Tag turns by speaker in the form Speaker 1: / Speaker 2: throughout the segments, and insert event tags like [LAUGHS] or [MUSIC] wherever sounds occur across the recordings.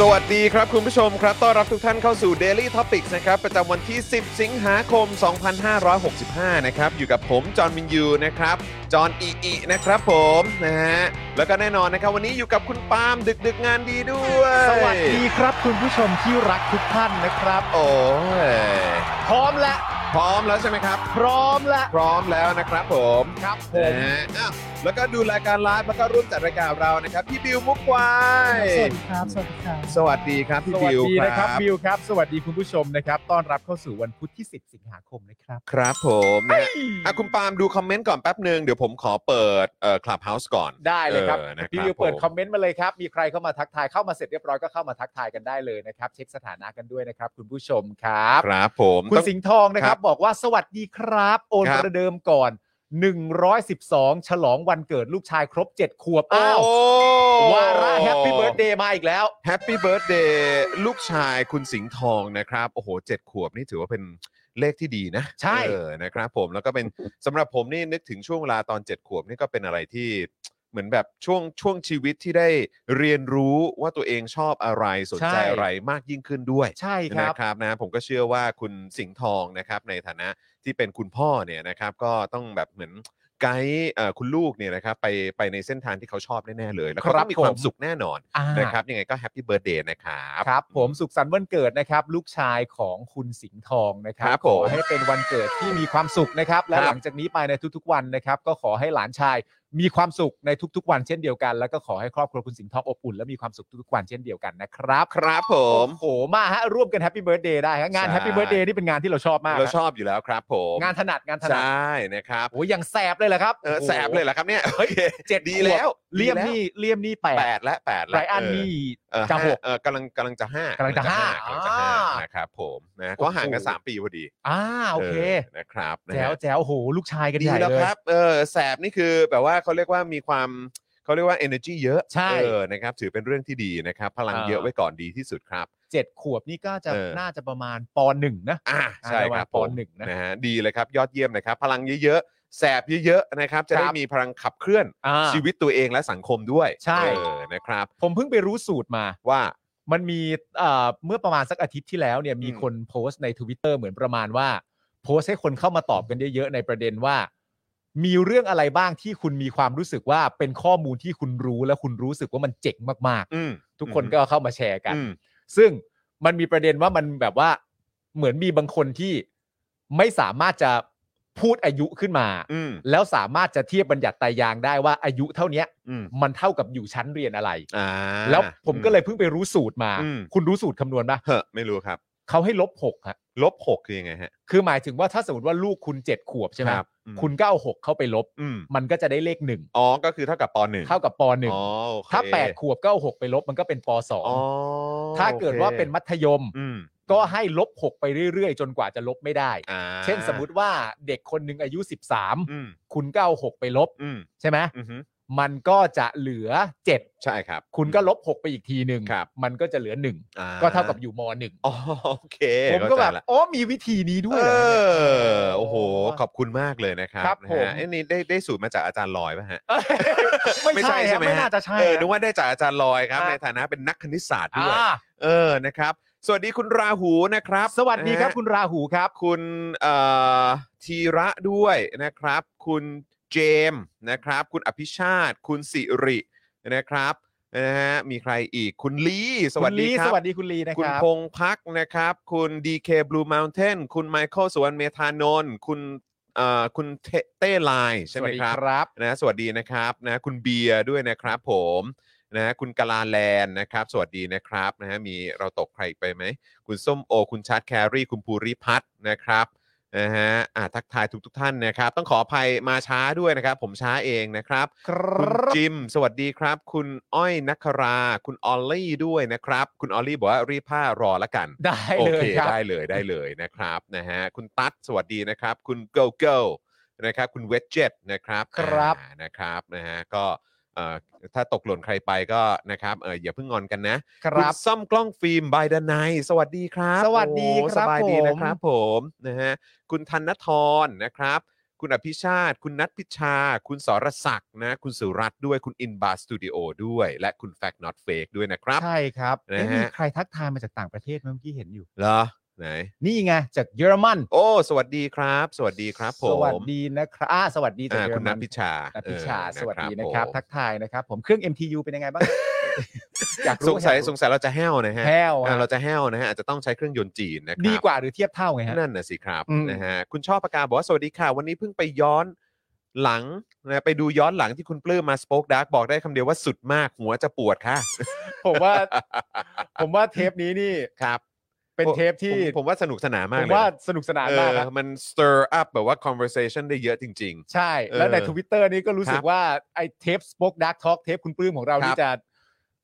Speaker 1: สวัสดีครับ คุณผู้ชมครับ ต้อนรับทุกท่านเข้าสู่ Daily Topics นะครับ ประจำวันที่ 10 สิงหาคม 2565 นะครับ อยู่กับผม จอห์นวินยูนะครับ จอห์นอีอีนะครับผมนะฮะแล้วก็แน่นอนนะครับ วันนี้อยู่กับคุณปาล์มดึกดึกๆงานดีด้วย
Speaker 2: สวัสดีครับคุณผู้ชมที่รักทุกท่านนะครับ
Speaker 1: โอ้ย
Speaker 2: พร้อมและ
Speaker 1: พร้อมแล้วใช่ไหมครับ
Speaker 2: พร้อมและ
Speaker 1: พร้อมแล้วนะครับผม
Speaker 2: ครับผ
Speaker 1: นะ
Speaker 2: ม
Speaker 1: ฮะอ้าวแล้วก็ดูรายการไลฟ์แล้วก็ร่วมจัดรายการเรานะครับพี่บิวมุกควาย
Speaker 3: สวัสดีครับ สวัสดีครับ
Speaker 1: สวัสดีครับพี่
Speaker 2: สวั
Speaker 1: บิ
Speaker 2: ส
Speaker 1: ว
Speaker 2: ดีนะค
Speaker 1: ค
Speaker 2: รั
Speaker 1: รั
Speaker 2: บบ บิวครับ สวัสดีคุณผู้ชมนะครับ ต้อนรับเข้าสู่วันพุธที่ 10 สิงหาคมนะครับ
Speaker 1: ครับผมนะฮะอ่ะคุณปาล์มดูคอมเมนต์ก่อนแป๊บหนึ่งเดี๋ยวผมขอเปิดเอ่อคลับเฮาส์ก่อน
Speaker 2: ได้เลยครับ
Speaker 1: เออนะครับ
Speaker 2: พี่บิวเปิด
Speaker 1: ผม
Speaker 2: คอมเมนต์มาเลยครับ มีใครเข้ามาทักทายเข้ามาเสร็จเรียบร้อยก็เข้ามาทักทายกันได้เลยนะครับ เช็คสถานะกันด้วยนะครับ คุณผู้ชมครับ
Speaker 1: ครับผม
Speaker 2: คุณ
Speaker 1: ต้อง
Speaker 2: สิงห์ทองนะค
Speaker 1: ครั
Speaker 2: รั
Speaker 1: บบ
Speaker 2: บอกว่าสวัสดีครับ โอน
Speaker 1: ครับ
Speaker 2: ประเดิมก่อน 112 ฉลองวันเกิดลูกชายครบ 7 ขวบ
Speaker 1: โอ้
Speaker 2: อ้าววาระแฮปปี้เบิร์ดเดย์มาอีกแล้ว
Speaker 1: แฮปปี้เบิร์ดเดย์ลูกชายคุณสิงห์ทองนะครับ โอ้โหเจ็ดขวบนี่ถือว่าเป็นเลขที่ดีนะ
Speaker 2: ใช่
Speaker 1: เออนะครับผมแล้วก็เป็น [LAUGHS] สำหรับผมนี่นึกถึงช่วงเวลาตอนเจ็ดขวบนี่ก็เป็นอะไรที่เหมือนแบบช่วงช่วงชีวิตที่ได้เรียนรู้ว่าตัวเองชอบอะไรสนใจอะไรมากยิ่งขึ้นด้วย
Speaker 2: ใช่ค
Speaker 1: นะ
Speaker 2: รับ
Speaker 1: ครับนะผมก็เชื่อว่าคุณสิงห์ทองนะครับในฐานะที่เป็นคุณพ่อเนี่ยนะครับก็ต้องแบบเหมือนไกด์เอ่อคุณลูกเนี่ยนะครับไปไปในเส้นทางที่เขาชอบแน่ๆเลย แล้วก็
Speaker 2: ครั
Speaker 1: ต้
Speaker 2: บ
Speaker 1: องมีความ
Speaker 2: ผม
Speaker 1: สุขแน่นอน
Speaker 2: อ่า
Speaker 1: นะครับยังไงก็แฮปปี้เบิร์ดเดย์นะครับ
Speaker 2: ครับ ผมสุขสันต์วันเกิดนะครับ ลูกชายของคุณสิงห์ทองนะค
Speaker 1: ครับ รับผ
Speaker 2: ขอ
Speaker 1: ม
Speaker 2: ให้เป็นวันเกิดที่มีความสุขนะครับ และ
Speaker 1: ครับ
Speaker 2: หลังจากนี้ไปในทุกๆวันนะครับ ก็ขอให้หลานชายมีความสุขในทุกๆ วันเช่นเดียวกัน แล้วก็ขอให้ครอบครัวคุณสิงห์ทองอบอุ่นและมีความสุขทุกๆวันเช่นเดียวกันนะครับ
Speaker 1: ครับผม
Speaker 2: โอ้โหมาฮะร่วมกันแฮปปี้เบิร์ดเดย์ได้ฮะงาน
Speaker 1: ใช่
Speaker 2: แฮปปี้เบิร์ดเดย์นี่เป็นงานที่เราชอบมาก
Speaker 1: เรา
Speaker 2: ฮะ
Speaker 1: ชอบอยู่แล้วครับผม
Speaker 2: งานถนัดงานถ
Speaker 1: ใช
Speaker 2: นัด่
Speaker 1: นะครับ
Speaker 2: โอ้ยอย่างแสบเลยแหละครับ
Speaker 1: เออ
Speaker 2: โโห
Speaker 1: แสบเลยเหรอครับเนี่ยโอเค
Speaker 2: เจ็ด
Speaker 1: ดี
Speaker 2: ขบ
Speaker 1: แล้ว
Speaker 2: เลี่ยม
Speaker 1: ดี
Speaker 2: นี่เลี่ยมนี่แป
Speaker 1: แล้วแป
Speaker 2: ด
Speaker 1: ดและแปด
Speaker 2: ไร
Speaker 1: และ
Speaker 2: อัน
Speaker 1: เ
Speaker 2: นี่
Speaker 1: เออ
Speaker 2: จะ
Speaker 1: ห้า
Speaker 2: ห
Speaker 1: ก เออกำลังกำลังจะห้าก
Speaker 2: ำลังจะห้าก
Speaker 1: ำลังจะห้า
Speaker 2: อ่าน
Speaker 1: นะครับผมนะก็ห่างกันสามปีพอดี
Speaker 2: อ่าโอเค
Speaker 1: นะครับนะ
Speaker 2: แจ๋
Speaker 1: ฮะ
Speaker 2: วแจ๋วโหลูกชายกัน
Speaker 1: ดี
Speaker 2: ใหญ่
Speaker 1: แล้ว
Speaker 2: เลย
Speaker 1: ครับเออแสบนี่คือแบบว่าเขาเรียกว่ามีความเขาเรียกว่า energy เยอะ
Speaker 2: ใช่
Speaker 1: เออนะครับถือเป็นเรื่องที่ดีนะครับ พลัง
Speaker 2: เออ
Speaker 1: เยอะไว้ก่อนดีที่สุดครับ
Speaker 2: เจ็ดขวบนี่ก็จะ
Speaker 1: เออ
Speaker 2: น่าจะประมาณปหนึ่งนะ
Speaker 1: อ่าใช่ครับ
Speaker 2: อ่าระวังปหนึ่งนะ
Speaker 1: ฮะดีเลยครับยอดเยี่ยมนะครับ พลังเยอะๆแสบเยอะๆนะครับ จะได้
Speaker 2: ครับ
Speaker 1: มีพลังขับเคลื่อน
Speaker 2: อ่า
Speaker 1: ชีวิตตัวเองและสังคมด้วย
Speaker 2: ใช่
Speaker 1: เออนะครับ
Speaker 2: ผมเพิ่งไปรู้สูตรมา
Speaker 1: ว่า
Speaker 2: มันมีเอ่อเมื่อประมาณสักอาทิตย์ที่แล้วเนี่ยมี
Speaker 1: อืม
Speaker 2: คนโพสต์ใน Twitter เหมือนประมาณว่า โพสต์ให้คนเข้ามาตอบกันเยอะๆในประเด็นว่า มีเรื่องอะไรบ้างที่คุณมีความรู้สึกว่าเป็นข้อมูลที่คุณรู้และคุณรู้สึกว่ามันเจ๋งมาก
Speaker 1: อืม
Speaker 2: ๆ ทุกคนก็เข้ามาแชร์กัน
Speaker 1: อืม
Speaker 2: ซึ่งมันมีประเด็นว่ามันแบบว่าเหมือนมีบางคนที่ไม่สามารถจะพูดอายุขึ้นมา
Speaker 1: อืม
Speaker 2: แล้วสามารถจะเทียบบัญญัติไตายางได้ว่าอายุเท่าเนี้ย
Speaker 1: อืม
Speaker 2: มันเท่ากับอยู่ชั้นเรียนอะไร
Speaker 1: อ่า
Speaker 2: แล้วผมก็เลยเพิ่งไปรู้สูตรมา
Speaker 1: อืม
Speaker 2: คุณรู้สูตรคำนวณปะ
Speaker 1: เฮ้อไม่รู้ครับ
Speaker 2: เขาให้ลบหกฮะ
Speaker 1: ลบหกคือยังไงฮะ
Speaker 2: คือหมายถึงว่าถ้าสมมติว่าลูกคุณเจ็ดขวบใช่ไหม
Speaker 1: รับอืม
Speaker 2: คุณก็เอาหกเข้าไปลบ
Speaker 1: อืม
Speaker 2: มันก็จะได้เลขหนึ่ง
Speaker 1: อ๋อก็คือเท่ากับปหนึ่ง
Speaker 2: เท่ากับปหนึ่ง
Speaker 1: อ๋อโอเค
Speaker 2: ถ้าแปดขวบก็เอาหกไปลบมันก็เป็นปสอง
Speaker 1: อ๋อ
Speaker 2: ถ้าเกิดว่าเป็นมัธยม
Speaker 1: อืม
Speaker 2: ก็ให้ลบหกไปเรื่อยๆ จนกว่าจะลบไม่ได้
Speaker 1: อ่า
Speaker 2: เช่นสมมติว่าเด็กคนหนึ่งอายุ
Speaker 1: อืม
Speaker 2: 13 คุณก็เอาหกไปลบ
Speaker 1: อืม
Speaker 2: ใช่ไหม
Speaker 1: อือฮึ
Speaker 2: มันก็จะเหลือเจ็ด
Speaker 1: ใช่ครับ
Speaker 2: คุณก็ลบ 6 ไปอีกทีหนึ่ง
Speaker 1: ครับ
Speaker 2: มันก็จะเหลือ 1
Speaker 1: อ่
Speaker 2: ก็เท่ากับอยู่มหนึ่ง
Speaker 1: อ๋อโอเค
Speaker 2: ผมก็แบบ
Speaker 1: เข้าใจละ
Speaker 2: อ๋อมีวิธีนี้ด้วย
Speaker 1: เอ
Speaker 2: เหรอเนี่
Speaker 1: อ
Speaker 2: ย
Speaker 1: โอ้โห ขอบคุณมากเลยนะครับ
Speaker 2: ครับ
Speaker 1: นะ
Speaker 2: ผม
Speaker 1: ฮะไอ้ยนี่ได้ได้สูตรมาจากอาจารย์ลอยป่ะฮะ
Speaker 2: เอ้ยไม่ใช่ใช่ไหม
Speaker 1: ฮ
Speaker 2: น่าจะใช่
Speaker 1: เออ
Speaker 2: นะ
Speaker 1: นึกว่าได้จากอาจารย์ลอยครับ
Speaker 2: ฮะ
Speaker 1: ในฐานะเป็นนักคณิตศาสตร์
Speaker 2: อ่
Speaker 1: ด้วย
Speaker 2: า
Speaker 1: เออนะครับ สวัสดีคุณราหูนะครับ
Speaker 2: สวัสดีครับ
Speaker 1: นะฮะ
Speaker 2: คุณราหูครับ
Speaker 1: คุณเอ่อธีระด้วยนะครับ คุณเจมส์นะครับ คุณอภิชาติ คุณสิรินะครับนะฮะมีใครอีกคุณลีสวัสดี
Speaker 2: คุณลี
Speaker 1: ค
Speaker 2: ส
Speaker 1: รับ
Speaker 2: วัสดีคุณลีนะ
Speaker 1: คุ
Speaker 2: ค
Speaker 1: ณ
Speaker 2: รับ
Speaker 1: พงพักนะครับ คุณ DK Blue Mountain คุณไมเคิลสวรรณเมธานนท์คุณเอ่อคุณเทเต้ไลน์ใช่ไหม
Speaker 2: สวัสดี
Speaker 1: ครับ
Speaker 2: ครับ
Speaker 1: นะสวัสดีนะครับนะคุณเบียร์ด้วยนะครับผมนะคุณกาลาแลนด์นะครับ สวัสดีนะครับนะฮะมีเราตกใครไปไหม คุณส้มโอ คุณชัดแครี่ คุณภูริพัฒน์นะครับนะฮะอ่าทักทายทุกทุกๆท่านนะครับ ต้องขออภัยมาช้าด้วยนะครับ ผมช้าเองนะครับ
Speaker 2: คร
Speaker 1: คุณ
Speaker 2: ับ
Speaker 1: จิม สวัสดีครับ คุณอ้อยนัครา คุณออลลี่ด้วยนะครับ คุณออลลี่บอกว่ารีบผ้ารอละกัน
Speaker 2: ได้
Speaker 1: โอ
Speaker 2: เลย
Speaker 1: เค
Speaker 2: ครับ
Speaker 1: ได้เลยได้เลยนะครับนะฮะคุณตั๊ดสวัสดีนะครับ คุณเกิลเกิลนะครับคุณเวจเจ็ตนะครับ
Speaker 2: ครับ
Speaker 1: อ่านะครับนะฮะก็เอ่อถ้าตกหล่นใครไปก็นะครับเอออย่าเพิ่งงอนกันนะ
Speaker 2: ค
Speaker 1: คุณ
Speaker 2: รับ
Speaker 1: ซ่อมกล้องฟิล์มบายดนายสวัสดีครับ
Speaker 2: สวัสดี
Speaker 1: โอ้
Speaker 2: ครับ
Speaker 1: สบายดี
Speaker 2: ผม
Speaker 1: นะครับผมนะฮะคุณธนทรนะครับ คุณอภิชาติ คุณนัทพิชา คุณสรศักดิ์นะคุณสุรัตน์ด้วยคุณอินบาร์สตูดิโอด้วย และคุณแฟกต์น็อตเฟกด้วยนะครับ
Speaker 2: ใช่ครับ
Speaker 1: นะฮะ
Speaker 2: เอ๊ะมีใครทักทายมาจากต่างประเทศไหมเมื่อกี้เห็นอยู่
Speaker 1: เหรอไหน
Speaker 2: นี่ไงจากเยอรมัน
Speaker 1: โอ้ สวัสดีครับ สวัสดีครับผม
Speaker 2: สวัสดีนะครับอ่าสวัสดีจาก
Speaker 1: อ่า
Speaker 2: เยอ
Speaker 1: คุ
Speaker 2: ร
Speaker 1: ณ
Speaker 2: มั
Speaker 1: นั
Speaker 2: น
Speaker 1: ทพิชา
Speaker 2: นัทพิชา
Speaker 1: เออ
Speaker 2: สวัสดีนะครับ ทักทายนะครับ ผมเครื่อง MTU เป็นยังไงบ้าง
Speaker 1: [LAUGHS]
Speaker 2: อยาก
Speaker 1: ส
Speaker 2: รู้
Speaker 1: งสัย
Speaker 2: อยากรู้
Speaker 1: สงสัยเราจะแห้วนะฮะ
Speaker 2: แพ้ว
Speaker 1: อ่า
Speaker 2: ฮะ
Speaker 1: เราจะแห้วนะฮะอาจจะต้องใช้เครื่องยนต์จีนนะครั
Speaker 2: ดีกว่าหรือเทียบเท่าไงฮะ
Speaker 1: นั่นน่ะสิครับ
Speaker 2: อืม
Speaker 1: นะฮะคุณชอบปากกาบอกว่าสวัสดีค่ะ วันนี้เพิ่งไปย้อนหลังนะไปดูย้อนหลังที่คุณปลื้มมาสป o อ e ดาร์กบอกได้คำเดียวว่าสุดมากหัวจะปวดค่ะ
Speaker 2: ผมว่า ผมว่าเทปนี้นี่
Speaker 1: ครับ
Speaker 2: เป็นเทปที่
Speaker 1: ผมผมว่าสนุกสนา
Speaker 2: ผม
Speaker 1: นาก
Speaker 2: ม
Speaker 1: เลย
Speaker 2: ว่า
Speaker 1: นะ
Speaker 2: สนุกสนาน
Speaker 1: เอ
Speaker 2: มาก
Speaker 1: อ
Speaker 2: ครับ
Speaker 1: มัน stir up แบบว่า conversation ได้เยอะจริง
Speaker 2: ใช่
Speaker 1: เออ
Speaker 2: แล้วในทวิตเตอร์นี้ก็รู้สึ
Speaker 1: ค
Speaker 2: ก
Speaker 1: รับ
Speaker 2: ว่าไอ้เทปสป็อกดักทอกเทปคุณปลื้มของเรา
Speaker 1: ครั
Speaker 2: นี่
Speaker 1: บ
Speaker 2: จะ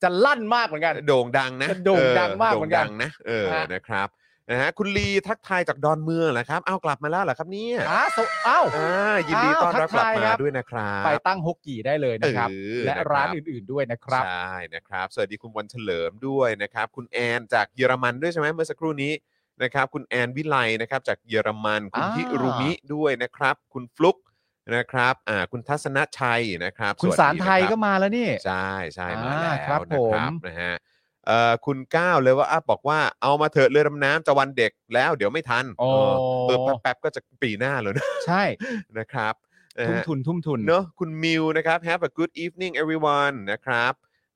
Speaker 2: จะลั่นมากเหมือนกัน
Speaker 1: โด่งดังนะ
Speaker 2: โด่งดังมากเหมือนกัน
Speaker 1: โด่งดังนะเออ
Speaker 2: ฮะ
Speaker 1: นะครับนะฮะคุณลีทักทายจากดอนเมืองเหรอครับเอากลับมาแล้วเหรอครับเนี่ย
Speaker 2: อ้าสวอ้าว
Speaker 1: อ่ายินดีต้อนรับกลับ
Speaker 2: อ้าวทักทาย
Speaker 1: มา
Speaker 2: ครับ
Speaker 1: ด้วยนะครับ
Speaker 2: ไปตั้งฮกกี่ได้เลยนะครับ
Speaker 1: เออ
Speaker 2: และ
Speaker 1: คบ
Speaker 2: ร้านอื่นๆด้วยนะครับ
Speaker 1: ใช่นะครับ สวัสดีคุณวันเฉลิมด้วยนะครับ คุณแอนจากเยอรมันด้วยใช่ไหมเมื่อสักครู่นี้นะครับ คุณแอนวิไลนะครับ จากเยอรมันคุณ
Speaker 2: อ่า
Speaker 1: ฮิรุมิด้วยนะครับ คุณฟลุกนะครับอ่าคุณทัศนชัยนะครับ
Speaker 2: คุณ
Speaker 1: วั
Speaker 2: สาร
Speaker 1: ดี
Speaker 2: ไทย
Speaker 1: นะรับ
Speaker 2: ก็มาแล้วนี่
Speaker 1: ใช่ใช่มาแล้ว
Speaker 2: อ่า
Speaker 1: นะค
Speaker 2: ครั
Speaker 1: รับบ
Speaker 2: ผม
Speaker 1: นะฮะเอ่อคุณก้าวเลยว่าอัพบอกว่าเอามาเถอะเรือดำน้ำจะวันเด็กแล้วเดี๋ยวไม่ทัน
Speaker 2: อ๋อ
Speaker 1: เออเออแป๊บๆก็จะปีหน้าแล้วนะ [LAUGHS]
Speaker 2: ใช่
Speaker 1: นะครับนะ
Speaker 2: ทุ่ม
Speaker 1: ฮะ
Speaker 2: ทุนทุ่มทุน
Speaker 1: เนอะคุณมิวนะครับ Have a good evening everyone นะครับ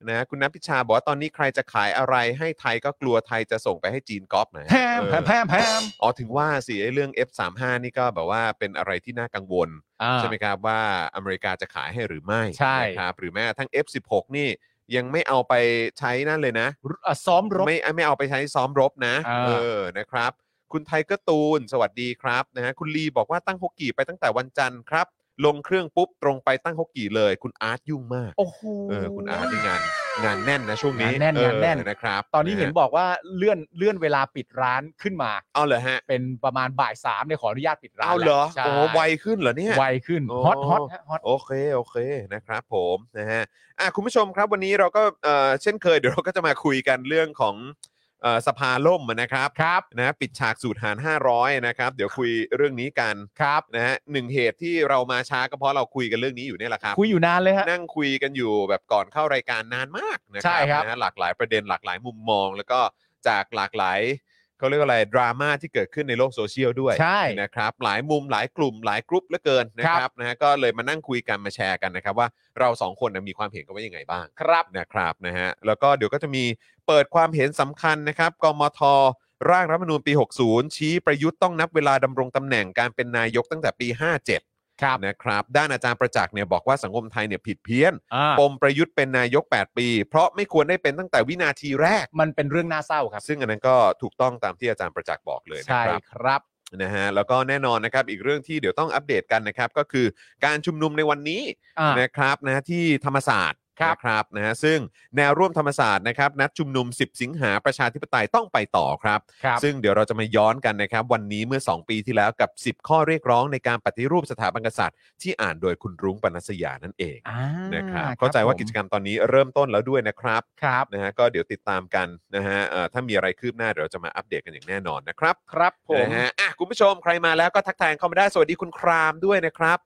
Speaker 1: นะคุณนัทพิชาบอกว่าตอนนี้ใครจะขายอะไรให้ไทยก็กลัวไทยจะส่งไปให้จีนก๊อปนะฮะ
Speaker 2: แพม
Speaker 1: เออ
Speaker 2: แพมแพมแพม
Speaker 1: อ๋อถึงว่าสิไอ้เรื่อง F35 นี่ก็แบบว่าเป็นอะไรที่น่ากังวล
Speaker 2: อ่า
Speaker 1: ใช่ไหมครับว่าอเมริกาจะขายให้หรือไม่
Speaker 2: ใช่
Speaker 1: นะครับหรือแม้กระทั้ง F16 นี่ยังไม่เอาไปใช้นั่นเลยนะ
Speaker 2: อ่ะซ้อมรบ
Speaker 1: ไม่ไม่เอาไปใช้ซ้อมรบนะ
Speaker 2: อ่า
Speaker 1: เออนะครับ คุณไทเกอร์ตูนสวัสดีครับนะฮะคุณลีบอกว่าตั้งฮกกี่ไปตั้งแต่วันจันทร์ครับ ลงเครื่องปุ๊บตรงไปตั้งฮกกี่เลย คุณอาร์ตยุ่งมาก
Speaker 2: โอ้โห
Speaker 1: เออคุณอาร์ตนี่งานงานแน่นนะช่วงนี้
Speaker 2: งานแน่
Speaker 1: เออง
Speaker 2: นานแน่น
Speaker 1: นะครับ
Speaker 2: ตอนนี้เห็นะ
Speaker 1: ฮะ
Speaker 2: บอกว่าเลื่อนเลื่อนเวลาปิดร้านขึ้นมา
Speaker 1: เอาเหรอฮะ
Speaker 2: เป็นประมาณบ่ายสามเนี่ยขออนุญาตปิดร้าน
Speaker 1: เอาเหรอ
Speaker 2: แล้ว
Speaker 1: โอ้
Speaker 2: ใช่
Speaker 1: ไวขึ้นเหรอเนี่ย
Speaker 2: ไวขึ้น
Speaker 1: โอ้
Speaker 2: ฮอตฮอตฮะฮอต
Speaker 1: โอเค โอเคนะครับผมนะฮะอ่ะคุณผู้ชมครับวันนี้เราก็เอ่อเช่นเคยเดี๋ยวเราก็จะมาคุยกันเรื่องของเอ่อสภาล่มนะครับ
Speaker 2: ครับ
Speaker 1: นะปิดฉากสูตรหาร 500 นะครับ เดี๋ยวคุยเรื่องนี้กัน
Speaker 2: ครับ
Speaker 1: นะฮะหนึ่งเหตุที่เรามาช้าก็เพราะเราคุยกันเรื่องนี้อยู่เนี่ยแหละครับ
Speaker 2: คุยอยู่นานเลยฮะ
Speaker 1: นั่งคุยกันอยู่แบบก่อนเข้ารายการนานมากนะค
Speaker 2: ใช่
Speaker 1: รั
Speaker 2: ครับ
Speaker 1: นะฮะหลากหลายประเด็นหลากหลายมุมมอง แล้วก็จากหลากหลายเขาเรียกว่าอะไรดราม่าที่เกิดขึ้นในโลกโซเชียลด้วย
Speaker 2: ใช่
Speaker 1: นะครับหลายมุมหลายกลุ่มหลายกรุ๊ปเหลือเกินนะค
Speaker 2: ครั
Speaker 1: รับบ นะฮะก็เลยมานั่งคุยกันมาแชร์กันนะครับ ว่าเราสองคนนะมีความเห็นกันว่ายังไงบ้าง
Speaker 2: ครับ
Speaker 1: นะครับนะฮะแล้วก็เดี๋ยวก็จะมีเปิดความเห็นสำคัญนะครับกมท ร่างรัฐธรรมนูญปี 60 ชี้ประยุทธ์ต้องนับเวลาดำรงตำแหน่งการเป็นนายกตั้งแต่ปี 57
Speaker 2: ครับ
Speaker 1: นะครับด้านอาจารย์ประจักษ์เนี่ยบอกว่าสังคมไทยเนี่ยผิดเพี้ยน
Speaker 2: อ่า
Speaker 1: ปมประยุทธ์เป็นนายก 8 ปี เพราะไม่ควรได้เป็นตั้งแต่วินาทีแรก
Speaker 2: มันเป็นเรื่องน่าเศร้าครับ
Speaker 1: ซึ่งอันนั้นก็ถูกต้องตามที่อาจารย์ประจักษ์บอกเลยนะ
Speaker 2: ใช่
Speaker 1: ครับ
Speaker 2: ครับ
Speaker 1: นะฮะแล้วก็แน่นอนนะครับอีกเรื่องที่เดี๋ยวต้องอัปเดตกันนะครับ ก็คือการชุมนุมในวันนี้
Speaker 2: อ่า
Speaker 1: นะครับนะที่ธรรมศาสตร์
Speaker 2: ครับ
Speaker 1: นะครับนะฮะซึ่งแนวร่วมธรรมศาสตร์นะครับนัดชุมนุม 10 สิงหาประชาธิปไตยต้องไปต่อครับ
Speaker 2: ครับ
Speaker 1: ซึ่งเดี๋ยวเราจะมาย้อนกันนะครับ วันนี้เมื่อ 2 ปีที่แล้วกับ 10 ข้อเรียกร้องในการปฏิรูปสถาบันกษัตริย์ ที่อ่านโดยคุณรุ้งปนัสยานั่นเอง
Speaker 2: อ่า
Speaker 1: นะครับเข้าใจว่ากิจกรรมตอนนี้เริ่มต้นแล้วด้วยนะครับ
Speaker 2: ครับ
Speaker 1: นะฮะก็เดี๋ยวติดตามกันนะฮะเอ่อถ้ามีอะไรคืบหน้าเดี๋ยวเราจะมาอัปเดตกันอย่างแน่นอนนะครับ
Speaker 2: ครับผม
Speaker 1: นะฮะอ่ะคุณผู้ชมใครมาแล้วก็ทักทายเข้ามาได้ สวัสดีคุณครามด้วยนะครับ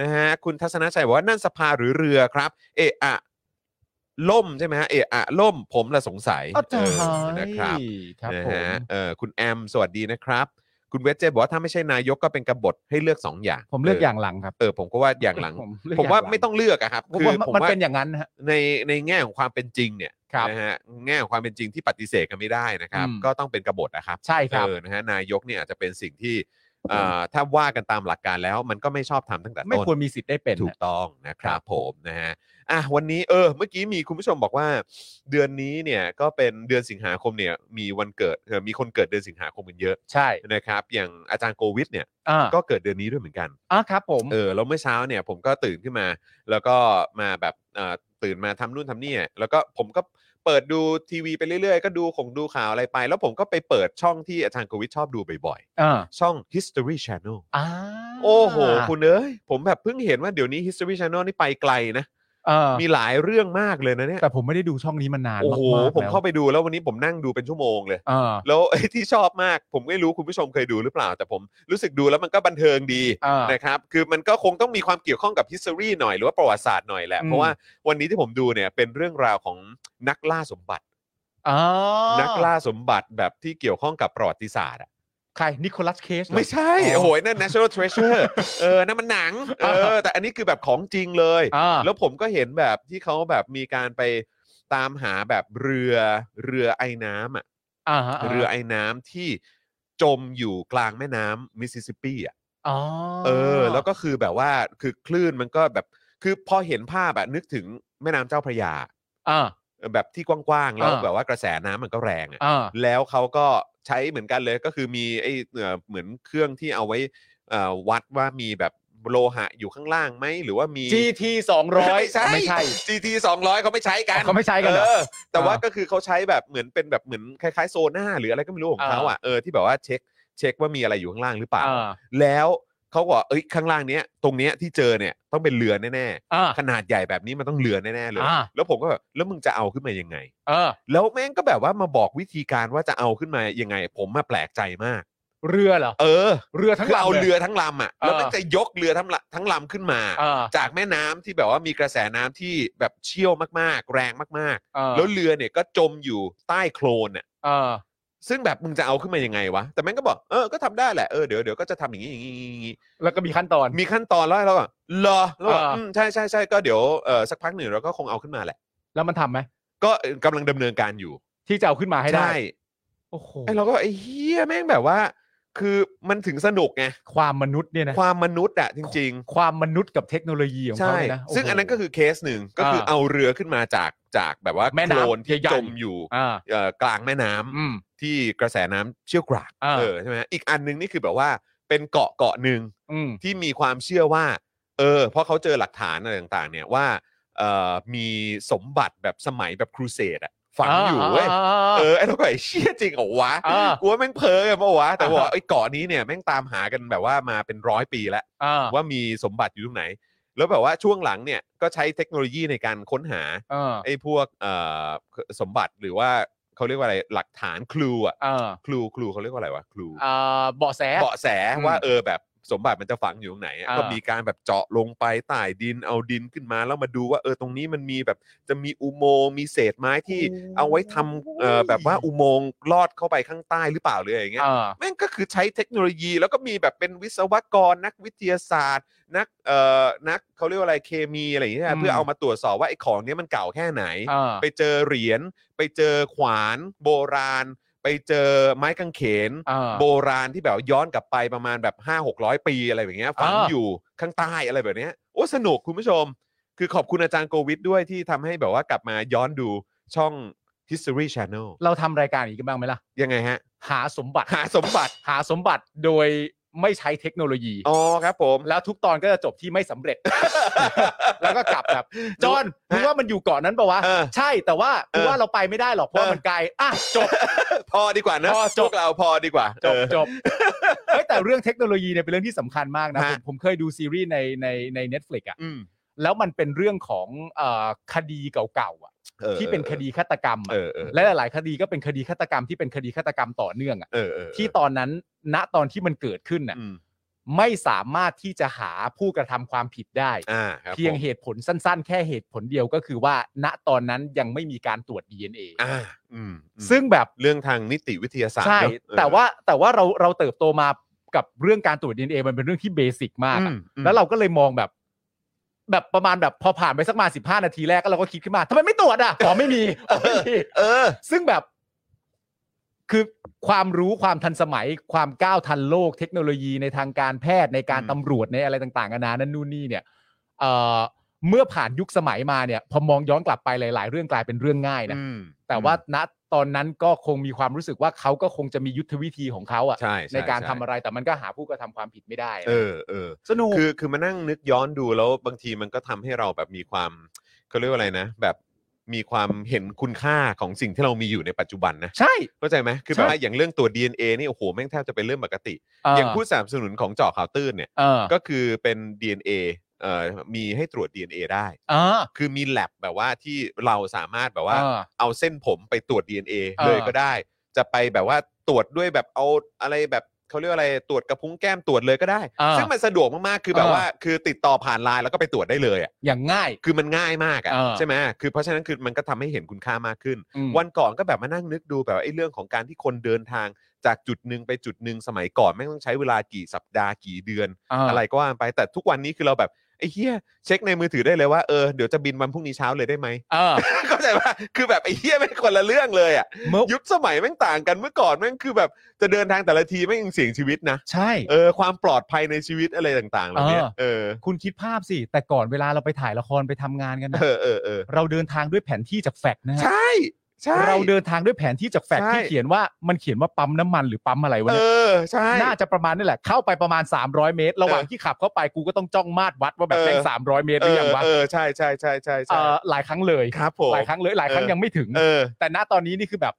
Speaker 1: นะฮะคุณทัศนชัยบอกว่านั่นสภาหรือเรือครับ เอะอะ ล่มใช่ไหมฮะเอะอะล่มผมละสงสัย
Speaker 2: อาจาร
Speaker 1: เออ
Speaker 2: ย์
Speaker 1: นะครับ
Speaker 2: ครับ
Speaker 1: นะ
Speaker 2: ผม
Speaker 1: ฮะเอ่อคุณแอม สวัสดีนะครับ คุณเวจเจบอกว่าถ้าไม่ใช่นายกก็เป็นกบฏให้เลือก 2 อย่าง
Speaker 2: ผมเลือกอย่างหลังครับ
Speaker 1: เออผมก็ว่าอย่างหลัง
Speaker 2: เลือก
Speaker 1: ผมว่า
Speaker 2: ย่หลั
Speaker 1: ไม่ต้องเลือกอะครับ
Speaker 2: ผม
Speaker 1: คือ
Speaker 2: ว่า
Speaker 1: ผม
Speaker 2: มัน
Speaker 1: ว่า
Speaker 2: เป็นอย่างนั้นนะฮะ
Speaker 1: ในในแง่ของความเป็นจริงเนี่ย
Speaker 2: ครับ
Speaker 1: นะฮะแง่ของความเป็นจริงที่ปฏิเสธกันไม่ได้นะครับ
Speaker 2: อืม
Speaker 1: ก็ต้องเป็นกบฏนะครับ
Speaker 2: ใช่ครับ
Speaker 1: เออนะฮะนายกเนี่ยอาจจะเป็นสิ่งที่เอ่อถ้าว่ากันตามหลักการแล้วมันก็ไม่ชอบทำตั้งแต่ต้น
Speaker 2: ไม่ควรมีสิทธิ์ได้เป็น
Speaker 1: ถูกต้องนะครับผมนะฮะอ่ะวันนี้เออเมื่อกี้มีคุณผู้ชมบอกว่า เดือนนี้เนี่ยก็เป็นเดือนสิงหาคมเนี่ยมีวันเกิดเอ่อมีคนเกิดเดือนสิงหาคมกันเยอะ
Speaker 2: ใช่
Speaker 1: นะครับ อย่างอาจารย์โควิดเนี่ย
Speaker 2: อ่า
Speaker 1: ก็เกิดเดือนนี้ด้วยเหมือนกัน
Speaker 2: อ่าครับผม
Speaker 1: เออแล้วเมื่อเช้าเนี่ยผมก็ตื่นขึ้นมา แล้วก็มาแบบเอ่อตื่นมาทำนู่นทำนี่แล้วก็ผมก็เปิดดูทีวีไปเรื่อยๆ ก็ดูของดูข่าวอะไรไป แล้วผมก็ไปเปิดช่องที่อาจารย์โควิดชอบดูบ่อย
Speaker 2: อ่า
Speaker 1: ๆช่อง History Channel
Speaker 2: อ่า
Speaker 1: โอ้โห คุณเอ้ย ผมแบบเพิ่งเห็นว่าเดี๋ยวนี้ History Channel นี่ไปไกลนะ
Speaker 2: อ่า
Speaker 1: มีหลายเรื่องมากเลยนะเนี่ย
Speaker 2: แต่ผมไม่ได้ดูช่องนี้มานาน
Speaker 1: โอ้โห
Speaker 2: กๆ
Speaker 1: ผมเข้า
Speaker 2: แล้ว
Speaker 1: ไปดูแล้ววันนี้ผมนั่งดูเป็นชั่วโมงเลย
Speaker 2: อ่า
Speaker 1: แล้วไอ้ที่ชอบมาก ผมไม่รู้คุณผู้ชมเคยดูหรือเปล่า แต่ผมรู้สึกดูแล้วมันก็บันเทิงดี
Speaker 2: อ่า
Speaker 1: นะครับ คือมันก็คงต้องมีความเกี่ยวข้องกับ history หน่อยหรือว่าประวัติศาสตร์หน่อยแหละ
Speaker 2: อืม
Speaker 1: เพราะว่าวันนี้ที่ผมดูเนี่ยเป็นเรื่องราวของนักล่าสมบัติ
Speaker 2: อ่า
Speaker 1: นักล่าสมบัติแบบที่เกี่ยวข้องกับประวัติศาสตร์อะ
Speaker 2: ใครนิโคลัสเคส
Speaker 1: ไม่ใช่ โอ้โหนั่น national treasure เออ นั่นมันหนัง เออ แต่อันนี้คือแบบของจริงเลย
Speaker 2: อ่า
Speaker 1: แล้วผมก็เห็นแบบที่เขาแบบมีการไปตามหาแบบเรือเรือไอ้น้ำอ่ะ
Speaker 2: อ่าฮะาฮะ
Speaker 1: เรือไอ้น้ำที่จมอยู่กลางแม่น้ำมิสซิสซิปปีอ่ะ
Speaker 2: อ๋อ
Speaker 1: เออ แล้วก็คือแบบว่า คือคลื่นมันก็แบบ คือพอเห็นภาพแบบนึกถึงแม่น้ำเจ้าพระยา
Speaker 2: อ่า
Speaker 1: แบบที่กว้างๆ แล้ว
Speaker 2: อ่า
Speaker 1: แบบว่ากระแสน้ำมันก็แรงอ่ะ
Speaker 2: อ่า
Speaker 1: แล้วเขาก็ใช้เหมือนกันเลยก็คือมีไอ้เอ่อเหมือนเครื่องที่เอาไว้เอ่อวัดว่ามีแบบโลหะอยู่ข้างล่างไหมหรือว่ามี
Speaker 2: GT สองร้อย
Speaker 1: ไม่ใช่
Speaker 2: ไม่ใช่
Speaker 1: GT 200เขาไม่ใช้กัน
Speaker 2: เขาไม่ใช้กันเหรอ
Speaker 1: ออแต่ว่า
Speaker 2: อ่า
Speaker 1: ก็คือเขาใช้แบบเหมือนเป็นแบบเหมือนคล้ายๆโซน่าหรืออะไรก็ไม่รู้ของเขาอ่ะเออที่แบบว่าเช็คเช็คว่ามีอะไรอยู่ข้างล่างหรือเปล่า
Speaker 2: อ่า
Speaker 1: แล้วเขาก็บอกเอ้ยข้างล่างเนี้ยตรงเนี้ยที่เจอเนี่ยต้องเป็นเรือแน่
Speaker 2: อ่า
Speaker 1: ๆขนาดใหญ่แบบนี้มันต้องเรือแน่ๆเลย
Speaker 2: อ่า
Speaker 1: แล้วผมก็แบบแล้วมึงจะเอาขึ้นมายังไง
Speaker 2: เออ
Speaker 1: แล้วแม่งก็แบบว่ามาบอกวิธีการว่าจะเอาขึ้นมายังไง ผมมาแปลกใจมาก
Speaker 2: เรือเหรอ
Speaker 1: เออ
Speaker 2: เรือทั้ง
Speaker 1: คือ
Speaker 2: ลำ
Speaker 1: เอา
Speaker 2: ลย
Speaker 1: เรือทั้งลำอ่ะ
Speaker 2: เออ
Speaker 1: แล้วมันจะยกเรือทั้งลำทั้งลำขึ้นมา
Speaker 2: อ่า
Speaker 1: จากแม่น้ำที่แบบว่ามีกระแสน้ำที่แบบเชี่ยวมากๆ แรงมาก
Speaker 2: อ่า
Speaker 1: ๆ แล้วเรือเนี่ยก็จมอยู่ใต้โคลนอ่ะ
Speaker 2: อ่า
Speaker 1: ซึ่งแบบมึงจะเอาขึ้นมายังไงวะแต่แม่งก็บอกเออก็ทำได้แหละเออเดี๋ยวเดี๋ยวก็จะทำอย่างนี้อย่างนี้อย่างนี้
Speaker 2: แล้วก็มีขั้นตอน
Speaker 1: มีขั้นตอนแล้วแล้วก็เหรอแล้วก็
Speaker 2: อ่า
Speaker 1: อืมใช่ใช่ใช่ก็เดี๋ยวเออสักพักหนึ่งเราก็คงเอาขึ้นมาแหละ
Speaker 2: แล้วมันทำไหม
Speaker 1: ก็กำลังดำเนินการอยู่
Speaker 2: ที่จะเอาขึ้นมาให้ได้
Speaker 1: ใช่
Speaker 2: โอ้โห
Speaker 1: ไอ้เราก็แบบไอ้เฮียแม่งแบบว่า คือมันถึงสนุกไง
Speaker 2: ความมนุษย์เนี่ยนะ
Speaker 1: ความมนุษย์อะจริง
Speaker 2: ความมนุษย์กับเทคโนโลยีขอ
Speaker 1: ๆ
Speaker 2: งเขา
Speaker 1: ใช่
Speaker 2: เลยนะโโห
Speaker 1: ซึ่งอันนั้นก็คือเคสหนึ่งก็คือ
Speaker 2: เออ
Speaker 1: เอาเรือขึ้นมาจากจากแบบว่า
Speaker 2: แม่น้ำ
Speaker 1: โคลนที่
Speaker 2: ใหญ่
Speaker 1: จ
Speaker 2: ๆ
Speaker 1: มอยู่
Speaker 2: อ่า
Speaker 1: เอ่อกลางแม่น้ำ
Speaker 2: อืม
Speaker 1: ที่กระแสน้ำเชี่ยวกราก
Speaker 2: อ่า
Speaker 1: เออใช่ไหมอีกอันหนึงนี่คือแบบว่าเป็นเกาะเกาะหนึ่ง
Speaker 2: อืม
Speaker 1: ที่มีความเชื่อว่า เออเพราะเขาเจอหลักฐานอะไรต่างๆ เนี่ยว่าเอ่อมีสมบัติแบบสมัยแบบครูเสดอะฝังอยู่เว้ย เออไอ้เราก็ไอ้เชี่ยจริงเหรอวะ
Speaker 2: อ่า
Speaker 1: กูว่าแม่งเพ้อกันปะวะ แต่ว่า
Speaker 2: อ่า
Speaker 1: ไอ้เกาะนี้เนี่ยแม่งตามหากันแบบว่ามาเป็นร้อยปีแล้ว
Speaker 2: อ่า
Speaker 1: ว่ามีสมบัติอยู่ตรงไหน แล้วแบบว่าช่วงหลังเนี่ยก็ใช้เทคโนโลยีในการค้นหา
Speaker 2: อ่า
Speaker 1: ไอ้พวกเอ่อสมบัติหรือว่าเขาเรียกว่าอะไรหลักฐานคลูอะ
Speaker 2: อ่า
Speaker 1: คลูคลูเขาเรียกว่าอะไรวะคลู
Speaker 2: อ่าเบาะแส
Speaker 1: เบาะแส
Speaker 2: อืม
Speaker 1: ว่าเออแบบสมบัติมันจะฝังอยู่ตรงไหนอะ
Speaker 2: อ่า
Speaker 1: ก็มีการแบบเจาะลงไปใต้ดินเอาดินขึ้นมาแล้วมาดูว่าเออตรงนี้มันมีแบบจะมีอุโมงค์มีเศษไม้ที่ เอาไว้ทำเอ่อแบบว่าอุโมงค์ลอดเข้าไปข้างใต้หรือเปล่าหรืออะไรอย่างเงี้ย
Speaker 2: อ่า
Speaker 1: แม่งก็คือใช้เทคโนโลยีแล้วก็มีแบบเป็นวิศวกรนักวิทยาศาสตร์ นักเอ่อนักเขาเรียกว่าอะไรเคมีอะไรอย่างเงี้ย
Speaker 2: อืม
Speaker 1: เพื่อเอามาตรวจสอบว่าไอ้ของเนี้ยมันเก่าแค่ไหน
Speaker 2: อ่า
Speaker 1: ไปเจอเหรียญไปเจอขวานโบราณ ไปเจอไม้กางเขน
Speaker 2: อ่า
Speaker 1: โบราณที่แบบย้อนกลับไปประมาณแบบ 5 6 0 0 ปีอะไรอย่างเงี้ยฝัง
Speaker 2: อ่า
Speaker 1: อยู่ข้างใต้อะไรแบบเนี้ยโอ้สนุกคุณผู้ชม คือขอบคุณอาจารย์โกวิทด้วยที่ทำให้แบบว่ากลับมาย้อนดูช่อง History Channel
Speaker 2: เราทำรายการอย่างนี้กันบ้างไหมล่ะ
Speaker 1: ยังไงฮะ
Speaker 2: หาสมบัติ
Speaker 1: หาสมบัติ
Speaker 2: หาสมบัติโดยไม่ใช้เทคโนโลยี
Speaker 1: อ๋อครับผม
Speaker 2: แล้วทุกตอนก็จะจบที่ไม่สำเร็จ [LAUGHS] แล้วก็กลับแบบ จอห์นมึงว่ามันอยู่เกาะนั้นปะวะ
Speaker 1: เออ
Speaker 2: ใช่แต่ว่า
Speaker 1: เอ
Speaker 2: กู
Speaker 1: อ
Speaker 2: ว่าเราไปไม่ได้หรอกเพราะว่า
Speaker 1: เออ
Speaker 2: มันไกลอ่ะจ
Speaker 1: [LAUGHS]
Speaker 2: บ
Speaker 1: พอดีกว่านะ
Speaker 2: พอจบ
Speaker 1: พวกเราพอดีกว่า
Speaker 2: จบ
Speaker 1: เออ
Speaker 2: จบเฮ้ยแต่เรื่องเทคโนโลยีเนี่ยเป็นเรื่องที่สำคัญมากนะ
Speaker 1: ฮะ
Speaker 2: ผมผมเคยดูซีรีส์ในในใน n e t f l i x อ่ะ
Speaker 1: อืม
Speaker 2: แล้วมันเป็นเรื่องของเอ่อคดีเก่าๆอ่ะ
Speaker 1: ออ
Speaker 2: ที่เป็นคดีฆาตกรรม
Speaker 1: เอ
Speaker 2: อ่ะ
Speaker 1: อเออ
Speaker 2: และหลาย ๆ คดีก็เป็นคดีฆาตกรรมที่เป็นคดีฆาตกรรมต่อเนื่องอ่ะ
Speaker 1: เออเออ
Speaker 2: ที่ตอนนั้นณตอนที่มันเกิดขึ้นอ่ะ
Speaker 1: อืม
Speaker 2: ไม่สามารถที่จะหาผู้กระทำความผิดได้
Speaker 1: อ่าครับ
Speaker 2: เพียง
Speaker 1: ผม
Speaker 2: เหตุผลสั้นๆ แค่เหตุผลเดียวก็คือว่า ณตอนนั้นยังไม่มีการตรวจ DNA
Speaker 1: อ่าอืมอืม
Speaker 2: ซึ่งแบบ
Speaker 1: เรื่องทางนิติวิทยาศาสตร์
Speaker 2: ใช่
Speaker 1: เนอะเออ
Speaker 2: แต่ว่าแต่ว่าเราเราเติบโตมากับเรื่องการตรวจ DNA มันเป็นเรื่องที่เบสิกมาก
Speaker 1: อื
Speaker 2: อะ
Speaker 1: มอืม
Speaker 2: แล้วเราก็เลยมองแบบ แบบประมาณแบบพอผ่านไปสักมา15 นาทีแรกก็เราก็คิดขึ้นมาทำไมไม่ตรวจ
Speaker 1: [LAUGHS]
Speaker 2: อ่ะอ๋อไม่มี [LAUGHS] อ๋อไม่มี
Speaker 1: เออ
Speaker 2: ซึ่งแบบคือความรู้ความทันสมัย ความก้าวทันโลกเทคโนโลยีในทางการแพทย์ในการ
Speaker 1: อืม
Speaker 2: ตำรวจในอะไรต่างๆนานานั่นนู่นนี่เนี่ยเอ่อเมื่อผ่านยุคสมัยมาเนี่ย พอมองย้อนกลับไปหลาย ๆ เรื่องกลายเป็นเรื่องง่ายนะ
Speaker 1: อืม
Speaker 2: แต่ว่าณตอนนั้นก็คงมีความรู้สึกว่าเขาก็คงจะมียุทธวิธีของเขาอะ
Speaker 1: ใช่ช่
Speaker 2: ในการทำ
Speaker 1: ช่
Speaker 2: อะไรแต่มันก็หาผู้กระทำความผิดไม่ได้นะ
Speaker 1: เออเออ
Speaker 2: สนุก
Speaker 1: คือคือมานั่งนึกย้อนดูแล้วบางทีมันก็ทำให้เราแบบมีความเขาเรียกว่าอะไรนะ แบบมีความเห็นคุณค่าของสิ่งที่เรามีอยู่ในปัจจุบันนะ
Speaker 2: ใช่
Speaker 1: เข้าใจไหมคือแบบ
Speaker 2: ใช่
Speaker 1: ว่าอย่างเรื่องตัว DNA นี่โอ้โหแม่งแทบจะเป็นเรื่องปกติ
Speaker 2: เ
Speaker 1: อย่างผู้สนับสนุนของเจาะข่าวตื้นเนี่ย
Speaker 2: เออ
Speaker 1: ก็คือเป็น DNA เอ่อมีให้ตรวจ DNA ได้
Speaker 2: เออ
Speaker 1: คือมีแลบแบบว่าที่เราสามารถแบบว่า
Speaker 2: เออ
Speaker 1: เอาเส้นผมไปตรวจ DNA
Speaker 2: เออ
Speaker 1: เลยก็ได้ จะไปแบบว่าตรวจด้วยแบบเอาอะไรแบบเขาเรียกว่าอะไรตรวจกระพุ้งแก้มตรวจเลยก็ได้
Speaker 2: เออ
Speaker 1: ซึ่งมันสะดวกมาก ๆ คือแบบ
Speaker 2: เออ
Speaker 1: ว่าคือติดต่อผ่านไลน์แล้วก็ไปตรวจได้เลยอ่ะ
Speaker 2: อย่างง่าย
Speaker 1: คือมันง่ายมากอ่ะ
Speaker 2: เออ
Speaker 1: ใช่ไหมคือเพราะฉะนั้นคือมันก็ทำให้เห็นคุณค่ามากขึ้น
Speaker 2: อืม
Speaker 1: วันก่อนก็แบบมานั่งนึกดูแบบไอ้เรื่องของการที่คนเดินทางจากจุดหนึ่งไปจุดหนึ่งสมัยก่อนแม่งต้องใช้เวลากี่สัปดาห์กี่เดือน อะไรก็ว่าไปแต่ทุกวันนี้คือเราแบบไอ้เหี้ยเช็คในมือถือได้เลยว่าเออเดี๋ยวจะบินวันพรุ่งนี้เช้าเลยได้ไหม
Speaker 2: เออ
Speaker 1: เข้าใจป่ะคือแบบไอ้เหี้ยแม่งคนละเรื่องเลยอ่ะ
Speaker 2: เมื่อ
Speaker 1: ยุคสมัยแม่งต่างกันเมื่อก่อนแม่งคือแบบจะเดินทางแต่ละทีแม่งยังเสี่ยงชีวิตนะ
Speaker 2: ใช่
Speaker 1: เออความปลอดภัยในชีวิตอะไรต่างๆเหล่านี้
Speaker 2: เออ
Speaker 1: เออ
Speaker 2: คุณคิดภาพสิ แต่ก่อนเวลาเราไปถ่ายละครไปทำงานกันนะ
Speaker 1: เออเออเออ
Speaker 2: เราเดินทางด้วยแผนที่จากแฟกซ์นะฮะ
Speaker 1: ใช่ใช่
Speaker 2: เราเดินทางด้วยแผนที่จากแฟกซ์
Speaker 1: ใช่
Speaker 2: ที่เขียนว่ามันเขียนว่าปั๊มน้ำมันหรือปั๊มอะไรวะ
Speaker 1: เอ
Speaker 2: เนี่
Speaker 1: อ
Speaker 2: ย
Speaker 1: ใช่
Speaker 2: น่าจะประมาณนี่แหละ เข้าไปประมาณ 300 เมตร ระหว่าง
Speaker 1: เออ
Speaker 2: ที่ขับเข้าไปกูก็ต้องจ้องมาดวัดว่าแบบ
Speaker 1: เออ
Speaker 2: แม่งสามร้อยเมตรห
Speaker 1: เอ
Speaker 2: รือ
Speaker 1: อ
Speaker 2: ยังวะ
Speaker 1: เออใช่ใช่ใช่ใช่
Speaker 2: เอ่
Speaker 1: ใช่
Speaker 2: อหลายครั้งเลย
Speaker 1: ครับผม
Speaker 2: หลายครั้งเลยหลายครั้ง
Speaker 1: เออ
Speaker 2: ยังไม่ถึง
Speaker 1: เออ
Speaker 2: แต่ณตอนนี้นี่คือแบบ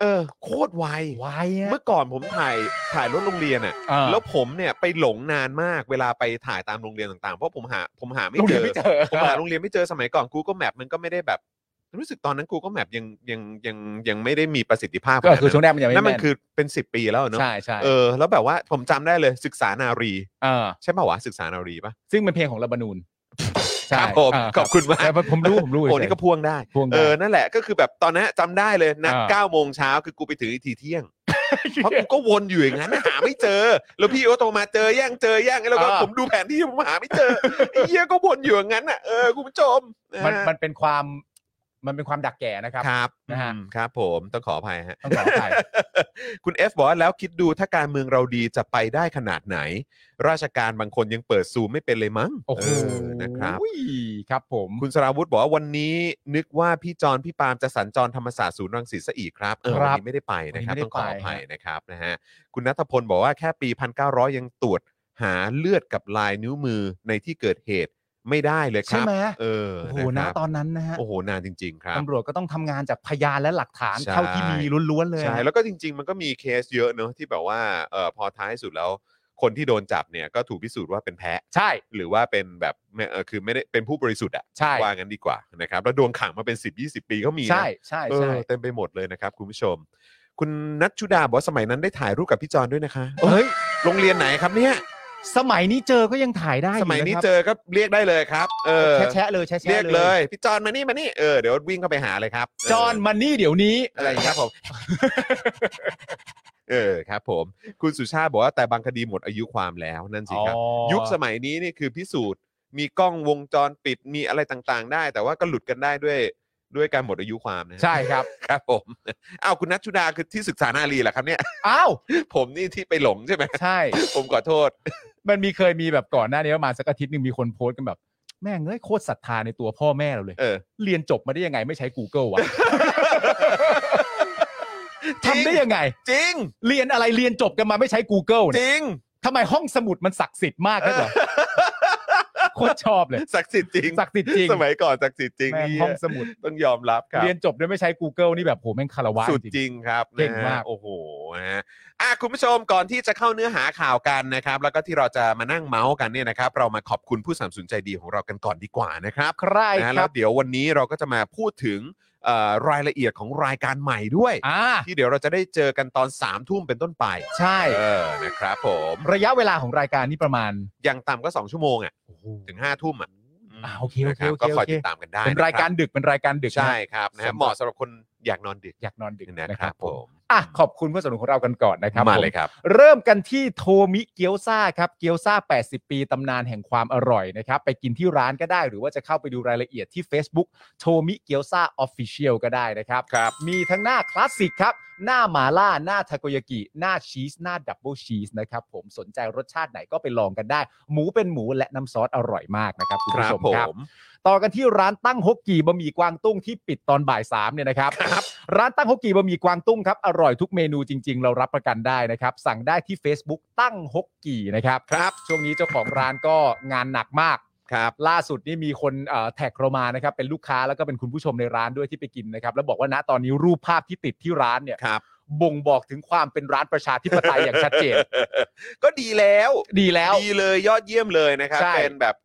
Speaker 1: เออโคตรไว
Speaker 2: วายอะ
Speaker 1: เมื่อก่อนผมถ่ายถ่ายรถโรงเรียนอ่ะ
Speaker 2: เออ
Speaker 1: แล้วผมเนี่ยไปหลงนานมากเวลาไปถ่ายตามโรงเรียนต่างๆ เพราะผมหาผมหาไม่
Speaker 2: โรง
Speaker 1: เจ
Speaker 2: เรีย
Speaker 1: อ
Speaker 2: นไม่เจอ
Speaker 1: ผมหาโรงเรียนไม่เจอสมัยก่อน Google Map มันก็ไม่ได้แบบ รู้สึกตอนนั้น Google Map ยังยังยังยังไม่ได้มีประสิทธิภาพ
Speaker 2: ก็คือ
Speaker 1: ขาด
Speaker 2: ช่วงแรกมันยังไม่
Speaker 1: นั่นมัน
Speaker 2: แม่น
Speaker 1: คือเป็น 10 ปีแล้วเนอะ
Speaker 2: ใช่ใช่
Speaker 1: เออแล้วแบบว่าผมจำได้เลยศึกษานารี
Speaker 2: เออ
Speaker 1: ใช่ป่าวะศึกษานารีปะ
Speaker 2: ซึ่งเป็นเพลงของรับบานูนใช่
Speaker 1: ครับผม
Speaker 2: เออ
Speaker 1: ขอบคุณมาก
Speaker 2: แต่ผมรู้ผมรู้
Speaker 1: โอ้นี่ก็พ่วงได้
Speaker 2: พวง
Speaker 1: เอ
Speaker 2: ได้
Speaker 1: อนั่นแหละก็คือแบบตอนนั้นจำได้เลยนัด
Speaker 2: อ่า
Speaker 1: เก้าโมงเช้าคือกูไปถึงอีกทีเที่
Speaker 2: [LAUGHS]
Speaker 1: ยง เพราะกูก็วนอยู่อย่างนั้นหาไม่เจอ แล้วพี่ก็โทรมาเจอย่างเจอย่างแล้วก็
Speaker 2: อ่า
Speaker 1: ผมดูแผนที่ผมหาไม่เจอไอ้เหี้ยก็วนอยู่อย่างนั้นอ่ะเออคุณผู้ชมะฮะ
Speaker 2: มันมันเป็นความมันเป็นความดักแก่นะครับ
Speaker 1: ครับ
Speaker 2: นะฮะ
Speaker 1: อืมครับผมต้องขออภัยฮะ [LAUGHS]
Speaker 2: ต้องขออภัย
Speaker 1: คุณ F บอกว่าแล้วคิดดูถ้าการเมืองเราดีจะไปได้ขนาดไหน ราชการบางคนยังเปิดซูมไม่เป็นเลยมั้ง
Speaker 2: โอ้โห
Speaker 1: เนะครับ
Speaker 2: ครับผม
Speaker 1: คุณสราวุธบอกว่าวันนี้นึกว่าพี่จอนพี่ปาล์มจะสัญจรธรรมศาสตร์ศูนย์รังสิตซะอีกครับเออ
Speaker 2: ค
Speaker 1: วั
Speaker 2: รั
Speaker 1: น
Speaker 2: บ
Speaker 1: นี้ไม่ได้ไปนะครับ
Speaker 2: วันนี้ไม่ได้
Speaker 1: ต้องขออภัย
Speaker 2: ไปฮะ
Speaker 1: นะครับนะฮะคุณนัทพลบอกว่าแค่ปี 1900 ยังตรวจหาเลือดกับลายนิ้วมือในที่เกิดเหตุไม่ได้เลยค
Speaker 2: ใช่
Speaker 1: รับ
Speaker 2: ไหม
Speaker 1: เออ
Speaker 2: โอ้โห
Speaker 1: ค
Speaker 2: นะ
Speaker 1: รับ
Speaker 2: ตอนนั้นนะฮะ
Speaker 1: โอ้โหนานจริง ๆ ครับ
Speaker 2: ตำรวจก็ต้องทำงานจากพยานและหลักฐาน
Speaker 1: ใช่
Speaker 2: เท่าที่มีล้วนๆเลย
Speaker 1: ใช่แล้วก็จริง ๆ มันก็มีเคสเยอะเนอะที่แบบว่าเออพอท้ายสุดแล้ว คนที่โดนจับเนี่ยก็ถูกพิสูจน์ว่าเป็นแพะ
Speaker 2: ใช่
Speaker 1: หรือว่าเป็นแบบไม่เออคือไม่ได้เป็นผู้บริสุทธิ์อะ
Speaker 2: ใช่
Speaker 1: ว่างั้นดีกว่านะครับแล้วโดนขังมาเป็น 10 20 ปีก็มีนะ
Speaker 2: ใช่ใช่
Speaker 1: เอ
Speaker 2: ใช่
Speaker 1: อเต็มไปหมดเลยนะครับ คุณผู้ชม คุณนัทชุดาบอกว่าสมัยนั้นได้ถ่ายรูปกับพี่จอนด้วยนะคะ
Speaker 2: เฮ้ย
Speaker 1: โรงเรียนไหนครับเนี่ย
Speaker 2: สมัยนี้เจอก็ยังถ่ายได้
Speaker 1: สมัยนี้
Speaker 2: ยู่ะ
Speaker 1: เจอก็เรียกได้เลยครับ เออ
Speaker 2: ครับแชะๆเลยแชะๆ
Speaker 1: เรียกเลยพี่จอนมานี่มานี่เออเดี๋ยววิ่งเข้าไปหาเลยครับเ
Speaker 2: จอห์นมันนี่เดี๋ยวนี้
Speaker 1: อะไรอย่างเงี้ยครับผม เออครับผม คุณสุชาติบอกว่าแต่บางคดีหมดอายุความแล้วนั่นสิครับ
Speaker 2: อ๋อ
Speaker 1: ยุคสมัยนี้นี่คือพิสูจน์ มีกล้องวงจรปิดมีอะไรต่างๆ ได้ แต่ว่าก็หลุดกันได้ด้วยด้วยการหมดอายุความนะฮะ
Speaker 2: ใช่ครับ
Speaker 1: ครับผม อ้าวคุณนัทชุดาคือที่ศึกษานารีเหรอครับเนี่ย [LAUGHS]
Speaker 2: อ้าว
Speaker 1: ผมนี่ที่ไปหลงใช่ไหม [LAUGHS]
Speaker 2: ใช่
Speaker 1: ผมขอโทษ
Speaker 2: มันมีเคยมีแบบก่อนหน้านี้ประมาณสักอาทิตย์หนึ่งมีคนโพสต์กันแบบ แม่งเอ้ยโคตรศรัทธาในตัวพ่อแม่เราเลย
Speaker 1: เออ
Speaker 2: เรียนจบมาได้ยังไงไม่ใช้ Google วะ
Speaker 1: จริง
Speaker 2: ทำได้ยังไง
Speaker 1: จริง
Speaker 2: เรียนอะไรเรียนจบกันมาไม่ใช้ Google
Speaker 1: จ
Speaker 2: เนี่ย
Speaker 1: ริง
Speaker 2: ทำไมห้องสมุดมันศักดิ์สิทธิ์มากนักเหรอโคตรชอบเลย
Speaker 1: ศักดิ์สิทธิ์จริง
Speaker 2: ศักดิ์สิทธิ์จริง
Speaker 1: สมัยก่อนศักดิ์สิทธิ์จริง
Speaker 2: แม่ง
Speaker 1: นี่
Speaker 2: ห้องสมุด
Speaker 1: ต้องยอมรับครับ
Speaker 2: เรียนจบด้วยไม่ใช้ Google นี่แบบโหแม่งคารวะ
Speaker 1: สุด
Speaker 2: จริง
Speaker 1: จริงครับ
Speaker 2: เก่งมาก
Speaker 1: นะฮะโอ้โหนะฮะอ่ะคุณผู้ชมก่อนที่จะเข้าเนื้อหาข่าวกันนะครับ แล้วก็ที่เราจะมานั่งเมาส์กันเนี่ยนะครับ เรามาขอบคุณผู้สนัมสนุนใจดีของเรากันก่อนดีกว่านะครับ
Speaker 2: ใคร
Speaker 1: นะฮะ
Speaker 2: ค
Speaker 1: แล้
Speaker 2: รั
Speaker 1: ว
Speaker 2: บ
Speaker 1: เดี๋ยววันนี้เราก็จะมาพูดถึง เอ่อรายละเอียดของรายการใหม่ด้วย
Speaker 2: อ่า
Speaker 1: ที่เดี๋ยวเราจะได้เจอกันตอน3ามทุ่มเป็นต้นไป
Speaker 2: ใช่
Speaker 1: เออนะครับผม
Speaker 2: ระยะเวลาของรายการนี่ประมาณ
Speaker 1: อย่างต่ำก็ 2 ชั่วโมงอ่ะถึง5้าทุ่มอ่ะม
Speaker 2: อ่าโอเคโอ
Speaker 1: นะ
Speaker 2: เค
Speaker 1: ครับ
Speaker 2: โอเค
Speaker 1: ก็ค
Speaker 2: โอ
Speaker 1: อย
Speaker 2: เค
Speaker 1: ติดตามกันได้
Speaker 2: เป็นรายการ
Speaker 1: ะคบ
Speaker 2: ดึกเป็นรายการดึกนะ
Speaker 1: ใช่ครับนะฮะ
Speaker 2: สำหรับ
Speaker 1: เหมาะสำหรับคนอยากนอนดึก
Speaker 2: อยากนอนดึก
Speaker 1: นะครับผม
Speaker 2: อ่ะขอบคุณผู้สนับสนุนของเรากันก่อนนะครับ
Speaker 1: มา
Speaker 2: ผ
Speaker 1: เลยครับ
Speaker 2: เริ่มกันที่โทมิเกียวซาครับเกียวซา80 ปี ตำนานแห่งความอร่อยนะครับไปกินที่ร้านก็ได้ หรือว่าจะเข้าไปดูรายละเอียดที่ Facebook โทมิเกียวซาออฟฟิเชียลก็ได้นะครับ
Speaker 1: ครับ
Speaker 2: มีทั้งหน้าคลาสสิกครับ หน้าหมาล่า หน้าทาโกยากิ หน้าชีส หน้าดับเบิลชีสนะครับผมสนใจรสชาติไหนก็ไปลองกันได้ หมูเป็นหมูและน้ำซอสอร่อยมากนะครับคุณ
Speaker 1: ค
Speaker 2: ผู้
Speaker 1: รับ
Speaker 2: ชม
Speaker 1: ผ
Speaker 2: ครับ
Speaker 1: ม
Speaker 2: ต่อกันที่ร้านตั้งฮกกีบะหมี่กวางตุ้งที่ปิดตอนบ่ายสามเนี่ยนะครับ ร้านตั้งฮกกีบะหมี่กวางตุ้งครับอร่อยทุกเมนูจริง ๆ เรารับประกันได้นะครับ สั่งได้ที่ Facebook ตั้งฮกกีนะครับ
Speaker 1: ครับ
Speaker 2: ช่วงนี้เจ้าของร้านก็งานหนักมาก
Speaker 1: ครับ
Speaker 2: ล่าสุดนี่มีคนเอ่อแท็กเรามานะครับเป็นลูกค้าแล้วก็เป็นคุณผู้ชมในร้านด้วยที่ไปกินนะครับแล้วบอกว่าณตอนนี้รูปภาพที่ติดที่ร้านเนี่ย
Speaker 1: ครับ
Speaker 2: บ่งบอกถึงความเป็นร้านประชาธิปไตยอย่างชัดเจน
Speaker 1: ก็ดีแล้ว
Speaker 2: ดีแล้ว
Speaker 1: ดีเลยยอดเยี่ยมเลยนะครับ
Speaker 2: ใช่
Speaker 1: เป็นแบบ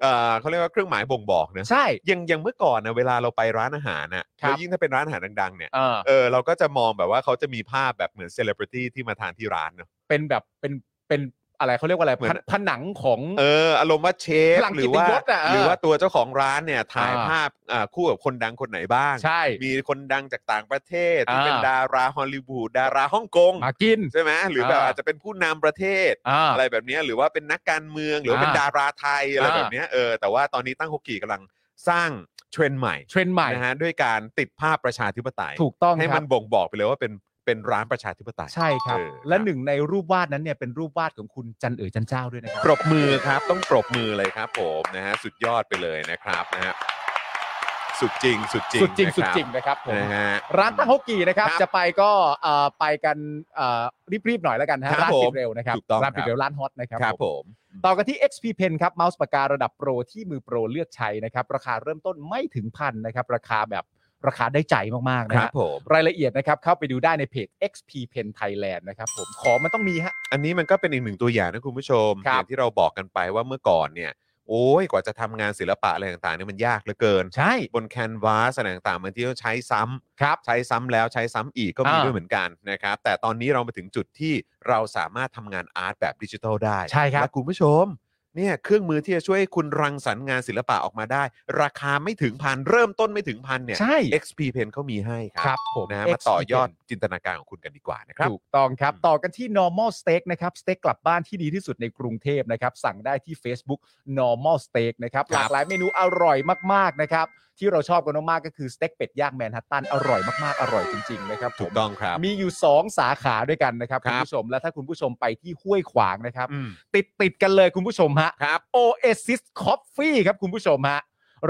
Speaker 1: เอ่อเขาเรียกว่าเครื่องหมายบ่งบอกนะ
Speaker 2: ใช่
Speaker 1: ยังยังเมื่อก่อนนะเวลาเราไปร้านอาหารนะครับ แล้วยิ่งถ้าเป็นร้านอาหารดังๆเนี่ย
Speaker 2: เออ
Speaker 1: เออเราก็จะมองแบบว่าเขาจะมีภาพแบบเหมือนเซเลบริตี้ที่มาทานที่ร้านเนอะ
Speaker 2: เป็นแบบเป็นเป็นอะไรเขาเรียกว่าอะไร
Speaker 1: เหมือน
Speaker 2: ผนังของ
Speaker 1: เอออารมณ์ว่าเชฟ
Speaker 2: หลัง
Speaker 1: หรือว่า
Speaker 2: กิตติยศอะเออ
Speaker 1: หรือว่าตัวเจ้าของร้านเนี่ยถ่าย
Speaker 2: อ่า
Speaker 1: ภาพอ่าคู่กับคนดังคนไหนบ้าง
Speaker 2: ใช่
Speaker 1: มีคนดังจากต่างประเทศที่
Speaker 2: อ่า
Speaker 1: เป็นดาราฮอลลีวูดดาราฮ่องกง
Speaker 2: มากิน
Speaker 1: ใช่ไหมหรือแบบ
Speaker 2: อ่า
Speaker 1: อาจจะเป็นผู้นำประเทศ
Speaker 2: อ่า
Speaker 1: อะไรแบบเนี้ยหรือว่าเป็นนักการเมืองหรือว่าเป็น
Speaker 2: อ่า
Speaker 1: ดาราไทยอะไร
Speaker 2: อ่า
Speaker 1: แบบเนี้ยเออแต่ว่าตอนนี้ตั้งฮกกี้กำลังสร้างเทรนด์ใหม่
Speaker 2: เทรนด์ใหม่
Speaker 1: นะฮะด้วยการติดภาพประชาธิปไตย
Speaker 2: ถูกต้อง
Speaker 1: ให้
Speaker 2: ครั
Speaker 1: มั
Speaker 2: บ
Speaker 1: นบ่งบอกไปเลยว่าเป็นเป็นร้านประชาธิปไตย
Speaker 2: ใช่ครับ
Speaker 1: เออ
Speaker 2: และหนึ่งในรูปวาดนั้นเนี่ยเป็นรูปวาดของคุณจันเอ๋ยจันเจ้าด้วยนะครั
Speaker 1: ปรบมือครับต้องปรบมือเลยครับผมนะฮะสุดยอดไปเลยนะครับนะฮะสุดจริงสุดจริง
Speaker 2: สุดจริง
Speaker 1: นะคบ
Speaker 2: สุดจริงนะครับผม
Speaker 1: นะฮะ
Speaker 2: ร้านตั้งฮกกีนะครับ
Speaker 1: ครับ
Speaker 2: จะไปก็เอ่อไปกันเอ่อรีบๆหน่อยแล้วกันนะฮะ
Speaker 1: ครับ
Speaker 2: ร้าน
Speaker 1: ผม
Speaker 2: ปิดเร็วนะครับ
Speaker 1: ถูกต้อง
Speaker 2: ร้านปิ
Speaker 1: ครั
Speaker 2: ด
Speaker 1: บ
Speaker 2: เร็วร้านฮอตนะครับ
Speaker 1: ครับ
Speaker 2: ผ
Speaker 1: ผม ม
Speaker 2: ต่อกันที่ XP Pen ครับเมาส์ปากการะดับโปรที่มือโปรเลือกใช้นะครับราคาเริ่มต้นไม่ถึงพันนะครับราคาแบบราคาได้ใจมาก
Speaker 1: ค
Speaker 2: ๆนะ
Speaker 1: รับ
Speaker 2: ฮะ
Speaker 1: ผม
Speaker 2: รายละเอียดนะครับเข้าไปดูได้ในเพจ XP Pen Thailand นะครับผมของมันต้องมีฮะ
Speaker 1: อันนี้มันก็เป็นอีกหนึ่งตัวอย่างนะคุณผู้ชม
Speaker 2: ครับ
Speaker 1: อย่างที่เราบอกกันไปว่าเมื่อก่อนเนี่ยโอ้ยกว่าจะทำงานศิลปะอะไรต่างๆเนี่ยมันยากเหลือเกิน
Speaker 2: ใช่
Speaker 1: บนแคนวาสอะไรต่างๆบางทีต้องใช้ซ้ำ
Speaker 2: ครับ
Speaker 1: ใช้ซ้ำแล้วใช้ซ้ำอีกก็มี
Speaker 2: อ่า
Speaker 1: ด้วยเหมือนกันนะครับ แต่ตอนนี้เรามาถึงจุดที่เราสามารถทำงานอาร์ตแบบดิจิทัลได้
Speaker 2: ใช่ครับ
Speaker 1: และคุณผู้ชม เนี่ยเครื่องมือที่จะช่วยให้คุณรังสรรค์งานศิลปะออกมาได้ ราคาไม่ถึงพันเริ่มต้นไม่ถึงพันเนี่ย
Speaker 2: ใช่
Speaker 1: XP Pen เขามีให้ค
Speaker 2: ค
Speaker 1: รั
Speaker 2: รับผม
Speaker 1: นะฮะ
Speaker 2: XP
Speaker 1: มาต่อยอดจินตนาการของคุณกันดีกว่านะครับ
Speaker 2: ถูกต้องครับ
Speaker 1: อืม
Speaker 2: ต่อกันที่ normal steak นะครับสเต็กกลับบ้านที่ดีที่สุดในกรุงเทพนะครับ สั่งได้ที่ Facebook normal steak นะครับ หลากหลายเมนูอร่อยมาก ๆ นะครับ ที่เราชอบกันมากๆก็คือสเต็กเป็ดย่างแมนฮัตตันอร่อยมาก ๆ อร่อยจริง ๆ นะครับผ
Speaker 1: ถู
Speaker 2: ม
Speaker 1: กต้องครับ
Speaker 2: มีอยู่ 2 สาขาด้วยกันนะครับ
Speaker 1: ครั
Speaker 2: คุณ
Speaker 1: บ
Speaker 2: ผู้ชมและถ้าคุณผู้ชมไปที่ห้วยขวางนะครับ
Speaker 1: อืม
Speaker 2: ติดติดๆกันเลยคุณผู้ชมฮะ
Speaker 1: ครับ
Speaker 2: Oasis Coffee ครับคุณผู้ชมฮะ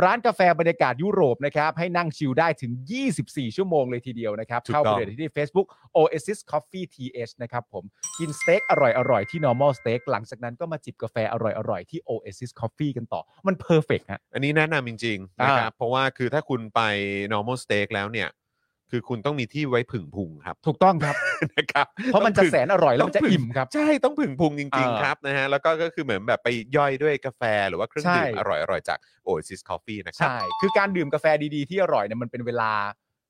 Speaker 2: ร้านกาแฟบรรยากาศยุโรปนะครับ ให้นั่งชิลได้ถึง 24 ชั่วโมงเลยทีเดียวนะครับ
Speaker 1: ถูกต้
Speaker 2: เข้า
Speaker 1: อง
Speaker 2: ไปเลยที่ Facebook Oasis Coffee TH นะครับผมกินสเต็กอร่อยๆ ที่ normal steak หลังจากนั้นก็มาจิบกาแฟอร่อยๆ ที่ Oasis Coffee กันต่อ มันเพอร์เฟกฮะ
Speaker 1: อันนี้แนะนำจริงๆนะครับ เพราะว่าคือถ้าคุณไป normal steak แล้วเนี่ย คือคุณต้องมีที่ไว้ผึ่งพุงครับ
Speaker 2: ถูกต้องครับ
Speaker 1: นะครับ
Speaker 2: เพรา [LAUGHS] ะมันจะแสนอร่อยแล้วมันจะ
Speaker 1: ต้องผึ่ง
Speaker 2: อิ่มครับ
Speaker 1: ใช่ต้องผึ่งพุงจริง
Speaker 2: อ่า
Speaker 1: ๆ ครับนะฮะแล้วก็ก็คือเหมือนแบบไปย่อยด้วยกาแฟหรือว่าเครื่องดื่ม
Speaker 2: ใช่
Speaker 1: อร่อยๆจาก Oasis Coffee นะครับ
Speaker 2: ใช่ คือการดื่มกาแฟดีๆ ที่อร่อยเนี่ยมันเป็นเวลา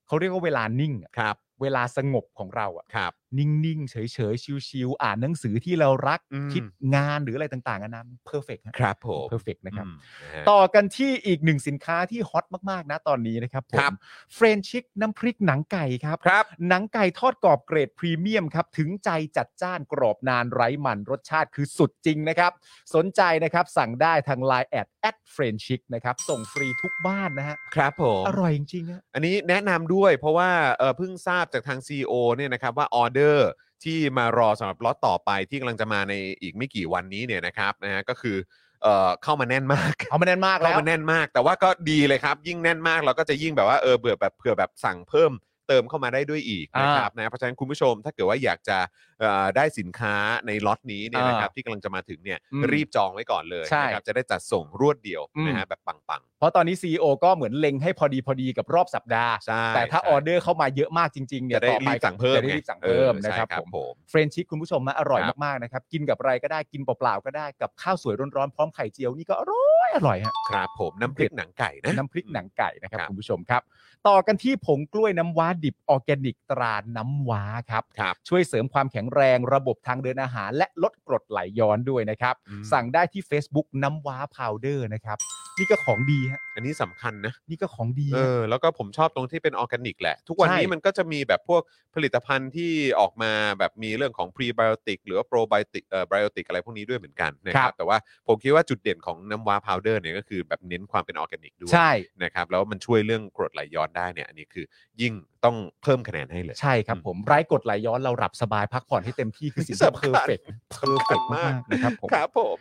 Speaker 2: เขาเรียกว่าเวลานิ่งอะ
Speaker 1: ครับ
Speaker 2: เวลาสงบของเราอะ
Speaker 1: ครับ
Speaker 2: นิ่ง ๆ เฉย ๆ ชิว ๆ อ่านหนังสือที่เรารัก
Speaker 1: อืม
Speaker 2: คิดงานหรืออะไรต่างๆอันนั้นเพอร์เฟกต์
Speaker 1: ครับผม
Speaker 2: เพอร์เฟกนะครับ
Speaker 1: อืมนะฮะ
Speaker 2: ต่อกันที่อีกหนึ่งสินค้าที่ฮอตมาก ๆ นะตอนนี้นะครับผ
Speaker 1: ครั
Speaker 2: ม
Speaker 1: บ
Speaker 2: เฟรนชิกน้ำพริกหนังไก่ครับ
Speaker 1: ครับ
Speaker 2: หนังไก่ทอดกรอบเกรดพรีเมียมครับ ถึงใจจัดจ้านกรอบนานไร้มันรสชาติคือสุดจริงนะครับ สนใจนะครับสั่งได้ทาง Line แอดแอดเฟรนชิกนะครับ ส่งฟรีทุกบ้านนะฮะ
Speaker 1: ครับผม
Speaker 2: อร่อยจริงๆฮะ
Speaker 1: อันนี้แนะนำด้วยเพราะว่าเอ่อเพิ่งทราบจากทาง CEO เนี่ยนะครับว่าออเดอร์ที่มารอสำหรับล็อตต่อไปที่กำลังจะมาในอีกไม่กี่วันนี้เนี่ยนะครับนะฮะก็คือเอ่อเข้ามาแน่นมาก
Speaker 2: เอามาแน่นมากแล้
Speaker 1: เข้าว มาแน่นมากแต่ว่าก็ดีเลยครับ ยิ่งแน่นมากเราก็จะยิ่งแบบว่าเออเบื่อแบบเผื่อแบบสั่งเพิ่ม เติมเข้ามาได้ด้วยอีกนะครับนะเพราะฉะนั้นคุณผู้ชมถ้าเกิดว่าอยากจะเอ่อได้สินค้าในล็อตนี้เนี่ยนะครับที่กำลังจะมาถึงเนี่ย
Speaker 2: อืม
Speaker 1: รีบจองไว้ก่อนเลย
Speaker 2: ใช่
Speaker 1: นะครับจะได้จัดส่งรวดเดียว
Speaker 2: อืม
Speaker 1: นะฮะแบบปัง
Speaker 2: เพราะตอนนี้ CEO ก็เหมือนเล็งให้พอดีพอดีกับรอบสัปดาห์
Speaker 1: ๆใช่
Speaker 2: แต่ถ้า
Speaker 1: ใช่
Speaker 2: ออเดอร์เข้ามาเยอะมากจริง ๆ เนี่
Speaker 1: จะ
Speaker 2: ย
Speaker 1: ได้
Speaker 2: ต่อไป
Speaker 1: รีบสั่งเพิ่ม
Speaker 2: จะได้
Speaker 1: ไง
Speaker 2: รีบสั่งเพิ่ม
Speaker 1: ออ
Speaker 2: นะ
Speaker 1: ใช่
Speaker 2: ครับผม
Speaker 1: ผม
Speaker 2: เฟรนชิกคุณผู้ชมนะอร่อย
Speaker 1: ครับ
Speaker 2: มากๆนะครับ กินกับอะไรก็ได้กินเปล่าๆก็ได้กับข้าวสวยร้อนๆพร้อมไข่เจียวนี่ก็อร่อยอร่อยฮะ
Speaker 1: ครับผมน้ำพริกหนังไก่นะ
Speaker 2: น้ำพริกหนังไก่นะครับ
Speaker 1: ครับ
Speaker 2: คุณผู้ชมครับ ต่อกันที่ผงกล้วยน้ำว้าดิบออร์แกนิกตราน้ำว้าครับ
Speaker 1: ครับ
Speaker 2: ช่วยเสริมความแข็งแรงระบบทางเดินอาหาร และลดกรดไหลย้อนด้วยนะครับ
Speaker 1: อืม
Speaker 2: สั่งได้ที่ Facebook น้ำว้าพาวเดอร์นะครับ นี่ก็ของดีฮะ
Speaker 1: อันนี้สำคัญนะ
Speaker 2: นี่ก็ของดี
Speaker 1: เอ
Speaker 2: ฮะ
Speaker 1: อแล้วก็ผมชอบตรงที่เป็นออร์แกนิกแหละ ทุกวันนี้
Speaker 2: ใช่
Speaker 1: มันก็จะมีแบบพวกผลิตภัณฑ์ที่ออกมาแบบมีเรื่องของพรีไบโอติกหรือว่าโปรไบโอติกเอ่อไบโอติกอะไรพวกนี้ด้วยเหมือนกันนะครับแต่ว่าผมคิดว่าจุดเด่นของน้ำว้าพาวเดอร์เนี่ยก็คือแบบเน้นความเป็นออร์แกนิกด้วย
Speaker 2: ใช่
Speaker 1: นะครับแล้วมันช่วยเรื่องกรดไหลย้อนได้เนี่ยอันนี้คือยิ่งต้องเพิ่มคะแนนให้เลย
Speaker 2: ใช่ครับผมไร้กรดไหลย้อนเราหลับสบายพักผ่อนให้เต็มที่คือ
Speaker 1: [LAUGHS]
Speaker 2: สิ่งที่
Speaker 1: สำคั
Speaker 2: เพอ
Speaker 1: ญ
Speaker 2: ร์เฟกต์เพอร์
Speaker 1: สำ
Speaker 2: เฟก
Speaker 1: คัญมาม
Speaker 2: าก กๆนะครับผม
Speaker 1: ครับผม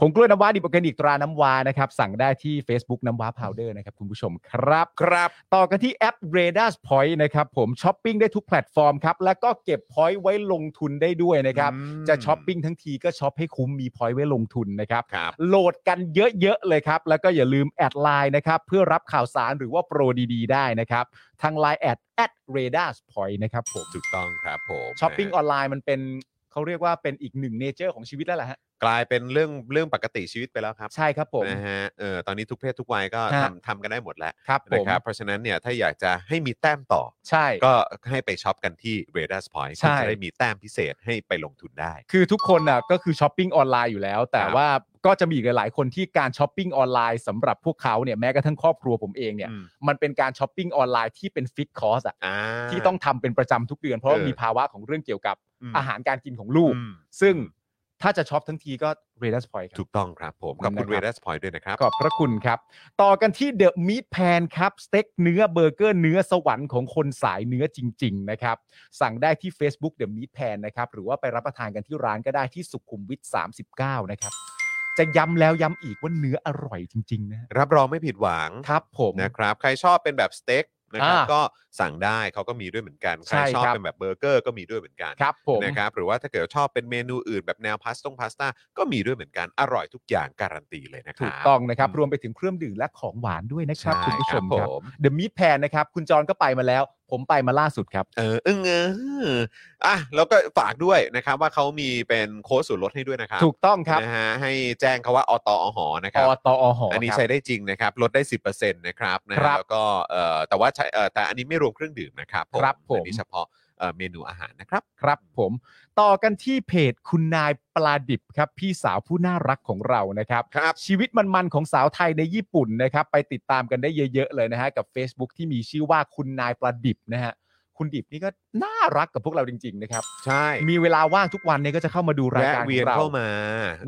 Speaker 2: ผงกล้วยน้ำว้าดิบออร์แกนิกตราน้ำว้านะครับ สั่งได้ที่ Facebook น้ำว้าพาวเดอร์นะครับ คุณผู้ชมครับ
Speaker 1: ครับ
Speaker 2: ต่อกันที่แอป r a d a r Point นะครับ ผมช้อปปิ้งได้ทุกแพลตฟอร์มครับ แล้วก็เก็บ Point ไว้ลงทุนได้ด้วยนะครับ
Speaker 1: อืม
Speaker 2: จะช้อปปิ้งทั้งทีก็ช้อปให้คุ้มมี Point ไว้ลงทุนนะครับ
Speaker 1: ครับ
Speaker 2: โหลดกันเยอะ ๆ เลยครับ แล้วก็อย่าลืมแอดไลน์นะครับ เพื่อรับข่าวสารหรือว่าโปรดีๆ ได้นะครับ ทางไลน์แอดแอดเรดาร์พอยต์นะครับผม
Speaker 1: ถูกต้องครับผม
Speaker 2: ช้อปปิ้ง
Speaker 1: นะ
Speaker 2: อ
Speaker 1: ฮะ
Speaker 2: อนไลน์มันเป็นเขาเรียกว่าเป็นอีกหนึ่งเนเจอร์ของชีวิตแล้วแหละฮะ
Speaker 1: กลายเป็นเรื่องเรื่องปกติชีวิตไปแล้วครับ
Speaker 2: ใช่ครับผม
Speaker 1: นะฮะเออตอนนี้ทุกเพศทุกวัยก็ทำทำกันได้หมดแล้ว
Speaker 2: ครับผ
Speaker 1: นะ
Speaker 2: ม
Speaker 1: ครับเพราะฉะนั้นเนี่ยถ้าอยากจะให้มีแต้มต่อ
Speaker 2: ใช่
Speaker 1: ก็ให้ไปช็อปกันที่ r a d a r Point
Speaker 2: ใช่
Speaker 1: คุณจะได้มีแต้มพิเศษให้ไปลงทุนได้
Speaker 2: คือทุกคนน่ะก็คือช้อปปิ้งออนไลน์อยู่แล้ว แต่
Speaker 1: ครับ
Speaker 2: ว่าก็จะมีอีกหลายๆคนที่การช้อปปิ้งออนไลน์สำหรับพวกเขาเนี่ยแม้กระทั่งครอบครัวผมเองเนี่ย
Speaker 1: อืม
Speaker 2: มันเป็นการช้อปปิ้งออนไลน์ที่เป็นฟิกคอสอะ
Speaker 1: อ่า
Speaker 2: ที่ต้องทำเป็นประจำทุกเดือน เพราะว่า
Speaker 1: เออ
Speaker 2: มีภาวะของเรื่องเกี่ยวกับ
Speaker 1: ม
Speaker 2: อาหารการกินของลูก
Speaker 1: อืม
Speaker 2: ซึ่งถ้าจะช็อปทั้งทีก็เรดัสพอยต์ครั
Speaker 1: ถู
Speaker 2: บ
Speaker 1: กต้องครับผมขอบคุณ
Speaker 2: นะค
Speaker 1: r
Speaker 2: รั
Speaker 1: a
Speaker 2: บ
Speaker 1: d a r Point ด้วยนะครับ
Speaker 2: ขอบพระคุณครับ ต่อกันที่เดอะม a t แพนครับสเต็กเนื้อเบอร์เกอร์เนื้อสวรรค์ของคนสายเนื้อจริง ๆ นะครับ สั่งได้ที่ Facebook The Meat Pan นะครับ หรือว่าไปรับประทานกันที่ร้านก็ได้ที่สุขุมวิท 39 นะครับ จะย้ำแล้วย้ำอีกว่าเนื้ออร่อยจริง ๆ นะ
Speaker 1: รับรองไม่ผิดหวัง
Speaker 2: ครับผม
Speaker 1: นะครับ ใครชอบเป็นแบบสเต็กนะครับ
Speaker 2: อ่า
Speaker 1: ก็สั่งได้เขาก็มีด้วยเหมือนกัน ใค
Speaker 2: ใช่
Speaker 1: รชอบ
Speaker 2: ครับ
Speaker 1: เป็นแบบเบอร์เกอร์ก็มีด้วยเหมือนกัน
Speaker 2: ครับผม
Speaker 1: นะครับหรือว่าถ้าเกิดชอบเป็นเมนูอื่นแบบแนวพาสต้งพาสต้าก็มีด้วยเหมือนกันอร่อยทุกอย่างการันตีเลยนะครั
Speaker 2: ถู
Speaker 1: บ
Speaker 2: กต้องนะครับ
Speaker 1: อืม
Speaker 2: รวมไปถึงเครื่องดื่มและของหวานด้วยนะครับ
Speaker 1: ใ
Speaker 2: คุณผู้ชมครับ
Speaker 1: ม
Speaker 2: The Meat Pan นะครับ คุณจรก็ไปมาแล้ว ผมไปมาล่าสุดครับ
Speaker 1: เอออึ้งเอออ่ะแล้วก็ฝากด้วยนะครับว่าเขามีเป็นโค้ดส่วนลดให้ด้วยนะครับ
Speaker 2: ถูกต้องครับ
Speaker 1: นะฮะให้แจ้งเขาว่าอตอหอนะครับ
Speaker 2: อตอห
Speaker 1: อันนี้
Speaker 2: ครับ
Speaker 1: ใช้ได้จริงนะครับ ลดได้ 10%นะครับนะฮะ
Speaker 2: ครับ
Speaker 1: แล้วก็เอ่อแต่ว่าใช้เอ่อแต่อันนี้ไม่รวมเครื่องดื่มนะครับ
Speaker 2: ครับผม
Speaker 1: อันนี้เฉพาะเอ่อเมนูอาหารนะครับ
Speaker 2: ครับผมต่อกันที่เพจคุณนายปลาดิบครับ พี่สาวผู้น่ารักของเรานะครับ
Speaker 1: ครับ
Speaker 2: ชีวิตมันๆของสาวไทยในญี่ปุ่นนะครับ ไปติดตามกันได้เยอะๆเลยนะฮะกับ Facebook ที่มีชื่อว่าคุณนายปลาดิบนะฮะคุณดิบนี่ก็น่ารักกับพวกเราจริง ๆ นะครับ
Speaker 1: ใช่
Speaker 2: มีเวลาว่างทุกวันเนี่ยก็จะเข้ามาดูราย
Speaker 1: แวะ
Speaker 2: การข
Speaker 1: เวี
Speaker 2: อย
Speaker 1: น
Speaker 2: งเรา
Speaker 1: เข้ามา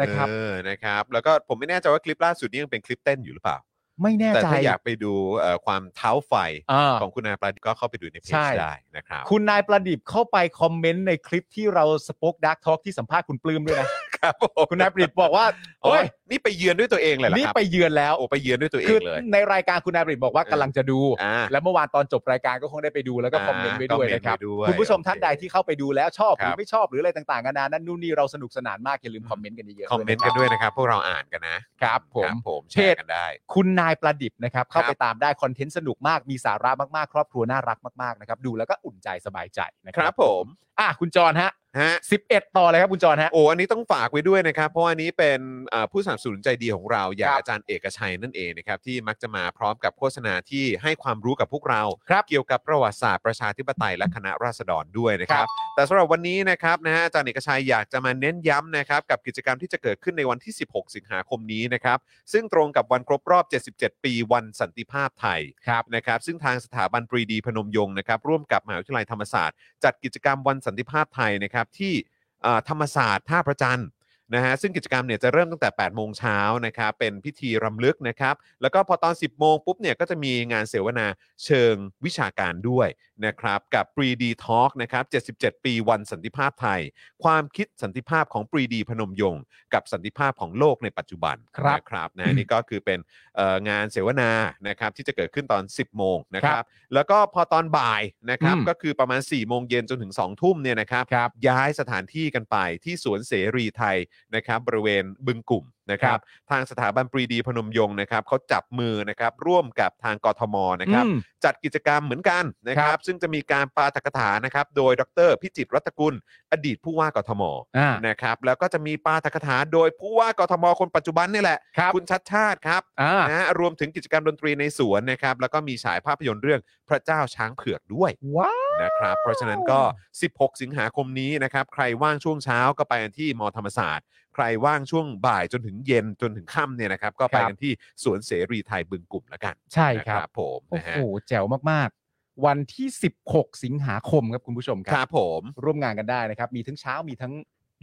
Speaker 2: นะครับ
Speaker 1: เออนะครับ แล้วก็ผมไม่แน่ใจว่าคลิปล่าสุดนี้ยังเป็นคลิปเต้นอยู่หรือเปล่า
Speaker 2: ไม่แน่
Speaker 1: แต่
Speaker 2: ใจ
Speaker 1: ถ้าอยากไปดูเอ่อความเท้าไฟ
Speaker 2: อ่า
Speaker 1: ของคุณนายปลาดิบก็เข้าไปดูในเพจ
Speaker 2: ใช่
Speaker 1: ได้นะครับ
Speaker 2: คุณนายประดิบเข้าไปคอมเมนต์ในคลิปที่เราสป็อกดักทอกที่สัมภาษณ์คุณปลื้มด้วยนะครับ
Speaker 1: ผม
Speaker 2: คุณนายประดิบบอกว่า
Speaker 1: โอ้
Speaker 2: โอ้
Speaker 1: ย
Speaker 2: ย
Speaker 1: นี่ไปเยือนด้วยตัวเองเลยเหรอ
Speaker 2: นี่
Speaker 1: ครับ
Speaker 2: ไปเยือนแล้ว
Speaker 1: โอ้ไปเยือนด้วยตัวเอ
Speaker 2: คือง
Speaker 1: เลย
Speaker 2: ในรายการคุณนายบริบอกว่า
Speaker 1: เออ
Speaker 2: กำลังจะดู
Speaker 1: อ่า
Speaker 2: แล้วเมื่อวานตอนจบรายการก็คงได้ไปดูแล้วก็
Speaker 1: อ่า
Speaker 2: คอมเมนต์ไว้ด้วยนะครับ
Speaker 1: คอมเมนต์ไว้ด้วย
Speaker 2: คุณผู้ชมท่านใด
Speaker 1: โอเค
Speaker 2: ที่เข้าไปดูแล้วชอบห
Speaker 1: ครั
Speaker 2: รื
Speaker 1: บ
Speaker 2: อไม่ชอบหรืออะไรต่างๆกันานานั่นนู่นนี่เราสนุกสนานมาก อย่าลืมคอมเมนต์กันเยอะๆ
Speaker 1: คอมเมนต์
Speaker 2: ะ
Speaker 1: กัน
Speaker 2: รับ
Speaker 1: ด้วยนะครับ พวกเราอ่านกันนะครับ
Speaker 2: ผม
Speaker 1: ผมแช
Speaker 2: เพจ
Speaker 1: ร์กันได้
Speaker 2: คุณนายประดิบนะครับ เข้า
Speaker 1: ครับ
Speaker 2: ไปตามได้คอนเทนต์สนุกมากมีสาระมากๆ ครอบครัวน่ารักมากๆนะครับดูแล้วก็อุ่นใจสบายใจนะ
Speaker 1: ค
Speaker 2: ค
Speaker 1: รั
Speaker 2: รั
Speaker 1: บบ ผม
Speaker 2: อ่ะคุณจรฮะ
Speaker 1: ฮะ
Speaker 2: 11 ต่อเลยครับคุณจรฮะ
Speaker 1: โอ้อันนี้ต้องฝากไว้ด้วยนะครับ เพราะอันนี้เป็นเอ่อผู้สนับสนุนใจดีของเราอย่าง
Speaker 2: ครับ
Speaker 1: อาจารย์เอกชัยนั่นเองนะครับที่มักจะมาพร้อมกับโฆษณาที่ให้ความรู้กับพวกเรา
Speaker 2: ครับ
Speaker 1: เกี่ยวกับประวัติศาสตร์ประชาธิปไตยและคณะราษฎรด้วยนะครับ แต่สำหรับวันนี้นะครับนะฮะอาจารย์เอกชัยอยากจะมาเน้นย้ำนะครับกับกิจกรรมที่จะเกิดขึ้นในวันที่ 16 สิงหาคมนี้นะครับ ซึ่งตรงกับวันครบรอบ 77 ปีวันสันติภาพไทย
Speaker 2: ครับ
Speaker 1: นะครับ ซึ่งทางสถาบันปรีดีพนมยงค์นะครับร่วมกับมหาวิทยาลัยธรรมศาสตร์ จัดกิจกรรมวันสันติภาพไทยนะครับที่เอ่อธรรมศาสตร์ท่าพระจันทร์นะฮะซึ่งกิจกรรมเนี่ยจะเริ่มตั้งแต่ 8 โมงเช้านะครับเป็นพิธีรำลึกนะครับ แล้วก็พอตอน 10 โมงปุ๊บเนี่ยก็จะมีงานเสวนาเชิงวิชาการด้วย นะครับ กับปรีดีทอล์กนะครับ 77 ปีวันสันติภาพไทย ความคิดสันติภาพของปรีดีพนมยงค์กับสันติภาพของโลกในปัจจุบัน
Speaker 2: ครับ
Speaker 1: นะครับนะนี่ก็คือเป็นเอ่องานเสวนานะครับที่จะเกิดขึ้นตอน 10 โมงนะค
Speaker 2: ค
Speaker 1: รั
Speaker 2: รับ บ
Speaker 1: แล้วก็พอตอนบ่ายนะครับ
Speaker 2: อืม
Speaker 1: ก็คือประมาณ 4 โมงเย็นจนถึง 2 ทุ่มเนี่ยนะครับ
Speaker 2: ครับ
Speaker 1: ย้ายสถานที่กันไปที่สวนเสรีไทยนะครับบริเวณบึงกลุ่มนะครับทางสถาบันปรีดีพนมยงค์นะครับเขาจับมือนะครับร่วมกับทางกทมนะครับ
Speaker 2: อืม
Speaker 1: จัดกิจกรรมเหมือนกันนะค
Speaker 2: ค
Speaker 1: รั
Speaker 2: รับ บ
Speaker 1: ซึ่งจะมีการปาฐกถานะครับโดยดร พิจิตรรัตนกุล อดีตผู้ว่ากทม
Speaker 2: อ่า
Speaker 1: นะครับแล้วก็จะมีปาฐกถาโดยผู้ว่ากทมคนปัจจุบันนี่แหละ
Speaker 2: ครับ
Speaker 1: คุณชัดชาติครับ
Speaker 2: อ่า
Speaker 1: นะฮะรวมถึงกิจกรรมดนตรีในสวนนะครับแล้วก็มีฉายภาพยนตร์เรื่องพระเจ้าช้างเผือกด้วย
Speaker 2: ว้าว
Speaker 1: นะครับ เพราะฉะนั้นก็ 16 สิงหาคมนี้นะครับ ใครว่างช่วงเช้าก็ไปกันที่มอธรรมศาสตร์ ใครว่างช่วงบ่ายจนถึงเย็นจนถึงค่ำเนี่ยนะครับ ก็ไป
Speaker 2: ครับ
Speaker 1: กันที่สวนเสรีไทยบึงกลุ่มแล้วกัน
Speaker 2: ใช่
Speaker 1: นะครับ ผม
Speaker 2: โอ้
Speaker 1: นะ
Speaker 2: โห
Speaker 1: ฮะ
Speaker 2: แจ๋วมากๆ วันที่ 16 สิงหาคมครับคุณผู้ชมค
Speaker 1: ค
Speaker 2: รั
Speaker 1: รับผม
Speaker 2: ร่วมงานกันได้นะครับ มีทั้งเช้ามีทั้ง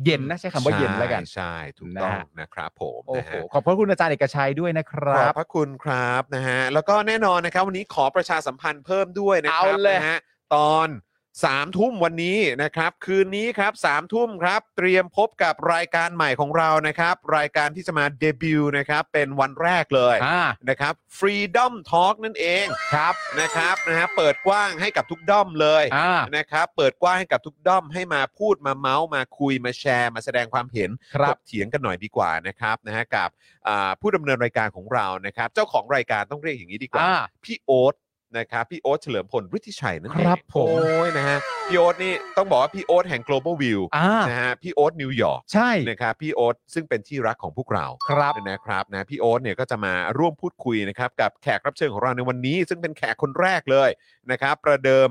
Speaker 2: เย็นนะใช้คำว่าเย็นแล้วกัน
Speaker 1: ใช่ใช่ถูกต้อง
Speaker 2: นะฮะ
Speaker 1: นะครับผม
Speaker 2: โอ้
Speaker 1: นะ
Speaker 2: โห
Speaker 1: ฮะ
Speaker 2: ขอบพระคุณอาจารย์เอกชัยด้วยนะค
Speaker 1: ข
Speaker 2: รั
Speaker 1: อบ บพระคุณครับนะฮะแล้วก็แน่นอนนะครับวันนี้ขอประชาสัมพันธ์เพิ่มด้วยนะครั
Speaker 2: เอาเลย
Speaker 1: นะฮะตอน3ามทุ่มวันนี้นะครับ คืนนี้ครับ3ามทุ่มครับ เตรียมพบกับรายการใหม่ของเรานะครับ รายการที่จะมาเดบิวต์นะครับ เป็นวันแรกเลย
Speaker 2: อ่า
Speaker 1: นะครับ Freedom Talk นั่นเอง
Speaker 2: ครับ
Speaker 1: นะครับนะฮะเปิดกว้างให้กับทุกด้อมเลย
Speaker 2: อ่า
Speaker 1: นะครับเปิดกว้างให้กับทุกด้อมให้มาพูดมาเมาส์มาคุยมาแชร์ มาแสดงความเห็น
Speaker 2: ครับ
Speaker 1: ถกเถียงกันหน่อยดีกว่านะครับนะฮะกับอ่าผู้ดำเนินรายการของเรานะครับ เจ้าของรายการต้องเรียกอย่างนี้ดีกว่า
Speaker 2: อ่า
Speaker 1: พี่โอ๊ตนะครับพี่โอ๊ตเฉลิมพลฤทธิชัยนั่นเอง
Speaker 2: ครับผม
Speaker 1: โอ้ยนะฮะพี่โอ๊ตนี่ต้องบอกว่าพี่โอ๊ตแห่ง global view
Speaker 2: อ่า
Speaker 1: นะฮะพี่โอ๊ตนิวยอร์ก
Speaker 2: ใช่
Speaker 1: นะครับพี่โอ๊ตซึ่งเป็นที่รักของพวกเรา
Speaker 2: ครับ
Speaker 1: นะครับนะพี่โอ๊ตเนี่ยก็จะมาร่วมพูดคุยนะครับกับแขกรับเชิญของเราในวันนี้ ซึ่งเป็นแขกคนแรกเลยนะครับประเดิม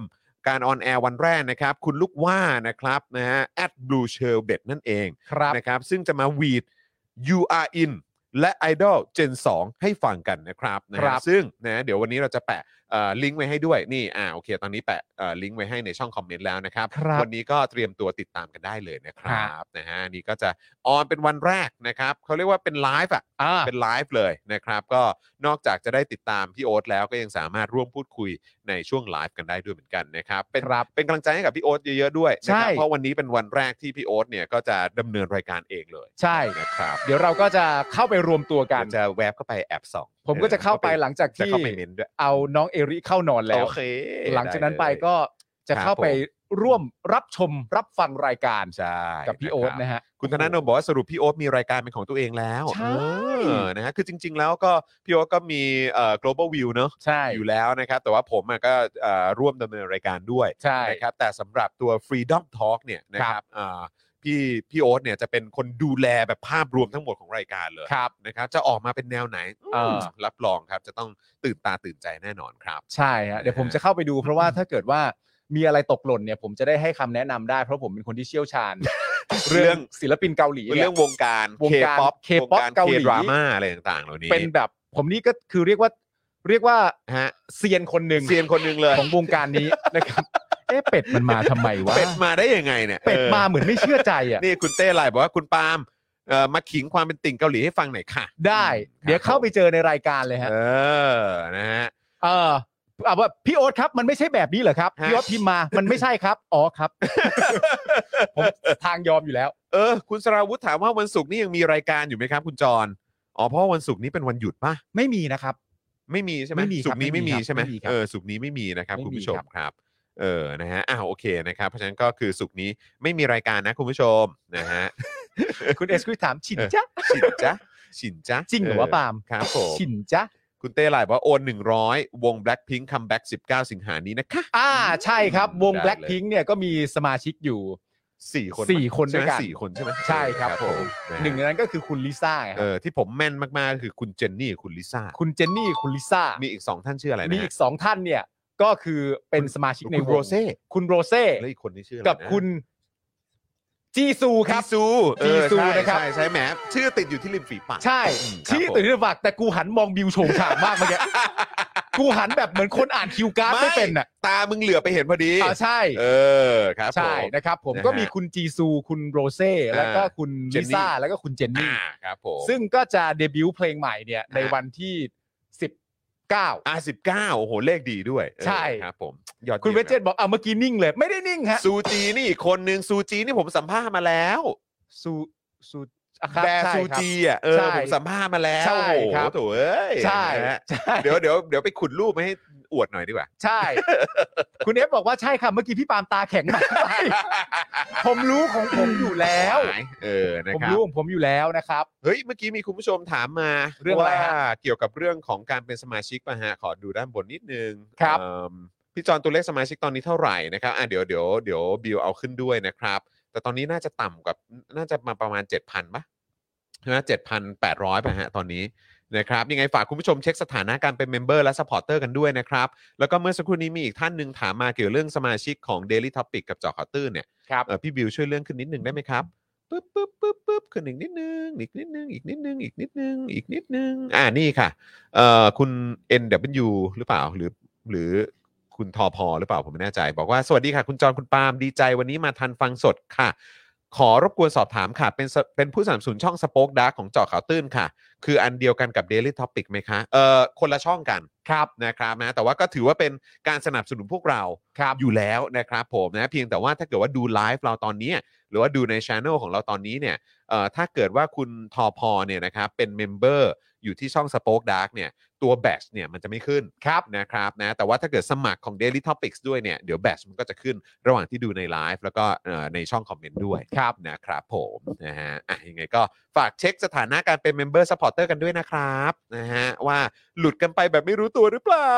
Speaker 1: การออนแอร์วันแรกนะครับคุณลูกว่านะครับนะฮะ at blue shell bet นั่นเอง
Speaker 2: ครับ
Speaker 1: นะครับซึ่งจะมาวีด you are in และ Idol Gen 2 ให้ฟังกันนะครับนะฮะ
Speaker 2: ครับ
Speaker 1: ซึ่งนะเดี๋ยววันนี้เราจะแปะเอ่อลิงก์ไว้ให้ด้วยนี่อ่าโอเค ตอนนี้แปะเอ่อลิงก์ไว้ให้ในช่องคอมเมนต์แล้วนะครับ
Speaker 2: ครับ
Speaker 1: วันนี้ก็เตรียมตัวติดตามกันได้เลยนะครั
Speaker 2: ครับ บ
Speaker 1: นะฮะอันนี่ก็จะออนเป็นวันแรกนะครับเขาเรียกว่าเป็นไลฟ์อ่ะ
Speaker 2: อ่า
Speaker 1: เป็นไลฟ์เลยนะครับ ก็นอกจากจะได้ติดตามพี่โอ๊ตแล้วก็ยังสามารถร่วมพูดคุยในช่วงไลฟ์กันได้ด้วยเหมือนกันนะครับเป็น
Speaker 2: ครับ
Speaker 1: เป็นกำลังใจให้กับพี่โอ๊ตเยอะๆด้วยนะค
Speaker 2: ใช่
Speaker 1: รับเพราะวันนี้เป็นวันแรกที่พี่โอ๊ตเนี่ยก็จะดำเนินรายการเองเลย
Speaker 2: ใช่
Speaker 1: นะครับ
Speaker 2: เดี๋ยวเราก็จะเข้าไปรวมตัวกัน
Speaker 1: ผมจะแวบเข้าไปแอบส่อง
Speaker 2: ผมก็จะเข้าไปหลังจาก
Speaker 1: จะ
Speaker 2: ที่
Speaker 1: เข้าไปเม้นด้วย
Speaker 2: เอาน้องเอริเข้านอนแล้ว
Speaker 1: โอเค
Speaker 2: หลังจากนั้นไป
Speaker 1: ด้เลย
Speaker 2: ก็จะเข้าไป
Speaker 1: ครับ
Speaker 2: ร่วมรับชมรับฟังรายการ
Speaker 1: ใช่
Speaker 2: กับพี่โอ๊ตนะฮะ
Speaker 1: คุณธนาโนมบอกว่าสรุปพี่โอ๊ตมีรายการเป็นของตัวเองแล้ว
Speaker 2: ใช่
Speaker 1: เออนะฮะคือจริง ๆ แล้วก็พี่โอ๊ตก็มีเอ่อ global view เนอะ
Speaker 2: ใช่
Speaker 1: อยู่แล้วนะครับ แต่ว่าผมอะก็เอ่อร่วมดำเนินรายการด้วย
Speaker 2: ใช่
Speaker 1: นะครับแต่สำหรับตัว Freedom Talk เนี่ยนะค
Speaker 2: ครั
Speaker 1: รับบ อ่าพี่พี่โอ๊ตเนี่ยจะเป็นคนดูแลแบบภาพรวมทั้งหมดของรายการเลย
Speaker 2: ครับ
Speaker 1: นะครับจะออกมาเป็นแนวไหนอืม
Speaker 2: เออ
Speaker 1: รับรองครับจะต้องตื่นตาตื่นใจแน่นอนครับ
Speaker 2: ใช่ฮะเดี๋ยวผมจะเข้าไปดู เพราะว่าถ้าเกิดว่ามีอะไรตกหล่นเนี่ย ผมจะได้ให้คำแนะนำได้เพราะผมเป็นคนที่เชี่ยวชาญ
Speaker 1: เรื่อง
Speaker 2: เรื่องศิลปินเกาหลี
Speaker 1: เรื่
Speaker 2: เนี่
Speaker 1: อย งวงการ
Speaker 2: วง
Speaker 1: เค
Speaker 2: การ
Speaker 1: ป๊อป
Speaker 2: K-pop เกาหลี
Speaker 1: ดราม่าอะไรต่างๆ เหล่านี้
Speaker 2: เป็นแบบผมนี่ก็คือเรียกว่าเรียกว่า
Speaker 1: ฮะ
Speaker 2: เซียนคนหนึ่ง
Speaker 1: เซียนคนหนึงเลย
Speaker 2: ของวงการนี้ [LAUGHS] นะครับเอ๊ะเป็ดมันมาทำไมวะ
Speaker 1: เป็ดมาได้ยังไงเนี่ย
Speaker 2: เป็ดมา
Speaker 1: อ
Speaker 2: เหมือนไม่เชื่อใจ
Speaker 1: อ
Speaker 2: อ่ะ
Speaker 1: นี่คุณเต้ไลน์บอกว่าคุณปาล์มเอ่อมาขิงความเป็นติ่งเกาหลีให้ฟังหน่อยค่ะ
Speaker 2: [LAUGHS] ได้ เดี๋ยวเข้าไปเจอในรายการเลยฮะ
Speaker 1: เออนะฮะ
Speaker 2: เอออ่ะว่าพี่โอ๊ตครับมันไม่ใช่แบบนี้เหรอครับ
Speaker 1: ฮะ
Speaker 2: พี่โอ๊ตพิมพ์มามันไม่ใช่ครับ อ๋อครับ ผมทางยอมอยู่แล้ว
Speaker 1: เออคุณสราวุธถามว่าวันศุกร์นี่ยังมีรายการอยู่ไหมครับ คุณจรอ๋อเพราะวันศุกร์นี้เป็นวันหยุดป่ะ
Speaker 2: ไม่มีนะครับ
Speaker 1: ไม่มีใช่ไหม
Speaker 2: ไม่มีครับ
Speaker 1: ศุกร์นี้ไม่มีใช่ไหม
Speaker 2: ไม่มีครับ
Speaker 1: เออศุกร์นี้ไม่มีนะครับ
Speaker 2: ไม่มี
Speaker 1: คุณผู้ชม
Speaker 2: ครับ
Speaker 1: ครับเออนะฮะอ้าวโอเคนะครับเพราะฉะนั้นก็คือศุกร์นี้ไม่มีรายการนะคุณผู้ชมนะฮะ
Speaker 2: คุณเอสคุยถามฉินจ๊ะ
Speaker 1: ฉินจ๊ะฉินจ๊ะ
Speaker 2: จริงเหรือว่าปาล์ม
Speaker 1: ครับผม
Speaker 2: ฉินจ๊ะ
Speaker 1: คุณเต้ไลน์บอกว่าโอน 100 วง Blackpink คัมแบ็ก19 สิงหานี้นะคะ
Speaker 2: อ่าใช่ครับ วง
Speaker 1: ได้เลย
Speaker 2: Blackpink เนี่ยก็มีสมาชิกอยู่
Speaker 1: สี่คน
Speaker 2: สี่คน
Speaker 1: ใช่ไหม
Speaker 2: ด้วยกัน
Speaker 1: สี่คนใช่ไหม
Speaker 2: ใช่ครับผม
Speaker 1: นะฮะ
Speaker 2: หนึ่งในนั้นก็คือคุณลิซ่าค
Speaker 1: เอ
Speaker 2: รับ
Speaker 1: อที่ผมแม่นมากๆก็คือคุณเจนนี่กับคุณลิซ่า
Speaker 2: คุณเจนนี่คุณลิซ่า
Speaker 1: มี
Speaker 2: มี
Speaker 1: อีกสองท่านชื่ออะไรนะฮะ
Speaker 2: อีกสองท่านเนี่ย ก็คือเป็นสมาชิก
Speaker 1: คุ
Speaker 2: ใน
Speaker 1: ณ
Speaker 2: วง
Speaker 1: โรเซ่
Speaker 2: คุณโรเซ่
Speaker 1: แล้วอีกคนที่ชื่ออะไรนะ
Speaker 2: กับคุณจีซูครับ
Speaker 1: จีซูเออ
Speaker 2: จีซู
Speaker 1: ใช่
Speaker 2: นะครับ
Speaker 1: ใช่ใช่แหมชื่อติดอยู่ที่ริมฝีปาก
Speaker 2: ใช่
Speaker 1: อืมครับ
Speaker 2: ชี้
Speaker 1: ผม
Speaker 2: ตื่นที่ฝักแต่กูหันมองบิวโฉงฉางมากเมื่อกี้ กูหันแบบเหมือนคนอ่านคิวการ์ดไม่เป็นอ่ะ
Speaker 1: ตามึงเหลือไปเห็นพอดี
Speaker 2: อ่าใช่
Speaker 1: เออครับผ
Speaker 2: ใช่
Speaker 1: ม
Speaker 2: นะครับผม
Speaker 1: นะฮะ
Speaker 2: ก็มีคุณจีซู คุณโรเซ่
Speaker 1: อ่า
Speaker 2: แล้วก็คุณ
Speaker 1: เจ
Speaker 2: ลิ
Speaker 1: นนี่
Speaker 2: ซ่า แล้วก็คุณเจน
Speaker 1: อ่า
Speaker 2: นี่
Speaker 1: ครับผม
Speaker 2: ซึ่งก็จะเดบิวต์เพลงใหม่เนี่ย ในวันที่ 10 19
Speaker 1: อ่ะ19โอ้โหเลขดีด้วยเออ
Speaker 2: ใช่
Speaker 1: ครับผมยอดยี่ยม
Speaker 2: คุณเวจเจตบอกอ่ะเมื่อกี้นิ่งเลย ไม่ได้นิ่งฮะ
Speaker 1: ซูจีนี่อีกคนนึงซูจีนี่ผมสัมภาษณ์มาแล้ว
Speaker 2: สูสูอ่ะครับ
Speaker 1: แบร์
Speaker 2: ใช่
Speaker 1: ซู
Speaker 2: ครับ
Speaker 1: จีอ่ะเออ
Speaker 2: ใช่
Speaker 1: ผมสัมภาษณ์มาแล้ว
Speaker 2: ใช่
Speaker 1: โอ้โห
Speaker 2: ครับ
Speaker 1: โถเอ้ย
Speaker 2: ใช่
Speaker 1: นะฮะ
Speaker 2: ใช่
Speaker 1: เดี๋ยวเดี๋ยวเดี๋ยวไปขุดรูปมาให้อวดหน่อยดีกว่า
Speaker 2: ใช่ คุณเอฟบอกว่าใช่ค่ะเมื่อกี้พี่ปาล์มตาแข็งมากไปผมรู้ของผมอยู่แล้ว
Speaker 1: หายเออนะ
Speaker 2: ผม
Speaker 1: ครับ
Speaker 2: รู้ของผมอยู่แล้วนะครับ
Speaker 1: เฮ้ยเมื่อกี้มีคุณผู้ชมถามมา
Speaker 2: เรื่องอะไรฮะ
Speaker 1: ว่าเกี่ยวกับเรื่องของการเป็นสมาชิกมาฮะขอดูด้านบนนิดนึง
Speaker 2: ครับ
Speaker 1: เอิ่มพี่จอนตัวเลขสมาชิกตอนนี้เท่าไหร่นะครับอ่ะเดี๋ยวเดี๋ยวเดี๋ยวบิวเอาขึ้นด้วยนะครับ แต่ตอนนี้น่าจะต่ำกว่าน่าจะมาประมาณ 7,000ปะใช่ไหมเจ็ดพันแปดร้อยปะฮะตอนนี้นะครับยังไงฝากคุณผู้ชมเช็คสถานะการเป็นเมมเบอร์และสปอร์เตอร์กันด้วยนะครับ แล้วก็เมื่อสักครู่นี้มีอีกท่านหนึ่งถามมาเกี่ยวเรื่องสมาชิกของ Daily Topic กับเจอข่าวตื้นเนี่ย
Speaker 2: ครับ
Speaker 1: เอ่อพี่บิวช่วยเลื่อนขึ้นนิดนึงได้ไหมครับปึ๊บปึ๊บปึ๊บปึ๊บขึ้นอีกนิดนึงอีกนิดนึงอีกนิดนึงอีกนิดนึงอีกนิดนึงอ่านี่ค่ะเอ่อคุณ NW หรือเปล่าหรือหรือคุณทอพอหรือเปล่าผมไม่แน่ใจ บอกว่าสวัสดีค่ะ คุณจอนคุณปาล์มดีใจวันนี้มาทันฟังสดค่ะ ขอรบกวนสอบถามค่ะ เป็นสเป็นผู้สนับสนุนช่องสป็อคดาร์ของเจอข่าวตื้นค่ะ คืออันเดียวกันกับ Daily Topic ไหมคะเอ่อคนละช่องกัน
Speaker 2: ครับ
Speaker 1: นะครับนะแต่ว่าก็ถือว่าเป็นการสนับสนุนพวกเรา
Speaker 2: ครับ
Speaker 1: อยู่แล้วนะครับผมนะเพียงแต่ว่าถ้าเกิดว่าดูไลฟ์เราตอนนี้ หรือว่าดูในช anel ของเราตอนนี้เนี่ยเอ่อถ้าเกิดว่าคุณทอพอเนี่ยนะครับเป็นเมมเบอร์อยู่ที่ช่อง Spoke Dark เนี่ยตัวแบ h เนี่ยมันจะไม่ขึ้น
Speaker 2: ครับ
Speaker 1: นะครับนะแต่ว่าถ้าเกิดสมัครของ Daily Topics ด้วยเนี่ยเดี๋ยวแบ h มันก็จะขึ้นระหว่างที่ดูในไลฟ์แล้วก็เอ่อในช่องคอมเมนต์ด้วย
Speaker 2: ครับ
Speaker 1: นะครับผมนะฮะอ่ะยังไงก็ฝากเช็คสถานะการเป็นเมมเบอร์สปอร์เตอร์กันด้วยนะครับนะฮะว่าหลุดกันไปแบบไม่รู้ตัวหรือเปล่า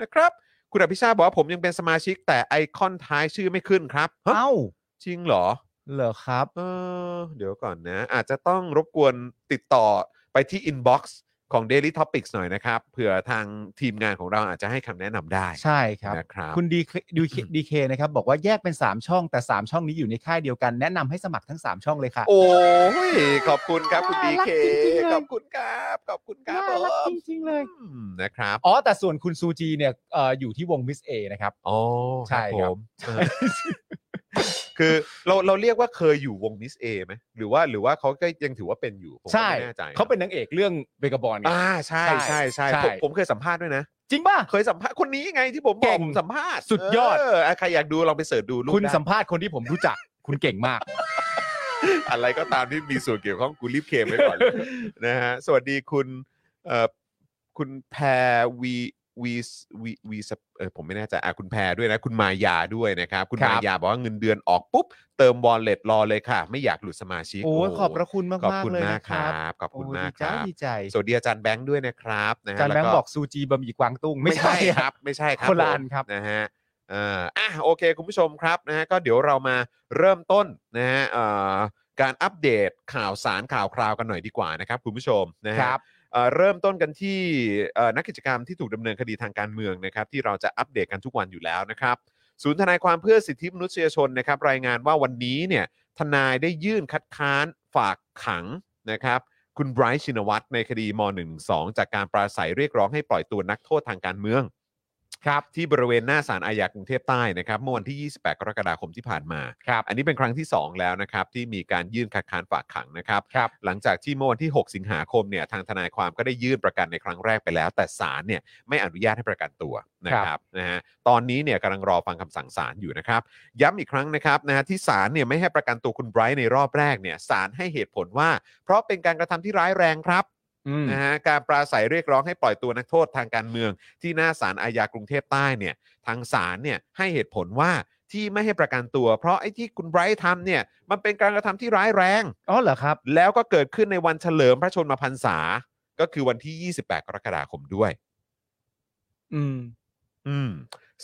Speaker 1: นะครับ คุณอภิชาติบอกว่าผมยังเป็นสมาชิกแต่ไอคอนท้ายชื่อไม่ขึ้นครับฮะ
Speaker 2: เอ้า
Speaker 1: จริงเหรอ
Speaker 2: เหรอครับ
Speaker 1: เออเดี๋ยวก่อนนะ อาจจะต้องรบกวนติดต่อไปที่ inbox ของ Daily Topics หน่อยนะครับเผื่อทางทีมงานของเราอาจจะให้คำแนะนำได้
Speaker 2: ใช่ครับ
Speaker 1: นะครับ
Speaker 2: คุณดีดูดีเคนะครับ บอกว่าแยกเป็น 3 ช่องแต่ 3 ช่องนี้อยู่ในค่ายเดียวกันแนะนำให้สมัครทั้ง 3 ช่องเลยค่ะ
Speaker 1: โอ้ยขอบคุณครับคุณ
Speaker 2: น่า
Speaker 1: ดี
Speaker 2: รัก
Speaker 1: เค
Speaker 2: จริงๆเลย
Speaker 1: ขอบคุณครับขอบคุณครับผม
Speaker 2: จริง ๆ เลย
Speaker 1: อืมนะครับ
Speaker 2: อ๋อ แต่ส่วนคุณซูจีเนี่ยเอ่ออยู่ที่วงมิสเอนะครับ
Speaker 1: อ๋อ
Speaker 2: ใช่ครั
Speaker 1: ผ
Speaker 2: บ
Speaker 1: มเอ [LAUGHS] อคือเราเราเรียกว่าเคยอยู่วงมิสเอไหมหรือว่าหรือว่าเขาก็ยังถือว่าเป็นอยู่ผมก็
Speaker 2: ใช่
Speaker 1: ไม่แน่ใจ
Speaker 2: เขาเป็นนางเอกเรื่องเบกบอลไง
Speaker 1: อ่าใช่ใช่ใช่
Speaker 2: ใช่
Speaker 1: ผมผมเคยสัมภาษณ์ด้วยนะ
Speaker 2: จริงป่ะ
Speaker 1: เคยสัมภาษณ์คนนี้ไงที่ผมบ
Speaker 2: เก่
Speaker 1: อก
Speaker 2: ง
Speaker 1: ผมสัมภาษณ์
Speaker 2: สุดยอด
Speaker 1: เะใครอยากดูลองไปเสิร์ชดูรูป
Speaker 2: คุณ
Speaker 1: ได้
Speaker 2: สัมภาษณ์คนที่ผมรู้จัก คุณเก่งมาก
Speaker 1: อะไรก็ตามที่มีส่วนเกี่ยวข้องกูรีบเคลมไว้ก่อนเลย นะฮะสวัสดีคุณเอ่อคุณแพรวีวีวีวีสเออผมไม่แน่ใจอ่ะคุณแพรด้วยนะ คุณมายาด้วยนะครับ คุณ
Speaker 2: ครับ
Speaker 1: มายาบอกว่าเงินเดือนออกปุ๊บ เติมวอลเล็ตรอเลยค่ะ ไม่อยากหลุดสมาชิก
Speaker 2: โอ้ยขอบพระคุณมาก
Speaker 1: ขอบ
Speaker 2: มาก
Speaker 1: คุณ
Speaker 2: เลย
Speaker 1: มาก
Speaker 2: นะ
Speaker 1: ค
Speaker 2: ค
Speaker 1: รั
Speaker 2: รับบ
Speaker 1: ขอบคุณ
Speaker 2: โอ้ย
Speaker 1: มากค
Speaker 2: ดีใจ
Speaker 1: รับ
Speaker 2: ดีใจ
Speaker 1: สวัสดีอาจารย์แบงค์ด้วยนะครับนะฮะ
Speaker 2: อาจารย์แบง
Speaker 1: ล้ว
Speaker 2: ค์บอกซูจีบะหมี่กวางตุ้งไม่
Speaker 1: ไม่
Speaker 2: ใช่
Speaker 1: ใช่ค
Speaker 2: ค
Speaker 1: รับ รับ ไม่ใช่ครับ
Speaker 2: คนละ
Speaker 1: ผม
Speaker 2: อันครับ
Speaker 1: นะฮะเอ่ออ่ะโอเค คุณผู้ชมครับนะฮะก็เดี๋ยวเรามาเริ่มต้นนะฮะเอ่อการอัปเดตข่าวสารข่าวคราวกันหน่อยดีกว่านะครับ คุณผู้ชมนะฮะ
Speaker 2: ครับ
Speaker 1: เอ่อเริ่มต้นกันที่เอ่อนักกิจกรรมที่ถูกดำเนินคดีทางการเมืองนะครับ ที่เราจะอัปเดตกันทุกวันอยู่แล้วนะครับ ศูนย์ทนายความเพื่อสิทธิมนุษยชนนะครับ รายงานว่าวันนี้เนี่ยทนายได้ยื่นคัดค้านฝากขังนะครับ คุณไบรท์ชินวัตรในคดีม .112 จากการปราศัยเรียกร้องให้ปล่อยตัวนักโทษทางการเมือง
Speaker 2: ครับ
Speaker 1: ที่บริเวณหน้าศาลอาญากรุงเทพใต้นะครับเมื่อวันที่ 28 กรกฎาคมที่ผ่านมา
Speaker 2: ครับ
Speaker 1: อันนี้เป็นครั้งที่ 2 แล้วนะครับ ที่มีการยื่นคัดค้านฝากขังนะครับ
Speaker 2: ครับ
Speaker 1: หลังจากที่เมื่อวันที่ 6 สิงหาคมเนี่ยทางทนายความก็ได้ยื่นประกันในครั้งแรกไปแล้ว แต่ศาลเนี่ยไม่อนุญาตให้ประกันตัวนะครับนะฮะตอนนี้เนี่ยกำลังรอฟังคำสั่งศาลอยู่นะครับ ย้ำอีกครั้งนะครับนะฮะที่ศาลเนี่ยไม่ให้ประกันตัวคุณไบรท์ในรอบแรกเนี่ยศาลให้เหตุผลว่า เพราะเป็นการกระทำที่ร้ายแรงครับ
Speaker 2: อืม
Speaker 1: นะฮะการปราศัยเรียกร้องให้ปล่อยตัวนักโทษทางการเมือง ที่หน้าศาลอาญากรุงเทพใต้เนี่ยทางศาลเนี่ยให้เหตุผลว่าที่ไม่ให้ประกันตัว เพราะไอ้ที่คุณไบรท์ทำเนี่ยมันเป็นการกระทำที่ร้ายแรง
Speaker 2: อ๋อเหรอครับ
Speaker 1: แล้วก็เกิดขึ้นในวันเฉลิมพระชนมพรรษา ก็คือวันที่ 28 กรกฎาคมด้วย
Speaker 2: อืม
Speaker 1: อืม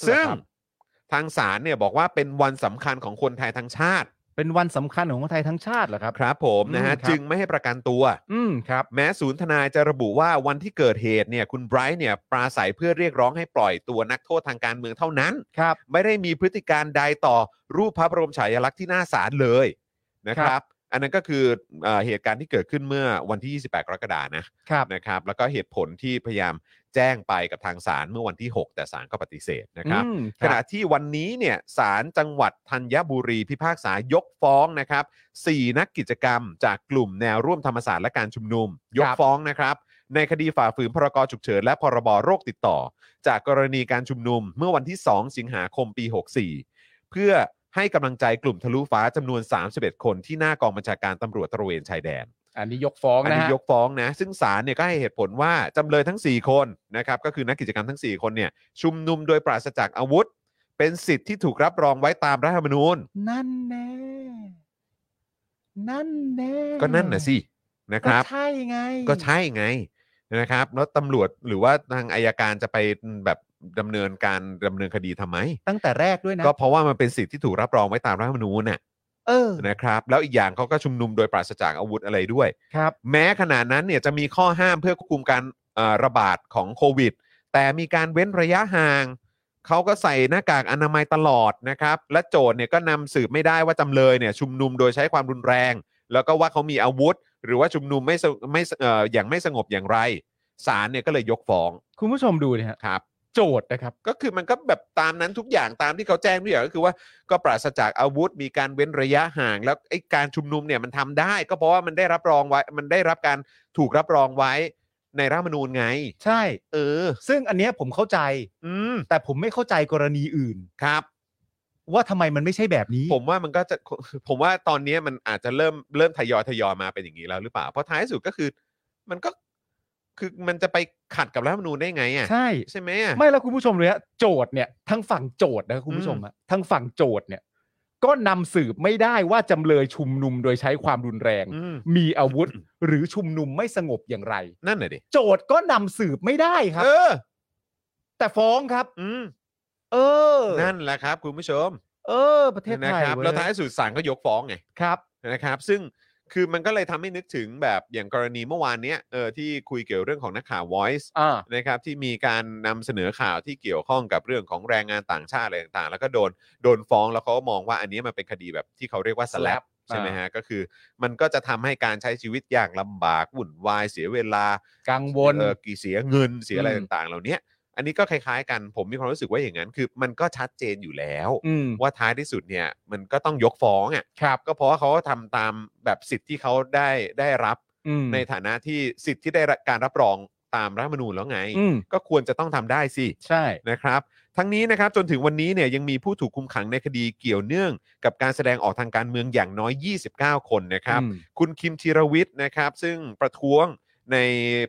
Speaker 2: เหรอครับ
Speaker 1: ซึ่งทางศาลเนี่ยบอกว่าเป็นวันสำคัญของคนไทยทั้งชาติ
Speaker 2: เป็นวันสำคัญของคนไทยทั้งชาติเหรอครับ
Speaker 1: ครับผมนะฮะ
Speaker 2: อืมครับ
Speaker 1: จึงไม่ให้ประกันตัว
Speaker 2: อืมครับ
Speaker 1: แม้ศูนย์ทนายจะระบุว่าวันที่เกิดเหตุเนี่ยคุณไบรท์เนี่ยปราศัยเพื่อเรียกร้องให้ปล่อยตัวนักโทษทางการเมืองเท่านั้น
Speaker 2: ครับ
Speaker 1: ไม่ได้มีพฤติการใดต่อรูปพระบรมฉายาลักษณ์ที่หน้าศาลเลยนะค
Speaker 2: ครั
Speaker 1: รับ
Speaker 2: บ
Speaker 1: อันนั้นก็คือเออเหตุการณ์ที่เกิดขึ้นเมื่อวันที่ 28 กรกฎานะครับ นะครับแล้วก็เหตุผลที่พยายามแจ้งไปกับทางศาลเมื่อวันที่ 6 แต่ศาลก็ปฏิเสธนะครับ
Speaker 2: อืม
Speaker 1: ขณะที่วันนี้เนี่ยศาลจังหวัดธัญบุรีพิพากษายกฟ้องนะครับ4นักกิจกรรมจากกลุ่มแนวร่วมธรรมศาสตร์และการชุมนุม ยกฟ้องนะครับ ในคดีฝ่าฝืนพรกฉุกเฉินและพรบโรคติดต่อ จากกรณีการชุมนุมเมื่อวันที่ 2 สิงหาคมปี 64 เพื่อให้กำลังใจกลุ่มทะลุฟ้าจำนวน 31 คนที่หน้ากองบัญชาการตำรวจตระเวนชายแดน
Speaker 2: อันนี้ยกฟ้อง
Speaker 1: อัน
Speaker 2: นะ
Speaker 1: นี้
Speaker 2: ฮะ
Speaker 1: ยกฟ้องนะ ซึ่งศาลเนี่ยก็ให้เหตุผลว่า จำเลยทั้ง 4 คนนะครับก็คือนักกิจกรรมทั้ง 4 คนเนี่ยชุมนุมโดยปราศจากอาวุธ เป็นสิทธิ์ที่ถูกรับรองไว้ตามรัฐธรรมนูญ
Speaker 2: นั่นแน่ นั่นแน่
Speaker 1: ก็นั่นน่ะสินะค
Speaker 2: ก็
Speaker 1: รับ
Speaker 2: ใช่ไง
Speaker 1: ก็ใช่ไงนะครับ แล้วตำรวจหรือว่าทางอายการจะไปแบบดำเนินการดำเนินคดีทำไม
Speaker 2: ตั้งแต่แรกด้วยนะ
Speaker 1: ก็เพราะว่ามันเป็นสิทธิ์ที่ถูกรับรองไว้ตามรัฐธรรมนูญน่ะ
Speaker 2: เออ
Speaker 1: นะครับแล้วอีกอย่างเขาก็ชุมนุมโดยปราศจากอาวุธอะไรด้วย
Speaker 2: ครับ
Speaker 1: แม้ขณะนั้นเนี่ยจะมีข้อห้ามเพื่อควบคุมการเอ่อระบาดของโควิด แต่มีการเว้นระยะห่าง เขาก็ใส่หน้ากากอนามัยตลอดนะครับ และโจทย์เนี่ยก็นำสืบไม่ได้ว่าจำเลยเนี่ยชุมนุมโดยใช้ความรุนแรง แล้วก็ว่าเขามีอาวุธ หรือว่าชุมนุมไม่สงไม่สเอ่ออย่างไม่สงบอย่างไรศาลเนี่ยก็เลยยกฟ้อง
Speaker 2: คุณผู้ชมดูนะฮะ
Speaker 1: ครับ
Speaker 2: โจทย์นะครับ
Speaker 1: ก็คือมันก็แบบตามนั้นทุกอย่างตามที่เขาแจ้งทุกอย่างก็คือว่าก็ปราศจากอาวุธมีการเว้นระยะห่าง แล้วไอ้การชุมนุมเนี่ยมันทำได้ ก็เพราะว่ามันได้รับรองไว้มันได้รับการถูกรับรองไว้ในรัฐธรรมนูญไง
Speaker 2: ใช่
Speaker 1: เออ
Speaker 2: ซึ่งอันเนี้ยผมเข้าใจ
Speaker 1: อืม
Speaker 2: แต่ผมไม่เข้าใจกรณีอื่น
Speaker 1: ครับ
Speaker 2: ว่าทำไมมันไม่ใช่แบบนี้
Speaker 1: ผมว่ามันก็จะผมว่าตอนนี้มันอาจจะเริ่มเริ่มทยอยทยอยมาเป็นอย่างนี้แล้วหรือเปล่าเพราะท้ายสุดก็คือมันก็คือมันจะไปขัดกับรัฐธรรมนูญได้ไงอ่ะ
Speaker 2: ใช่
Speaker 1: ใช่ไหมอ่ะ
Speaker 2: ไม่แล้วคุณผู้ชมเลยฮะโจทย์เนี่ยทั้งฝั่งโจทย์นะครับคุณผู้ชมอะทั้งฝั่งโจทย์เนี่ย ก็นำสืบไม่ได้ว่าจำเลยชุมนุมโดยใช้ความรุนแรง
Speaker 1: อืม
Speaker 2: มีอาวุธ หรือชุมนุมไม่สงบอย่างไร
Speaker 1: นั่นน่ะดิ
Speaker 2: โจทย์ก็นำสืบไม่ได้ครับ
Speaker 1: เออ
Speaker 2: แต่ฟ้องครับ
Speaker 1: อืม
Speaker 2: เออ
Speaker 1: นั่นแหละครับคุณผู้ชม
Speaker 2: เออ ประเทศ
Speaker 1: นะ
Speaker 2: ไทย
Speaker 1: ครับ
Speaker 2: เว้ย
Speaker 1: แล้วท้ายสุดศาลก็ยกฟ้องไง
Speaker 2: ครับ
Speaker 1: นะครับ ซึ่งคือมันก็เลยทำให้นึกถึงแบบอย่างกรณีเมื่อวานเนี้ยเออที่คุยเกี่ยวเรื่องของนักข่าว Voice
Speaker 2: อ่า
Speaker 1: นะครับที่มีการนำเสนอข่าวที่เกี่ยวข้องกับเรื่องของแรงงานต่างชาติอะไรต่างๆ แล้วก็โดนโดนฟ้องแล้วเขาก็มองว่าอันนี้มันเป็นคดีแบบที่เขาเรียกว่า slap
Speaker 2: slap
Speaker 1: ใช่ไหม
Speaker 2: อ่า
Speaker 1: ฮะก็คือมันก็จะทำให้การใช้ชีวิตอย่างลำบากวุ่นวายเสียเวลา
Speaker 2: กังวล
Speaker 1: เออกี่เสียเงินเสียอะไร
Speaker 2: อืม
Speaker 1: ต่างๆ เหล่าเนี้ยอันนี้ก็คล้ายๆ กันผมมีความรู้สึกว่าอย่างนั้นคือมันก็ชัดเจนอยู่แล้ว
Speaker 2: อืม
Speaker 1: [LAUGHS] ว่าท้ายที่สุดเนี่ยมันก็ต้องยกฟ้องอ่ะ
Speaker 2: ครับ
Speaker 1: ก็เพราะว่าเขาก็ทำตามแบบสิทธิ์ที่เขาได้ได้รับ
Speaker 2: อืม
Speaker 1: ในฐานะที่สิทธิ์ที่ได้รับการรับรองตามรัฐธรรมนูญแล้วไง
Speaker 2: อืม
Speaker 1: ก็ควรจะต้องทำได้สิ
Speaker 2: ใช่
Speaker 1: นะครับ ทั้งนี้นะครับจนถึงวันนี้เนี่ยยังมีผู้ถูกคุมขังในคดีเกี่ยวเนื่อง กับการแสดงออกทางการเมืองอย่างน้อย 29 คนนะครับ
Speaker 2: อืม
Speaker 1: คุณคิมธีรวิทย์นะครับ ซึ่งประท้วงใน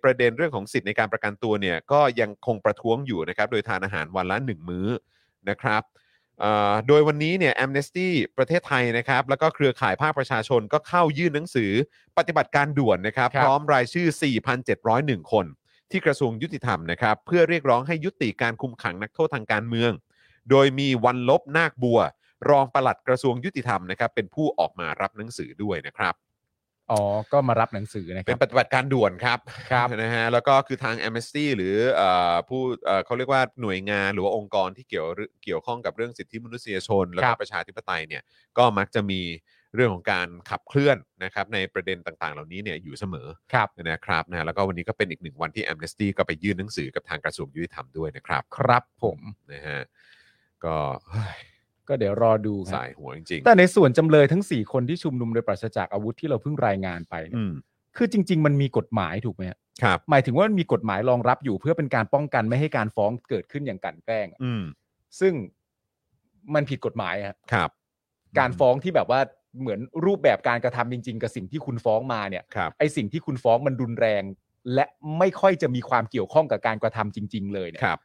Speaker 1: ประเด็นเรื่องของสิทธิ์ในการประกันตัวเนี่ยก็ยังคงประท้วงอยู่นะครับ โดยทานอาหารวันละ 1 มื้อนะครับเอ่อโดยวันนี้เนี่ยแอมเนสตี้ประเทศไทยนะครับ แล้วก็เครือข่ายภาคประชาชนก็เข้ายื่นหนังสือปฏิบัติการด่วนนะครับ
Speaker 2: ครับ
Speaker 1: พร้อมรายชื่อ 4,701 คน ที่กระทรวงยุติธรรมนะครับ เพื่อเรียกร้องให้ยุติการคุมขังนักโทษทางการเมือง โดยมีวันลบนาคบัว รองปลัดกระทรวงยุติธรรมนะครับ เป็นผู้ออกมารับหนังสือด้วยนะครับ
Speaker 2: อ๋อ ก็มารับหนังสือนะค
Speaker 1: เป็
Speaker 2: รั
Speaker 1: น
Speaker 2: บ
Speaker 1: ปฏิบัติการด่วนครับ
Speaker 2: ครับ
Speaker 1: นะฮะแล้วก็คือทาง Amnesty หรือเออผู้เอ่อเขาเรียกว่าหน่วยงานหรือว่าองค์กรที่เกี่ยวเรื่องเกี่ยวข้องกับเรื่องสิทธิมนุษยชน แล้ว
Speaker 2: ค
Speaker 1: ก็
Speaker 2: รับ
Speaker 1: ประชาธิปไตยเนี่ยก็มักจะมีเรื่องของการขับเคลื่อนนะครับในประเด็นต่างๆ เหล่านี้เนี่ยอยู่เสมอ
Speaker 2: ครับ
Speaker 1: นะครับนะแล้วก็วันนี้ก็เป็นอีกหนึ่งวันที่ Amnesty ก็ไปยื่นหนังสือกับทางกระทรวงยุติธรรมด้วยนะครับ
Speaker 2: ครับผม
Speaker 1: นะฮะก็ [SIGHS] เฮ้ย
Speaker 2: ก็เดี๋ยวรอดูครับ
Speaker 1: สายหัวจริง
Speaker 2: แต่ในส่วนจำเลยทั้ง 4 คนที่ชุมนุมโดยปราศจากอาวุธที่เราเพิ่งรายงานไป
Speaker 1: ๆ
Speaker 2: เนี่ย
Speaker 1: อืม
Speaker 2: คือจริง ๆ มันมีกฎหมายถูกไหมฮะ
Speaker 1: ครับ
Speaker 2: หมายถึงว่ามันมีกฎหมายรองรับอยู่เพื่อเป็นการป้องกันไม่ให้การฟ้องเกิดขึ้นอย่างกลันแกล้งอะ
Speaker 1: อืม
Speaker 2: ซึ่งมันผิดกฎหมายอะ
Speaker 1: ครับ
Speaker 2: การฟ้องที่แบบว่าเหมือนรูปแบบการกระทำจริง ๆ กับสิ่งที่คุณฟ้องมาเนี่ย
Speaker 1: ครับ
Speaker 2: ไอสิ่งที่คุณฟ้องมันรุนแรง และไม่ค่อยจะมีความเกี่ยวข้องกับการกระทำจริง ๆ เลยเนี่ย
Speaker 1: ครับ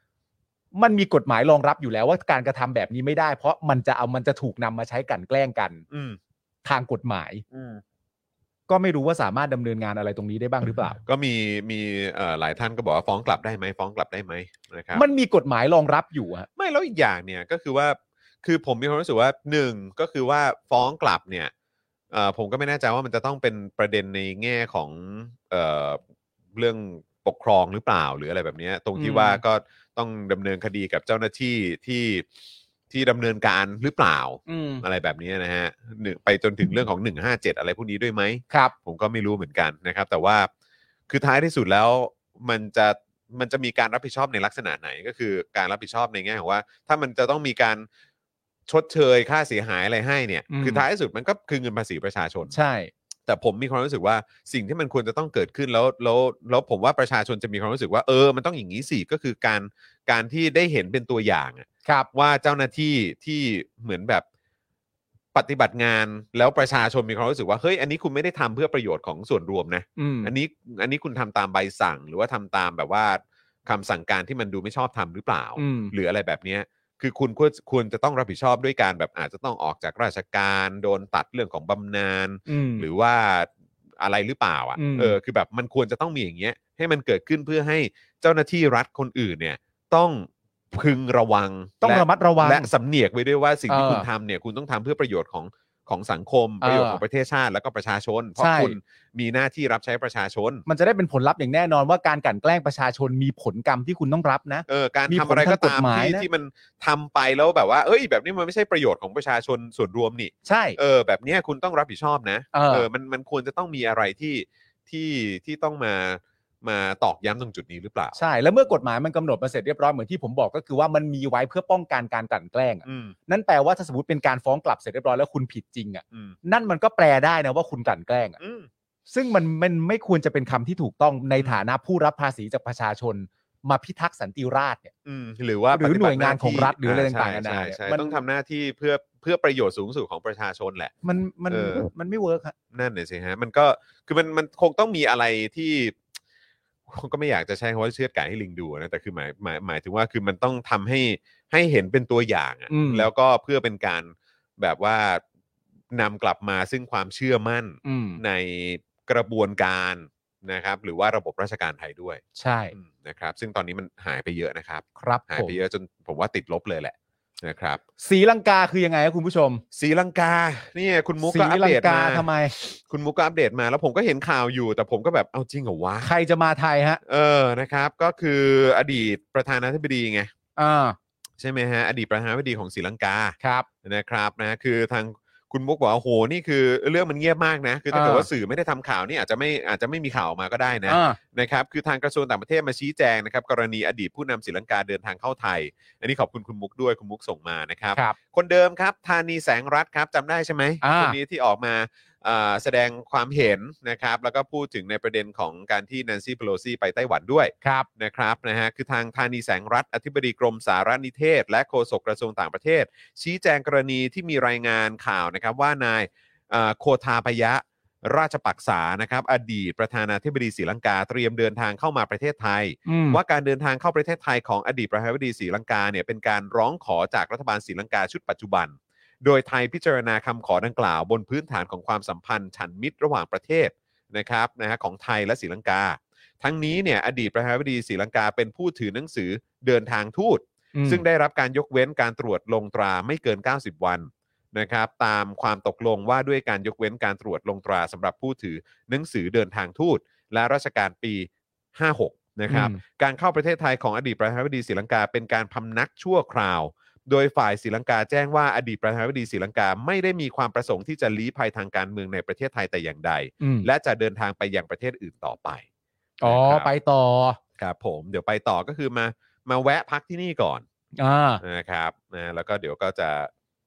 Speaker 2: มันมีกฎหมายรองรับอยู่แล้วว่าการกระทำแบบนี้ไม่ได้ เพราะมันจะเอามันจะถูกนำมาใช้กลันแกล้งกัน
Speaker 1: อืม
Speaker 2: ทางกฎหมาย
Speaker 1: อืม
Speaker 2: ก็ไม่รู้ว่าสามารถดำเนินงานอะไรตรงนี้ได้บ้างหรือเปล่า
Speaker 1: ก็มีมีเอ่อหลายท่านก็บอกว่าฟ้องกลับได้ไหมฟ้องกลับได้ไหมนะครับ
Speaker 2: มันมีกฎหมายรองรับอยู่อะ
Speaker 1: ไม่แล้วอีกอย่างเนี่ยก็คือว่าคือผมมีความรู้สึกว่าหนึ่งก็คือว่าฟ้องกลับเนี่ยเอ่อผมก็ไม่แน่ใจว่ามันจะต้องเป็นประเด็นในแง่ของเอ่อเรื่องปกครองหรือเปล่าหรืออะไรแบบเนี้ยตรงที่ว่าก็ต้องดำเนินคดีกับเจ้าหน้าที่ที่ที่ดำเนินการหรือเปล่า
Speaker 2: อื
Speaker 1: [LAUGHS]
Speaker 2: ม
Speaker 1: อะไรแบบเนี้ยนะฮะหนึ่งไปจนถึงเรื่องของ 157 อะไรพวกนี้ด้วยไหม
Speaker 2: ครับ
Speaker 1: ผมก็ไม่รู้เหมือนกันนะครับ แต่ว่าคือท้ายที่สุดแล้วมันจะมันจะมีการรับผิดชอบในลักษณะไหนก็คือการรับผิดชอบในแง่ของว่า ถ้ามันจะต้องมีการชดเชยค่าเสียหายอะไรให้เนี่ย
Speaker 2: อืม
Speaker 1: คือท้ายที่สุดมันก็คือเงินภาษีประชาชน
Speaker 2: ใช่
Speaker 1: แต่ผมมีความรู้สึกว่าสิ่งที่มันควรจะต้องเกิดขึ้นแล้วแล้วแล้วผมว่าประชาชนจะมีความรู้สึกว่าเออมันต้องอย่างนี้สิก็คือการการที่ได้เห็นเป็นตัวอย่างอะ
Speaker 2: ครับ
Speaker 1: ว่าเจ้าหน้าที่ที่เหมือนแบบปฏิบัติงานแล้วประชาชนมีความรู้สึกว่าเฮ้ยอันนี้คุณไม่ได้ทำเพื่อประโยชน์ของส่วนรวมนะ
Speaker 2: อืม
Speaker 1: อันนี้อันนี้คุณทำตามใบสั่ง หรือว่าทำตามแบบว่าคำสั่งการที่มันดูไม่ชอบทำหรือเปล่า
Speaker 2: อืม
Speaker 1: หรืออะไรแบบเนี้ยคือคุณควรควรจะต้องรับผิดชอบด้วยการแบบอาจจะต้องออกจากราชการโดนตัดเรื่องของบำนาญหรือว่าอะไรหรือเปล่า
Speaker 2: อืม
Speaker 1: อะ่ะเออคือแบบมันควรจะต้องมีอย่างเงี้ยให้มันเกิดขึ้นเพื่อให้เจ้าหน้าที่รัฐคนอื่นเนี่ยต้องพึงระวัง
Speaker 2: ต้อง
Speaker 1: และ
Speaker 2: ระมัดระวัง
Speaker 1: และสำเนียกไว้ด้วยว่าสิ่งที่
Speaker 2: เออ
Speaker 1: คุณทำเนี่ยคุณต้องทำเพื่อประโยชน์ของของสังคมป
Speaker 2: เออ
Speaker 1: ระโยชน์ของประเทศชาติ แล้วก็ประชาชน เพราะ
Speaker 2: ใช่
Speaker 1: คุณมีหน้าที่รับใช้ประชาชน
Speaker 2: มันจะได้เป็นผลลัพธ์อย่างแน่นอนว่าการกลั่นแกล้งประชาชนมีผลกรรมที่คุณต้องรับนะ
Speaker 1: เออการ
Speaker 2: มี
Speaker 1: ทำ
Speaker 2: ผล
Speaker 1: อะไรก็
Speaker 2: ทางกฎ
Speaker 1: ตาม
Speaker 2: หมาย
Speaker 1: ที่
Speaker 2: นะ
Speaker 1: ที่มันทำไปแล้วแบบว่า เอ้ย แบบนี้มันไม่ใช่ประโยชน์ของประชาชนส่วนรวมนี่
Speaker 2: ใช่
Speaker 1: เออแบบเนี้ยคุณต้องรับผิดชอบนะ
Speaker 2: เออ
Speaker 1: มันมันควรจะต้องมีอะไรที่ที่ที่ต้องมามาตอกย้ำตรงจุดนี้หรือเปล่า
Speaker 2: ใช่แล้วเมื่อกฎหมายมันกำหนดมาเสร็จเรียบร้อยเหมือนที่ผมบอกก็คือว่ามันมีไว้เพื่อป้องกันการกลั่นแกล้งอะ
Speaker 1: อืม
Speaker 2: นั่นแปลว่าถ้าสมมติเป็นการฟ้องกลับเสร็จเรียบร้อยแล้วคุณผิดจริงอ่ะ
Speaker 1: อืม
Speaker 2: นั่นมันก็แปลได้นะว่าคุณกลั่นแกล้งอะ
Speaker 1: อืม
Speaker 2: ซึ่งมันมันไม่ควรจะเป็นคำที่ถูกต้องในฐานะผู้รับภาษีจากประชาชน มาพิทักษ์สันติราษฎร์เนี่ย
Speaker 1: อืมหรือว่า
Speaker 2: หรือ
Speaker 1: ปฏิ
Speaker 2: หน่
Speaker 1: บัติ
Speaker 2: วยงานของรัฐหรืออะไร
Speaker 1: ใช่
Speaker 2: ต่างๆนานา
Speaker 1: ใช่
Speaker 2: เนี่ย
Speaker 1: ใช่
Speaker 2: มัน
Speaker 1: ต้องทำหน้าที่เพื่อเพื่อประโยชน์สูงสุดของประชาชนแหละ
Speaker 2: มันมัน
Speaker 1: เออ
Speaker 2: มันไม่เวิร์กฮะ
Speaker 1: นั่นน่ะสิฮะมันก็คือมันมันคงต้องมีอะไรที่ ผมก็ไม่อยากจะใช้คำว่าเชือดไก่ให้ลิงดูนะแต่คือหมายหมายหมายถึงว่าคือมันต้องทำให้ให้เห็นเป็นตัวอย่างอะ
Speaker 2: อืม
Speaker 1: แล้วก็เพื่อเป็นการแบบว่านำกลับมาซึ่งความเชื่อมั่น
Speaker 2: อืม
Speaker 1: ในกระบวนการนะครับ หรือว่าระบบราชการไทยด้วย
Speaker 2: ใช่
Speaker 1: อืมนะครับ ซึ่งตอนนี้มันหายไปเยอะนะครับ
Speaker 2: ครับ
Speaker 1: หาย
Speaker 2: ผม
Speaker 1: ไปเยอะจนผมว่าติดลบเลยแหละนะครับ
Speaker 2: สีลังกาคือยังไงครับคุณผู้ชม
Speaker 1: ศรีลังกาเนี่ยคุณมุก
Speaker 2: สี
Speaker 1: ก็อัป
Speaker 2: ลั
Speaker 1: เด
Speaker 2: ง
Speaker 1: ต
Speaker 2: กา
Speaker 1: มา
Speaker 2: ทำไม
Speaker 1: คุณมุกก็อัปเดตมาแล้วผมก็เห็นข่าวอยู่ แต่ผมก็แบบเอาจริงเหรอวะ
Speaker 2: ใครจะมาไทยฮะ
Speaker 1: เออนะครับ ก็คืออดีตประธานาธิบดีไง
Speaker 2: อ่า
Speaker 1: ใช่ไหมฮะอดีตประธานาธิบดีของศรีลังกา
Speaker 2: ครับ
Speaker 1: นะครับนะคือทางคุณมุกบอกว่าโหนี่คือเรื่องมันเงียบมากนะ คือถ้าเกิด
Speaker 2: อ่า
Speaker 1: ว่าสื่อไม่ได้ทำข่าวนี่อาจจะไม่อาจจะไม่มีข่าวออกมาก็ได้นะ
Speaker 2: อ่า
Speaker 1: นะครับคือทางกระทรวงต่างประเทศมาชี้แจงนะครับกรณีอดีตผู้นำศรีลังกาเดินทางเข้าไทย อันนี้ขอบคุณคุณมุกด้วยคุณมุกส่งมานะครับ
Speaker 2: ครับ
Speaker 1: คนเดิมครับธานีแสงรัตน์ครับจำได้ใช่ไหม
Speaker 2: อ่า
Speaker 1: คนนี้ที่ออกมาอ่าแสดงความเห็นนะครับแล้วก็พูดถึงในประเด็นของการที่แนนซี่เพโลซีไปไต้หวันด้วย
Speaker 2: ครับ
Speaker 1: นะครับนะฮะคือทางธานีแสงรัตน์อธิบดีกรมสารนิเทศ และโฆษกกระทรวงต่างประเทศ ชี้แจงกรณีที่มีรายงานข่าวนะครับว่านายอ่าโคทาพยะ ราชปักษานะครับอดีตประธานาธิบดีศรีลังกาเตรียมเดินทางเข้ามาประเทศไทย
Speaker 2: อืม
Speaker 1: ว่าการเดินทางเข้าประเทศไทยของอดีตประธานาธิบดีศรีลังกาเนี่ยเป็นการร้องขอจากรัฐบาลศรีลังกาชุดปัจจุบัน โดยไทยพิจารณาคำขอดังกล่าว บนพื้นฐานของความสัมพันธ์ฉันมิตรระหว่างประเทศนะครับนะฮะของไทยและศรีลังกา ทั้งนี้เนี่ยอดีตประธานาธิบดีศรีลังกาเป็นผู้ถือหนังสือเดินทางทูต ซึ่งได้รับการยกเว้นการตรวจลงตราไม่เกิน 90 วันนะครับตามความตกลงว่าด้วยการยกเว้นการตรวจลงตราสำหรับผู้ถือหนังสือเดินทางทูต และราชการปี 56 นะครับ
Speaker 2: อืม
Speaker 1: การเข้าประเทศไทยของอดีตประธานาธิบดีศรีลังกาเป็นการพำนักชั่วคราว โดยฝ่ายศรีลังกาแจ้งว่าอดีตประธานาธิบดีศรีลังกาไม่ได้มีความประสงค์ที่จะลี้ภัยทางการเมืองในประเทศไทยแต่อย่างใด
Speaker 2: อืม
Speaker 1: และจะเดินทางไปยังประเทศอื่นต่อไป
Speaker 2: อ๋อ
Speaker 1: นะครับ
Speaker 2: ไปต่อ
Speaker 1: ครับผมเดี๋ยวไปต่อก็คือมามาแวะพักที่นี่ก่อน
Speaker 2: อ่า
Speaker 1: นะครับนะแล้วก็เดี๋ยวก็จะ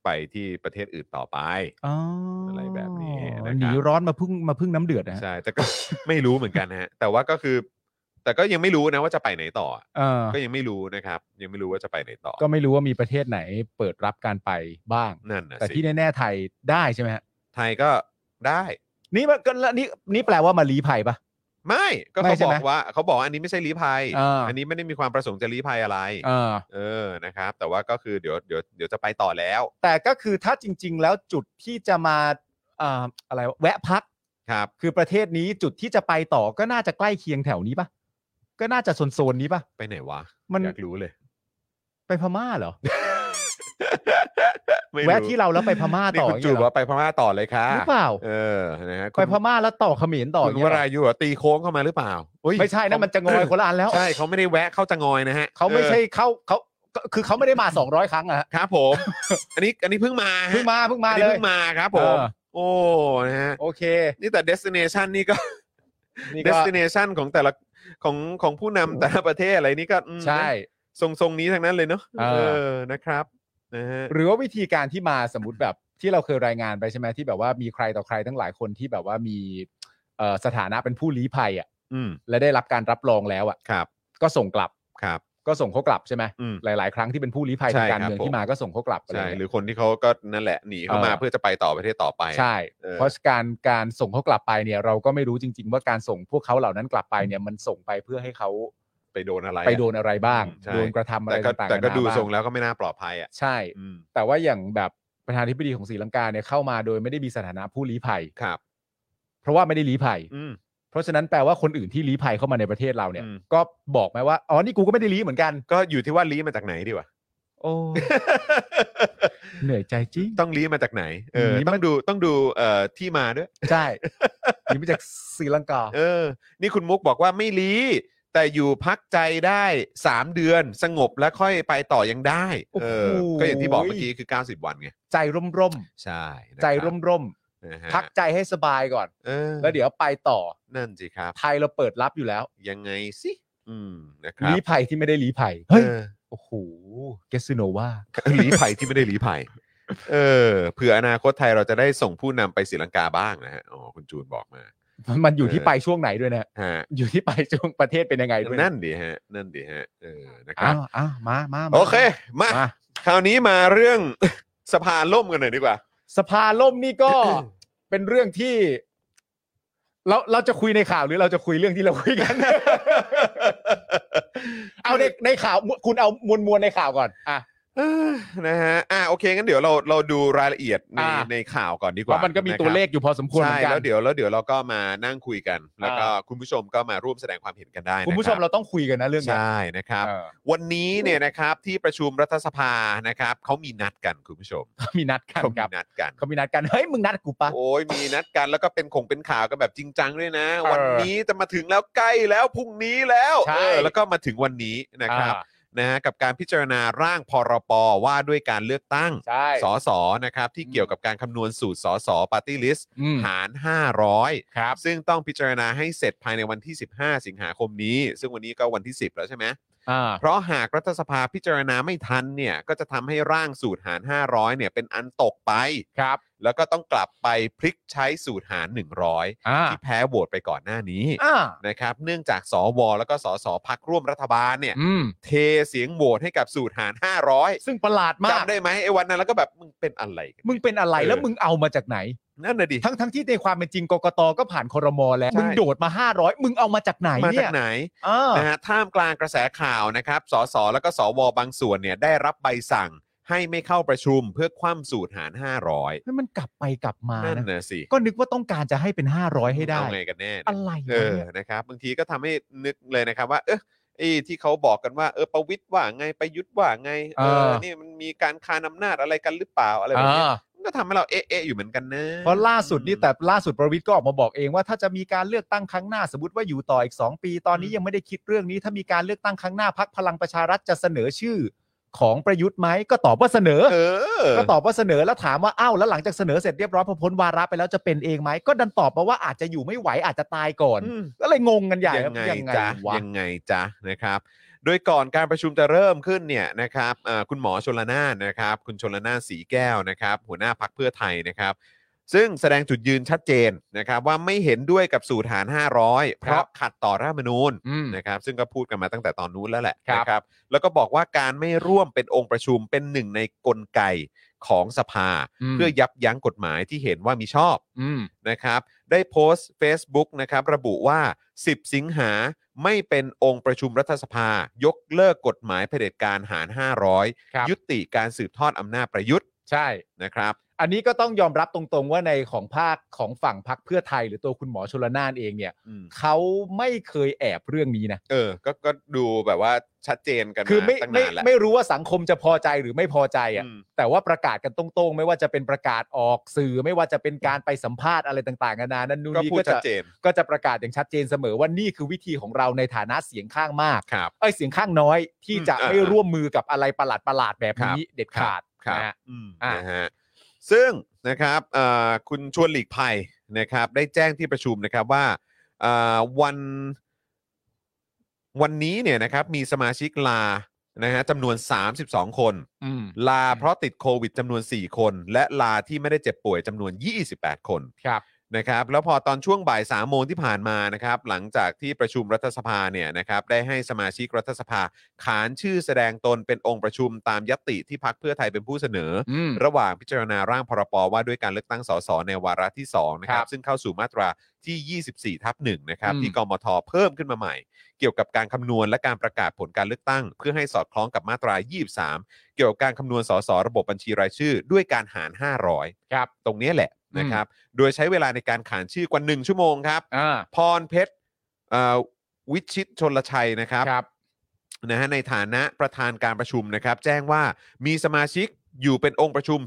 Speaker 1: ไปที่ประเทศอื่นต่อไป
Speaker 2: อ๋ออะไร
Speaker 1: แบบนี้นะครับ
Speaker 2: หนีร้อนมาพึ่งมาพึ่งน้ำเดือดนะฮะ
Speaker 1: ใช่แต่ก็ [LAUGHS] ไม่รู้เหมือนกันฮะแต่ว่าก็คือ แต่ก็ยังไม่รู้นะว่าจะไปไหนต่ออ่ะ
Speaker 2: เออ
Speaker 1: ก็ยังไม่รู้นะครับ ยังไม่รู้ว่าจะไปไหนต่อ
Speaker 2: ก็ไม่รู้ว่ามีประเทศไหนเปิดรับการไปบ้าง
Speaker 1: นั่นนะ
Speaker 2: แต่
Speaker 1: สิ
Speaker 2: ที่แน่ๆไทยได้ใช่ไหมฮะ
Speaker 1: ไทยก็ได้
Speaker 2: นี่มันก็แล้วนี่นี่แปลว่ามาลีภัยปะ
Speaker 1: ไม่ก็
Speaker 2: ไม่
Speaker 1: เขา
Speaker 2: ใช่
Speaker 1: บอ
Speaker 2: ไหม
Speaker 1: กว่าเขาบอกว่าอันนี้ไม่ใช่ลี้ภัย
Speaker 2: อ่า
Speaker 1: นนี้ไม่ได้มีความประสงค์จะลี้ภัยอะไร
Speaker 2: เออ
Speaker 1: เออนะครับ แต่ว่าก็คือเดี๋ยวเดี๋ยวเดี๋ยวจะไปต่อแล้ว
Speaker 2: แต่ก็คือถ้าจริง ๆ แล้วจุดที่จะมาเอ่ออะไรวะแวะพัก
Speaker 1: ครับ
Speaker 2: คือประเทศนี้จุดที่จะไปต่อก็น่าจะใกล้เคียงแถวนี้ปะก็น่าจะโซนๆนี้ปะ
Speaker 1: ไปไหนวะ
Speaker 2: มัน
Speaker 1: อยากรู้เลย
Speaker 2: ไปพม่าเหรอ
Speaker 1: ไม่รู้
Speaker 2: แวะที่เราแล้วไปพม่า
Speaker 1: นี่
Speaker 2: ต่อ
Speaker 1: คุณจูบ
Speaker 2: เงี้ยเหรอ
Speaker 1: ว่าไปพม่าต่อเลยค่ะ
Speaker 2: หรือเปล่า
Speaker 1: เออนะฮะคุ
Speaker 2: ไป
Speaker 1: ณ
Speaker 2: พม่าแล้วต่อเขมรต่อ
Speaker 1: คุณ
Speaker 2: เงี้
Speaker 1: วย
Speaker 2: เหร
Speaker 1: รา
Speaker 2: อ
Speaker 1: ยุเหรอตีโค้งเข้ามาหรือเปล่าอุ๊ย
Speaker 2: ไม่ใช่นะมันจะงอยคนละอันแล้ว
Speaker 1: ใช่เขาไม่ได้แวะเข้าจะงอยนะฮะ
Speaker 2: เขาไม่ใช่
Speaker 1: ออ
Speaker 2: เข้าเขาก็คือเขาไม่ได้มา 200 ครั้งอะฮะ
Speaker 1: ครับผม อันนี้อันนี้เพิ่งมาฮะ
Speaker 2: เพิ่งมาเพิ่งมา
Speaker 1: อัน
Speaker 2: เล
Speaker 1: นี้
Speaker 2: ย
Speaker 1: เพิ่งมาครับผม
Speaker 2: เออ
Speaker 1: โอ้นะฮะ
Speaker 2: โอเค
Speaker 1: นี่แต่ destination นี่ก็
Speaker 2: นี่ก็
Speaker 1: destination ของแต่ละของของผู้นำแต่ละประเทศอะไรนี่ก็อืม
Speaker 2: ใช่
Speaker 1: ทรงทรงนี้ทั้งนั้นเลยเนาะ
Speaker 2: เออ
Speaker 1: นะครับนะฮะ
Speaker 2: หรือว่าวิธีการที่มาสมมติแบบ ที่เราเคยรายงานไปใช่ไหมที่แบบว่ามีใครต่อใครทั้งหลายคนที่แบบว่ามีเอ่อสถานะเป็นผู้ลี้ภัยอ่ะ
Speaker 1: อืม
Speaker 2: และได้รับการรับรองแล้วอ่ะ
Speaker 1: ครับ
Speaker 2: ก็ส่งกลับ
Speaker 1: ครับ
Speaker 2: ก็ส่งเขากลับใช่ไหม
Speaker 1: อืม
Speaker 2: หลาย ๆ ครั้งที่เป็นผู้ลี้ภัยทางการ
Speaker 1: ใช่ครับ
Speaker 2: เมือ
Speaker 1: ผ
Speaker 2: ง
Speaker 1: ม
Speaker 2: ที่มาก็ส่งเขากลับอะไร
Speaker 1: ใช่
Speaker 2: เงี้ย
Speaker 1: หรือคนที่เขาก็นั่นแหละหนีเข้ามา
Speaker 2: เออ
Speaker 1: เพื่อจะไปต่อประเทศต่อไป
Speaker 2: ใช่
Speaker 1: เออ
Speaker 2: เพราะการการส่งเขากลับไปเนี่ยเราก็ไม่รู้จริง ๆ ว่าการส่งพวกเขาเหล่านั้นกลับไปเนี่ยมันส่งไปเพื่อให้เขา
Speaker 1: ไปโดนอะไร
Speaker 2: ไปโดนอะไรบ้าง
Speaker 1: อืมใช่
Speaker 2: โดนกระทำอะไร
Speaker 1: แต่ก็
Speaker 2: ต่างๆ
Speaker 1: แต่ก็
Speaker 2: นานา
Speaker 1: ดู
Speaker 2: บ้า
Speaker 1: ทรงแล้วก็ไม่น่าปลอดภัยอ่ะ
Speaker 2: ใช่
Speaker 1: อืม
Speaker 2: แต่ว่าอย่างแบบประธานาธิบดีของศรีลังกาเนี่ยเข้ามาโดยไม่ได้มีสถานะผู้ลี้ภัย
Speaker 1: ครับ
Speaker 2: เพราะว่าไม่ได้ลี้ภัย
Speaker 1: อืม
Speaker 2: เพราะฉะนั้นแปลว่าคนอื่นที่ลี้ภัยเข้ามาในประเทศเราเนี่ย
Speaker 1: อืม
Speaker 2: ก็บอกไหมว่าอ๋อนี่กูก็ไม่ได้ลี้เหมือนกัน
Speaker 1: ก็อยู่ที่ว่าลี้มาจากไหนดีวะ
Speaker 2: โอ้เหนื่อยใจจริง
Speaker 1: ต้องลี้มาจากไหนเออ
Speaker 2: ลี้มา
Speaker 1: ต้องดูต้องดูเอ่อที่มาด้วย
Speaker 2: ใช่นี่มาจากศรีลังกา
Speaker 1: เออ นี่คุณมุกบอกว่าไม่ลี้แต่อยู่พักใจได้ 3 เดือนสงบแล้วค่อยไปต่อยังได้เออ
Speaker 2: โอ้โห
Speaker 1: ก็อย่างที่บอกเมื่อกี้คือ 90 วันไง
Speaker 2: ใจร่ม
Speaker 1: ใช่นะค
Speaker 2: ๆใจร่ม
Speaker 1: บนะฮะ
Speaker 2: ๆพักใจให้สบายก่อน
Speaker 1: เออ
Speaker 2: แล้วเดี๋ยวไปต่อ
Speaker 1: นั่นสิครับ
Speaker 2: ไทยเราเปิดรับอยู่แล้ว
Speaker 1: ยังไงสิอืมนะครับ
Speaker 2: ลี้ภัยที่ไม่ได้ลี้ภัยเฮ้ย
Speaker 1: ออ
Speaker 2: โอ้โหเกสซิโน
Speaker 1: [LAUGHS]
Speaker 2: วา
Speaker 1: หลีภัยที่ไม่ได้หลีภัย เออ เผื่ออนาคตไทยเราจะได้ส่งผู้นำไปศรีลังกาบ้างนะฮะ อ๋อ คุณจูนบอกมา
Speaker 2: มันอยู่ที่
Speaker 1: เออ
Speaker 2: ไปช่วงไหนด้วย [LAUGHS] นะ
Speaker 1: ฮะ
Speaker 2: อยู่ที่ไปช่วงประเทศเป็นยังไงด้วยะ
Speaker 1: นั่นดีฮะ นั่นดีฮะ เออ นะครั
Speaker 2: อ้า
Speaker 1: บ
Speaker 2: วอ้าวมามามา
Speaker 1: โอเค มา
Speaker 2: มา
Speaker 1: คราวนี้มาเรื่อง [COUGHS] สภาล่มกันหน่อยดีกว่า
Speaker 2: สภาล่มนี่
Speaker 1: [COUGHS]
Speaker 2: ก็ เป็นเรื่องที่ เราเราจะคุยในข่าวหรือเราจะคุยเรื่องที่เราคุย
Speaker 1: [LAUGHS]
Speaker 2: กัน เอาในในข่าว คุณเอามวลมวลในข่าวก่อนอ่ะ
Speaker 1: เออนะฮะ อ่ะโอเค งั้นเดี๋ยวเรา เราดูรายละเอียดใน
Speaker 2: อ่า
Speaker 1: ในข่าวก่อนดีก
Speaker 2: เพราะ
Speaker 1: ว่า
Speaker 2: มันก็มี
Speaker 1: ะครับ
Speaker 2: ตัวเลขอยู่พอสมควรเหมื
Speaker 1: ใช่
Speaker 2: อนกัน
Speaker 1: แล้วเดี๋ยว แล้วเดี๋ยวเราก็มานั่งคุยกัน แล้วก็คุณผู้ชมก็มาร่วมแสดงความเห็นกันได้นะ
Speaker 2: คุณผู้ชมเราต้องคุยกันนะเรื่อง
Speaker 1: ใช
Speaker 2: เนี้ย่
Speaker 1: นะครับ
Speaker 2: เออ
Speaker 1: วันนี้เนี่ยนะครับที่ประชุมรัฐสภานะครับเขามีนัดกันคุณผู้ชม
Speaker 2: เขามีนัดกัน
Speaker 1: เขา
Speaker 2: ค
Speaker 1: มี
Speaker 2: รับ
Speaker 1: นัดกัน
Speaker 2: เขามีนัดกันเฮ้ยมึงนัดกูปะ
Speaker 1: โอ้ยมีนัดกันแล้วก็เป็นคงเป็นข่าวกันแบบจริงจังด้วยนะ
Speaker 2: เออ
Speaker 1: วันนี้จะมาถึงแล้วใกล้แล้วพรุ่งนี้แล้ว
Speaker 2: ใช่
Speaker 1: เออแล้วก็มาถึงวันนี้นะครับ
Speaker 2: อ่า
Speaker 1: นะฮะกับการพิจารณาร่างพรปว่าด้วยการเลือกตั้ง
Speaker 2: ใช่
Speaker 1: สสนะครับที่เกี่ยวกับการคำนวณสูตรสสปาร์ตี้ลิส
Speaker 2: อืม
Speaker 1: หาร
Speaker 2: ครับ
Speaker 1: 500 ซึ่งต้องพิจารณาให้เสร็จภายในวันที่ 15 สิงหาคมนี้ ซึ่งวันนี้ก็วันที่ 10 แล้วใช่ไหม
Speaker 2: อ่า
Speaker 1: เพราะหากรัฐสภาพิจารณาไม่ทันเนี่ย ก็จะทำให้ร่างสูตรหาร 500 เนี่ยเป็นอันตกไป
Speaker 2: ครับ
Speaker 1: แล้วก็ต้องกลับไปพลิกใช้สูตรหาร 100
Speaker 2: อ่า
Speaker 1: ที่แพ้โหวตไปก่อนหน้านี้
Speaker 2: อ่า
Speaker 1: นะครับ เนื่องจากสว แล้วก็สสพักร่วมรัฐบาลเนี่ย
Speaker 2: อืม
Speaker 1: เทเสียงโหวตให้กับสูตรหาร
Speaker 2: ซึ่งประหลาด
Speaker 1: 500
Speaker 2: มาก
Speaker 1: จำได้ไหมไอ้วันนั้นแล้วก็แบบมึงเป็นอะไรกัน
Speaker 2: มึงเป็นอะไรแล้ว
Speaker 1: เออ
Speaker 2: มึงเอามาจากไหน
Speaker 1: นั่นน่ะดิ
Speaker 2: ทั้งทั้งที่ในความเป็นจริงกกตก็ผ่านครมอแล้ว
Speaker 1: ใช่
Speaker 2: มึงโดดมา 500 มึงเอามาจากไหน
Speaker 1: มา
Speaker 2: เนี่
Speaker 1: จาย กไหน
Speaker 2: อ่า
Speaker 1: นะฮะท่ามกลางกระแสข่าวนะครับสสแล้วก็สวบางส่วนเนี่ยได้รับใบสั่งให้ไม่เข้าประชุมเพื่อคว่ำสูตรหาร 500
Speaker 2: นั่นมันกลับไปกลับมา
Speaker 1: นั่น
Speaker 2: นะ
Speaker 1: น่ะสิ
Speaker 2: ก็นึกว่าต้องการจะให้เป็น 500 ให้ได้
Speaker 1: เอาไงกันแน่เนี่ย
Speaker 2: อะไรวะ
Speaker 1: เออ
Speaker 2: เนี่ย
Speaker 1: นะครับบางทีก็ทำให้นึกเลยนะครับว่า เออไอ้ที่เขาบอกกันว่าเออประวิทย์ว่าไงประยุทธ์ว่าไงเอ
Speaker 2: เอ
Speaker 1: อ
Speaker 2: อ
Speaker 1: นี่มันมีการคานอำนาจอะไรกันหรือเปล่าอะไรแบบนี้
Speaker 2: อ่า
Speaker 1: มันก็ทำให้เราเอะเอะอยู่เหมือนกันนะ
Speaker 2: เพราะล่าสุดนี่แต่ล่าสุดประวิทย์ก็ออกมาบอกเองว่าถ้าจะมีการเลือกตั้งครั้งหน้าสมมติว่าอยู่ต่ออีก 2 ปี ตอนนี้ยังไม่ได้คิดเรื่องนี้ ถ้ามีการเลือกตั้งครั้งหน้าพักพลังประชารัฐจะเสนอชื่อของประยุทธ์ไหมก็ตอบว่าเสนอ
Speaker 1: เออ
Speaker 2: ก็ตอบว่าเสนอแล้วถามว่าอ้าวแล้วหลังจากเสนอเสร็จเรียบร้อยพอพ้นวาระไปแล้วจะเป็นเองไหมก็ดันตอบมาว่าอาจจะอยู่ไม่ไหวอาจจะตายก่อน
Speaker 1: อืม
Speaker 2: ก็เลยงงกันใหญ่
Speaker 1: ยั
Speaker 2: ครับ
Speaker 1: งไง
Speaker 2: ยังไง
Speaker 1: จ๊ะ
Speaker 2: วะ
Speaker 1: ยังไงจ๊ะนะครับ โดยก่อนการประชุมจะเริ่มขึ้นเนี่ยนะครับเอ่อคุณหมอชลนานนะครับ คุณชลนานสีแก้วนะครับ หัวหน้าพักเพื่อไทยนะครับ ซึ่งแสดงจุดยืนชัดเจนนะครับว่าไม่เห็นด้วยกับสูตรหาร 500 เพ
Speaker 2: ครั
Speaker 1: ราะ
Speaker 2: บ
Speaker 1: ขัดต่อรัฐธรรมนูญ
Speaker 2: อืม
Speaker 1: นะครับซึ่งก็พูดกันมาตั้งแต่ตอนนู้นแล้วแหละ
Speaker 2: ครับ
Speaker 1: นะครับ แล้วก็บอกว่าการไม่ร่วมเป็นองค์ประชุมเป็นหนึ่งในกลไกของสภา เพื่อยับยั้งกฎหมายที่เห็นว่ามีชอบ
Speaker 2: อืม
Speaker 1: นะครับได้โพสต์ Facebook นะครับระบุว่า 10 สิงหาไม่เป็นองค์ประชุมรัฐสภา ยกเลิกกฎหมายเผด็จการหาร
Speaker 2: ครับ
Speaker 1: 500 ยุติการสืบทอดอำนาจประยุทธ์
Speaker 2: ใช่
Speaker 1: นะครับ
Speaker 2: อันนี้ก็ต้องยอมรับตรงๆว่าในของภาคของฝั่งพักเพื่อไทย หรือตัวคุณหมอชลนานเองเนี่ย
Speaker 1: อืม
Speaker 2: เขาไม่เคยแอบเรื่องนี้นะ
Speaker 1: เออก็ก็ดูแบบว่าชัดเจนกัน
Speaker 2: คือไม่
Speaker 1: าตั้ง
Speaker 2: ไม่
Speaker 1: นานแล้ว
Speaker 2: ไม่รู้ว่าสังคมจะพอใจหรือไม่พอใจอ่ะ
Speaker 1: อืม
Speaker 2: แต่ว่าประกาศกันตรงๆ ไม่ว่าจะเป็นประกาศออกสื่อไม่ว่าจะเป็นการไปสัมภาษณ์อะไรต่างๆนานานั่นนู่น
Speaker 1: ก็
Speaker 2: นี่
Speaker 1: พูด
Speaker 2: ก็
Speaker 1: ชั
Speaker 2: จะ
Speaker 1: ดเจน
Speaker 2: ก็จะประกาศอย่างชัดเจนเสมอว่านี่คือวิธีของเราในฐานะเสียงข้างมาก
Speaker 1: ครับ
Speaker 2: เอ้ยเสียงข้างน้อยที่
Speaker 1: อืม
Speaker 2: จะ
Speaker 1: อ่า
Speaker 2: ไม่ร่วมมือกับอะไรประหลาดประหลาดๆแบบนี้เด็ดขาด
Speaker 1: ครับ
Speaker 2: นะฮะ
Speaker 1: อืม
Speaker 2: อ่ะ
Speaker 1: นะฮะซึ่งนะครับเอ่อคุณชวนหลีกภัยนะครับ ได้แจ้งที่ประชุมนะครับว่าเอ่อวันวันนี้เนี่ยนะครับมีสมาชิกลา นะฮะจำนวน 32 คน
Speaker 2: อืม
Speaker 1: ลาเพราะติดโควิดจำนวน 4 คน และลาที่ไม่ได้เจ็บป่วยจำนวน 28 คน
Speaker 2: ครับ
Speaker 1: นะครับ แล้วพอตอนช่วงบ่าย3ามโมงที่ผ่านมานะครับ หลังจากที่ประชุมรัฐสภาเนี่ยนะครับ ได้ให้สมาชิกรัฐสภา ขานชื่อแสดงตนเป็นองค์ประชุมตามยติที่พักเพื่อไทยเป็นผู้เสนอ
Speaker 2: อืม
Speaker 1: ระหว่างพิจารณาร่างพรบว่าด้วยการเลือกตั้งสสในวาระที่ 2 นะครั
Speaker 2: ครับ บ
Speaker 1: ซึ่งเข้าสู่มาตราที่ 24 ทับหนึ่งนะครับ
Speaker 2: อืม
Speaker 1: ที่กมทเพิ่มขึ้นมาใหม่ เกี่ยวกับการคำนวณและการประกาศผลการเลือกตั้ง เพื่อให้สอดคล้องกับมาตรา 23 เกี่ยวกับการคำนวณสสระบบบัญชีรายชื่อ ด้วยการหาร 500
Speaker 2: ครับ
Speaker 1: ตรงเนี้ยแหละนะครับ โดยใช้เวลาในการขานชื่อกว่า 1 ชั่วโมงครับ
Speaker 2: อ่า
Speaker 1: พรเพชรเอ่อวิชิตชนลชัยนะครับ
Speaker 2: ครับ
Speaker 1: นะฮะในฐานะประธานการประชุมนะครับ แจ้งว่ามีสมาชิกอยู่เป็นองค์ประชุม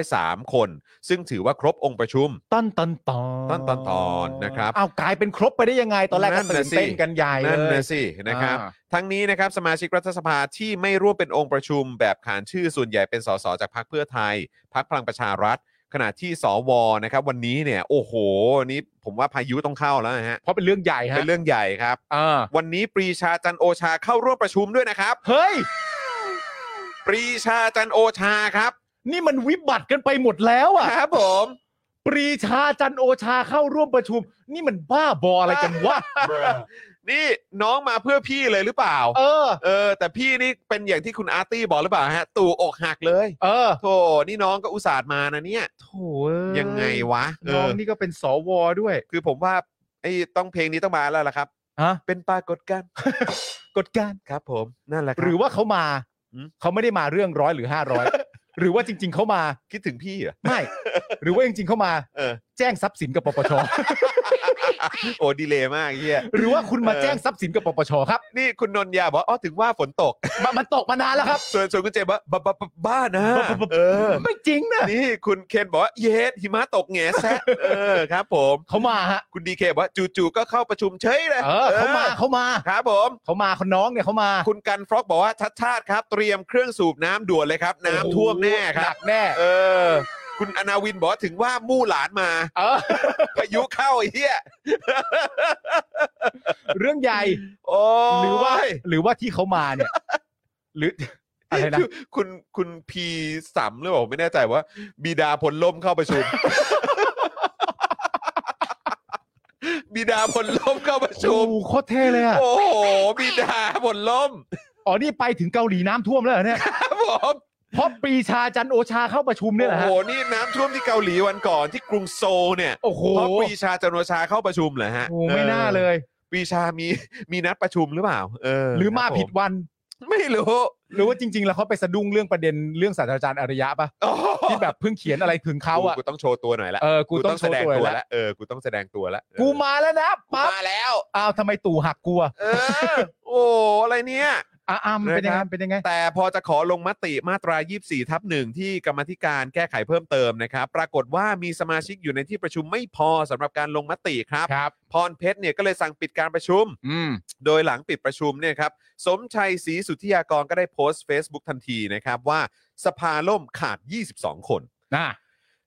Speaker 1: 403 คน ซึ่งถือว่าครบองค์ประชุม
Speaker 2: ต้นตอนตอ
Speaker 1: ต้นตอนตอนนะครับ
Speaker 2: เอากลายเป็นครบไปได้ยังไงตอนแรก
Speaker 1: นั่น
Speaker 2: ก็ตื่
Speaker 1: น่ะ
Speaker 2: น
Speaker 1: สิ
Speaker 2: เต้นกันใหญ่
Speaker 1: นั่น
Speaker 2: เลย
Speaker 1: นะสินะครับ
Speaker 2: อ่า
Speaker 1: ทั้งนี้นะครับสมาชิกรัฐสภาที่ไม่ร่วมเป็นองค์ประชุม แบบขานชื่อส่วนใหญ่เป็นสสจากพรรคเพื่อไทยพรรคพลังประชารัฐ ขณะที่สวนะครับวันนี้เนี่ยโอ้โหนี่ผมว่าพายุต้องเข้าแล้วนะฮะ
Speaker 2: เพราะเป็นเรื่องใหญ่ฮะ
Speaker 1: เป็นเรื่องใหญ่ครับ
Speaker 2: อ่า
Speaker 1: วันนี้ปรีชาจันทร์โอชาเข้าร่วมประชุมด้วยนะครับ
Speaker 2: เฮ้ย
Speaker 1: ปรีชาจันทร์โอชาครับ
Speaker 2: นี่มันวิบัติกันไปหมดแล้วอ่ะ
Speaker 1: ครับผม
Speaker 2: ปรีชาจันทร์โอชาเข้าร่วมประชุม นี่มันบ้าบออะไรกัน
Speaker 1: [LAUGHS]
Speaker 2: วะ
Speaker 1: นี่น้องมาเพื่อพี่เลยหรือเปล่า
Speaker 2: เออ
Speaker 1: เออ แต่พี่นี่เป็นอย่างที่คุณอาร์ตี้บอกหรือเปล่าฮะ ตู่อกหักเลย
Speaker 2: เออ
Speaker 1: โธ่นี่น้องก็อุตส่าห์มานะเนี่ย
Speaker 2: โถเอ้
Speaker 1: ยังไงวะเอ
Speaker 2: น้อง
Speaker 1: อ
Speaker 2: นี่ก็เป็นสวด้วย
Speaker 1: คือผมว่าไอ้ต้องเพลงนี้ต้องมาแล้วล่ะครับ
Speaker 2: ฮะ
Speaker 1: เป็นปรากฏการณ์
Speaker 2: กฎการ
Speaker 1: ครับ ผมนั่นแหละค
Speaker 2: ห
Speaker 1: บ
Speaker 2: รือว่าเขามา
Speaker 1: อืม
Speaker 2: เขาไม่ได้มาเรื่องร้อยหรือห้าร้อย [LAUGHS] หรือว่าจริง ๆเขามา
Speaker 1: คิดถึงพี่เหรอ [LAUGHS]
Speaker 2: ไม่ หรือว่าจริง ๆเขามา
Speaker 1: เอ [LAUGHS] อ
Speaker 2: แจ้งทรัพย์สินกับปป
Speaker 1: [LAUGHS]
Speaker 2: ช
Speaker 1: โอ้ดีเลยมากไอ้เฮีย
Speaker 2: หรือว่าคุณมาแจ้งทรัพย์สินกับปปชครับ
Speaker 1: นี่คุณนนท์ยาบอกอ๋อถึงว่าฝนตก
Speaker 2: มันมันตกมานานแล้วครับ
Speaker 1: ส่วนส่วนคุณเจมส์บอกบ้าบ้าบ้าบ้านะเออ
Speaker 2: ไม่จริงนะ
Speaker 1: นี่คุณเคนบอกว่าเยสหิมะตกแง่แซะเออครับ ผม
Speaker 2: เขามาฮะ
Speaker 1: คุณดีเคบอกว่าจู่ๆก็เข้าประชุมเฉยเลย
Speaker 2: เออเขามาเขามา
Speaker 1: ครับผม
Speaker 2: เขามาคนน้องเนี่ยเขามา
Speaker 1: คุณกันฟรอกบอกว่าชัดชาติครับ เตรียมเครื่องสูบน้ำด่วนเลยครับ น้ำท่วมแน่ค
Speaker 2: ห
Speaker 1: รั
Speaker 2: นั
Speaker 1: บ
Speaker 2: กแน่
Speaker 1: เออ คุณอนาวินบอกว่าถึงว่ามู่หลานมา
Speaker 2: เออ
Speaker 1: พายุเข้าไอ้เหี้ย
Speaker 2: เรื่องใหญ่
Speaker 1: โอ้ย
Speaker 2: หรือว่าหรือว่าที่เขามาเนี่ย หรือ [LAUGHS] อะไรนะ
Speaker 1: คือคุณคุณพีสามหรือเปล่าผมไม่แน่ใจว่า บิดาพลล่มเข้าประชุ
Speaker 2: [LAUGHS]
Speaker 1: ม บิดาพลล่มเข้าประชุ
Speaker 2: โอ้
Speaker 1: ม
Speaker 2: โหโคตรเท่เลยอะ
Speaker 1: โอ้โหบิดาพลล่ม
Speaker 2: อ๋อนี่ไปถึงเกาหลีน้ำท่วมแล้วเหรอเนี่ย
Speaker 1: ครับผม
Speaker 2: เพราะปรีชาจันทร์โอชาเข้าประชุมเนี่ยแห
Speaker 1: โอ้
Speaker 2: ละ
Speaker 1: โห
Speaker 2: ฮะ
Speaker 1: นี่น้ำท่วมที่เกาหลีวันก่อนที่กรุงโซลเนี่ย
Speaker 2: โอ้โห
Speaker 1: เพราะปรีชาจันโอชาเข้าประชุมเหรอฮะ
Speaker 2: โอ้โหไม่น่าเลย
Speaker 1: ปรีชามี [LAUGHS] มีนัดประชุมหรือเปล่า เออ
Speaker 2: หรือมา
Speaker 1: คบ
Speaker 2: ผิด
Speaker 1: ผ
Speaker 2: วัน
Speaker 1: ไม่รู้
Speaker 2: หรือว่าจริง ๆ แล้วเขาไปสะดุ้งเรื่องประเด็นเรื่องศาสตราจารย์อารยะปะ
Speaker 1: โอ้โห
Speaker 2: ที่แบบเพิ่งเขียนอะไรถึงเขาอะ
Speaker 1: กูกูต้องโชว์ตัวหน่อยละ
Speaker 2: เออกูต้องโช
Speaker 1: แส
Speaker 2: ว์
Speaker 1: ดง
Speaker 2: ตัว
Speaker 1: ตัว
Speaker 2: แล้ว
Speaker 1: ละเออกูต้องแสดงตัวละเออ
Speaker 2: กูมาแล้วนะ
Speaker 1: กู
Speaker 2: ปั๊บ
Speaker 1: มาแล้ว
Speaker 2: อ้าวทำไมตู่หักกลัว
Speaker 1: เออ โอ้อะไรเนี่ย
Speaker 2: อะอ้าวมันเป็นยังไงมันเป็นยังไง
Speaker 1: แต่พอจะขอลงมติมาตรา 24 ทับหนึ่งที่กรรมาธิการแก้ไขเพิ่มเติมนะครับ ปรากฏว่ามีสมาชิกอยู่ในที่ประชุมไม่พอสำหรับการลงมติครับ
Speaker 2: ครับ
Speaker 1: พรเพชรเนี่ยก็เลยสั่งปิดการประชุม
Speaker 2: อืม
Speaker 1: โดยหลังปิดประชุมเนี่ยครับสมชัยศรีสุทธิยากรก็ได้โพสต์ Facebook ทันทีนะครับว่าสภาล่มขาด 22 คน
Speaker 2: น่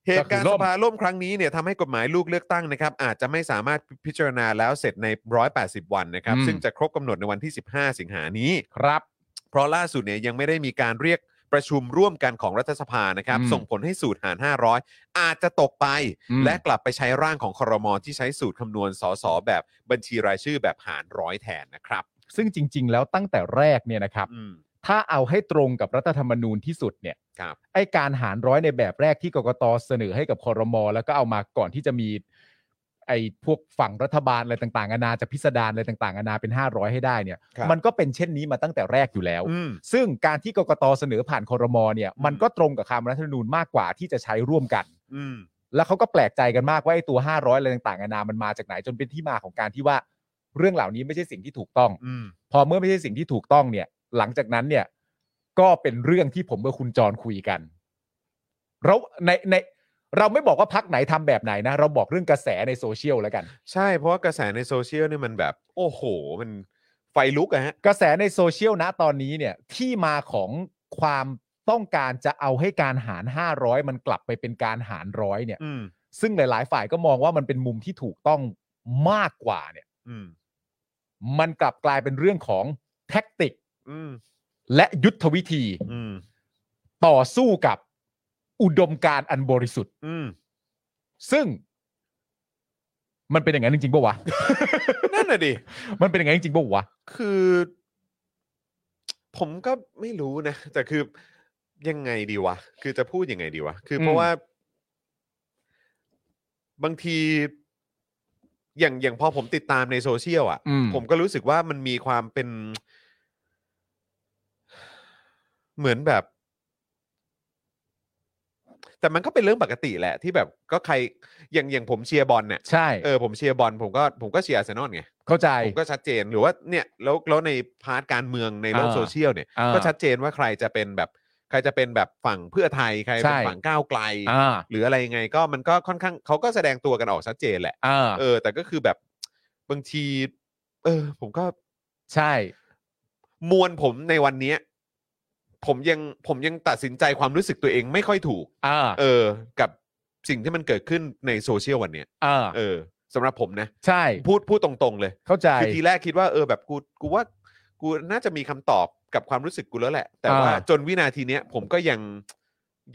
Speaker 1: เหตุการณ์
Speaker 2: ก็คือล่
Speaker 1: ส
Speaker 2: ม
Speaker 1: ภาล่มครั้งนี้เนี่ยทำให้กฎหมายลูกเลือกตั้งนะครับอาจจะไม่สามารถพิจารณาแล้วเสร็จใน 180 วันนะครับซึ่งจะครบกำหนดในวันที่ 15 สิงหานี้
Speaker 2: ครับ
Speaker 1: เพราะล่าสุดเนี่ยยังไม่ได้มีการเรียกประชุมร่วมกันของรัฐสภานะครับ
Speaker 2: อืม
Speaker 1: ส่งผลให้สูตรหาร 500 อาจจะตกไป
Speaker 2: อืม
Speaker 1: และกลับไปใช้ร่างของครมที่ใช้สูตรคำนวณสสแบบบัญชีรายชื่อแบบหารร้อยแทนนะครับ
Speaker 2: ซึ่งจริง ๆ แล้วตั้งแต่แรกเนี่ยนะครับ
Speaker 1: อืม
Speaker 2: ถ้าเอาให้ตรงกับรัฐธรรมนูญที่สุดเนี่ย
Speaker 1: ครับ
Speaker 2: ไอการหารร้อยในแบบแรกที่กกตเสนอให้กับคอรมอแล้วก็เอามาก่อนที่จะมี ไอพวกฝั่งรัฐบาลอะไรต่างๆนานาจะพิสดารอะไรต่างๆนานาเป็น 500 ให้ได้เนี่ย
Speaker 1: ครับ
Speaker 2: มันก็เป็นเช่นนี้มาตั้งแต่แรกอยู่แล้ว
Speaker 1: อืม
Speaker 2: ซึ่งการที่กกตเสนอผ่านคอรมอเนี่ย มันก็ตรงกับคำรัฐธรรมนูญมากกว่าที่จะใช้ร่วมกัน
Speaker 1: อืม
Speaker 2: แล้วเขาก็แปลกใจกันมากว่าไอตัว 500อะไรต่างๆนานามันมาจากไหนจนเป็นที่มาของการที่ว่าเรื่องเหล่านี้ไม่ใช่สิ่งที่ถูกต้อง
Speaker 1: อืม
Speaker 2: พอเมื่อไม่ใช่สิ่งที่ถูกต้องเนี่ย หลังจากนั้นเนี่ย ก็เป็นเรื่องที่ผมกับคุณจรคุยกัน เราในในเราไม่บอกว่าพักไหนทำแบบไหนนะ เราบอกเรื่องกระแสในโซเชียลแล้วกัน
Speaker 1: ใช่ เพราะว่ากระแสในโซเชียลเนี่ยมันแบบ โอ้โห มันไฟลุกอะฮะ
Speaker 2: กระแสในโซเชียลนะตอนนี้เนี่ย ที่มาของความต้องการจะเอาให้การหาร 500 มันกลับไปเป็นการหารร้อยเนี่ย
Speaker 1: อืม
Speaker 2: ซึ่งหลาย ๆ ฝ่ายก็มองว่ามันเป็นมุมที่ถูกต้องมากกว่าเนี่ย
Speaker 1: อืม
Speaker 2: มันกลับกลายเป็นเรื่องของแท็กติก
Speaker 1: อืม
Speaker 2: และยุทธวิธี
Speaker 1: อืม
Speaker 2: ต่อสู้กับอุดมการณ์อันบริสุทธิ์
Speaker 1: อืม
Speaker 2: ซึ่ง มันเป็นอย่างนั้นจริงๆปะวะ
Speaker 1: [LAUGHS]
Speaker 2: [LAUGHS]
Speaker 1: นั่นน่ะดิ
Speaker 2: มันเป็นอย่างนั้นจริงๆปะวะ
Speaker 1: คือ ผมก็ไม่รู้นะ แต่คือยังไงดีวะ คือจะพูดยังไงดีวะ คือเพ
Speaker 2: อื
Speaker 1: ราะ
Speaker 2: ม
Speaker 1: ว่า บางที อย่างอย่างพอผมติดตามในโซเชียลอ่ะ
Speaker 2: อืม
Speaker 1: ผมก็รู้สึกว่ามันมีความเป็น เหมือนแบบ แต่มันก็เป็นเรื่องปกติแหละ ที่แบบก็ใครอย่างอย่างผมเชียร์บอลเนี่ย
Speaker 2: ใช่
Speaker 1: เออผมเชียร์บอลผมก็ผมก็เชียร์อาร์เซนอลไง
Speaker 2: เข้าใจ
Speaker 1: ผมก็ชัดเจนหรือว่าเนี่ยแล้วแล้วในพาร์ทการเมืองในโลก
Speaker 2: อ่า
Speaker 1: โซเชียลเนี่ย
Speaker 2: อ่า
Speaker 1: ก็ชัดเจนว่าใครจะเป็นแบบ ใครจะเป็นแบบฝั่งเพื่อไทยใคร
Speaker 2: ใช่
Speaker 1: เป็นฝั่งก้าวไกล
Speaker 2: อ่า
Speaker 1: หรืออะไรยังไงก็มันก็ค่อนข้างเขาก็แสดงตัวกันออกชัดเจนแหละ
Speaker 2: อ่า
Speaker 1: เออ แต่ก็คือแบบบางที เออ ผมก็
Speaker 2: ใช่
Speaker 1: มวลผมในวันเนี้ยผมยังผมยังตัดสินใจความรู้สึกตัวเองไม่ค่อยถูก
Speaker 2: อ่า
Speaker 1: เออ กับสิ่งที่มันเกิดขึ้นในโซเชียลวันเนี้ย
Speaker 2: อ่า
Speaker 1: เออสำหรับผมนะ
Speaker 2: ใช่
Speaker 1: พูดพูดตรงๆเลย
Speaker 2: เข้าใจ
Speaker 1: คือทีแรกคิดว่าเออแบบกูกูว่ากูน่าจะมีคำตอบกับความรู้สึกกูแล้วแหละ แต่ว่า
Speaker 2: อ่า
Speaker 1: จนวินาทีเนี้ยผมก็ยัง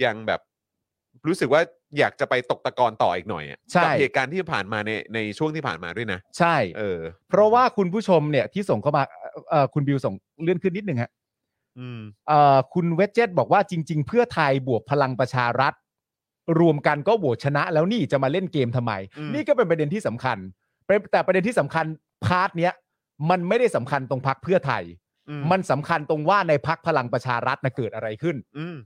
Speaker 1: ยังแบบรู้สึกว่าอยากจะไปตกตะกอนต่ออีกหน่อยอะ
Speaker 2: ใช่
Speaker 1: กัเหตุการณ์ที่ผ่านมาในในช่วงที่ผ่านมาด้วยนะ
Speaker 2: ใช่
Speaker 1: เออ
Speaker 2: เพราะว่าคุณผู้ชมเนี่ยที่ส่งเข้ามาเอ่อเอ่อคุณบิวส่งเลื่อนขึ้นนิดหนึ่งฮะ
Speaker 1: อืม
Speaker 2: เอ่อคุณเวจเจตบอกว่าจริง ๆ เพื่อไทยบวกพลังประชารัฐ รวมกันก็โหวตชนะ แล้วนี่จะมาเล่นเกมทำไม นี่ก็เป็นประเด็นที่สำคัญเป็นแต่ประเด็นที่สำคัญพาร์ทเนี้ยมันไม่ได้สำคัญตรงพักเพื่อไทย
Speaker 1: อื
Speaker 2: มันสำคัญตรงว่าในพักพลังประชารัฐนะเกิดอะไรขึ้น
Speaker 1: อืม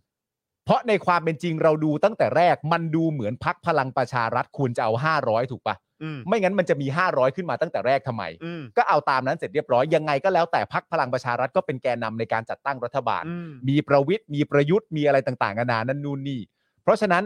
Speaker 2: เพราะในความเป็นจริงเราดูตั้งแต่แรกมันดูเหมือนพักพลังประชารัฐควรจะเอา 500 ถูกปะ
Speaker 1: อืม
Speaker 2: ไม่งั้นมันจะมี 500 ขึ้นมาตั้งแต่แรกทำไม
Speaker 1: อืม
Speaker 2: ก็เอาตามนั้นเสร็จเรียบร้อยยังไงก็แล้วแต่พักพลังประชารัฐก็เป็นแกนนำในการจัดตั้งรัฐบาล
Speaker 1: อืม
Speaker 2: มีประวิทย์มีประยุทธ์มีอะไรต่างๆนานานั่นนู่นนี่ เพราะฉะนั้น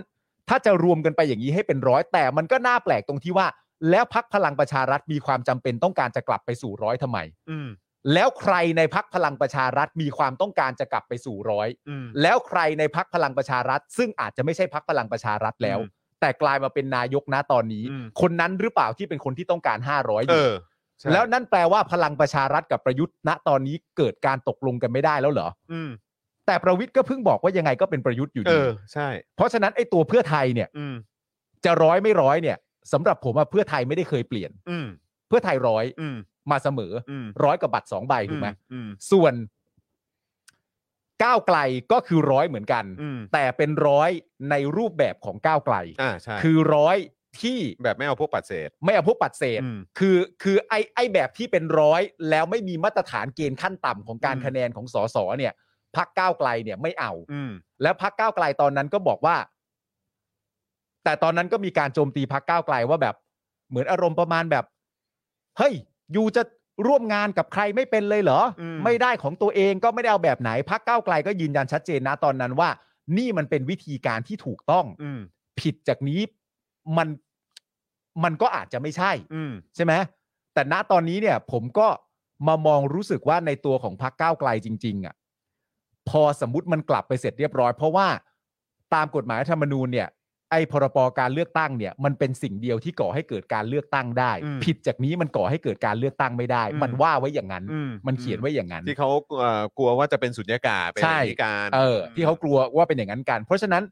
Speaker 2: ถ้าจะรวมกันไปอย่างนี้ให้เป็นร้อยแต่มันก็น่าแปลกตรงที่ว่า แล้วพักพลังประชารัฐมีความจำเป็นต้องการจะกลับไปสู่ร้อยทำไม
Speaker 1: อืม
Speaker 2: แล้วใครในพักพลังประชารัฐมีความต้องการจะกลับไปสู่ร้อย
Speaker 1: อืม
Speaker 2: แล้วใครในพักพลังประชารัฐ ซึ่งอาจจะไม่ใช่พักพลังประชารัฐแล้ว
Speaker 1: อืม
Speaker 2: แต่กลายมาเป็นนายกนะตอนนี้
Speaker 1: อืม
Speaker 2: คนนั้นหรือเปล่าที่เป็นคนที่ต้องการ 500อ
Speaker 1: เอยู่ อใช่
Speaker 2: แล้วนั่นแปลว่าพลังประชารัฐกับประยุทธ์ณตอนนี้เกิดการตกลงกันไม่ได้แล้วเหรอ
Speaker 1: อืม
Speaker 2: แต่ประวิทย์ก็เพิ่งบอกว่ายังไงก็เป็นประยุทธ์อยู่
Speaker 1: เอ
Speaker 2: ดี
Speaker 1: อใช่
Speaker 2: เพราะฉะนั้นไอ้ตัวเพื่อไทยเนี่ย
Speaker 1: อืม
Speaker 2: จะร้อยไม่ร้อยเนี่ยสำหรับผมอะเพื่อไทยไม่ได้เคยเปลี่ยน
Speaker 1: อืม
Speaker 2: เพื่อไทยร้อย
Speaker 1: อืม
Speaker 2: มาเสมอ
Speaker 1: อืม
Speaker 2: ร้อยกับบัตรสองใบถูกไหม
Speaker 1: อืม
Speaker 2: ส่วนก้าวไกลก็คือร้อยเหมือนกัน
Speaker 1: อืม
Speaker 2: แต่เป็นร้อยในรูปแบบของก้าวไกล
Speaker 1: อ่าใช่
Speaker 2: คือร้อยที่
Speaker 1: แบบไม่เอาพวกปัดเศษ
Speaker 2: ไม่เอาพวกปัดเศษ
Speaker 1: อืม
Speaker 2: คือคือไอ้ไอ้แบบที่เป็นร้อยแล้วไม่มีมาตรฐานเกณฑ์ขั้นต่ำของการ
Speaker 1: อืม
Speaker 2: คะแนนของสสเนี่ยพักก้าวไกลเนี่ยไม่เอา
Speaker 1: อืม
Speaker 2: แล้วพักก้าวไกลตอนนั้นก็บอกว่า แต่ตอนนั้นก็มีการโจมตีพักก้าวไกลว่าแบบ เหมือนอารมณ์ประมาณแบบ เฮ้ยยูจะร่วมงานกับใครไม่เป็นเลยเหรออ
Speaker 1: ม
Speaker 2: ไม่ได้ของตัวเองก็ไม่ได้เอาแบบไหนพักก้าวไกลก็ยืนยันชัดเจนนะตอนนั้นว่า นี่มันเป็นวิธีการที่ถูกต้อง
Speaker 1: อืม
Speaker 2: ผิดจากนี้มันมันก็อาจจะไม่ใช่
Speaker 1: อืม
Speaker 2: ใช่ไหมแต่ณตอนนี้เนี่ย ผมก็มามองรู้สึกว่าในตัวของพักก้าวไกลจริง ๆอะ่ะพอสมมติมันกลับไปเสร็จเรียบร้อย เพราะว่าตามกฎหมายรัฐธรรมนูญเนี่ยไอ้พรบการเลือกตั้งเนี่ย มันเป็นสิ่งเดียวที่ก่อให้เกิดการเลือกตั้งได้
Speaker 1: อืม
Speaker 2: ผิดจากนี้มันก่อให้เกิดการเลือกตั้งไม่ได้
Speaker 1: อืม
Speaker 2: มันว่าไว้อย่างนั้น
Speaker 1: อื
Speaker 2: มันเขียนไว้อย่างนั้น
Speaker 1: ที่เขาเอ่อกลัวว่าจะเป็นสุญญากาศเป็น
Speaker 2: ใช่
Speaker 1: อะไรอย่างนี้การ
Speaker 2: เออ ที่เขากลัวว่าเป็นอย่างนั้นกัน เพราะฉะนั้น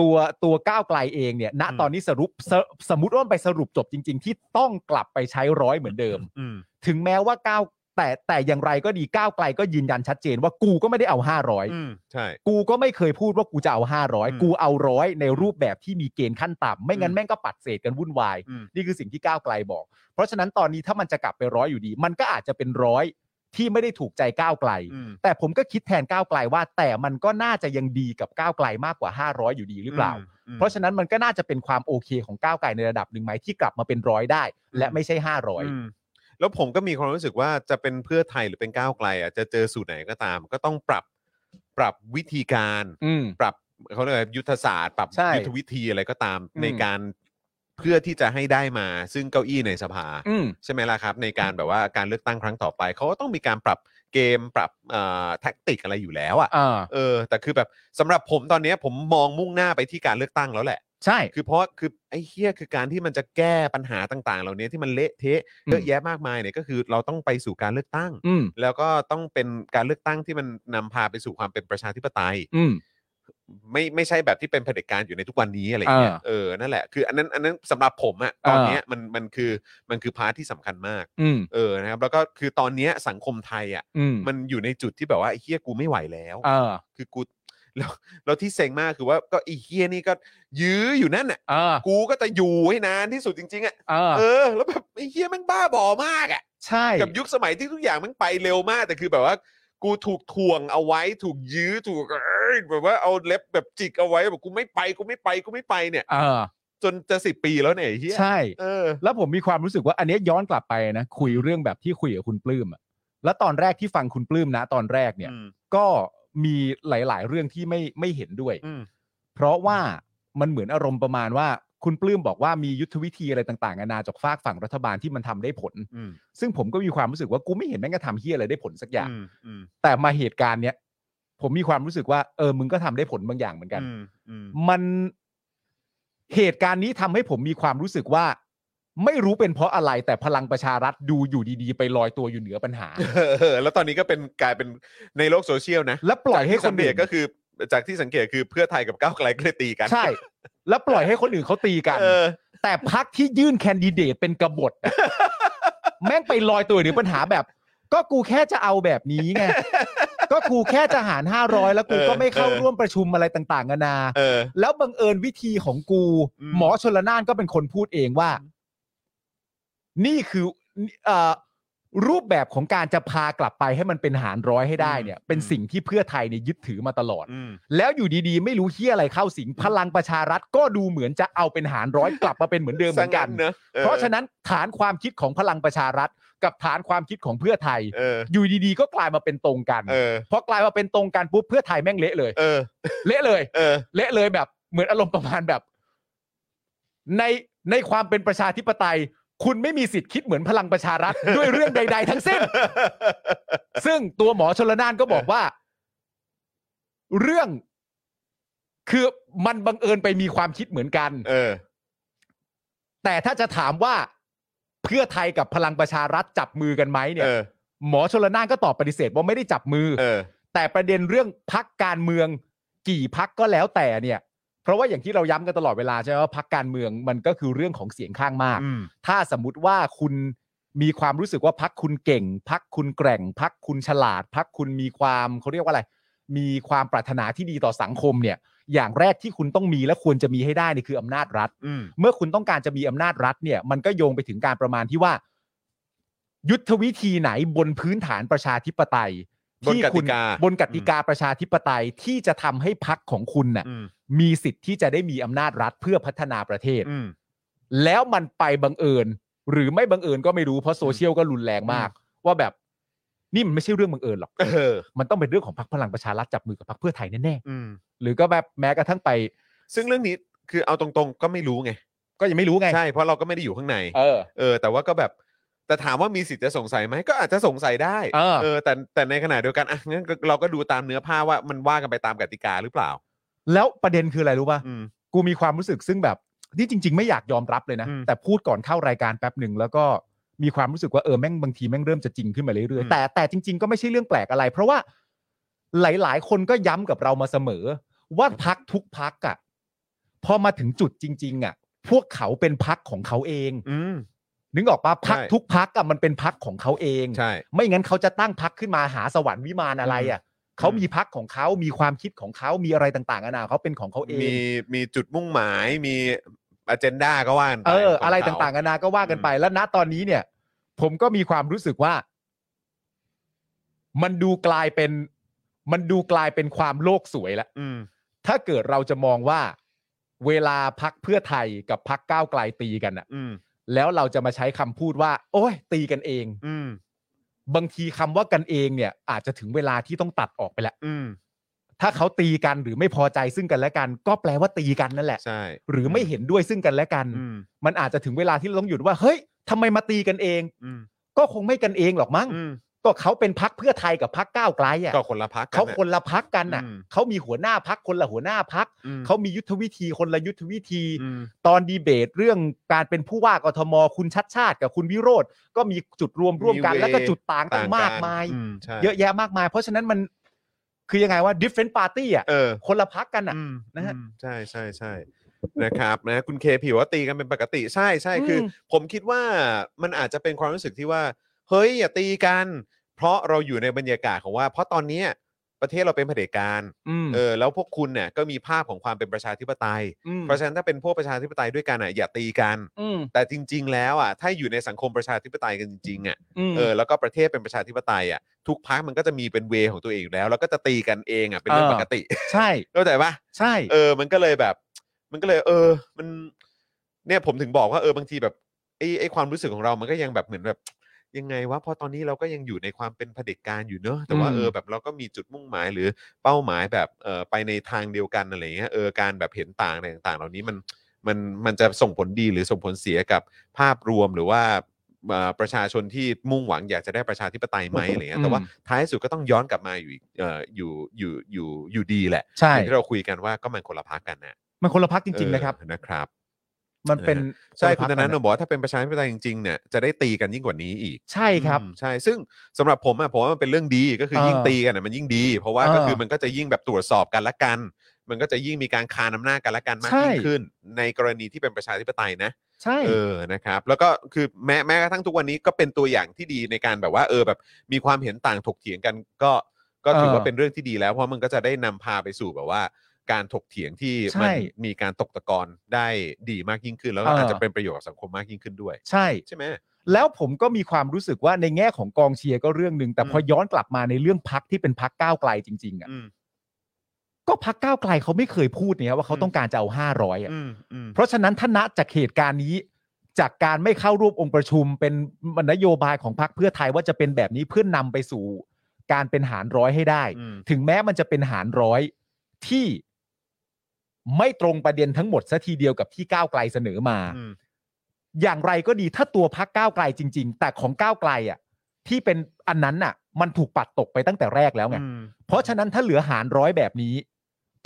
Speaker 2: ตัวตัวก้าวไกลเองเนี่ย ณตอนนี้สรุปสสมมติว่ามันไปสรุปจบจริง ๆ ที่ต้องกลับไปใช้ร้อยเหมือนเดิม
Speaker 1: อืม
Speaker 2: ถึงแม้ว่าก้าวแต่แต่อย่างไรก็ดีก้าวไกลก็ยืนยันชัดเจนว่ากูก็ไม่ได้เอา
Speaker 1: อืมใช่
Speaker 2: 500 กูก็ไม่เคยพูดว่ากูจะเอา
Speaker 1: อืม
Speaker 2: 500 กูเอาร้อยในรูปแบบที่มีเกณฑ์ขั้นต่ำไม่งั้
Speaker 1: อื
Speaker 2: น
Speaker 1: ม
Speaker 2: แม่งก็ปัดเศษกันวุ่นวาย
Speaker 1: อืม
Speaker 2: นี่คือสิ่งที่ก้าวไกลบอก เพราะฉะนั้นตอนนี้ถ้ามันจะกลับไปร้อยอยู่ดี มันก็อาจจะเป็นร้อยที่ไม่ได้ถูกใจก้าวไกล
Speaker 1: อืม
Speaker 2: แต่ผมก็คิดแทนก้าวไกลว่า แต่มันก็น่าจะยังดีกับก้าวไกลมากกว่า 500 อยู่ดีหรือเปล่า
Speaker 1: อืม
Speaker 2: เพราะฉะนั้นมันก็น่าจะเป็นความโอเคของก้าวไกลในระดับหนึ่งไหมที่กลับมาเป็นร้อยได้ และไม่ใช่ 500
Speaker 1: อืมแล้วผมก็มีความรู้สึกว่าจะเป็นเพื่อไทยหรือเป็นก้าวไกลอ่ะจะเจอสูตรไหนก็ตาม ก็ต้องปรับปรับวิธีการ
Speaker 2: อืม
Speaker 1: ปรับเขาเรียกอะไรยุทธศาสตร์ปรับ
Speaker 2: ใช่
Speaker 1: ยุทธวิธีอะไรก็ตาม
Speaker 2: อืม
Speaker 1: ในการเพื่อที่จะให้ได้มา ซึ่งเก้าอี้ในสภา
Speaker 2: อืม
Speaker 1: ใช่ไหมล่ะครับ ในการแบบว่าการเลือกตั้งครั้งต่อไปเขาก็ต้องมีการปรับเกมปรับแท็กติกอะไรอยู่แล้วอ่ะ
Speaker 2: อ่า
Speaker 1: เออแต่คือแบบสำหรับผมตอนเนี้ยผมมองมุ่งหน้าไปที่การเลือกตั้งแล้วแหละ
Speaker 2: ใช่
Speaker 1: คือเพราะคือไอ้เฮียคือการที่มันจะแก้ปัญหาต่าง ๆ เหล่านี้ที่มันเละเทะเยอะ
Speaker 2: อืม
Speaker 1: แยะมากมายเนี่ยก็คือเราต้องไปสู่การเลือกตั้ง
Speaker 2: อืม
Speaker 1: แล้วก็ต้องเป็นการเลือกตั้งที่มันนำพาไปสู่ความเป็นประชาธิปไตย
Speaker 2: อืม
Speaker 1: ไม่ไม่ใช่แบบที่เป็นเผด็จการอยู่ในทุกวันนี้อะไรอย่างเงี้ย
Speaker 2: อ่า
Speaker 1: เออนั่นแหละคืออันนั้นอันนั้นสำหรับผมอะ
Speaker 2: อ่า
Speaker 1: ตอนเนี้ยมันมันคือมันคือพาร์ทที่สำคัญมาก
Speaker 2: อืม
Speaker 1: เออนะครับแล้วก็คือตอนเนี้ยสังคมไทยอะ
Speaker 2: อืม
Speaker 1: มันอยู่ในจุดที่แบบว่าไอ้เฮียกูไม่ไหวแล้ว
Speaker 2: เออ
Speaker 1: คือกูแล้วแล้วที่เซ็งมากคือว่าก็ไอ้เฮียนี่ก็ยื้ออยู่นั่นน่ะ
Speaker 2: เออ
Speaker 1: กูก็จะอยู่ให้นานที่สุดจริงๆอะ
Speaker 2: เออ
Speaker 1: เออ แล้วแบบไอ้เฮียแมันบ้าบอมากอะ
Speaker 2: ใช่
Speaker 1: กับยุคสมัยที่ทุกอย่างมันไปเร็วมาก แต่คือแบบว่า กูถูกถ่วงเอาไว้ถูกยื้อถูกเอ้ยแบบว่าเอาเล็บแบบจิกเอาไว้แบบกูไม่ไปกูไม่ไปกูไม่ไปเนี่ย
Speaker 2: เออ
Speaker 1: จนจะสิบปีแล้วเนี่ยไอ้เฮีย
Speaker 2: ใช่
Speaker 1: เออ
Speaker 2: แล้วผมมีความรู้สึกว่าอันเนี้ยย้อนกลับไปนะคุยเรื่องแบบที่คุยกับคุณปลื้มอะแล้วตอนแรกที่ฟังคุณปลื้มนะตอนแรกเนี่ย
Speaker 1: อืม
Speaker 2: ก็มีหลาย ๆ เรื่องที่ไม่ไม่เห็นด้วย
Speaker 1: อืม
Speaker 2: เพราะว่ามันเหมือนอารมณ์ประมาณว่าคุณปลื้มบอกว่ามียุทธวิธีอะไรต่างๆนานาจากฝากฝั่งรัฐบาลที่มันทำได้ผล
Speaker 1: อืม
Speaker 2: ซึ่งผมก็มีความรู้สึกว่ากูไม่เห็นแม่งกระทำเฮียอะไรได้ผลสักอย่าง
Speaker 1: อืมอืม
Speaker 2: แต่มาเหตุการณ์เนี้ยผมมีความรู้สึกว่าเออมึงก็ทำได้ผลบางอย่างเหมือนกัน
Speaker 1: อืมอืม [LAUGHS]
Speaker 2: มันเหตุการณ์นี้ทำให้ผมมีความรู้สึกว่า ไม่รู้เป็นเพราะอะไรแต่พลังประชารัฐดูอยู่ดีๆ ไปลอยตัวอยู่เหนือ
Speaker 1: [LAUGHS]
Speaker 2: ปัญหา
Speaker 1: เออแล้วตอนนี้ก็เป็นกลายเป็นในโลกโซเชียลนะ
Speaker 2: และปล่อยให้คน
Speaker 1: เดี
Speaker 2: อื่
Speaker 1: ย
Speaker 2: น
Speaker 1: ก็คือจากที่สังเกตคือเพื่อไทยกับก้าวไกลก็เลยตีกัน
Speaker 2: ใช่ และปล่อยให้คนอื่นเขาตีกัน
Speaker 1: เออ
Speaker 2: แต่พักที่ยื่นแคนดิเดตเป็นกบฏ [LAUGHS] อะ แม่งไปลอยตัวหรือปัญหาแบบ ก็กูแค่จะเอาแบบนี้
Speaker 1: [LAUGHS]
Speaker 2: ไง ก็กูแค่จะหารห้าร้อยแล้วกูก็ไม่เข้า
Speaker 1: เออ
Speaker 2: ร่วมประชุมอะไรต่างๆนานา
Speaker 1: เออ
Speaker 2: แล้วบังเอิญวิธีของกู
Speaker 1: อืม
Speaker 2: หมอชนละนานก็เป็นคนพูดเองว่า นี่คือเอ่อรูปแบบของการจะพากลับไปให้มันเป็นหารร้อยให้ได้เนี่ย เป็นสิ่งที่เพื่อไทยเนี่ยยึดถือมาตลอด
Speaker 1: อืม
Speaker 2: แล้วอยู่ดีๆ ไม่รู้เฮียอะไรเข้าสิงพลังประชารัฐก็ดูเหมือนจะเอาเป็นหารร้อยกลับมาเป็นเหมือนเดิมเหมือนกัน
Speaker 1: ซะเนอะออ
Speaker 2: เพราะฉะนั้นฐานความคิดของพลังประชารัฐ กับฐานความคิดของเพื่อไทย
Speaker 1: เออ
Speaker 2: อยู่ดีๆ ก็กลายมาเป็นตรงกัน
Speaker 1: เออ
Speaker 2: พอกลายมาเป็นตรงกันปุ๊บเพื่อไทยแม่งเละเลย
Speaker 1: เออ
Speaker 2: เละเลย
Speaker 1: เออ
Speaker 2: เละเลยแบบเหมือนอารมณ์ประมาณแบบ ในในความเป็นประชาธิปไตย คุณไม่มีสิทธิ์คิดเหมือนพลังประชารัฐ [LAUGHS] ด้วยเรื่องใด ๆ ทั้งสิ้น ซึ่งตัวหมอชนละนานก็บอกว่า เรื่อง คือมันบังเอิญไปมีความคิดเหมือนกัน
Speaker 1: เออ
Speaker 2: แต่ถ้าจะถามว่าเพื่อไทยกับพลังประชารัฐจับมือกันไหมเนี่ย
Speaker 1: เออ
Speaker 2: หมอชนละนานก็ตอบปฏิเสธว่าไม่ได้จับมือ
Speaker 1: เออ
Speaker 2: แต่ประเด็นเรื่องพักการเมืองกี่พักก็แล้วแต่เนี่ย เพราะว่าอย่างที่เราย้ำกันตลอดเวลาใช่ไหมว่าพักการเมืองมันก็คือเรื่องของเสียงข้างมาก
Speaker 1: อืม
Speaker 2: ถ้าสมมติว่าคุณมีความรู้สึกว่าพักคุณเก่ง พักคุณแกร่ง พักคุณฉลาด พักคุณมีความเขาเรียกว่าอะไร มีความปรารถนาที่ดีต่อสังคมเนี่ย อย่างแรกที่คุณต้องมีและควรจะมีให้ได้เนี่ยคืออำนาจรัฐ
Speaker 1: อืม
Speaker 2: เมื่อคุณต้องการจะมีอำนาจรัฐเนี่ย มันก็โยงไปถึงการประมาณที่ว่า ยุทธวิธีไหนบนพื้นฐานประชาธิปไตย
Speaker 1: บนกติกา
Speaker 2: ที่คุณบนกติกาประชาธิปไตยที่จะทำให้พักของคุณน่ะ
Speaker 1: อืม
Speaker 2: มีสิทธิ์ที่จะได้มีอำนาจรัฐเพื่อพัฒนาประเทศ
Speaker 1: อืม
Speaker 2: แล้วมันไปบังเอิญ หรือไม่บังเอิญก็ไม่รู้เพราะโซเชียลก็รุนแรงมาก ว่าแบบนี่มันไม่ใช่เรื่องบังเอิญหรอก
Speaker 1: เออ
Speaker 2: มันต้องเป็นเรื่องของพรรคพลังประชารัฐจับมือกับพรรคเพื่อไทยแน่
Speaker 1: อืม
Speaker 2: ๆหรือก็แบบแม้กระทั่งไป
Speaker 1: ซึ่งเรื่องนี้คือเอาตรงๆ ก็ไม่รู้ไง
Speaker 2: ก็ยังไม่รู้ไง
Speaker 1: ใช่ เพราะเราก็ไม่ได้อยู่ข้างใน
Speaker 2: เออ
Speaker 1: เออ แต่ว่าก็แบบ แต่ถามว่ามีสิทธิ์จะสงสัยไหม ก็อาจจะสงสัยได้
Speaker 2: เออ
Speaker 1: เออ แต่ แต่ในขณะเดียวกัน อ่ะ งั้นก็เราก็ดูตามเนื้อผ้าว่ามันว่ากันไปตามกติกาหรือเปล่า
Speaker 2: แล้วประเด็นคืออะไรรู้ป่ะ
Speaker 1: อืม
Speaker 2: กูมีความรู้สึกซึ่งแบบที่จริง ๆ ไม่อยากยอมรับเลยนะ
Speaker 1: อืม
Speaker 2: แต่พูดก่อนเข้ารายการแป๊บหนึ่งแล้วก็มีความรู้สึกว่าเออแม่งบางทีแม่งเริ่มจะจริงขึ้นมาเรื่อย
Speaker 1: อืม
Speaker 2: ๆแต่แต่จริง ๆ ก็ไม่ใช่เรื่องแปลกอะไร เพราะว่าหลาย ๆ คนก็ย้ำกับเรามาเสมอ ว่าพักทุกพักอะ่ะพอมาถึงจุดจริง ๆอะ่ะ พวกเขาเป็นพักของเขาเอง
Speaker 1: อืม
Speaker 2: นึกออกปะพัก
Speaker 1: ใช่
Speaker 2: ทุกพักอะ่ะมันเป็นพักของเขาเอง
Speaker 1: ใช่
Speaker 2: ไม่งั้นเขาจะตั้งพักขึ้นมาหาสวรรค์วิมานอะไรอะ่ะเขามีพักของเขามีความคิดของเขามีอะไรต่างๆนานาเขาเป็นของเขาเอง
Speaker 1: มี มีจุดมุ่งหมาย มีอเจนดาก็ว่ากันป
Speaker 2: เออ
Speaker 1: ขง
Speaker 2: อะไร
Speaker 1: เข
Speaker 2: ต่างๆนานาก็ว่ากันไป แล้วณตอนนี้เนี่ย ผมก็มีความรู้สึกว่า มันดูกลายเป็น มันดูกลายเป็นความโลกสวยแล้ว
Speaker 1: อืม
Speaker 2: ถ้าเกิดเราจะมองว่า เวลาพักเพื่อไทยกับพักก้าวไกลตีกันอะ
Speaker 1: อืม
Speaker 2: แล้วเราจะมาใช้คำพูดว่า โอ้ย ตีกันเอง
Speaker 1: อืม
Speaker 2: บางทีคำว่ากันเองเนี่ย อาจจะถึงเวลาที่ต้องตัดออกไปแล้ว
Speaker 1: อืม
Speaker 2: ถ้าเขาตีกันหรือไม่พอใจซึ่งกันและกัน ก็แปลว่าตีกันนั่นแหละ
Speaker 1: ใช่
Speaker 2: หรือไม่เห็นด้วยซึ่งกันและกัน
Speaker 1: อืม
Speaker 2: มันอาจจะถึงเวลาที่เราต้องหยุดว่า เฮ้ยทำไมมาตีกันเอง
Speaker 1: อืม
Speaker 2: ก็คงไม่กันเองหรอกมั้ง
Speaker 1: อืม
Speaker 2: ก็เขาเป็นพักเพื่อไทยกับพักก้าวไกลอ่ะ
Speaker 1: ก็คนละพัก
Speaker 2: เขาคนละพักกันน่ะ
Speaker 1: อืม
Speaker 2: เขามีหัวหน้าพักคนละหัวหน้าพักเขามียุทธวิธีคนละยุทธวิธี
Speaker 1: อืม
Speaker 2: ตอนดีเบตเรื่องการเป็นผู้ว่ากทม คุณชัดชาติกับคุณวิโรธก็มีจุดรวมร่วมกัน
Speaker 1: มีเว
Speaker 2: แล้วก็จุดต่างต่างมากมาย
Speaker 1: อืใช่
Speaker 2: เยอะแยะมากมาย เพราะฉะนั้นมันคือยังไงว่า different party อ่ะ
Speaker 1: เออ
Speaker 2: คนละพักกันอ่ะ
Speaker 1: อืม
Speaker 2: นะฮะ
Speaker 1: อืมใช่ใช่ใช่นะครับนะคุณเคผิวว่าตีกันเป็นปกติใช่ใช่คืออ
Speaker 2: ม
Speaker 1: ผมคิดว่ามันอาจจะเป็นความรู้สึกที่ว่า เฮ้ยอย่าตีกัน เพราะเราอยู่ในบรรยากาศของว่า เพราะตอนเนี้ยประเทศเราเป็นเผด็จการเออแล้วพวกคุณเนี่ยก็มีภาพของความเป็นประชาธิปไตย เพราะฉะนั้นถ้าเป็นพวกประชาธิปไตยด้วยกันอ่ะอย่าตีกัน
Speaker 2: ืม
Speaker 1: แต่จริง ๆ แล้วอ่ะถ้าอยู่ในสังคมประชาธิปไตยกันจริงๆอ่ะ
Speaker 2: อืม
Speaker 1: เออแล้วก็ประเทศเป็นประชาธิปไตยอ่ะทุกพักมันก็จะมีเป็นเวของตัวเองอยู่แล้ว แล้วก็จะตีกันเองอ่ะเป็นเรื่อง
Speaker 2: เออ
Speaker 1: ปกติ
Speaker 2: ใช่
Speaker 1: เข้าใจปะ
Speaker 2: ใช่
Speaker 1: เออ มันก็เลยแบบ มันก็เลย เออ มัน เนี่ยผมถึงบอกว่าเออบางทีแบบไอ้ไอ้ความรู้สึกของเรา มันก็ยังแบบเหมือนแบบ ยังไงวะเพอตอนนี้เราก็ยังอยู่ในความเป็นเผด็จการอยู่เนอะแต่ว่าเออแบบเราก็มีจุดมุ่งหมายหรือเป้าหมายแบบเออไปในทางเดียวกันอะไรเงี้ยเออการแบบเห็นต่างอะไรต่างๆ เหล่านี้มันมันมันจะส่งผลดีหรือส่งผลเสียกับภาพรวมหรือว่าเอ่อประชาชนที่มุ่งหวังอยากจะได้ประชาธิปไตยไหมอะไรเงี้ยแต่ว่าท้ายสุดก็ต้องย้อนกลับมาอยู่อีกเอ่ออยู่อยู่อยู่อยู่ดีแหละ
Speaker 2: ใช่
Speaker 1: อย่างที่เราคุยกันว่าก็มันคนละพักกันนะ
Speaker 2: มันคนละพักจริง ๆ นะครับ
Speaker 1: เออนะครับ
Speaker 2: มันเป็น
Speaker 1: ใช่
Speaker 2: ละ
Speaker 1: คุ
Speaker 2: พร
Speaker 1: ณ
Speaker 2: ร
Speaker 1: ธนา
Speaker 2: กัะ
Speaker 1: โนบอกว่าถ้าเป็นประชาธิปไตยจริงๆเนี่ยจะได้ตีกันยิ่งกว่านี้อีก
Speaker 2: ใช่ครับ
Speaker 1: อืมใช่ซึ่งสำหรับผมอะผมว่ามันเป็นเรื่องดีก็คือ
Speaker 2: เออ
Speaker 1: ยิ่งตีกันอะมันยิ่งดี เพราะว่าก็
Speaker 2: เออ
Speaker 1: คือมันก็จะยิ่งแบบตรวจสอบกันละกัน มันก็จะยิ่งมีการคานอำนาจกันละกันมาก
Speaker 2: ใช่
Speaker 1: ยิ่งขึ้น ในกรณีที่เป็นประชาธิปไตยนะ
Speaker 2: ใช่
Speaker 1: เออ นะครับ แล้วก็คือแม้แม้กระทั่งทุกวันนี้ก็เป็นตัวอย่างที่ดีในการแบบว่า เออแบบมีความเห็นต่างถกเถียงกันก็ก็ถือว่าเป็นเรื่องที่ดีแล้วเพราะมันก็จะได้นำพาไปสู่แบบว่า การถกเถียงที่มัมีการตกตะกอนได้ดีมากยิ่งขึ้น แล้วก็อาจจะเป็นประโยชน์กับสังคมมากยิ่งขึ้นด้วย
Speaker 2: ใช่
Speaker 1: ใช่ไหม
Speaker 2: แล้วผมก็มีความรู้สึกว่าในแง่ของกองเชียร์ก็เรื่องหนึ่งแต่
Speaker 1: อืม
Speaker 2: พอย้อนกลับมาในเรื่องพักที่เป็นพักก้าวไกลจริงๆอ่ะ
Speaker 1: อืม
Speaker 2: ก็พักก้าวไกลเขาไม่เคยพูดเนี่ยว่าเขา
Speaker 1: อืม
Speaker 2: ต้องการจะเอาห้าร้อยอ่ะ
Speaker 1: อืมอืม
Speaker 2: เพราะฉะนั้นถ้าณจากเหตุการณ์นี้ จากการไม่เข้าร่วมองค์ประชุมเป็นนโยบายของพรรคเพื่อไทยว่าจะเป็นแบบนี้เพื่อนนำไปสู่ การเป็นหารร้อยให้ได้
Speaker 1: อืม
Speaker 2: ถึงแม้มันจะเป็นหารร้อยที่ไม่ตรงประเด็นทั้งหมดซะทีเดียวกับที่ก้าวไกลเสนอมา
Speaker 1: อืม
Speaker 2: อย่างไรก็ดีถ้าตัวพักก้าวไกลจริง ๆ แต่ของก้าวไกลอ่ะที่เป็นอันนั้นน่ะ มันถูกปัดตกไปตั้งแต่แรกแล้วไง
Speaker 1: อืม
Speaker 2: เพราะฉะนั้นถ้าเหลือหารร้อยแบบนี้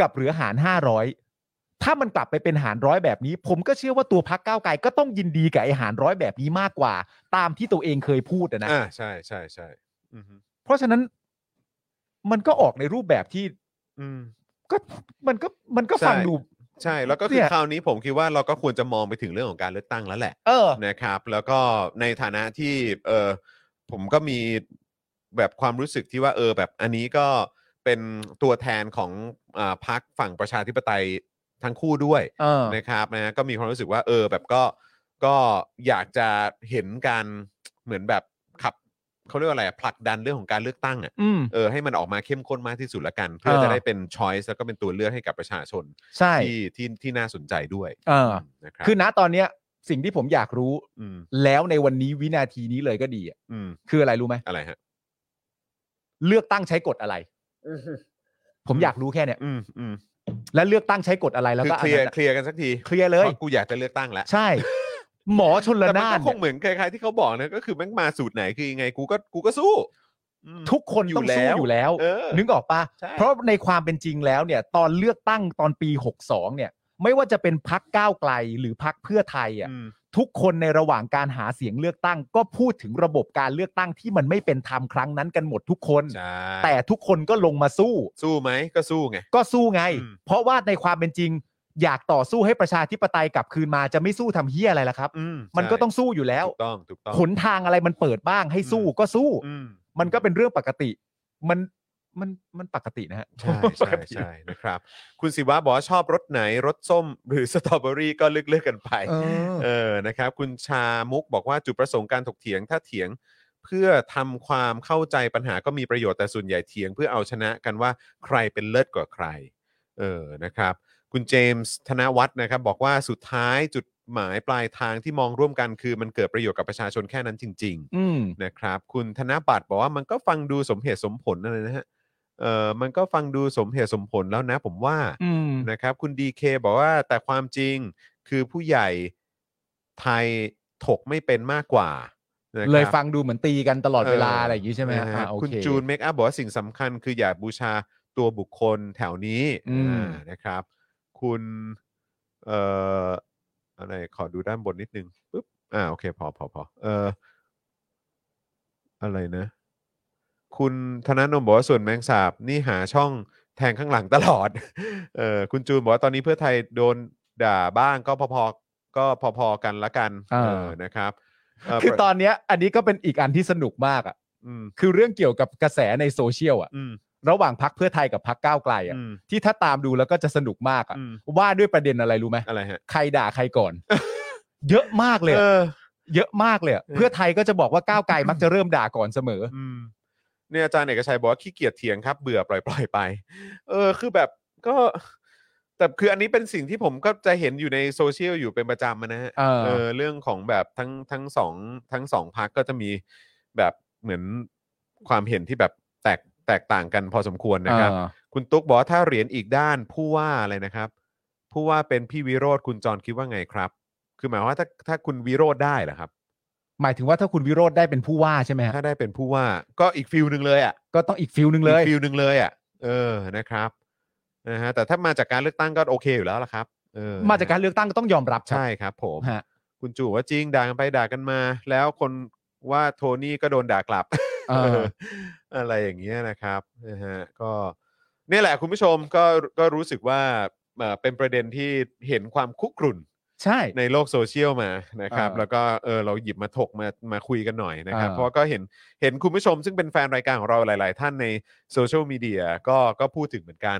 Speaker 2: กับเหลือหารห้าร้อยถ้ามันกลับไปเป็นหารร้อยแบบนี้ ผมก็เชื่อว่าตัวพักก้าวไกลก็ต้องยินดีกับไอหารร้อยแบบนี้มากกว่า ตามที่ตัวเองเคยพูดอะนะ
Speaker 1: อ่าใช่ใช่ใช่อืม
Speaker 2: เพราะฉะนั้นมันก็ออกในรูปแบบที่
Speaker 1: อืม
Speaker 2: ก็มันก็มันก็ฟัง
Speaker 1: ใช่
Speaker 2: ดู
Speaker 1: ใช่ แล้วก็คือ
Speaker 2: เนี่ย
Speaker 1: คราวนี้ผมคิดว่าเราก็ควรจะมองไปถึงเรื่องของการเลือกตั้งแล้วแหละ
Speaker 2: เออ
Speaker 1: [LAUGHS] นะครับแล้วก็ในฐานะที่เออผมก็มีแบบความรู้สึกที่ว่าเออแบบอันนี้ก็เป็นตัวแทนของอาพรรคฝั่งประชาธิปไตยทั้งคู่ด้วย
Speaker 2: เออ
Speaker 1: นะครับนะก็มีความรู้สึกว่าเออแบบก็ก็อยากจะเห็นการเหมือนแบบขับเขาเรียกว่าอะไรอะผลักดันเรื่องของการเลือกตั้งอ่ะ
Speaker 2: อืม
Speaker 1: เออให้มันออกมาเข้มข้นมากที่สุดละกัน เพื่อ
Speaker 2: เออ
Speaker 1: จะได้เป็นช้อยส์แล้วก็เป็นตัวเลือกให้กับประชาชน
Speaker 2: ใช่
Speaker 1: ที่ที่ที่น่าสนใจด้วย
Speaker 2: เออ
Speaker 1: นะครับ
Speaker 2: คือณตอนเนี้ย สิ่งที่ผมอยากรู้
Speaker 1: อืม
Speaker 2: แล้วในวันนี้วินาทีนี้เลยก็ดีอะ
Speaker 1: อืม
Speaker 2: คืออะไรรู้ไหม
Speaker 1: อะไรฮะ
Speaker 2: เลือกตั้งใช้กฎอะไร ผม
Speaker 1: อืม
Speaker 2: อยากรู้แค่เนี้ย
Speaker 1: อืมอืม
Speaker 2: และเลือกตั้งใช้กฎอะไรแล้ว
Speaker 1: คือ
Speaker 2: ก็
Speaker 1: เคลียร์
Speaker 2: อันนั้นอะ
Speaker 1: เคลียร์กันสักที
Speaker 2: เคลียร์เลย
Speaker 1: พราะกูอยากจะเลือกตั้งแล้ว
Speaker 2: ใช่ หมอชนละ
Speaker 1: แต่มัน
Speaker 2: นา
Speaker 1: ก็
Speaker 2: น
Speaker 1: คงเหมือนใครๆที่เขาบอกนะก็คือแม่งมาสูตรไหนคือยังไงกูก็กูก็สู้อืม
Speaker 2: ทุกคนต้องสู้
Speaker 1: อ
Speaker 2: อยู่ยู่
Speaker 1: แล้
Speaker 2: แล้ว ว
Speaker 1: เออ
Speaker 2: นึกออกปะ
Speaker 1: ใช่
Speaker 2: เพราะในความเป็นจริงแล้วเนี่ย ตอนเลือกตั้งตอนปี 62 เนี่ย ไม่ว่าจะเป็นพักก้าวไกลหรือพักเพื่อไทยอ่ะ
Speaker 1: อืม
Speaker 2: ทุกคนในระหว่างการหาเสียงเลือกตั้ง ก็พูดถึงระบบการเลือกตั้งที่มันไม่เป็นธรรมครั้งนั้นกันหมดทุกคน
Speaker 1: ใช่
Speaker 2: แต่ทุกคนก็ลงมาสู้
Speaker 1: สู้ไหมก็สู้ไง
Speaker 2: ก็สู้ไง
Speaker 1: อืม
Speaker 2: เพราะว่าในความเป็นจริง อยากต่อสู้ให้ประชาธิปไตยกลับคืนมาจะไม่สู้ทำเฮี้ยอะไรล่ะครับ
Speaker 1: อื
Speaker 2: มันก็
Speaker 1: ใช่
Speaker 2: ต้องสู้อยู่แล้ว
Speaker 1: ถูกต้องถูกต้อง
Speaker 2: หนทางอะไรมันเปิดบ้างให้สู้ก็สู้
Speaker 1: อืม
Speaker 2: มันก็เป็นเรื่องปกติ มันมันมันปกตินะฮะ
Speaker 1: ใช่
Speaker 2: ป
Speaker 1: ใช่
Speaker 2: กติ
Speaker 1: ใช่นะครับ คุณศิวะบอกว่าชอบรสไหนรสส้ม หรือสตรอเบอรี่ก็เลือกเลือกกันไป
Speaker 2: เออ
Speaker 1: เออ นะครับ คุณชามุกบอกว่าจุดประสงค์การถกเถียงถ้าเถียงเพื่อทำความเข้าใจปัญหาก็มีประโยชน์แต่ส่วนใหญ่เถียงเพื่อเอาชนะกันว่าใครเป็นเลิศกว่าใคร เออ นะครับ คุณเจมส์ธนวัฒน์นะครับ บอกว่าสุดท้ายจุดหมายปลายทางที่มองร่วมกันคือมันเกิดประโยชน์กับประชาชนแค่นั้นจริง ๆ
Speaker 2: อืม
Speaker 1: นะครับ คุณธนบัตรบอกว่ามันก็ฟังดูสมเหตุสมผลอะไรนะฮะเออมันก็ฟังดูสมเหตุสมผลแล้วนะผมว่า
Speaker 2: อืม
Speaker 1: นะครับคุณดีเคบอกว่าแต่ความจริงคือผู้ใหญ่ไทยถกไม่เป็นมากกว่า นะครับ
Speaker 2: เลยฟังดูเหมือนตีกันตลอดเวลา
Speaker 1: เอออ
Speaker 2: อะไรอย่างนี้ใช่ไหมฮะ
Speaker 1: นะฮะ
Speaker 2: อ่าโอเ
Speaker 1: คุณจูนเมคอัพบอกว่าสิ่งสำคัญคืออย่าบูชาตัวบุคคลแถวนี้
Speaker 2: อืม
Speaker 1: อ่านะครับ คุณเอ่ออะไรขอดูด้านบนนิดนึงปุ๊บอ่าโอเค พอพอพอเอ่ออะไรนะ คุณธนาโนมบอกว่าส่วนแมงสาบนี่หาช่องแทงข้างหลังตลอด [LAUGHS] เออคุณจูนบอกว่าตอนนี้เพื่อไทยโดนด่าบ้างก็พอๆก็พอๆกันละกัน
Speaker 2: อ่า
Speaker 1: เออนะครับเ
Speaker 2: คือตอนเนี้ยอันนี้ก็เป็นอีกอันที่สนุกมากอ่ะ
Speaker 1: อืม
Speaker 2: คือเรื่องเกี่ยวกับกระแสในโซเชียลอ่ะ
Speaker 1: อืม
Speaker 2: ระหว่างพักเพื่อไทยกับพักก้าวไกลอ่ะ
Speaker 1: อืม
Speaker 2: ที่ถ้าตามดูแล้วก็จะสนุกมากอ่ะ
Speaker 1: อืม
Speaker 2: ว่าด้วยประเด็นอะไรรู้ไหม
Speaker 1: อะไรฮะ
Speaker 2: ใครด่าใคร
Speaker 1: [LAUGHS]
Speaker 2: ก่อน เยอะมากเลยอะ
Speaker 1: เออ
Speaker 2: เยอะมากเลยอะ
Speaker 1: เออ
Speaker 2: เพื่อไทยก็จะบอกว่าก้าวไกลมักจะเริ่มด่าก่อนเสมอ
Speaker 1: อืมเนี่ยอาจารย์เอกชัยบอกว่าขี้เกียจเถียงครับ เบื่อปล่อยปล่อยไป เออ คือแบบก็ แต่คืออันนี้เป็นสิ่งที่ผมก็จะเห็นอยู่ในโซเชียลอยู่เป็นประจำอะนะฮะ
Speaker 2: เออ
Speaker 1: เออ เรื่องของแบบทั้งทั้งสองทั้งสองพักก็จะมีแบบเหมือนความเห็นที่แบบแตกแตกต่างกันพอสมควรนะครับ
Speaker 2: เออ
Speaker 1: คุณตุ๊กบอกว่าถ้าเหรียญอีกด้านผู้ว่าอะไรนะครับ ผู้ว่าเป็นพี่วิโรธคุณจรคิดว่าไงครับ คือหมายว่าถ้าถ้าคุณวิโรธได้เหรอครับ
Speaker 2: หมายถึงว่าถ้าคุณวิโรธได้เป็นผู้ว่าใช่ไหมฮะ
Speaker 1: ถ้าได้เป็นผู้ว่าก็อีกฟิลหนึ่งเลยอ่ะ
Speaker 2: ก็ต้องอีกฟิลหนึ่งเลย
Speaker 1: อีกฟิลหนึ่งเลยอ่ะเออนะครับนะฮะแต่ถ้ามาจากการเลือกตั้งก็โอเคอยู่แล้วล่ะครับเออ
Speaker 2: มาจากการเลือกตั้งก็ต้องยอมรับครับ
Speaker 1: ใช่ครับผม
Speaker 2: ฮะ
Speaker 1: คุณจู่ว่าจริงด่ากันไปด่ากันมา แล้วคนว่าโทนี่ก็โดนด่ากลับ
Speaker 2: เออ
Speaker 1: เออ [LAUGHS] อะไรอย่างเงี้ยนะครับนะฮะก็เนี่ยแหละคุณผู้ชมก็ก็รู้สึกว่าเอ่อเป็นประเด็นที่เห็นความคุกรุ่น
Speaker 2: ใช่
Speaker 1: ในโลกโซเชียลมานะครับ
Speaker 2: เออ
Speaker 1: แล้วก็เออเราหยิบมาถกมามาคุยกันหน่อยนะครับ
Speaker 2: เออ
Speaker 1: เพราะว่าก็เห็นเห็นคุณผู้ชมซึ่งเป็นแฟนรายการของเราหลาย ๆ ท่านในโซเชียลมีเดียก็ก็พูดถึงเหมือนกัน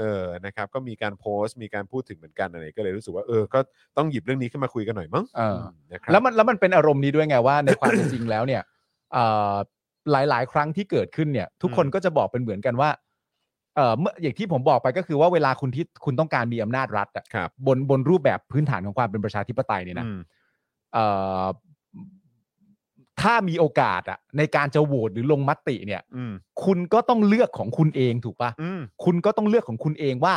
Speaker 1: เออนะครับก็มีการโพสต์มีการพูดถึงเหมือนกันอะไรก็เลยรู้สึกว่าเออก็ต้องหยิบเรื่องนี้ขึ้นมาคุยกันหน่อยมั้ง
Speaker 2: เออ
Speaker 1: มนะครับ
Speaker 2: แล้วมันแล้วมันเป็นอารมณ์นี้ด้วยไงว่าใน [COUGHS] ความเป็นจริงแล้วเนี่ยเอ่อหลายหลายๆ ครั้งที่เกิดขึ้นเนี่ย ทุกคนก็จะบอกเป็นเหมือนกันว่าเอ่อเมื่ออย่างที่ผมบอกไปก็คือว่าเวลาคุณที่คุณต้องการมีอำนาจรัฐอะ
Speaker 1: ครับ
Speaker 2: บนบนรูปแบบพื้นฐานของความเป็นประชาธิปไตยเนี่ยนะ
Speaker 1: อืม
Speaker 2: เอ่อถ้ามีโอกาสอะในการจะโหวตหรือลงมติเนี่ย
Speaker 1: อืม
Speaker 2: คุณก็ต้องเลือกของคุณเองถูกปะ
Speaker 1: อืม
Speaker 2: คุณก็ต้องเลือกของคุณเองว่า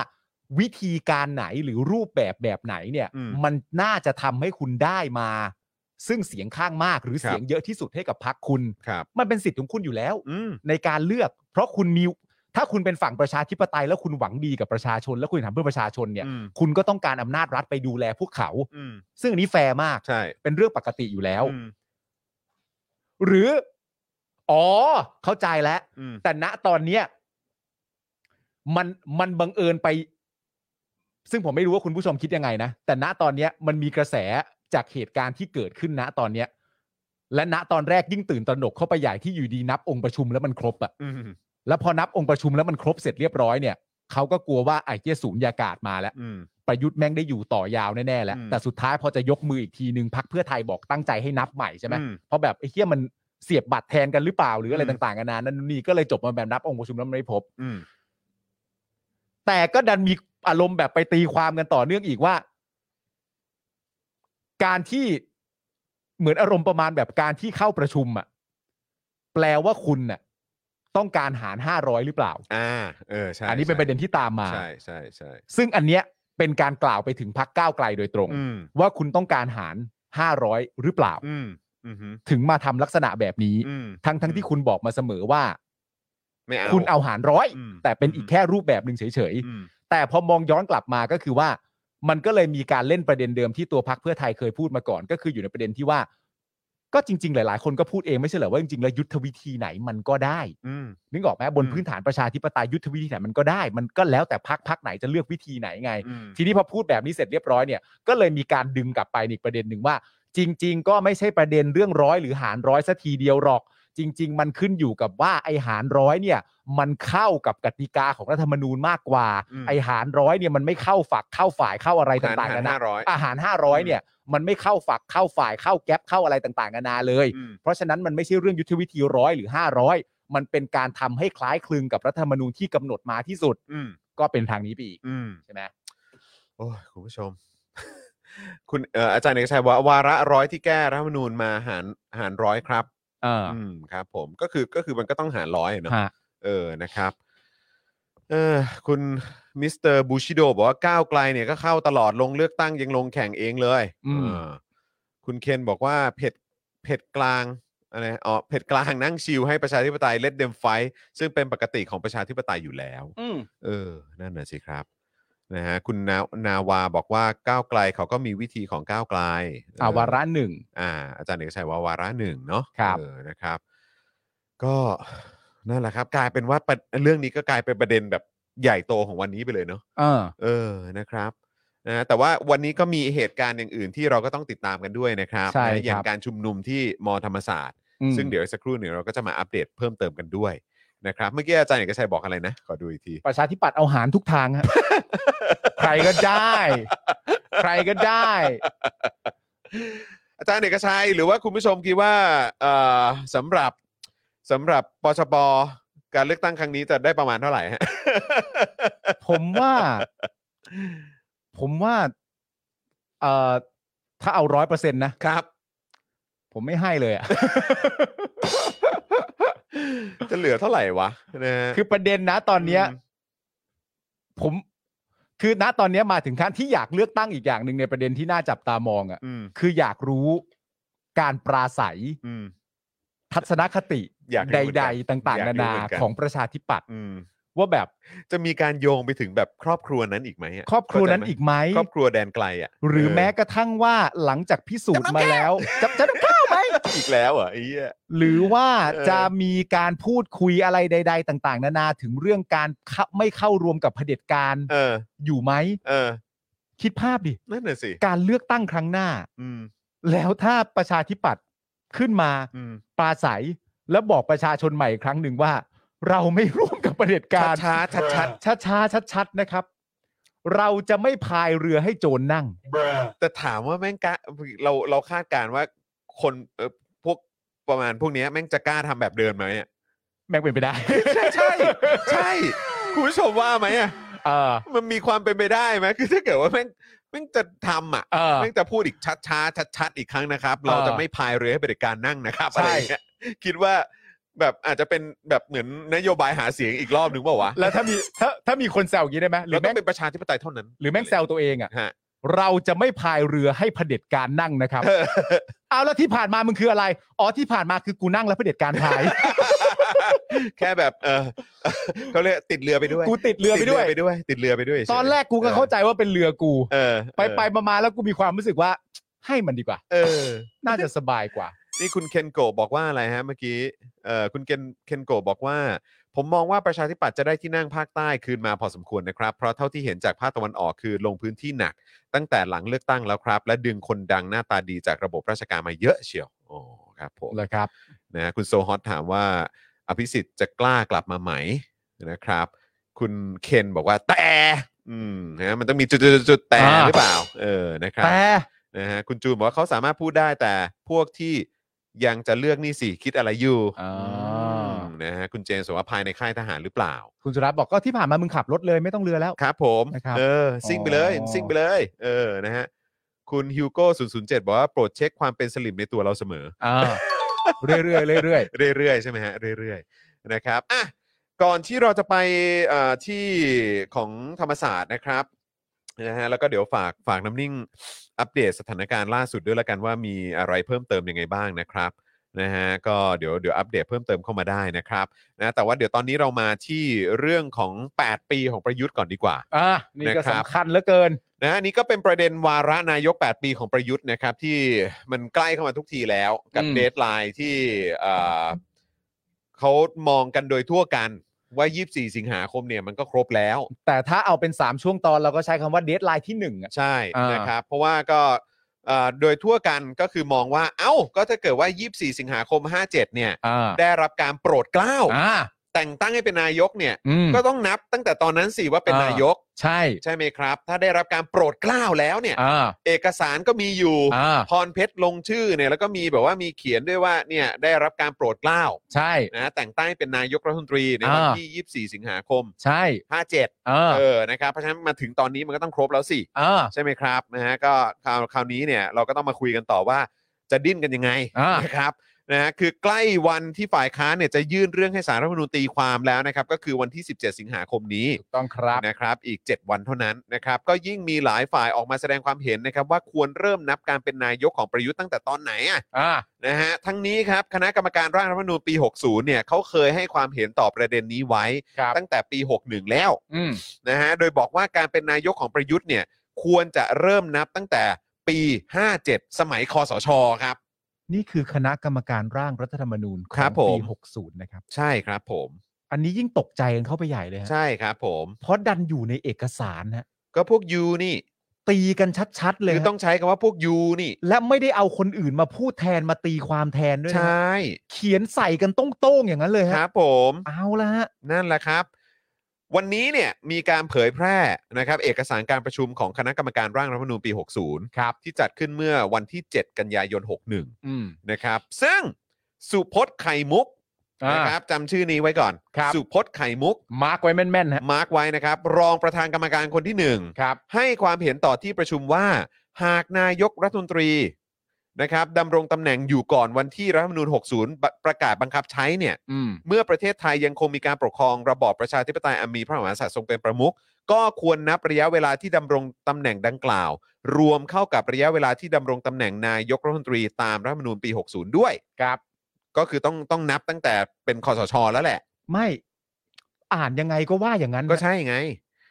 Speaker 2: วิธีการไหนหรือรูปแบบแบบไหนเนี่ย
Speaker 1: อืม
Speaker 2: นน่าจะทำให้คุณได้มา ซึ่งเสียงข้างมากหรื
Speaker 1: ค
Speaker 2: อ
Speaker 1: รับ
Speaker 2: เสียงเยอะที่สุดให้กับพรรคคุณ
Speaker 1: ครับ
Speaker 2: มันเป็นสิทธิ์ของคุณอยู่แล้ว
Speaker 1: อืม
Speaker 2: ในการเลือก เพราะคุณมีถ้าคุณเป็นฝั่งประชาธิปไตย แล้วคุณหวังดีกับประชาชน แล้วคุณทำเพื่อประชาชนเนี่ย
Speaker 1: อืม
Speaker 2: คุณก็ต้องการอำนาจรัฐไปดูแลพวกเขา
Speaker 1: อืม
Speaker 2: ซึ่งอันนี้แฟร์มาก
Speaker 1: ใช่
Speaker 2: เป็นเรื่องปกติอยู่แล้ว
Speaker 1: อืม
Speaker 2: หรืออ๋อเข้าใจแล้ว
Speaker 1: อืม
Speaker 2: แต่ณตอนเนี้ยมันมันบังเอิญไป ซึ่งผมไม่รู้ว่าคุณผู้ชมคิดยังไงนะ แต่ณตอนเนี้ยมันมีกระแสจากเหตุการณ์ที่เกิดขึ้นณตอนเนี้ย และณตอนแรกยิ่งตื่นตระหนกเข้าไปใหญ่ที่อยู่ดีนับองค์ประชุมแล้วมันครบอะ
Speaker 1: อืม
Speaker 2: แล้วพอนับองค์ประชุมแล้วมันครบเสร็จเรียบร้อยเนี่ยเขาก็กลัวว่าไอ้เจ้ยศูนยากาศมาแล้ว
Speaker 1: อืม
Speaker 2: ประยุทธ์แม่งได้อยู่ต่อยาวแน่ๆแล้ว
Speaker 1: อืม
Speaker 2: แต่สุดท้ายพอจะยกมืออีกทีนึงพักเพื่อไทยบอกตั้งใจให้นับใหม่ใช่ไหม
Speaker 1: อื
Speaker 2: เพราะแบบไอ้เหี้ยมันเสียบบัตรแทนกันหรือเปล่าหรืออะไร
Speaker 1: อืม
Speaker 2: ต่างๆกันานานั่นนู่นนี่ก็เลยจบมาแบบนับองค์ประชุมแล้วไม่พบ
Speaker 1: อืม
Speaker 2: แต่ก็ดันมีอารมณ์แบบไปตีความกันต่อเนื่องอีกว่า การที่เหมือนอารมณ์ประมาณแบบการที่เข้าประชุมอะแปลว่าคุณน่ะต้องการหารห้าร้อยหรือเปล่า
Speaker 1: อ่าเออใช่
Speaker 2: อันนี้เป็นประเด็นที่ตามมา
Speaker 1: ใช่ใช่ใช่
Speaker 2: ซึ่งอันเนี้ยเป็นการกล่าวไปถึงพักก้าวไกลโดยตรง
Speaker 1: อืม
Speaker 2: ว่าคุณต้องการหารห้าร้อยหรือเปล่า
Speaker 1: อืมอืมอืม
Speaker 2: ถึงมาทำลักษณะแบบนี้
Speaker 1: อืม
Speaker 2: ทั้งทั้งที่คุณบอกมาเสมอว่า
Speaker 1: ไม่เอา
Speaker 2: คุณเอาหารร้อย
Speaker 1: อืม
Speaker 2: แต่เป็นอีกแค่รูปแบบหนึ่งเฉย
Speaker 1: อืม
Speaker 2: ๆ แต่พอมองย้อนกลับมาก็คือว่า มันก็เลยมีการเล่นประเด็นเดิมที่ตัวพักเพื่อไทยเคยพูดมาก่อน ก็คืออยู่ในประเด็นที่ว่า ก็จริง ๆ หลาย ๆ คนก็พูดเองไม่ใช่เหรอว่าจริงๆแล้วยุทธวิธีไหนมันก็ได้
Speaker 1: อืม
Speaker 2: นึกออกไหมบน
Speaker 1: อืม
Speaker 2: พื้นฐานประชาธิปไตยยุทธวิธีไหนมันก็ได้ มันก็แล้วแต่พักพักไหนจะเลือกวิธีไหนไง
Speaker 1: อืม
Speaker 2: ทีนี้พอพูดแบบนี้เสร็จเรียบร้อยเนี่ยก็เลยมีการดึงกลับไปอีกประเด็นหนึ่งว่า จริง ๆ ก็ไม่ใช่ประเด็นเรื่องร้อยหรือหารร้อยสัทีเดียวหรอก จริง ๆ มันขึ้นอยู่กับว่าไอหารร้อยเนี่ยมันเข้ากับกติกาของรัฐธรรมนูญมากกว่า ไอหารร้อยเนี่ยมันไม่เข้าฝักเข้าฝ่ายเข้าอะไร
Speaker 1: หาร
Speaker 2: ต่างๆ
Speaker 1: หาร
Speaker 2: นานา
Speaker 1: ห้าร้อย
Speaker 2: อาหาร 500เนี่ยมันไม่เข้าฝักเข้าฝ่ายเข้าแก๊ปเข้าอะไรต่างๆนานาเลย
Speaker 1: อืม
Speaker 2: เพราะฉะนั้นมันไม่ใช่เรื่องยุทธวิธีร้อยหรือ 500 มันเป็นการทำให้คล้ายคลึงกับรัฐธรรมนูญที่กำหนดมาที่สุด
Speaker 1: อืม
Speaker 2: ก็เป็นทางนี้ไปอีก
Speaker 1: อืม
Speaker 2: ใช่ไหม
Speaker 1: โอ้ยคุณผู้ชม [LAUGHS] คุณเอ่ออาจารย์เอกชัยบอกว่าวาระร้อยที่แก้รัฐธรรมนูญมาหารหารร้อยครับ
Speaker 2: เออ
Speaker 1: อืมครับ ผมก็คือก็คือมันก็ต้องหารร้อยอะเนาะ
Speaker 2: ฮะ
Speaker 1: เออนะครับ เออคุณมิสเตอร์บูชิโดบอกว่าก้าวไกลเนี่ยก็เข้าตลอดลงเลือกตั้งยังลงแข่งเองเลย
Speaker 2: อืม
Speaker 1: เออคุณเคนบอกว่าเผ็ดเผ็ดกลาง อะไรนะอ๋อเผ็ดกลางนั่งชิลให้ประชาธิปไตยเลดเดมไฟซึ่งเป็นปกติของประชาธิปไตยอยู่แล้ว
Speaker 2: อืม
Speaker 1: เออ นั่นน่ะสิครับ นะฮะ คุณนานาวาบอกว่าก้าวไกลเขาก็มีวิธีของก้าวไกล
Speaker 2: อ่าวาระหนึ่ง
Speaker 1: อ่า อาจารย์เอกชัยว่าวาระหนึ่งเนาะ
Speaker 2: ครับ
Speaker 1: เออนะครับ ก็นั่นแหละครับ กลายเป็นว่าประเรื่องนี้ก็กลายเป็นประเด็นแบบใหญ่โตของวันนี้ไปเลยเนาะ
Speaker 2: เออ
Speaker 1: เออ นะครับ นะ แต่ว่าวันนี้ก็มีเหตุการณ์อย่างอื่นที่เราก็ต้องติดตามกันด้วยนะครับ
Speaker 2: ใช่
Speaker 1: นะอย่า
Speaker 2: ค
Speaker 1: ง
Speaker 2: รับ
Speaker 1: การชุมนุมที่มธรรมศาสตร์
Speaker 2: อืม
Speaker 1: ซึ่งเดี๋ยวอีกสักครู่หนึ่งเราก็จะมาอัปเดตเพิ่มเติมกันด้วยนะครับ เมื่อกี้อาจารย์เอกชัยบอกอะไรนะ ขอดูอีกที
Speaker 2: ประชาธิปัตย์เอาหารทุกทางฮะ [LAUGHS] ใครก็ได้ ใครก็ได้
Speaker 1: อาจารย์เอกชัยหรือว่าคุณผู้ชมคิดว่าเอ่อสำหรับสำหรับปชปการเลือกตั้งครั้งนี้จะได้ประมาณเท่าไหร่ฮะ
Speaker 2: ผมว่า ผมว่าเอ่อถ้าเอาร้อยเปอร์เซ็น [LAUGHS] ต์นะครับ ผมไม่ให้ [LAUGHS] เลยอ่ะ
Speaker 1: จะเหลือเท่าไหร่วะนะฮะ
Speaker 2: คือประเด็นนะตอนเนี้ย
Speaker 1: อืม
Speaker 2: ผม คือณตอนเนี้ยมาถึงขั้นที่อยากเลือกตั้งอีกอย่างหนึ่งในประเด็นที่น่าจับตามองอ่ะ
Speaker 1: ม
Speaker 2: คืออยากรู้การปราศัย
Speaker 1: อืม
Speaker 2: ทัศนคติ
Speaker 1: อยากรู้เห
Speaker 2: ใ
Speaker 1: มือนกั
Speaker 2: ด
Speaker 1: น
Speaker 2: ๆ ต่าง
Speaker 1: อยาก
Speaker 2: ๆ
Speaker 1: รู้
Speaker 2: นานา
Speaker 1: เหมือนกัน
Speaker 2: ของประชาธิปัตย์
Speaker 1: อืม
Speaker 2: ว่าแบบ
Speaker 1: จะมีการโยงไปถึงแบบครอบครัวนั้นอีกไหมะ
Speaker 2: ครอบครัวนั้นอีกไหม
Speaker 1: ครอบครัวแดนไกลอ่ะ
Speaker 2: หรือแม้
Speaker 1: เ
Speaker 2: กระทั่งว่าหลังจากพิสูจน์มาแล้วจะจะต้องเข้าไหม
Speaker 1: อีกแล้วเหรอ่ะไอ้เหี้ย
Speaker 2: หรือว่า
Speaker 1: เออ
Speaker 2: จะมีการพูดคุยอะไรใด ๆ ต่าง ๆ นานาถึงเรื่องการเข้าไม่เข้ารวมกับเผด็จการ
Speaker 1: เออ
Speaker 2: อยู่ไหม
Speaker 1: เออ
Speaker 2: คิดภาพดิ
Speaker 1: นั่นน่ะสิ
Speaker 2: การเลือกตั้งครั้งหน้า
Speaker 1: อืม
Speaker 2: แล้วถ้าประชาธิปัตย์ขึ้นมา
Speaker 1: อืม
Speaker 2: ปราศัยแล้วบอกประชาชนใหม่อีกครั้งหนึ่งว่า เราไม่ร่วมกับเผด็จการ
Speaker 1: ช้าๆชัด
Speaker 2: ช้าช้าชัดชัดๆนะครับ เราจะไม่พายเรือให้โจรนั่ง
Speaker 1: ๆแต่ถามว่าแม่งกะ [LAUGHS] เราเราคาดการณ์ว่าคนเออพวกประมาณพวกเนี้ยแม่งจะกล้าทำแบบเดินไหมอ่ะ
Speaker 2: แม่งเป็นไปได้
Speaker 1: ใช่ใช่ใช่คุณผู้ชมว่าไหมอ่ะ
Speaker 2: เออ
Speaker 1: มันมีความเป็นไปได้ไหมคือถ้าเกิดว่าแม่งแม่งจะทำอ่ะ
Speaker 2: เออ
Speaker 1: แม่งจะพูดอีกชัดช้าชัดชัดๆอีกครั้งนะครับ
Speaker 2: เออ
Speaker 1: เราจะไม่พายเรือให้บริการนั่งนะครับอะ
Speaker 2: ใช่
Speaker 1: ไรอย่างเงี้ยคิดว่าแบบอาจจะเป็นแบบเหมือนนโยบายหาเสียงอีกรอบหนึ่งเปล่าวะ
Speaker 2: แล้วถ้ามีถ้าถ้ามีคนแซวอย่างนี้ได้ไหมหรื
Speaker 1: เรา
Speaker 2: อ
Speaker 1: ต้
Speaker 2: แม่
Speaker 1: อง
Speaker 2: ง
Speaker 1: เป็นประชาธิปไตยเท่านั้น
Speaker 2: หรือแม่งแซวตัวเองอ่ะ
Speaker 1: ฮะ
Speaker 2: เราจะไม่พายเรือให้เผด็จการนั่งนะครับ
Speaker 1: เออ [LAUGHS]
Speaker 2: เอาแล้วที่ผ่านมามึงคืออะไร อ๋อที่ผ่านมาคือกูนั่งแล้วเผด็จการพาย
Speaker 1: แค่แบบเออ [LAUGHS] เขาเรียกติดเรือไปด้วย
Speaker 2: กูติดเรือไปด้วย
Speaker 1: ติดเรือไปด้วย ติดเรือไปด้วยเฉย
Speaker 2: ตอนแรกกูก็เข้าใจว่าเป็นเรือกู
Speaker 1: เออ
Speaker 2: ไปไปๆมาๆแล้วกูมีความรู้สึกว่า ให้มันดีกว่า
Speaker 1: เออ
Speaker 2: น่าจะสบายกว่า
Speaker 1: นี่คุณเคนโกะบอกว่าอะไรฮะเมื่อกี้เอ่อคุณเคนเคนโกะบอกว่า ผมมองว่าประชาธิปัตย์จะได้ที่นั่งภาคใต้คืนมาพอสมควรนะครับ เพราะเท่าที่เห็นจากภาคตะวันออกคือลงพื้นที่หนัก ตั้งแต่หลังเลือกตั้งแล้วครับ และดึงคนดังหน้าตาดีจากระบบราชการมาเยอะเชียวโอ้ครับผม
Speaker 2: เลยครับ
Speaker 1: นะฮะคุณโซฮอตถามว่า อภิสิทธิ์จะกล้ากลับมาไหมนะครับ คุณเคนบอกว่าแต่อืมนะฮะมันต้องมีจุดๆๆๆแต่หรือเปล่า เออนะครับ
Speaker 2: แต่
Speaker 1: นะฮะคุณจูนบอกว่าเขาสามารถพูดได้แต่พวกที่ยังจะเลือกนี่สิคิดอะไรอยู่
Speaker 2: อ่า
Speaker 1: อืมนะฮะคุณเจนส์บอกว่าภายในค่ายทหารหรือเปล่า
Speaker 2: คุณสุรัตน์บอกก็ที่ผ่านมามึงขับรถเลยไม่ต้องเรือแล้ว
Speaker 1: ครับผม
Speaker 2: นะครับ
Speaker 1: เออซิ่งไปเลย
Speaker 2: อ๋อ
Speaker 1: ซิ่งไปเลยเออนะฮะคุณฮิวโก้007 บอกว่าโปรดเช็คความเป็นสลิมในตัวเราเสมอ
Speaker 2: อ่าเรื่อยๆเรื่อย
Speaker 1: เรื่อยๆใช่ไหมฮะเรื่อยๆนะครับอ่ะก่อนที่เราจะไปเอ่อที่ของธรรมศาสตร์นะครับนะฮะแล้วก็เดี๋ยวฝากฝากน้ำนิ่งอัปเดตสถานการณ์ล่าสุดด้วยละกันว่ามีอะไรเพิ่มเติมยังไงบ้างนะครับนะฮะก็เดี๋ยวเดี๋ยวอัปเดตเพิ่มเติมเข้ามาได้นะครับนะแต่ว่าเดี๋ยวตอนนี้เรามาที่เรื่องของ 8 ปีของประยุทธ์ก่อนดีกว่า
Speaker 2: ๆอ่านี่ก็
Speaker 1: นะครับ
Speaker 2: สำคัญเหลือเกิน
Speaker 1: นะอันนี้ก็เป็นประเด็นวาระนายก 8 ปีของประยุทธ์นะครับ ที่มันใกล้เข้ามาทุกทีแล้ว กับ
Speaker 2: อืม
Speaker 1: เดทไลน์ที่เอ่อเขามองกันโดยทั่วกันว่า 24 สิงหาคมเนี่ยมันก็ครบแล้ว
Speaker 2: แต่ถ้าเอาเป็น 3 ช่วงตอนเราก็ใช้คำว่าเดทไลน์ที่1อ่ะ
Speaker 1: ใช่
Speaker 2: อ่าน
Speaker 1: นะครับ เพราะว่าก็เอ่อโดยทั่วกันก็คือมองว่า เอ้า ก็ถ้าเกิดว่า 24 สิงหาคม 57 เนี่ย
Speaker 2: อ่า
Speaker 1: ได้รับการโปรดเกล้า
Speaker 2: อ่า
Speaker 1: แต่งตั้งให้เป็นนายกเนี่ย
Speaker 2: อืม
Speaker 1: ก็ต้องนับตั้งแต่ตอนนั้นสิว่าเป็นนายก
Speaker 2: ใช่
Speaker 1: ใช่ไหมครับ ถ้าได้รับการโปรดเกล้าแล้วเนี่ย
Speaker 2: อ่า
Speaker 1: เอกสารก็มีอยู่
Speaker 2: อ่า
Speaker 1: พรเพชรลงชื่อเนี่ยแล้วก็มีแบบว่ามีเขียนด้วยว่าเนี่ยได้รับการโปรดเกล้า
Speaker 2: ใช่
Speaker 1: นะแต่งตั้งให้เป็นนายกรัฐมนตรีในวัน
Speaker 2: อ่า
Speaker 1: ที่ 24 สิงหาคม
Speaker 2: ใช่
Speaker 1: 57
Speaker 2: เออ
Speaker 1: เออนะครับเพราะฉะนั้นมาถึงตอนนี้มันก็ต้องครบแล้วสิ
Speaker 2: เออ
Speaker 1: ใช่ไหมครับนะฮะก็คราวคราวนี้เนี่ยเราก็ต้องมาคุยกันต่อว่าจะดิ้นกันยังไง
Speaker 2: อ่าน
Speaker 1: นะครับ นะฮะคือใกล้วันที่ฝ่ายค้านเนี่ยจะยื่นเรื่องให้สารรัฐธรรมนูญตีความแล้วนะครับก็คือวันที่ 17 สิงหาคมนี้
Speaker 2: ถูกต้องครับ
Speaker 1: นะครับอีก 7 วันเท่านั้นนะครับก็ยิ่งมีหลายฝ่ายออกมาแสดงความเห็นนะครับว่าควรเริ่มนับการเป็นนายกของประยุทธ์ตั้งแต่ตอนไหนอ่ะ
Speaker 2: อ่า
Speaker 1: นะฮะทั้งนี้ครับคณะกรรมการร่างรัฐธรรมนูญปี 60เนี่ยเขาเคยให้ความเห็นต่อประเด็นนี้ไว้
Speaker 2: ครับ
Speaker 1: ตั้งแต่ปี 61 แล้ว
Speaker 2: อืม
Speaker 1: นะฮะโดยบอกว่าการเป็นนายกของประยุทธ์เนี่ยควรจะเริ่มนับตั้งแต่ปี 57 สมัยคอสชครับ
Speaker 2: นี่คือคณะกรรมการร่างรัฐธรรมนูญขอ
Speaker 1: ครั
Speaker 2: ง
Speaker 1: บผม
Speaker 2: ปี60 นะครับ
Speaker 1: ใช่ครับผม
Speaker 2: อันนี้ยิ่งตกใจกันเข้าไปใหญ่เลยฮะ
Speaker 1: ใช่ครับผม
Speaker 2: เพราะดันอยู่ในเอกสารฮะ
Speaker 1: ก็พวกยูนี่
Speaker 2: ตีกันชัดๆ เลย
Speaker 1: คือ
Speaker 2: ฮะ
Speaker 1: ต้องใช้คำว่าพวกยูนี่
Speaker 2: และไม่ได้เอาคนอื่นมาพูดแทนมาตีความแทนด้วย
Speaker 1: ใช
Speaker 2: นะฮะ
Speaker 1: ่
Speaker 2: เขียนใส่กันโต้งๆอย่างนั้นเลย
Speaker 1: ค
Speaker 2: ฮะ
Speaker 1: รับผม
Speaker 2: เอาละฮะ
Speaker 1: นั่นแหละครับ วันนี้เนี่ยมีการเผยแพร่นะครับเอกสารการประชุมของคณะกรรมการร่างรัฐธรรมนูญปี 60 ครับ ที่จัดขึ้นเมื่อวันที่ 7 กันยายน
Speaker 2: อืม
Speaker 1: 61 นะครับ ซึ่งสุพจน์ไข่มุก
Speaker 2: อ่าน
Speaker 1: นะครับจำชื่อนี้ไว้ก่อน
Speaker 2: ครับ
Speaker 1: สุพจน์ไข่มุก
Speaker 2: มาร์กไว้แม่นๆฮะ
Speaker 1: มาร์กไว้นะครับ รองประธานกรรมการคนที่หนึ่ง
Speaker 2: ครับ
Speaker 1: ให้ความเห็นต่อที่ประชุมว่า หากนายกรัฐมนตรีนะครับดำรงตำแหน่งอยู่ก่อนวันที่รัฐธรรมนูญ 60 ประกาศบังคับใช้เนี่ย
Speaker 2: อืม
Speaker 1: เมื่อประเทศไทยยังคงมีการปกครองระบอบประชาธิปไตยอันมีพระมหากษัตริย์ทรงเป็นประมุขก็ควรนับระยะเวลาที่ดำรงตำแหน่งดังกล่าว รวมเข้ากับระยะเวลาที่ดำรงตำแหน่งนายกรัฐมนตรีตามรัฐธรรมนูญปี 60 ด้วย
Speaker 2: ครับ
Speaker 1: ก็คือต้องต้องนับตั้งแต่เป็นคอสช แล้วแหละ
Speaker 2: ไม่ อ่านยังไงก็ว่าอย่างนั้นฮะ
Speaker 1: ก็ใช่ไง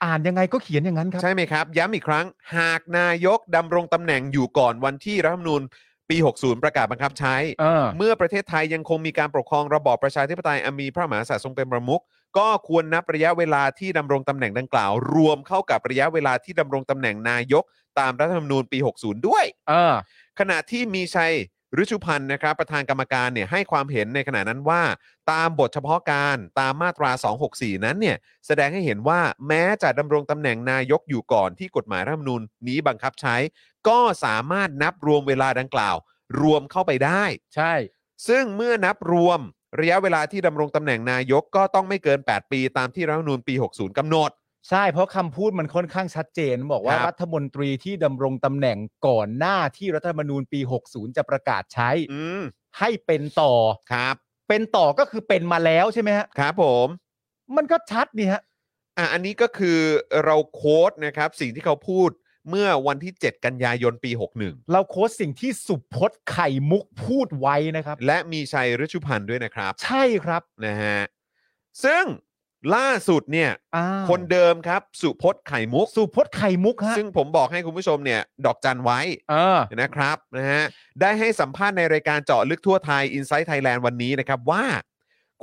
Speaker 2: อ่านยังไงก็เขียนอย่างนั้นครับ
Speaker 1: ใช่ไหมครับ ย้ำอีกครั้ง หากนายกดำรงตำแหน่งอยู่ก่อนวันที่รัฐธรรมนูญปี 60 ประกาศบังคับใช้
Speaker 2: เออ
Speaker 1: เมื่อประเทศไทยยังคงมีการปกครองระบอบประชาธิปไตยอันมีพระมหากษัตริย์ทรงเป็นประมุขก็ควรนับระยะเวลาที่ดำรงตำแหน่งดังกล่าว รวมเข้ากับระยะเวลาที่ดำรงตำแหน่งนายกตามรัฐธรรมนูญปี 60 ด้วย
Speaker 2: เออ
Speaker 1: ขณะที่มีชัยฤชุพันธ์นะครับ ประธานกรรมการเนี่ยให้ความเห็นในขณะนั้นว่า ตามบทเฉพาะการตามมาตรา 264 นั้นเนี่ยแสดงให้เห็นว่าแม้จะดำรงตำแหน่งนายกอยู่ก่อนที่กฎหมายรัฐธรรมนูญนี้บังคับใช้ ก็สามารถนับรวมเวลาดังกล่าว รวมเข้าไปได้
Speaker 2: ใช่
Speaker 1: ซึ่งเมื่อนับรวมระยะเวลาที่ดำรงตำแหน่งนายกก็ต้องไม่เกิน 8 ปีตามที่รัฐธรรมนูญปี 60กำหนด
Speaker 2: ใช่ เพราะคำพูดมันค่อนข้างชัดเจนบอกว่า
Speaker 1: ครับ
Speaker 2: รัฐมนตรีที่ดำรงตำแหน่งก่อนหน้าที่รัฐธรรมนูญปี 60 จะประกาศใช้
Speaker 1: อืม
Speaker 2: ให้เป็นต่อ
Speaker 1: ครับ
Speaker 2: เป็นต่อก็คือเป็นมาแล้วใช่ไหมฮะ
Speaker 1: ครับผม
Speaker 2: มันก็ชัดนี่ฮะ
Speaker 1: อ่ะอันนี้ก็คือเราโค้ดนะครับ สิ่งที่เขาพูดเมื่อวันที่ 7 กันยายนปี
Speaker 2: เราโค้ดสิ่งที่สุพจน์ไข่มุกพูดไว้นะครับ
Speaker 1: 61 และมีชัยฤชุพันธ์ด้วยนะครับ
Speaker 2: ใช่ครับ
Speaker 1: นะฮะซึ่งล่าสุดเนี่ย
Speaker 2: อ่า
Speaker 1: คนเดิมครับ สุพจน์ไข่มุก
Speaker 2: สุพจน์ไข่มุกฮะ
Speaker 1: ซึ่งผมบอกให้คุณผู้ชมเนี่ย ดอกจันไว้
Speaker 2: เออ
Speaker 1: นะครับนะฮะได้ให้สัมภาษณ์ในรายการเจาะลึกทั่วไทย i n s i ซต์ไทยแลนด์วันนี้นะครับว่า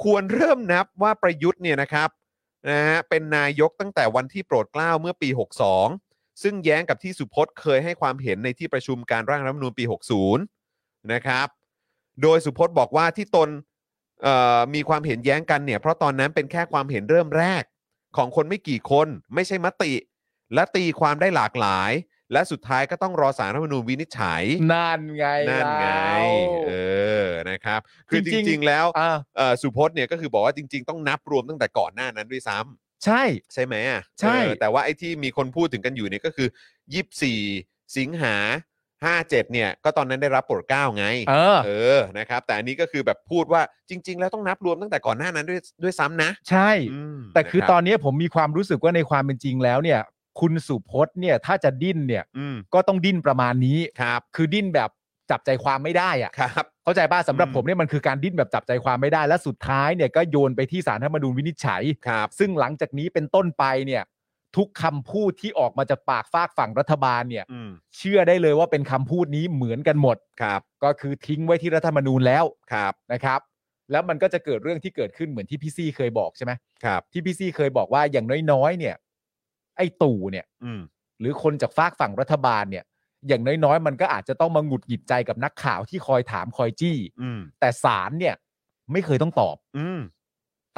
Speaker 1: ควรเริ่มนับว่าประยุทธ์เนี่ยนะครับนะฮะเป็นนายกตั้งแต่วันที่โปรดเกล้าเมื่อปี 62 ซึ่งแย้งกับที่สุพจน์เคยให้ความเห็นในที่ประชุมการร่างรัฐธรรมนูญปี 60 นะครับ โดยสุพจน์บอกว่าที่ตนเอ่อมีความเห็นแย้งกันเนี่ยเพราะตอนนั้นเป็นแค่ความเห็นเริ่มแรก ของคนไม่กี่คนไม่ใช่มติ และตีความได้หลากหลาย และสุดท้ายก็ต้องรอสารรัฐธรรมนูญวินิจฉัย
Speaker 2: นั่นไง
Speaker 1: นั่นไง
Speaker 2: แล้ว
Speaker 1: เออ นะครับ คือจ
Speaker 2: จริงๆ
Speaker 1: ริง ๆ แล้ว
Speaker 2: อ่า
Speaker 1: เอ่อสุพจน์เนี่ยก็คือบอกว่าจริง ๆ ต้องนับรวมตั้งแต่ก่อนหน้านั้นด้วยซ้ำ
Speaker 2: ใช่
Speaker 1: ใช่ไหมอ่ะ
Speaker 2: ใช่
Speaker 1: เออแต่ว่าไอ้ที่มีคนพูดถึงกันอยู่เนี่ยก็คือ 24 สิงหา 57 เนี่ย ก็ตอนนั้นได้รับโปรดเกล้าไง
Speaker 2: เออ
Speaker 1: เออ นะครับ แต่อันนี้ก็คือแบบพูดว่าจริง ๆ แล้วต้องนับรวมตั้งแต่ก่อนหน้านั้นด้วยด้วยซ้ำนะ
Speaker 2: ใช่
Speaker 1: อืม
Speaker 2: แต่คือ
Speaker 1: นะรับ
Speaker 2: ตอนนี้ผมมีความรู้สึกว่าในความเป็นจริงแล้วเนี่ย คุณสุพจน์เนี่ยถ้าจะดิ้นเนี่ย
Speaker 1: อืม
Speaker 2: ก็ต้องดิ้นประมาณนี้
Speaker 1: ครับ
Speaker 2: คือดิ้นแบบจับใจความไม่ได้อะ
Speaker 1: ครับ
Speaker 2: เข้าใจป่ะสำหรับ
Speaker 1: อืม
Speaker 2: ผมเนี่ยมันคือการดิ้นแบบจับใจความไม่ได้ และสุดท้ายเนี่ยก็โยนไปที่สารธรรมนูญวินิจฉัย
Speaker 1: ครับ
Speaker 2: ซึ่งหลังจากนี้เป็นต้นไปเนี่ย ทุกคำพูดที่ออกมาจากปากฝากฝั่งรัฐบาลเนี่ย
Speaker 1: อืม
Speaker 2: เชื่อได้เลยว่าเป็นคำพูดนี้เหมือนกันหมด
Speaker 1: ครับ
Speaker 2: ก็คือทิ้งไว้ที่รัฐธรรมนูญแล้ว
Speaker 1: ครับ
Speaker 2: นะครับ แล้วมันก็จะเกิดเรื่องที่เกิดขึ้นเหมือนที่พี่ซี่เคยบอกใช่ไหม
Speaker 1: ครับ
Speaker 2: ที่พี่ซี่เคยบอกว่าอย่างน้อยๆ เนี่ย ไอ้ตู่เนี่ย
Speaker 1: อืม
Speaker 2: หรือคนจากฝากฝั่งรัฐบาลเนี่ย อย่างน้อยๆ มันก็อาจจะต้องมาหงุดหงิดใจกับนักข่าวที่คอยถามคอยจี้
Speaker 1: อืม
Speaker 2: แต่ศาลเนี่ย ไม่เคยต้องตอบ
Speaker 1: อืม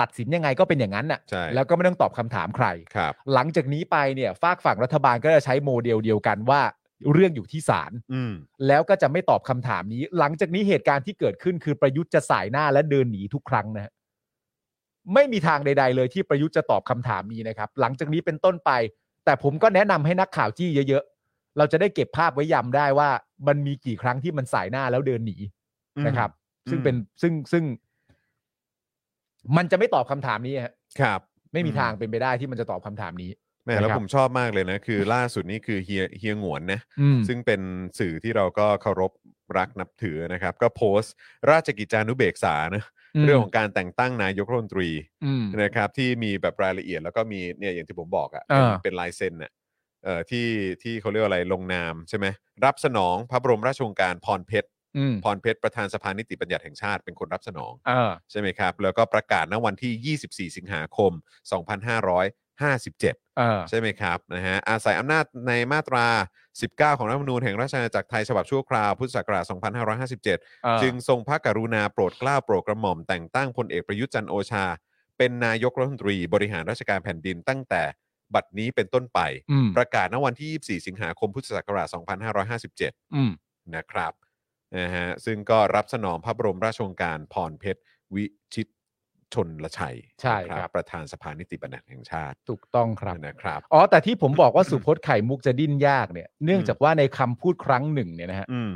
Speaker 2: ตัดสินยังไงก็เป็นอย่างนั้นน่ะ
Speaker 1: ใช่
Speaker 2: แล้วก็ไม่ต้องตอบคำถามใคร
Speaker 1: ครับ
Speaker 2: หลังจากนี้ไปเนี่ยฝากฝั่งรัฐบาลก็จะใช้โมเดลเดียวกันว่า เรื่องอยู่ที่ศาล
Speaker 1: อืม
Speaker 2: แล้วก็จะไม่ตอบคำถามนี้ หลังจากนี้เหตุการณ์ที่เกิดขึ้นคือประยุทธ์จะสายหน้าและเดินหนีทุกครั้งนะฮะไม่มีทางใด ๆ เลยที่ประยุทธ์จะตอบคำถามนี้นะครับ หลังจากนี้เป็นต้นไป แต่ผมก็แนะนำให้นักข่าวจี้เยอะๆเราจะได้เก็บภาพไว้ย้ำได้ว่า มันมีกี่ครั้งที่มันสายหน้าแล้วเดินหนีนะครับ ซึ่งเป็นซึ่งซึ่ง มันจะไม่ตอบคำถามนี้ฮะ
Speaker 1: ครับ
Speaker 2: ไม่มี
Speaker 1: อืม
Speaker 2: ทางเป็นไปได้ที่มันจะตอบคำถามนี้
Speaker 1: แหม่แล้ว
Speaker 2: นะครับ
Speaker 1: ผมชอบมากเลยนะ คือล่าสุดนี้คือเฮียเฮียหงวนนะ
Speaker 2: อืม
Speaker 1: ซึ่งเป็นสื่อที่เราก็เคารพรักนับถือนะครับ ก็โพสต์ ราชกิจจานุเบกษานะเรื่องของการแต่งตั้งนายกรัฐมนตรี
Speaker 2: อืม
Speaker 1: นะครับ ที่มีแบบรายละเอียดแล้วก็มีเนี่ยอย่างที่ผมบอกอะ
Speaker 2: อ่า
Speaker 1: ่ะเป็นลายเซ็นอ่ะเอ่อที่ที่เขาเรียกว่าอะไรลงนามใช่ไหมรับสนองพระบรมราชโองการพรเพชร
Speaker 2: อืม
Speaker 1: พรเพชรประธานสภานิติบัญญัติแห่งชาติเป็นคนรับสนอง
Speaker 2: เออ
Speaker 1: ใช่ไหมครับ แล้วก็ประกาศณวันที่ 24 สิงหาคม 2557
Speaker 2: เออ
Speaker 1: ใช่ไหมครับนะฮะอาศัยอำนาจในมาตรา 19 ของรัฐธรรมนูญแห่งราชอาณาจักรไทยฉบับชั่วคราวพุทธศักราช 2557
Speaker 2: เออ
Speaker 1: จึงทรงพระกรุณาโปรดเกล้าโปรดกระหม่อมแต่งตั้งพลเอกประยุทธ์จันทร์โอชา เป็นนายกรัฐมนตรีบริหารราชการแผ่นดินตั้งแต่บัดนี้เป็นต้นไป
Speaker 2: อืม
Speaker 1: ประกาศณวันที่ 24 สิงหาคมพุทธศักราช 2557
Speaker 2: อืม
Speaker 1: นะครับนะฮะซึ่งก็รับสนองพระบรมราชโองการพรเพชรวิชิตชนลชัย
Speaker 2: ใช่
Speaker 1: นะครับ ประธานสภานิติบัญญัติแห่งชาติ
Speaker 2: ถูกต้องครับ
Speaker 1: นะครับ
Speaker 2: อ๋อ แต่ที่ผมบอกว่าสุพจน์ไข่มุกจะดิ้นยากเนี่ยเนื่องจากว่าในคำพูดครั้งหนึ่งเนี่ยนะฮะ
Speaker 1: อืม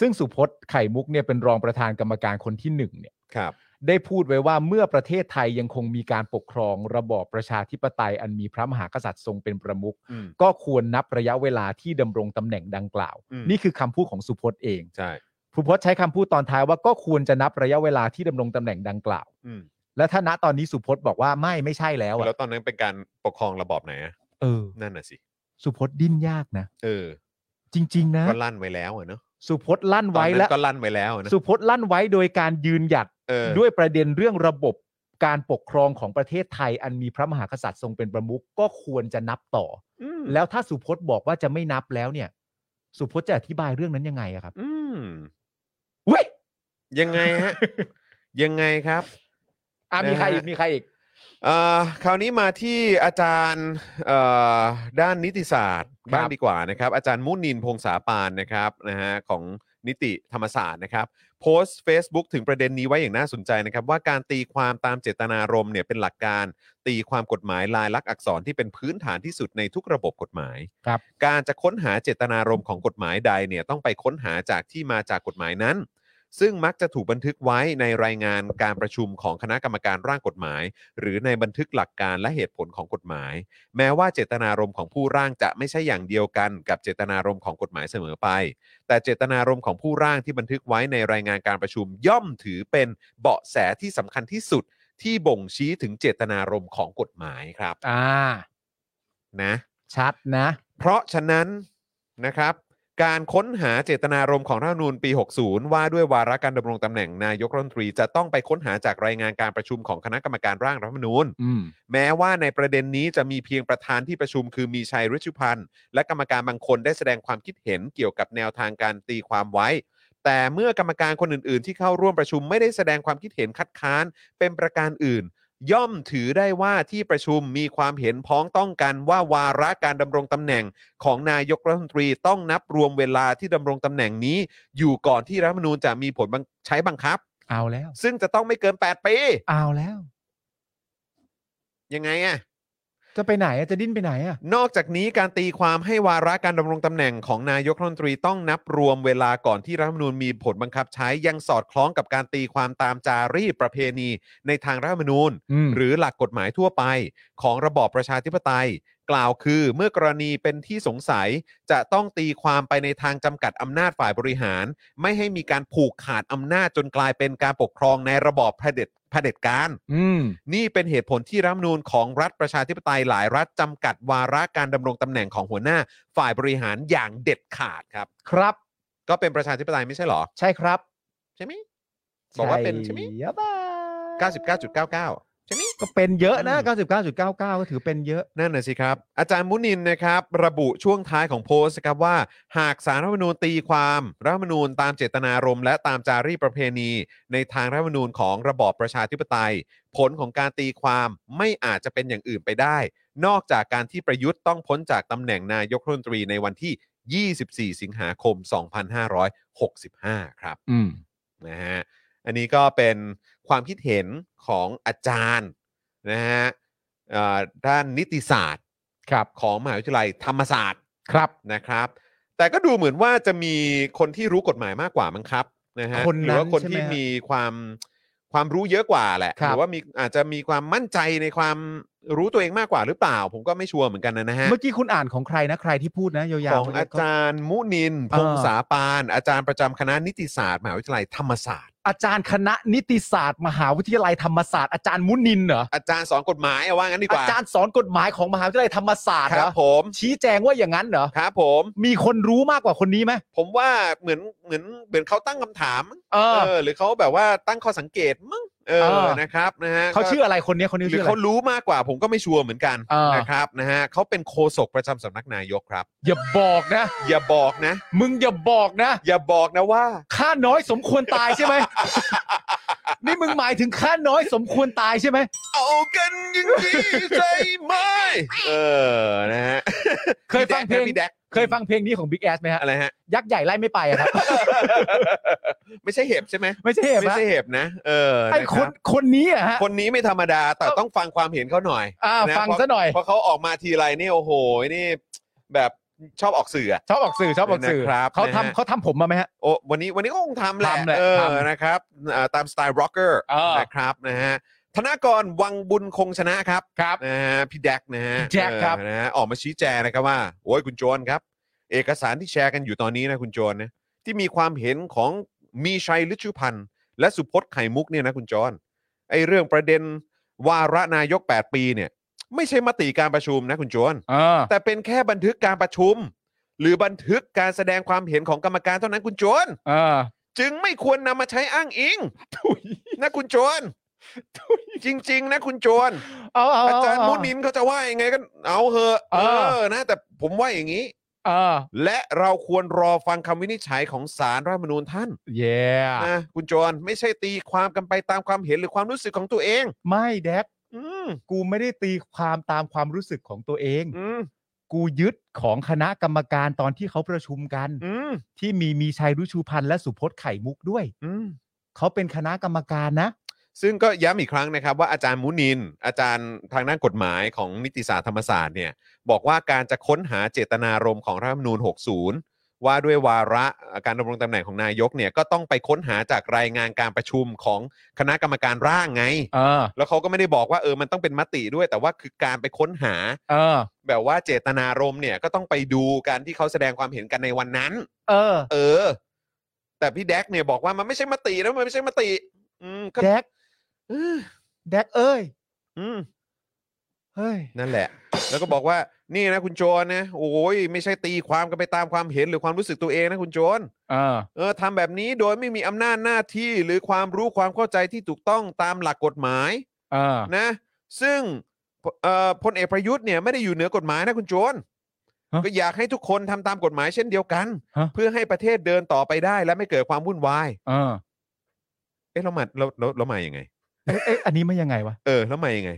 Speaker 2: ซึ่งสุพจน์ไข่มุกเนี่ยเป็นรองประธานกรรมการคนที่หนึ่งเนี่ย
Speaker 1: ครับ
Speaker 2: ได้พูดไว้ว่าเมื่อประเทศไทยยังคงมีการปกครองระบอบประชาธิปไตยอันมีพระมหากษัตริย์ทรงเป็นประมุข
Speaker 1: อืม
Speaker 2: ก็ควรนับระยะเวลาที่ดำรงตำแหน่งดังกล่าว
Speaker 1: อืม
Speaker 2: นี่คือคำพูดของสุพจน์เอง
Speaker 1: ใช่
Speaker 2: สุพจน์ใช้คำพูดตอนท้ายว่าก็ควรจะนับระยะเวลาที่ดำรงตำแหน่งดังกล่าว
Speaker 1: อืม
Speaker 2: และถ้าณตอนนี้สุพจน์บอกว่าไม่ไม่ใช่แล้วอะ
Speaker 1: แล้วตอนนั้นเป็นการปกครองระบอบไหนอะ
Speaker 2: เออ
Speaker 1: นั่นน่ะสิ
Speaker 2: สุพจน์ดิ้นยากนะ
Speaker 1: เออ
Speaker 2: จริง ๆ นะ
Speaker 1: ก็ลั่นไว้แล้วอะเนอะ
Speaker 2: สุพจน์ลั่น
Speaker 1: ตอน
Speaker 2: ไว้
Speaker 1: นั้
Speaker 2: และ
Speaker 1: นก็ลั่นไว้แล้วอะเนอะ
Speaker 2: สุพจน์ลั่นไว้โดยการยืนหยัด
Speaker 1: เออ
Speaker 2: ด้วยประเด็นเรื่องระบบการปกครองของประเทศไทย อันมีพระมหากษัตริย์ทรงเป็นประมุขก็ควรจะนับต่อ
Speaker 1: อื
Speaker 2: อ
Speaker 1: ม
Speaker 2: แล้วถ้าสุพจน์บอกว่าจะไม่นับแล้วเนี่ย สุพจน์จะอธิบายเรื่องนั้นยังไงอะครับ
Speaker 1: อืม
Speaker 2: เว้ย
Speaker 1: ยังไงฮะ ยังไงครับ
Speaker 2: อ่ะมีใครอีกมีใครอีก
Speaker 1: เอ่อคราวนี้มาที่อาจารย์เอ่อด้านนิติศาสตร์
Speaker 2: ครับ
Speaker 1: บ้างดีกว่านะครับ อาจารย์มุนินพงษาปานนะครับนะฮะของนิติธรรมศาสตร์นะครับ โพสต์ Facebook ถึงประเด็นนี้ไว้อย่างน่าสนใจนะครับ ว่าการตีความตามเจตนารมณ์เนี่ยเป็นหลักการตีความกฎหมายลายลักษณ์อักษรที่เป็นพื้นฐานที่สุดในทุกระบบกฎหมาย
Speaker 2: ครับ
Speaker 1: การจะค้นหาเจตนารมณ์ของกฎหมายใดเนี่ยต้องไปค้นหาจากที่มาจากกฎหมายนั้น ซึ่งมักจะถูกบันทึกไว้ในรายงานการประชุมของคณะกรรมการร่างกฎหมาย หรือในบันทึกหลักการและเหตุผลของกฎหมาย แม้ว่าเจตนารมณ์ของผู้ร่างจะไม่ใช่อย่างเดียวกันกับเจตนารมณ์ของกฎหมายเสมอไป แต่เจตนารมณ์ของผู้ร่างที่บันทึกไว้ในรายงานการประชุมย่อมถือเป็นเบาะแสที่สำคัญที่สุดที่บ่งชี้ถึงเจตนารมณ์ของกฎหมายครับ
Speaker 2: อ่า
Speaker 1: นะ
Speaker 2: ชัดนะ
Speaker 1: เพราะฉะนั้นนะครับ การค้นหาเจตนารมณ์ของรัฐธรรมนูญปี 60 ว่าด้วยวาระการดำรงตำแหน่งนายกรัฐมนตรี จะต้องไปค้นหาจากรายงานการประชุมของคณะกรรมการร่างรัฐธรรมนูญ
Speaker 2: อืม
Speaker 1: แม้ว่าในประเด็นนี้จะมีเพียงประธานที่ประชุมคือมีชัยรุชุพันธ์ และกรรมการบางคนได้แสดงความคิดเห็นเกี่ยวกับแนวทางการตีความไว้ แต่เมื่อกรรมการคนอื่น ๆ ที่เข้าร่วมประชุมไม่ได้แสดงความคิดเห็นคัดค้านเป็นประการอื่น ย่อมถือได้ว่าที่ประชุมมีความเห็นพ้องต้องกันว่าวาระการดำรงตำแหน่งของนายกรัฐมนตรีต้องนับรวมเวลาที่ดำรงตำแหน่งนี้ อยู่ก่อนที่รัฐธรรมนูญจะมีผลบังใช้บังคับ
Speaker 2: เอาแล้ว
Speaker 1: ซึ่งจะต้องไม่เกินแปดปี
Speaker 2: เอาแล้ว
Speaker 1: ยังไงอะ
Speaker 2: จะไปไหนอะจะดิ้นไปไหนอะ
Speaker 1: นอกจากนี้การตีความให้วาระการดำรงตำแหน่งของนายกรัฐมนตรีต้องนับรวมเวลาก่อนที่รัฐธรรมนูญมีผลบังคับใช้ยังสอดคล้องกับการตีความตามจารีตประเพณีในทางรัฐธรรมนูญ
Speaker 2: อืม
Speaker 1: หรือหลักกฎหมายทั่วไปของระบอบประชาธิปไตย กล่าวคือเมื่อกรณีเป็นที่สงสัยจะต้องตีความไปในทางจำกัดอำนาจฝ่ายบริหาร ไม่ให้มีการผูกขาดอำนาจจนกลายเป็นการปกครองในระบอบเผด็จเผด็จการ
Speaker 2: อืม
Speaker 1: นี่เป็นเหตุผลที่รัฐธรรมนูญของรัฐประชาธิปไตยหลายรัฐจำกัดวาระการดำรงตำแหน่งของหัวหน้าฝ่ายบริหารอย่างเด็ดขาดครับ
Speaker 2: ครับ
Speaker 1: ก็เป็นประชาธิปไตยไม่ใช่เหรอ
Speaker 2: ใช่ครับ
Speaker 1: ใช่ไหมบอกว่าเป็นใช่ไหม
Speaker 2: เยอะบ้า
Speaker 1: 99.99 ใช่ไหม
Speaker 2: ก็เป็นเยอะนะ
Speaker 1: อื
Speaker 2: 99.99 ก็ถือเป็นเยอะ
Speaker 1: นั่นน่ะสิครับ อาจารย์มุนินนะครับ ระบุช่วงท้ายของโพสต์นะครับว่า หากสารรัฐธรรมนูญตีความรัฐธรรมนูญตามเจตนารมณ์และตามจารีตประเพณี ในทางรัฐธรรมนูญของระบอบประชาธิปไตย ผลของการตีความไม่อาจจะเป็นอย่างอื่นไปได้ นอกจากการที่ประยุทธ์ต้องพ้นจากตำแหน่งนายกรัฐมนตรีในวันที่ 24 สิงหาคม 2565 ครับ
Speaker 2: อืม
Speaker 1: นะฮะ อันนี้ก็เป็นความคิดเห็นของอาจารย์นะฮะเอ่อด้านนิติศาสตร์
Speaker 2: ครับ
Speaker 1: ของมหาวิทยาลัยธรรมศาสตร์
Speaker 2: ครับ
Speaker 1: นะครับ แต่ก็ดูเหมือนว่าจะมีคนที่รู้กฎหมายมากกว่ามั้งครับ นะฮะ
Speaker 2: คน
Speaker 1: หรื
Speaker 2: นั้น
Speaker 1: อว่าคน
Speaker 2: ใช่ไหม
Speaker 1: ที่
Speaker 2: ฮะ
Speaker 1: มีความความรู้เยอะกว่าแหละ
Speaker 2: ครั
Speaker 1: ห
Speaker 2: บ
Speaker 1: รือว่ามีอาจจะมีความมั่นใจในความรู้ตัวเองมากกว่าหรือเปล่า ผมก็ไม่ชัวร์เหมือนกันนะฮะ
Speaker 2: เมื่อกี้คุณอ่านของใครนะใครที่พูดนะยาว
Speaker 1: ขอ
Speaker 2: ๆ
Speaker 1: ง
Speaker 2: คน
Speaker 1: อา
Speaker 2: นี้ก็
Speaker 1: จารย์มุนิน พ
Speaker 2: เออ
Speaker 1: งษาปาน อาจารย์ประจำคณะนิติศาสตร์มหาวิทยาลัยธรรมศาสตร์
Speaker 2: อาจารย์คณะนิติศาสตร์ มหาวิทยาลัยธรรมศาสตร์อาจารย์มุนินเหรอ
Speaker 1: อาจารย์สอนกฎหมายเอาว่างั้นดีก
Speaker 2: อา
Speaker 1: ว่า
Speaker 2: จารย์สอนกฎหมายของมหาวิทยาลัยธรรมศาสตร์
Speaker 1: ค
Speaker 2: เหร
Speaker 1: รั
Speaker 2: อบ
Speaker 1: ผม
Speaker 2: ชี้แจงว่าอย่างนั้นเหรอ
Speaker 1: ครับผม
Speaker 2: มีคนรู้มากกว่าคนนี้ไหม
Speaker 1: ผมว่าเหมือนเหมือนเหมือนเขาตั้งคำถาม
Speaker 2: เออ
Speaker 1: เออหรือเขาแบบว่าตั้งข้อสังเกตมั้งเอ
Speaker 2: เอ
Speaker 1: อ
Speaker 2: อ
Speaker 1: นะครับนะฮะ
Speaker 2: เขา
Speaker 1: ก็
Speaker 2: ชื่ออะไรคนเนี้ยคนนี้
Speaker 1: หรือ
Speaker 2: ชื่ออะไร
Speaker 1: เขารู้มากกว่าผมก็ไม่ชัวร์เหมือนกัน
Speaker 2: อ่าน
Speaker 1: นะครับนะฮะเขาเป็นโฆษกประจำสำนักนายกครับ
Speaker 2: อย่าบอกนะ
Speaker 1: อย่าบอกนะ
Speaker 2: มึงอย่าบอกนะ
Speaker 1: อย่าบอกนะว่า
Speaker 2: ข้าน้อยสมควรตายใช่ไหม นี่มึงหมายถึงข้าน้อยสมควรตายใช่ไหม
Speaker 1: เอากันอยังดีใจไหม
Speaker 2: [LAUGHS]
Speaker 1: เออนะฮะ
Speaker 2: เคยฟังเพลง
Speaker 1: พี่แดก
Speaker 2: เคยฟังเพลงนี้ของ Big Ass ไหมฮะ
Speaker 1: อะไรฮะ
Speaker 2: ยักษ์ใหญ่ไล่ไม่ไปอะครับ [LAUGHS]
Speaker 1: ไม่ใช่เห็บใช่ไหม
Speaker 2: ไม่ใช่เหรอ
Speaker 1: ไม่
Speaker 2: ฮะ
Speaker 1: ใช่เห็บนะเออ
Speaker 2: ไอ้
Speaker 1: ะ
Speaker 2: ค
Speaker 1: รั
Speaker 2: น
Speaker 1: บ
Speaker 2: คนนี้อะฮะ
Speaker 1: คนนี้ไม่ธรรมดาแต่ต้องฟังความเห็นเขาหน่อย
Speaker 2: อ่า
Speaker 1: นะ
Speaker 2: ฟังซะหน่อย
Speaker 1: เพราะเขาออกมาทีไรนี่โอ้โหนี่แบบชอบออกสื่ออะ
Speaker 2: ชอบออกสื่อชอบออกสื่อ
Speaker 1: นะครับ
Speaker 2: เขา
Speaker 1: นะฮะ
Speaker 2: ทำเขาทำผมมาไหมฮะ
Speaker 1: โอ้วันนี้วันนี้ก็คงทำแหละ
Speaker 2: ทำแหละ
Speaker 1: เออ
Speaker 2: ทำ
Speaker 1: นะครับอ่าตามสไตล์ร็อกเกอร์
Speaker 2: เออ
Speaker 1: นะครับนะฮะธนากรวังบุญคงชนะครับ
Speaker 2: ครับ
Speaker 1: นะฮะพี่แดกนะฮะ
Speaker 2: แจ็คครับ
Speaker 1: เออนะฮะออกมาชี้แจงนะครับว่า โอ้ยคุณโจนครับ เอกสารที่แชร์กันอยู่ตอนนี้นะคุณโจนนะที่มีความเห็นของมีชัยฤชุพันธ์และสุพจน์ไข่มุกเนี่ยนะคุณโจนไอเรื่องประเด็นวาระนายก 8 ปีเนี่ย ไม่ใช่มติการประชุมนะคุณโจน
Speaker 2: เออ
Speaker 1: แต่เป็นแค่บันทึกการประชุม หรือบันทึกการแสดงความเห็นของกรรมการเท่านั้นคุณโจน
Speaker 2: เออ
Speaker 1: จึงไม่ควรนำมาใช้อ้างอิงนะคุณโจรจริง ๆ นะคุณโจร
Speaker 2: [LAUGHS] เอาเอา
Speaker 1: อาจารย์
Speaker 2: เ
Speaker 1: มุนินเขาจะว่ายังไงก็เอาเหอะ
Speaker 2: เออ
Speaker 1: อนะ แต่ผมว่าอย่างนี้
Speaker 2: เออ
Speaker 1: และเราควรรอฟังคำวินิจฉัยของสารรัฐธรรมนูญท่าน
Speaker 2: yeah
Speaker 1: นะคุณโจรไม่ใช่ตีความกันไปตามความเห็นหรือความรู้สึกของตัวเอง
Speaker 2: ไม่แดก
Speaker 1: อืม
Speaker 2: กูไม่ได้ตีความตามความรู้สึกของตัวเอง
Speaker 1: อืม
Speaker 2: กูยึดของคณะกรรมการตอนที่เขาประชุมกัน
Speaker 1: อืม
Speaker 2: ที่มีมีชัยรุชูพันธ์และสุพจน์ไข่มุกด้วย
Speaker 1: อืม
Speaker 2: เขาเป็นคณะกรรมการนะ
Speaker 1: ซึ่งก็ย้ำอีกครั้งนะครับว่าอาจารย์มุนิน อาจารย์ทางด้านกฎหมายของนิติศาสตร์ธรรมศาสตร์เนี่ยบอกว่าการจะค้นหาเจตนารมณ์ของรัฐธรรมนูญ 60 ว่าด้วยวาระการดำรงตำแหน่งของนายกเนี่ยก็ต้องไปค้นหาจากรายงานการประชุมของคณะกรรมการร่างไง
Speaker 2: เออ
Speaker 1: แล้วเขาก็ไม่ได้บอกว่าเออมันต้องเป็นมติด้วย แต่ว่าคือการไปค้นหา
Speaker 2: เออ
Speaker 1: แบบว่าเจตนารมณ์เนี่ยก็ต้องไปดูการที่เขาแสดงความเห็นกันในวันนั้น
Speaker 2: เออ
Speaker 1: เออ แต่พี่แดกเนี่ยบอกว่ามันไม่ใช่มตินะมันไม่ใช่มติ อืมก็
Speaker 2: แดก
Speaker 1: เออ
Speaker 2: แดกเอ้ย
Speaker 1: อืม
Speaker 2: เฮ้ย
Speaker 1: นั่นแหละ แล้วก็บอกว่า นี่นะคุณโจรนะ โอ้ยไม่ใช่ตีความกันไปตามความเห็นหรือความรู้สึกตัวเองนะคุณโจร
Speaker 2: เออ
Speaker 1: เออทำแบบนี้โดยไม่มีอำนาจหน้าที่หรือความรู้ความเข้าใจที่ถูกต้องตามหลักกฎหมาย
Speaker 2: เออ
Speaker 1: นะ ซึ่งเอ่อพลเอกประยุทธ์เนี่ยไม่ได้อยู่เหนือกฎหมายนะคุณโจร
Speaker 2: ฮะ
Speaker 1: ก็อยากให้ทุกคนทำตามกฎหมายเช่นเดียวกัน
Speaker 2: ฮะ
Speaker 1: เพื่อให้ประเทศเดินต่อไปได้และไม่เกิดความวุ่นวาย
Speaker 2: เออ
Speaker 1: เอ๊ะเรามาเราเราเรามาอย่างไง
Speaker 2: เอ๊ะเอ๊ะอันนี้ไม่ยังไงวะ
Speaker 1: เออแล้วมาอย่างไง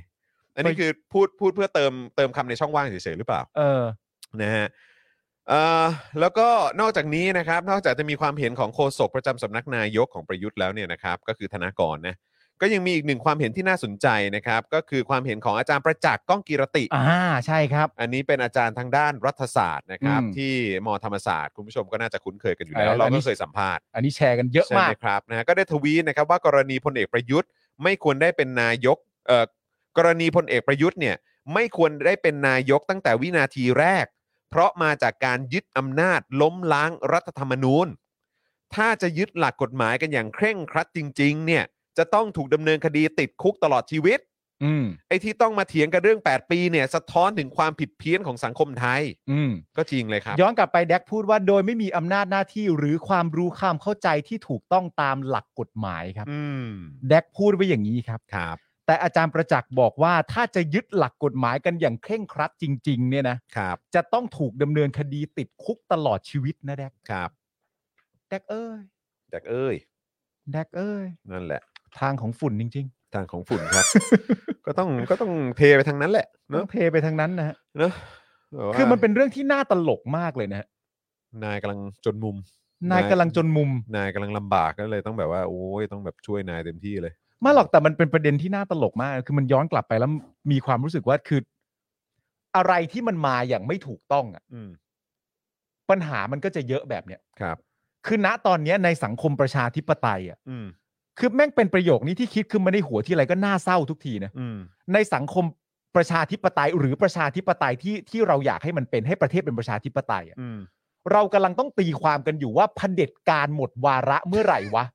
Speaker 1: อันนี้
Speaker 2: ไป
Speaker 1: คือพูดพูดเพื่อเติมเติมคำในช่องว่างเฉยๆหรือเปล่า
Speaker 2: เออ
Speaker 1: นะฮะเอ่อแล้วก็นอกจากนี้นะครับ นอกจากจะมีความเห็นของโฆษกประจำสำนักนายกของประยุทธ์แล้วเนี่ยนะครับ ก็คือธนากรนะ ก็ยังมีอีกหนึ่งความเห็นที่น่าสนใจนะครับ ก็คือความเห็นของอาจารย์ประจักษ์ก้องกีรติ
Speaker 2: อ่า ใช่ครับ
Speaker 1: อันนี้เป็นอาจารย์ทางด้านรัฐศาสตร์นะครับ
Speaker 2: อืม
Speaker 1: ที่มธรรมศาสตร์คุณผู้ชมก็น่าจะคุ้นเคยกันอยู่แล้ว
Speaker 2: เออ
Speaker 1: เรา
Speaker 2: อันนี้
Speaker 1: ก็เคยสัมภาษณ์
Speaker 2: อันนี้แชร์กันเยอะ
Speaker 1: ใช่
Speaker 2: มา
Speaker 1: ไห
Speaker 2: ก
Speaker 1: มครับนะฮะก็ได้ทวีตนะครับว่ากรณีพลเอกประยุทธ์ ไม่ควรได้เป็นนายกเอ่อกรณีพลเอกประยุทธ์เนี่ยไม่ควรได้เป็นนายกตั้งแต่วินาทีแรก เพราะมาจากการยึดอำนาจล้มล้างรัฐธรรมนูญ ถ้าจะยึดหลักกฎหมายกันอย่างเคร่งครัดจริง ๆ เนี่ยจะต้องถูกดำเนินคดีติดคุกตลอดชีวิต
Speaker 2: อืม
Speaker 1: ไอ้ที่ต้องมาเถียงกันเรื่อง 8 ปีเนี่ยสะท้อนถึงความผิดเพี้ยนของสังคมไทย
Speaker 2: อืม
Speaker 1: ก็จริงเลยครับ
Speaker 2: ย้อนกลับไปแดกพูดว่าโดยไม่มีอำนาจหน้าที่หรือความรู้ความเข้าใจที่ถูกต้องตามหลักกฎหมายครับ
Speaker 1: อืม
Speaker 2: แดกพูดไว้อย่างนี้ครับ
Speaker 1: ครับ
Speaker 2: แต่อาจารย์ประจักษ์บอกว่าถ้าจะยึดหลักกฎหมายกันอย่างเคร่งครัดจริง ๆ เนี่ยนะ
Speaker 1: ครับ
Speaker 2: จะต้องถูกดำเนินคดีติดคุกตลอดชีวิตนะแดก
Speaker 1: ครับ
Speaker 2: แดกเอ้ย
Speaker 1: แจากเอ้ย
Speaker 2: แดกเอ้ย
Speaker 1: นั่นแหละ
Speaker 2: ทางของฝุ่นจริง
Speaker 1: ทางของฝุ่น
Speaker 2: [LAUGHS]
Speaker 1: ครับ ก็ต้องก็ต้องเทไปทางนั้นแหละ
Speaker 2: ๆต้
Speaker 1: เนาะ
Speaker 2: องเทไปทางนั้นนะฮะ
Speaker 1: เนาะแบบว่า
Speaker 2: คือมันเป็นเรื่องที่น่าตลกมากเลยนะฮะ
Speaker 1: นายกำลังจนมุม
Speaker 2: นายกำลังจนมุม
Speaker 1: นายกำลังลำบากก็เลยต้องแบบว่าโอ้ยต้องแบบช่วยนายเต็มที่เลย
Speaker 2: ไม่หรอกแต่มันเป็นประเด็นที่น่าตลกมาก คือมันย้อนกลับไปแล้วมีความรู้สึกว่าคือ อะไรที่มันมาอย่างไม่ถูกต้องอะ
Speaker 1: อืม
Speaker 2: ปัญหามันก็จะเยอะแบบเนี้ย
Speaker 1: ครับ
Speaker 2: คือณตอนเนี้ยในสังคมประชาธิปไตยอ่ะ
Speaker 1: อืม
Speaker 2: คือแม่งเป็นประโยคนี้ที่คิดขึ้นมาในหัวที่ไรก็น่าเศร้าทุกทีนะ
Speaker 1: อืม
Speaker 2: ในสังคมประชาธิปไตย หรือประชาธิปไตยที่ที่เราอยากให้มันเป็นให้ประเทศเป็นประชาธิปไตยอะ
Speaker 1: อืม
Speaker 2: เรากำลังต้องตีความกันอยู่ว่าเผด็จการหมดวาระเมื่อไหร่วะ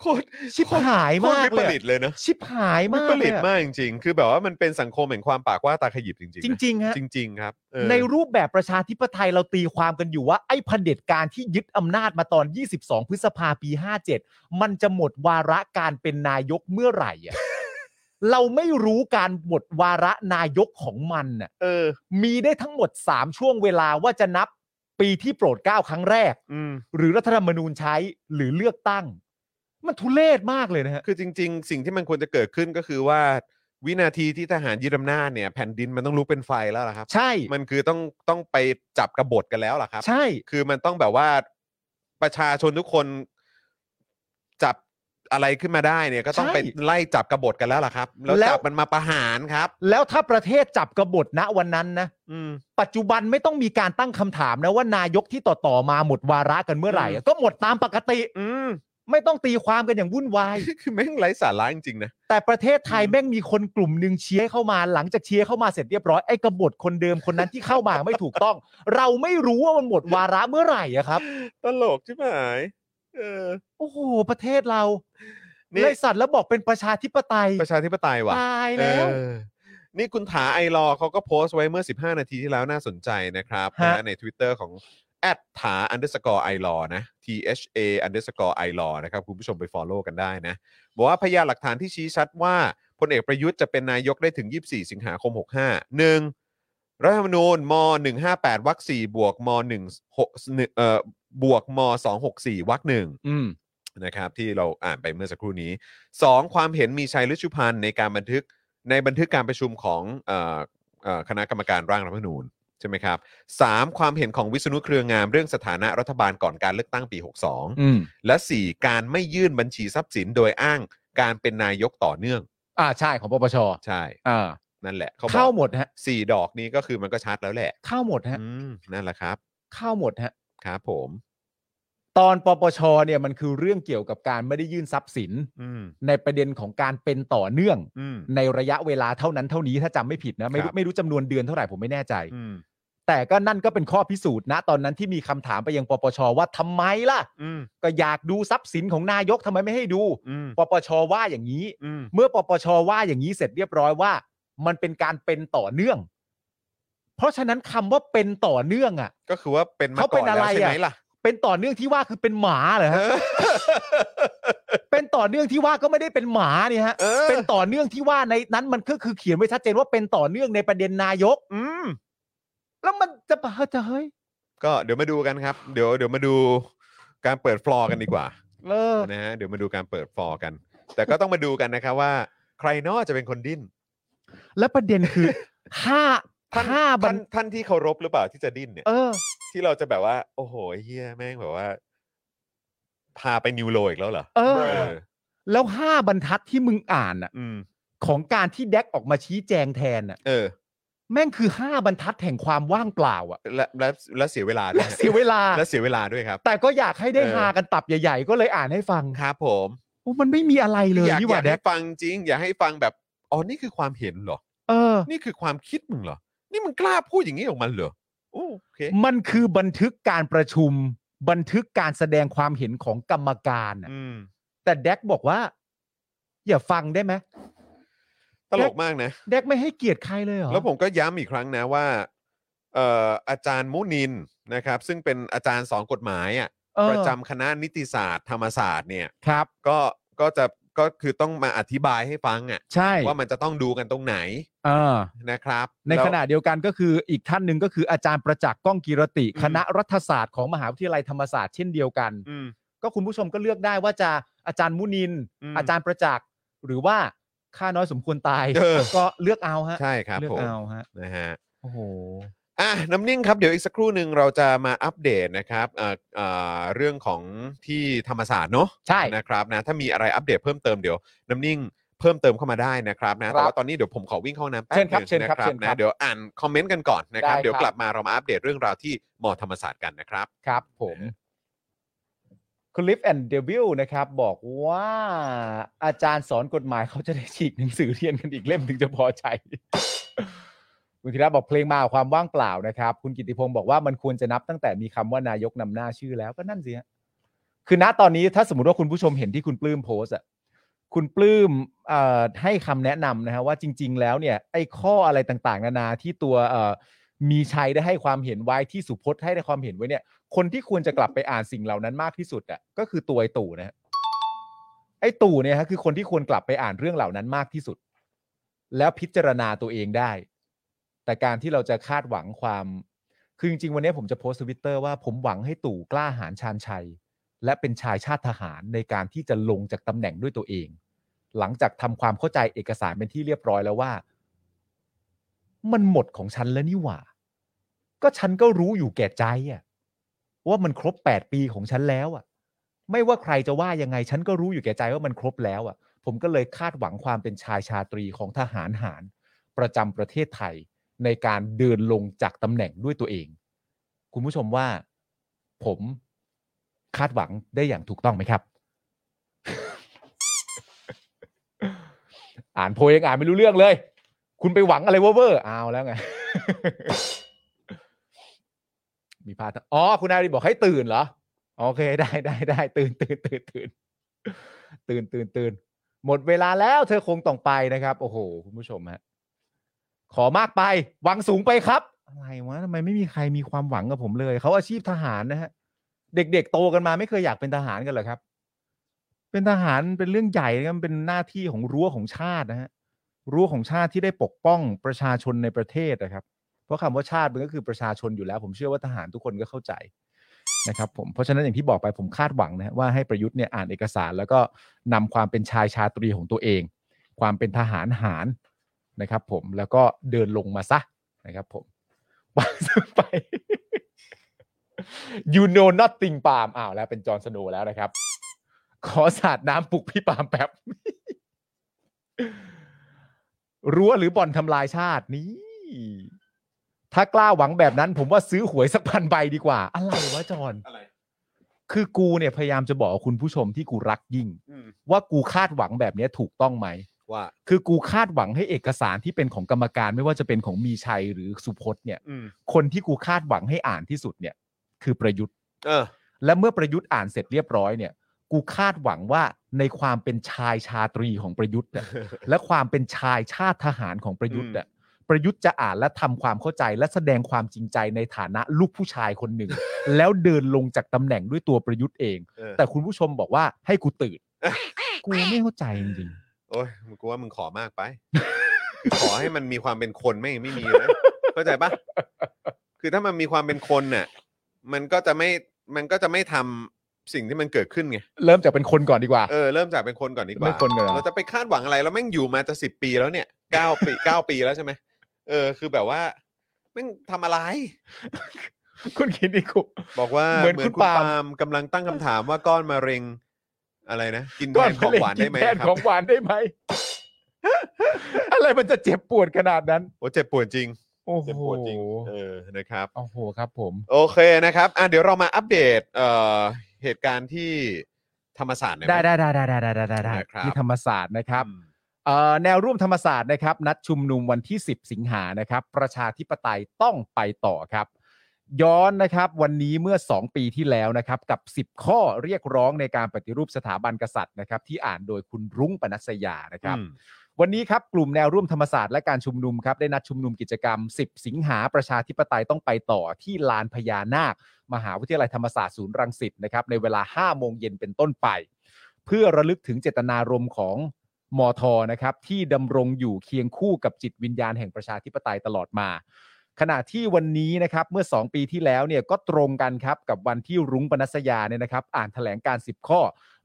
Speaker 1: โคตร
Speaker 2: ชิบหาย
Speaker 1: โคตร
Speaker 2: มาก
Speaker 1: วิป
Speaker 2: เลย
Speaker 1: ริ
Speaker 2: อะ
Speaker 1: ตเลยเนอะ
Speaker 2: ชิบหาย
Speaker 1: วิ
Speaker 2: มาก
Speaker 1: ป
Speaker 2: เล
Speaker 1: ริ
Speaker 2: ย
Speaker 1: ต
Speaker 2: อะ
Speaker 1: มากจริงๆ คือแบบว่ามันเป็นสังคมแห่งความปากว่าตาขยิบจริงๆนะ
Speaker 2: จริงๆฮะ
Speaker 1: จริง ๆ ครับเออ
Speaker 2: ในรูปแบบประชาธิปไตยเราตีความกันอยู่ว่า ไอ้เผด็จการที่ยึดอำนาจมาตอน 22 พฤษภาปี 57 มันจะหมดวาระการเป็นนายกเมื่อไหร่อะ [LAUGHS] เราไม่รู้การหมดวาระนายกของมันน่ะ
Speaker 1: เออ
Speaker 2: มีได้ทั้งหมด 3 ช่วงเวลาว่าจะนับปีที่โปรดเกล้าครั้งแรก
Speaker 1: อืม
Speaker 2: หรือรัฐธรรมนูญใช้หรือเลือกตั้ง มันทุเลศมากเลยนะฮะ
Speaker 1: คือจริง ๆ สิ่งที่มันควรจะเกิดขึ้นก็คือว่า วินาทีที่ทหารยึดอำนาจเนี่ยแผ่นดินมันต้องลุกเป็นไฟแล้วล่ะครับ
Speaker 2: ใช่
Speaker 1: มันคือต้องต้องไปจับกบฏกันแล้วล่ะครับ
Speaker 2: ใช่
Speaker 1: คือมันต้องแบบว่าประชาชนทุกคนจับอะไรขึ้นมาได้เนี่ย ก็ต้อง
Speaker 2: ใช่
Speaker 1: ไปไล่จับกบฏกันแล้วล่ะครับ แล้ว
Speaker 2: แล้ว
Speaker 1: จับมันมาประหารครับ
Speaker 2: แล้วถ้าประเทศจับกบฏณวันนั้นนะ
Speaker 1: อืม
Speaker 2: ปัจจุบันไม่ต้องมีการตั้งคำถามนะว่านายกที่ต่อต่อๆมาหมดวาระกันเมื่อไหร่อะก็หมดตามปกติ
Speaker 1: อืม
Speaker 2: ไม่ต้องตีความกันอย่างวุ่นวาย
Speaker 1: [LAUGHS] คือแม่งไร้สาระจริงๆนะ
Speaker 2: แต่ประเทศไทยแม่งมีคนกลุ่มหนึ่งเชียร์ให้เข้ามาหลังจากเชียร์เข้ามาเสร็จเรียบร้อยไอ้กบฏคนเดิมคนนั้นที่เข้ามาไม่ถูกต้อง [LAUGHS] เราไม่รู้ว่ามันหมดวาระเมื่อไหร่อะครับ
Speaker 1: ตลกใช่ไหมเออ
Speaker 2: โอ้โหประเทศเรา
Speaker 1: นี่
Speaker 2: เลยสัตว์แล้วบอกเป็นประชาธิปไตย
Speaker 1: ประชาธิปไตยว่ะ
Speaker 2: ตายแล้ว
Speaker 1: เออนี่คุณถาไอรอว์เขาก็โพสต์ไว้เมื่อ 15 นาทีที่แล้วน่าสนใจนะครับ
Speaker 2: ฮะ
Speaker 1: นะใน Twitter ของแอดถา underscore ไอรอนะ tha underscore ไอรอนะครับ คุณผู้ชมไป follow กันได้นะ บอกว่าพยานหลักฐานที่ชี้ชัดว่าพลเอกประยุทธ์จะเป็นนายกได้ถึง 24 สิงหาคม 65 1. รัฐธรรมนูญม 158วรรค4บวกม16เอ่อบวกม264วรรคหนึ่ง
Speaker 2: อืม
Speaker 1: นะครับที่เราอ่านไปเมื่อสักครู่นี้ 2. ความเห็นมีชัยฤชุพันธ์ในการบันทึกในบันทึกการประชุมของเออเอ่อคณะกรรมการร่างรัฐธรรมนูญใช่ไหมครับ 3. ความเห็นของวิษณุเครืองามเรื่องสถานะรัฐบาลก่อนการเลือกตั้งปี
Speaker 2: อืม
Speaker 1: 62 และ 4. การไม่ยื่นบัญชีทรัพย์สินโดยอ้างการเป็นนายกต่อเนื่อง
Speaker 2: อ่าใช่ของปปช
Speaker 1: ใช่
Speaker 2: อ่า
Speaker 1: นั่นแหละเขาบ
Speaker 2: เข้า
Speaker 1: อก
Speaker 2: หมดฮะ
Speaker 1: สี่ดอกนี้ก็คือมันก็ชัดแล้วแหละ
Speaker 2: เข้าหมดฮะ
Speaker 1: อืมนั่นแหละครับ
Speaker 2: เข้าหมดฮะ
Speaker 1: ครับผม
Speaker 2: ตอนปปชเนี่ยมันคือเรื่องเกี่ยวกับการไม่ได้ยื่นทรัพย์สิน
Speaker 1: อืม
Speaker 2: ในประเด็นของการเป็นต่อเนื่อง
Speaker 1: อืม
Speaker 2: ในระยะเวลาเท่านั้นเท่านี้ถ้าจำไม่ผิดนะไม่
Speaker 1: ครั
Speaker 2: รู้
Speaker 1: บ
Speaker 2: ไม่รู้จำนวนเดือนเท่าไหร่ผมไม่แน่ใจ
Speaker 1: อืม
Speaker 2: แต่ก็นั่นก็เป็นข้อพิสูจน์นะตอนนั้นที่มีคำถามไปยังปปชว่าทำไมล่ะ
Speaker 1: อืม
Speaker 2: ก็อยากดูทรัพย์สินของนายกทำไมไม่ให้ดู
Speaker 1: อืม
Speaker 2: ปปชว่าอย่างนี้
Speaker 1: อืม
Speaker 2: เมื่อปปชว่าอย่างนี้เสร็จเรียบร้อยว่า มันเป็นการเป็นต่อเนื่อง เพราะฉะนั้นคำว่าเป็นต่อเนื่องอ่ะ
Speaker 1: ก็คือว่าเป็นมา
Speaker 2: เขา
Speaker 1: ก่
Speaker 2: เป็
Speaker 1: อน
Speaker 2: น
Speaker 1: แล้
Speaker 2: อะ
Speaker 1: ว
Speaker 2: ไร
Speaker 1: ใช่ไหม
Speaker 2: อะ
Speaker 1: ล่ะ
Speaker 2: เป็นต่อเนื่องที่ว่าคือเป็นหมาเหรอฮะ [LAUGHS] เป็นต่อเนื่องที่ว่าก็ไม่ได้เป็นหมาเนี่ยฮะ
Speaker 1: เออ
Speaker 2: เป็นต่อเนื่องที่ว่าในนั้นมันก็คือเขียนไว้ชัดเจนว่าเป็นต่อเนื่องในประเด็นนายก
Speaker 1: อืม
Speaker 2: แล้วมันจะเฮ้ยจะเฮ้ย
Speaker 1: ก็เดี๋ยวมาดูกันครับ เดี๋ยวเดี๋ยวมาดูการเปิดฟลอร์กันดีกว่า
Speaker 2: เออ
Speaker 1: นะฮะเดี๋ยวมาดูการเปิดฟลอร์กัน แต่ก็ต้องมาดูกันนะครับว่า ใครเนอจะเป็นคนดิ้น
Speaker 2: และประเด็นคือ ห้า
Speaker 1: [LAUGHS] ท่าน
Speaker 2: ห้าบั
Speaker 1: ท่าน นท่านที่เคารพหรือเปล่าที่จะดิ้นเนี่ย
Speaker 2: เออ
Speaker 1: ที่เราจะแบบว่า โอ้โหไอ้เฮียแม่งแบบว่า พาไปนิวโรอีกแล้วเหรอ
Speaker 2: เออ
Speaker 1: เออ
Speaker 2: แล้วห้าบรรทัดที่มึงอ่านน่ะ
Speaker 1: อืม
Speaker 2: ของการที่แดกออกมาชี้แจงแทนน่ะ
Speaker 1: เออ
Speaker 2: แม่งคือห้าบรรทัดแห่งความว่างเปล่าอ่ะ
Speaker 1: และและและเสียเวลาด้วย
Speaker 2: และ
Speaker 1: ฮะ
Speaker 2: เสียเวลา
Speaker 1: และเสียเวลาด้วยครับ
Speaker 2: แต่ก็อยากให้ได้
Speaker 1: เออ
Speaker 2: หากันตับใหญ่ ๆ ก็เลยอ่านให้ฟัง
Speaker 1: ครับผม
Speaker 2: โอ้มันไม่มีอะไรเลย
Speaker 1: อยาก
Speaker 2: นี่ห
Speaker 1: อยา
Speaker 2: ว่าก แด
Speaker 1: ให้
Speaker 2: ก
Speaker 1: ฟังจริง อยากให้ฟังแบบอ๋อนี่คือความเห็นเหรอ
Speaker 2: เออ
Speaker 1: นี่คือความคิดมึงเหรอ นี่มึงกล้าพูดอย่างนี้ออกมาเหรอโอ้โอเค
Speaker 2: มันคือบันทึกการประชุม บันทึกการแสดงความเห็นของกรรมการน่ะ
Speaker 1: อืม
Speaker 2: แต่แดกบอกว่า อย่าฟังได้ไหม
Speaker 1: ตลกมากนะ
Speaker 2: แดกไม่ให้เกียรติใครเลยเหรอ
Speaker 1: แล้วผมก็ย้ำอีกครั้งนะว่าเอ่ออาจารย์มุนินนะครับ ซึ่งเป็นอาจารย์สอนกฎหมายอ่ะ
Speaker 2: เออ
Speaker 1: ประจำคณะนิติศาสตร์ธรรมศาสตร์เนี่ย
Speaker 2: ครับ
Speaker 1: ก็ก็จะก็คือต้องมาอธิบายให้ฟังอ่ะ
Speaker 2: ใช่
Speaker 1: ว่ามันจะต้องดูกันตรงไหน
Speaker 2: เออ
Speaker 1: นะครับ
Speaker 2: ใน
Speaker 1: แล้ว
Speaker 2: ขณะเดียวกันก็คืออีกท่านหนึ่งก็คืออาจารย์ประจักษ์ก้องกีรติ คณะรัฐศาสตร์ของมหาวิทยาลัยธรรมศาสตร์เช่นเดียวกัน
Speaker 1: อืม
Speaker 2: ก็คุณผู้ชมก็เลือกได้ว่าจะอาจารย์มุนิน
Speaker 1: อืม
Speaker 2: อาจารย์ประจักษ์หรือว่าข้าน้อยสมควรตาย
Speaker 1: เออ
Speaker 2: ก็เลือกเอาฮะ
Speaker 1: ใช่ครับ
Speaker 2: เลือก
Speaker 1: ผม
Speaker 2: เอาฮะ
Speaker 1: นะฮะ
Speaker 2: โอ้โห
Speaker 1: อ่ะน้ำนิ่งครับ เดี๋ยวอีกสักครู่หนึ่งเราจะมาอัปเดตนะครับเอ่อเอ่อเรื่องของที่ธรรมศาสตร์เนอะ
Speaker 2: ใช่
Speaker 1: นะครับนะถ้ามีอะไรอัปเดตเพิ่มเติมเดี๋ยวน้ำนิ่งเพิ่มเติมเข้ามาได้นะครับนะแต่
Speaker 2: ครับ
Speaker 1: ว่าตอนนี้เดี๋ยวผมขอวิ่งเข้าห้องน้ำแป๊บ
Speaker 2: เชิญครับ
Speaker 1: หนึงนะครับ
Speaker 2: เชิญเชิญครับ
Speaker 1: นะเดี๋ยวอ่านคอมเมนต์กันก่อนนะครับ
Speaker 2: ได้
Speaker 1: เดี๋ยว
Speaker 2: ครับ
Speaker 1: กลับมาเรามาอัปเดตเรื่องราวที่มอธรรมศาสตร์กันนะครับ
Speaker 2: ครับผม คลิฟแอนด์เดวิลนะครับ บอกว่าอาจารย์สอนกฎหมายเขาจะได้ฉีกหนังสือเรียนกันอีกเล่มถึงจะพอใจ [LAUGHS] คุณธีระบอกเพลงมากับความว่างเปล่านะครับ คุณกิติพงศ์บอกว่ามันควรจะนับตั้งแต่มีคำว่านายกนำหน้าชื่อแล้วก็นั่นสิฮะคือณตอนนี้ถ้าสมมติว่าคุณผู้ชมเห็นที่คุณปลื้มโพสต์อะคุณปลื้มเอ่อให้คำแนะนำนะฮะว่าจริง ๆ แล้วเนี่ยไอ้ข้ออะไรต่างๆ นานาที่ตัวเอ่อมีชัยได้ให้ความเห็นไว้ที่สุพจน์ให้ได้ความเห็นไว้เนี่ย คนที่ควรจะกลับไปอ่านสิ่งเหล่านั้นมากที่สุดอ่ะก็คือตัวไอ้ตู่นะฮะไอ้ตู่เนี่ยฮะคือคนที่ควรกลับไปอ่านเรื่องเหล่านั้นมากที่สุด แล้วพิจารณาตัวเองได้ แต่การที่เราจะคาดหวังความคือจริงๆวันนี้ผมจะโพสต์ทวิตเตอร์ว่าผมหวังให้ตู่กล้าหาญชาญชัย และเป็นชายชาติทหารในการที่จะลงจากตำแหน่งด้วยตัวเอง หลังจากทำความเข้าใจเอกสารเป็นที่เรียบร้อยแล้วว่า มันหมดของฉันแล้วนี่หว่า ก็ฉันก็รู้อยู่แก่ใจอะว่ามันครบ 8 ปีของฉันแล้วอะไม่ว่าใครจะว่ายังไง ฉันก็รู้อยู่แก่ใจว่ามันครบแล้วอะผมก็เลยคาดหวังความเป็นชายชาตรีของทหารหาร ประจำประเทศไทยในการเดินลงจากตำแหน่งด้วยตัวเอง คุณผู้ชมว่า ผมคาดหวังได้อย่างถูกต้องไหมครับ [LAUGHS] อ่านโพยยังอ่านไม่รู้เรื่องเลย คุณไปหวังอะไรเว่อร์ๆเอาแล้วไง [LAUGHS] มีพาดอ๋อ คุณอารีบอกให้ตื่นเหรอ โอเค [LAUGHS] ได้ได้ได้ตื่นตื่นตื่นตื่น [LAUGHS] ตื่นตื่นตื่นหมดเวลาแล้วเธอคงต้องไปนะครับ โอ้โห คุณผู้ชมฮะ ขอมากไป หวังสูงไปครับ อะไรวะทำไมไม่มีใครมีความหวังกับผมเลย เขาอาชีพทหารนะฮะ เด็กๆ โตกันมาไม่เคยอยากเป็นทหารกันเหรอครับ เป็นทหารเป็นเรื่องใหญ่นะครับมันเป็นหน้าที่ของรั้วของชาตินะฮะ รั้วของชาติที่ได้ปกป้องประชาชนในประเทศนะครับ เพราะคำว่าชาติมันก็คือประชาชนอยู่แล้ว ผมเชื่อว่าทหารทุกคนก็เข้าใจนะครับผมเพราะฉะนั้นอย่างที่บอกไปผมคาดหวังนะฮะว่าให้ประยุทธ์เนี่ยอ่านเอกสาร แล้วก็นำความเป็นชายชาตรีของตัวเอง ความเป็นทหารหารนะครับผมแล้วก็เดินลงมาซะนะครับผม [LAUGHS] วางซึ่งไป you know nothing ปาล์มอ้าวแล้วเป็นจอห์นสโนว์แล้วนะครับ ขอสาดน้ำปลุกพี่ปาล์มแป๊บ [LAUGHS] รั้วหรือบ่อนทำลายชาตินี่ ถ้ากล้าหวังแบบนั้น ผมว่าซื้อหวยสักพันใบดีกว่า อะไรวะจอน
Speaker 1: อะไร
Speaker 2: คือกูเนี่ยพยายามจะบอกคุณผู้ชมที่กูรักยิ่ง
Speaker 1: อืม
Speaker 2: ว่ากูคาดหวังแบบเนี้ยถูกต้องไหม
Speaker 1: ว่า
Speaker 2: คือกูคาดหวังให้เอกสารที่เป็นของกรรมการไม่ว่าจะเป็นของมีชัยหรือสุพจน์เนี่ย
Speaker 1: อืม
Speaker 2: คนที่กูคาดหวังให้อ่านที่สุดเนี่ย คือประยุทธ์
Speaker 1: เออ
Speaker 2: และเมื่อประยุทธ์อ่านเสร็จเรียบร้อยเนี่ย กูคาดหวังว่าในความเป็นชายชาตรีของประยุทธ์ [LAUGHS] น่ะ และความเป็นชายชาติทหารของประยุทธ์น่ะประยุทธ์จะอ่านและทำความเข้าใจและแสดงความจริงใจในฐานะลูกผู้ชายคนหนึ่ง แล้วเดินลงจากตำแหน่งด้วยตัวประยุทธ์เอง
Speaker 1: เออ
Speaker 2: แต่คุณผู้ชมบอกว่าให้กูตื่น [LAUGHS]
Speaker 1: เออ
Speaker 2: กูไม่เข้าใจจริง
Speaker 1: โอ้ยมึงกูว่ามึงขอมาก
Speaker 2: [LAUGHS]
Speaker 1: ไป ขอให้มันมีความเป็นคนไม่ไม่มีเลยเข้าใจปะคือถ้ามันมีความเป็นคนเนี่ยมันก็จะไม่มันก็จะไม่ทำสิ่งที่มันเกิดขึ้นไง
Speaker 2: ๆเริ่มจากเป็นคนก่อนดีกว่า
Speaker 1: เออเริ่มจากเป็นคนก่อนดีกว่า
Speaker 2: เป็นคนก่อนเหรอ
Speaker 1: เราจะไปคาดหวังอะไรแล้วแม่งอยู่มาจะสิบปีแล้วเนี่ยเก้าปีเก้าปีแล้วใช่ไหมเออ คือแบบว่าแม่งทำอะไร
Speaker 2: คุณคิดดิคุณ
Speaker 1: บอกว่า
Speaker 2: เหมือนคุณปาล์ม
Speaker 1: ล์มกำลังตั้งคำถามว่าก้อนมะเร็งอะไรนะกินแท
Speaker 2: ก้อน
Speaker 1: นข
Speaker 2: มะ
Speaker 1: อง
Speaker 2: เร็ง
Speaker 1: หวาน
Speaker 2: กิ
Speaker 1: ได้
Speaker 2: น
Speaker 1: ไหม
Speaker 2: แทน
Speaker 1: ครั
Speaker 2: ของ
Speaker 1: บ
Speaker 2: หวานได้ไหม
Speaker 1: [LAUGHS]
Speaker 2: อะไรมันจะเจ็บปวดขนาดนั้น
Speaker 1: โอ้เจ็บปวดจริง
Speaker 2: โอ้โห
Speaker 1: เจ็บปวดจริง เออนะครับ
Speaker 2: โอ้โหครับผม
Speaker 1: โอเคนะครับอ่ะเดี๋ยวเรามาอัปเดตเอ่อเหตุการณ์ที่ธรรมศาสตร์หน่อยหม
Speaker 2: ได้ได้ได้ได้ได้ได้ได้ได้
Speaker 1: นะครับ
Speaker 2: ที่ธรรมศาสตร์นะครับ
Speaker 1: อืม
Speaker 2: เอ่อแนวร่วมธรรมศาสตร์นะครับ นัดชุมนุมวันที่ 10 สิงหานะครับ ประชาธิปไตยต้องไปต่อครับ ย้อนนะครับ วันนี้เมื่อ 2 ปีที่แล้วนะครับ กับ 10 ข้อเรียกร้องในการปฏิรูปสถาบันกษัตริย์นะครับ ที่อ่านโดยคุณรุ้งปนัสยานะครับ
Speaker 1: อืม
Speaker 2: วันนี้ครับกลุ่มแนวร่วมธรรมศาสตร์และการชุมนุมครับได้นัดชุมนุมกิจกรรม 10 สิงหาประชาธิปไตยต้องไปต่อที่ลานพญานาค มหาวิทยาลัยธรรมศาสตร์ศูนย์รังสิตนะครับในเวลา 5 โมงเย็นเป็นต้นไป เพื่อระลึกถึงเจตนารมณ์ของมอทอนะครับที่ดำรงอยู่เคียงคู่กับจิตวิญญาณแห่งประชาธิปไตยตลอดมา ขณะที่วันนี้นะครับเมื่อ 2 ปีที่แล้วเนี่ยก็ตรงกันครับกับวันที่รุ้งปนัสยาเนี่ยนะครับ อ่านแถลงการ 10 ข้อ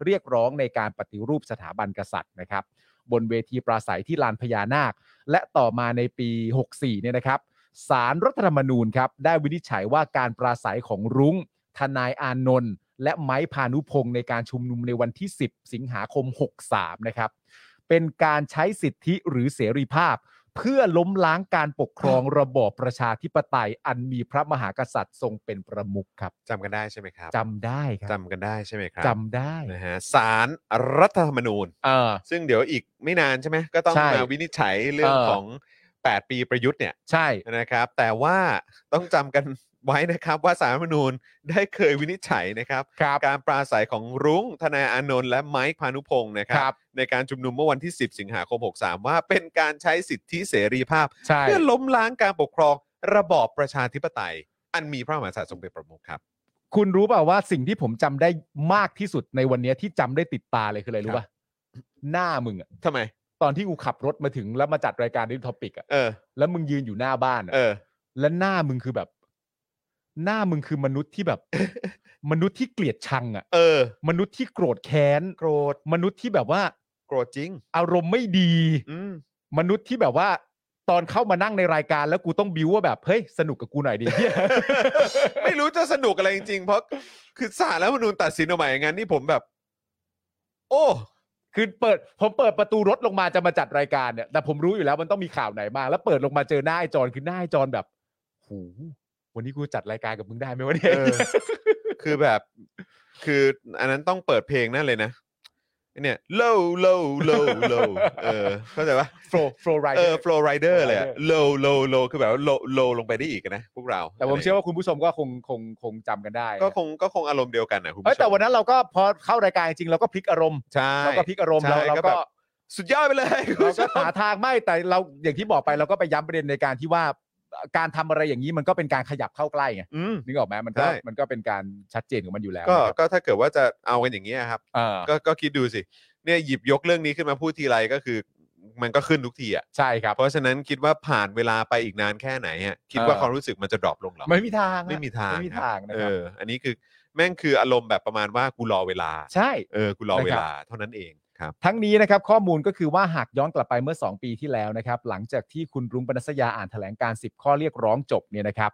Speaker 2: เรียกร้องในการปฏิรูปสถาบันกษัตริย์นะครับ บนเวทีปราศัยที่ลานพญานาค และต่อมาในปี 64 เนี่ยนะครับสารรัฐธรรมนูญครับได้วินิจฉัยว่าการปราศัยของรุง้ง ทนายอานนท์และไม้พานุพงศ์ในการชุมนุมในวันที่ 10 สิงหาคม 63 นะครับ เป็นการใช้สิทธิหรือเสรีภาพ เพื่อล้มล้างการปกครองระบอบประชาธิปไตย อันมีพระมหากษัตริย์ทรงเป็นประมุขครับ
Speaker 1: จำกันได้ใช่ไหมครับ
Speaker 2: จำได้ครั
Speaker 1: จำกันได้ใช่ไหมครับ
Speaker 2: จำได้
Speaker 1: นะฮะสารรัฐธรรมนูญ
Speaker 2: เออ
Speaker 1: ซึ่งเดี๋ยวอีกไม่นานใช่ไหมก็ต้อง
Speaker 2: ใช่
Speaker 1: มาวินิจฉัยเรื่อง
Speaker 2: เออ
Speaker 1: ของ 8 ปีประยุทธ์เนี่ย
Speaker 2: ใช่
Speaker 1: นะครับ แต่ว่าต้องจำกันไว้นะครับว่าสารรัฐธรรมนูญได้เคยวินิจฉัยนะครับ
Speaker 2: ครับ
Speaker 1: การปราศัยของรุ้งธนาอานนท์และไมค์พานุพงศ์นะครั
Speaker 2: ครับ บ
Speaker 1: ในการชุมนุมเมื่อวันที่ 10 สิงหาคม 63 ว่าเป็นการใช้สิทธิเสรีภาพ
Speaker 2: ใช่
Speaker 1: เพื่อล้มล้างการปกครองระบอบประชาธิปไตย อันมีพระมหากษัตริย์ทรงเป็นประมุขครับ
Speaker 2: คุณรู้เปล่าว่าสิ่งที่ผมจำได้มากที่สุดในวันเนี้ยที่จำได้ติดตาเลยคืออะไรรู้ป่ะหน้ามึงอะ
Speaker 1: ทำไม
Speaker 2: ตอนที่กูขับรถมาถึงแล้วมาจัดรายการดิทอปิกอะ
Speaker 1: เออ
Speaker 2: แล้วมึงยืนอยู่หน้าบ้านอะ
Speaker 1: เออ
Speaker 2: และหน้ามึงคือแบบ หน้ามึงคือมนุษย์ที่แบบ
Speaker 1: [LAUGHS]
Speaker 2: มนุษย์ที่เกลียดชังอะ
Speaker 1: เออ
Speaker 2: มนุษย์ที่โกรธแค้น
Speaker 1: โกรธ
Speaker 2: มนุษย์ที่แบบว่า
Speaker 1: โกรธจริง
Speaker 2: อารมณ์ไม่ดี
Speaker 1: อืม
Speaker 2: มนุษย์ที่แบบว่า ตอนเข้ามานั่งในรายการแล้วกูต้องบิวว่าแบบเฮ้ยสนุกกับกูหน่อยดิ [LAUGHS] เหี้ย
Speaker 1: ไม่รู้จะสนุกอะไรจริงๆ เพราะคือศาลแล้วมนูญตัดสินออกมาอย่างนั้นนี่ผมแบบ โอ้
Speaker 2: คือเปิดผมเปิดประตูรถลงมาจะมาจัดรายการเนี่ยแต่ผมรู้อยู่แล้วมันต้องมีข่าวไหนมา แล้วเปิดลงมาเจอหน้าไอ้จอนคือหน้าไอ้จอนแบบหูวันนี้กูจัดรายการกับมึงได้ไหมวะเนี่ย
Speaker 1: เออ คือแบบ คืออันนั้นต้องเปิดเพลงนั่นเลยนะเนี่ย low low low low เออ เข้าใจปะ
Speaker 2: โฟล์โฟล์ไร
Speaker 1: เออ flow rider เลยอะ
Speaker 2: Flow
Speaker 1: low low low คือแบบว่า low low ลงไปได้อีกนะ พวกเรา
Speaker 2: แต่ผมเชื่อว่าคุณผู้ชมก็คงคงคงจำกันได้
Speaker 1: ก็คงก็คงอารมณ์เดียวกันนะคุณผู้
Speaker 2: เอ้ย
Speaker 1: ชม
Speaker 2: แต่วันนั้นเราก็พอเข้ารายการจริงเราก็พลิกอารมณ์
Speaker 1: ใช่
Speaker 2: เราก็พลิกอารมณ์
Speaker 1: ใช่
Speaker 2: เราเรา
Speaker 1: แบ
Speaker 2: ก็
Speaker 1: บสุดยอดไปเลยคุณ
Speaker 2: เรา
Speaker 1: ผู้ช
Speaker 2: ก็
Speaker 1: ม
Speaker 2: หาทางไม่แต่เราอย่างที่บอกไปเราก็ไปย้ำประเด็นในการที่ว่าการทำอะไรอย่างนี้มันก็เป็นการขยับเข้าใกล้ไง
Speaker 1: อืม
Speaker 2: นึกออกไหมมันก็
Speaker 1: ใช่
Speaker 2: มันก็เป็นการชัดเจนของมันอยู่แล้ว
Speaker 1: ก็
Speaker 2: นะครับ
Speaker 1: ก็ถ้าเกิดว่าจะเอากันอย่างนี้ยครับ
Speaker 2: เออ
Speaker 1: ก็ก็คิดดูสิ เนี่ยหยิบยกเรื่องนี้ขึ้นมาพูดทีไรก็คือ มันก็ขึ้นทุกทีอ่ะ
Speaker 2: ใช่ครับ
Speaker 1: เพราะฉะนั้นคิดว่าผ่านเวลาไปอีกนานแค่ไหนอ่ะคิดว่า
Speaker 2: เออ
Speaker 1: ความรู้สึกมันจะดรอปลงเหรอ
Speaker 2: ไม่มีทางอะ
Speaker 1: ไม่มีทาง
Speaker 2: ไม่มี
Speaker 1: ครับ
Speaker 2: ทางนะ
Speaker 1: เอ
Speaker 2: ครั
Speaker 1: อ
Speaker 2: บ
Speaker 1: อันนี้คือแม่งคืออารมณ์แบบประมาณว่ากูรอเวลา
Speaker 2: ใช่
Speaker 1: เออกูรอเว
Speaker 2: นะครับ
Speaker 1: ลาเท่านั้นเองครับ
Speaker 2: ทั้งนี้นะครับข้อมูลก็คือว่าหากย้อนกลับไปเมื่อ 2 ปีที่แล้วนะครับ หลังจากที่คุณรุ้งปนัสยาอ่านแถลงการ 10 ข้อเรียกร้องจบเนี่ยนะครับ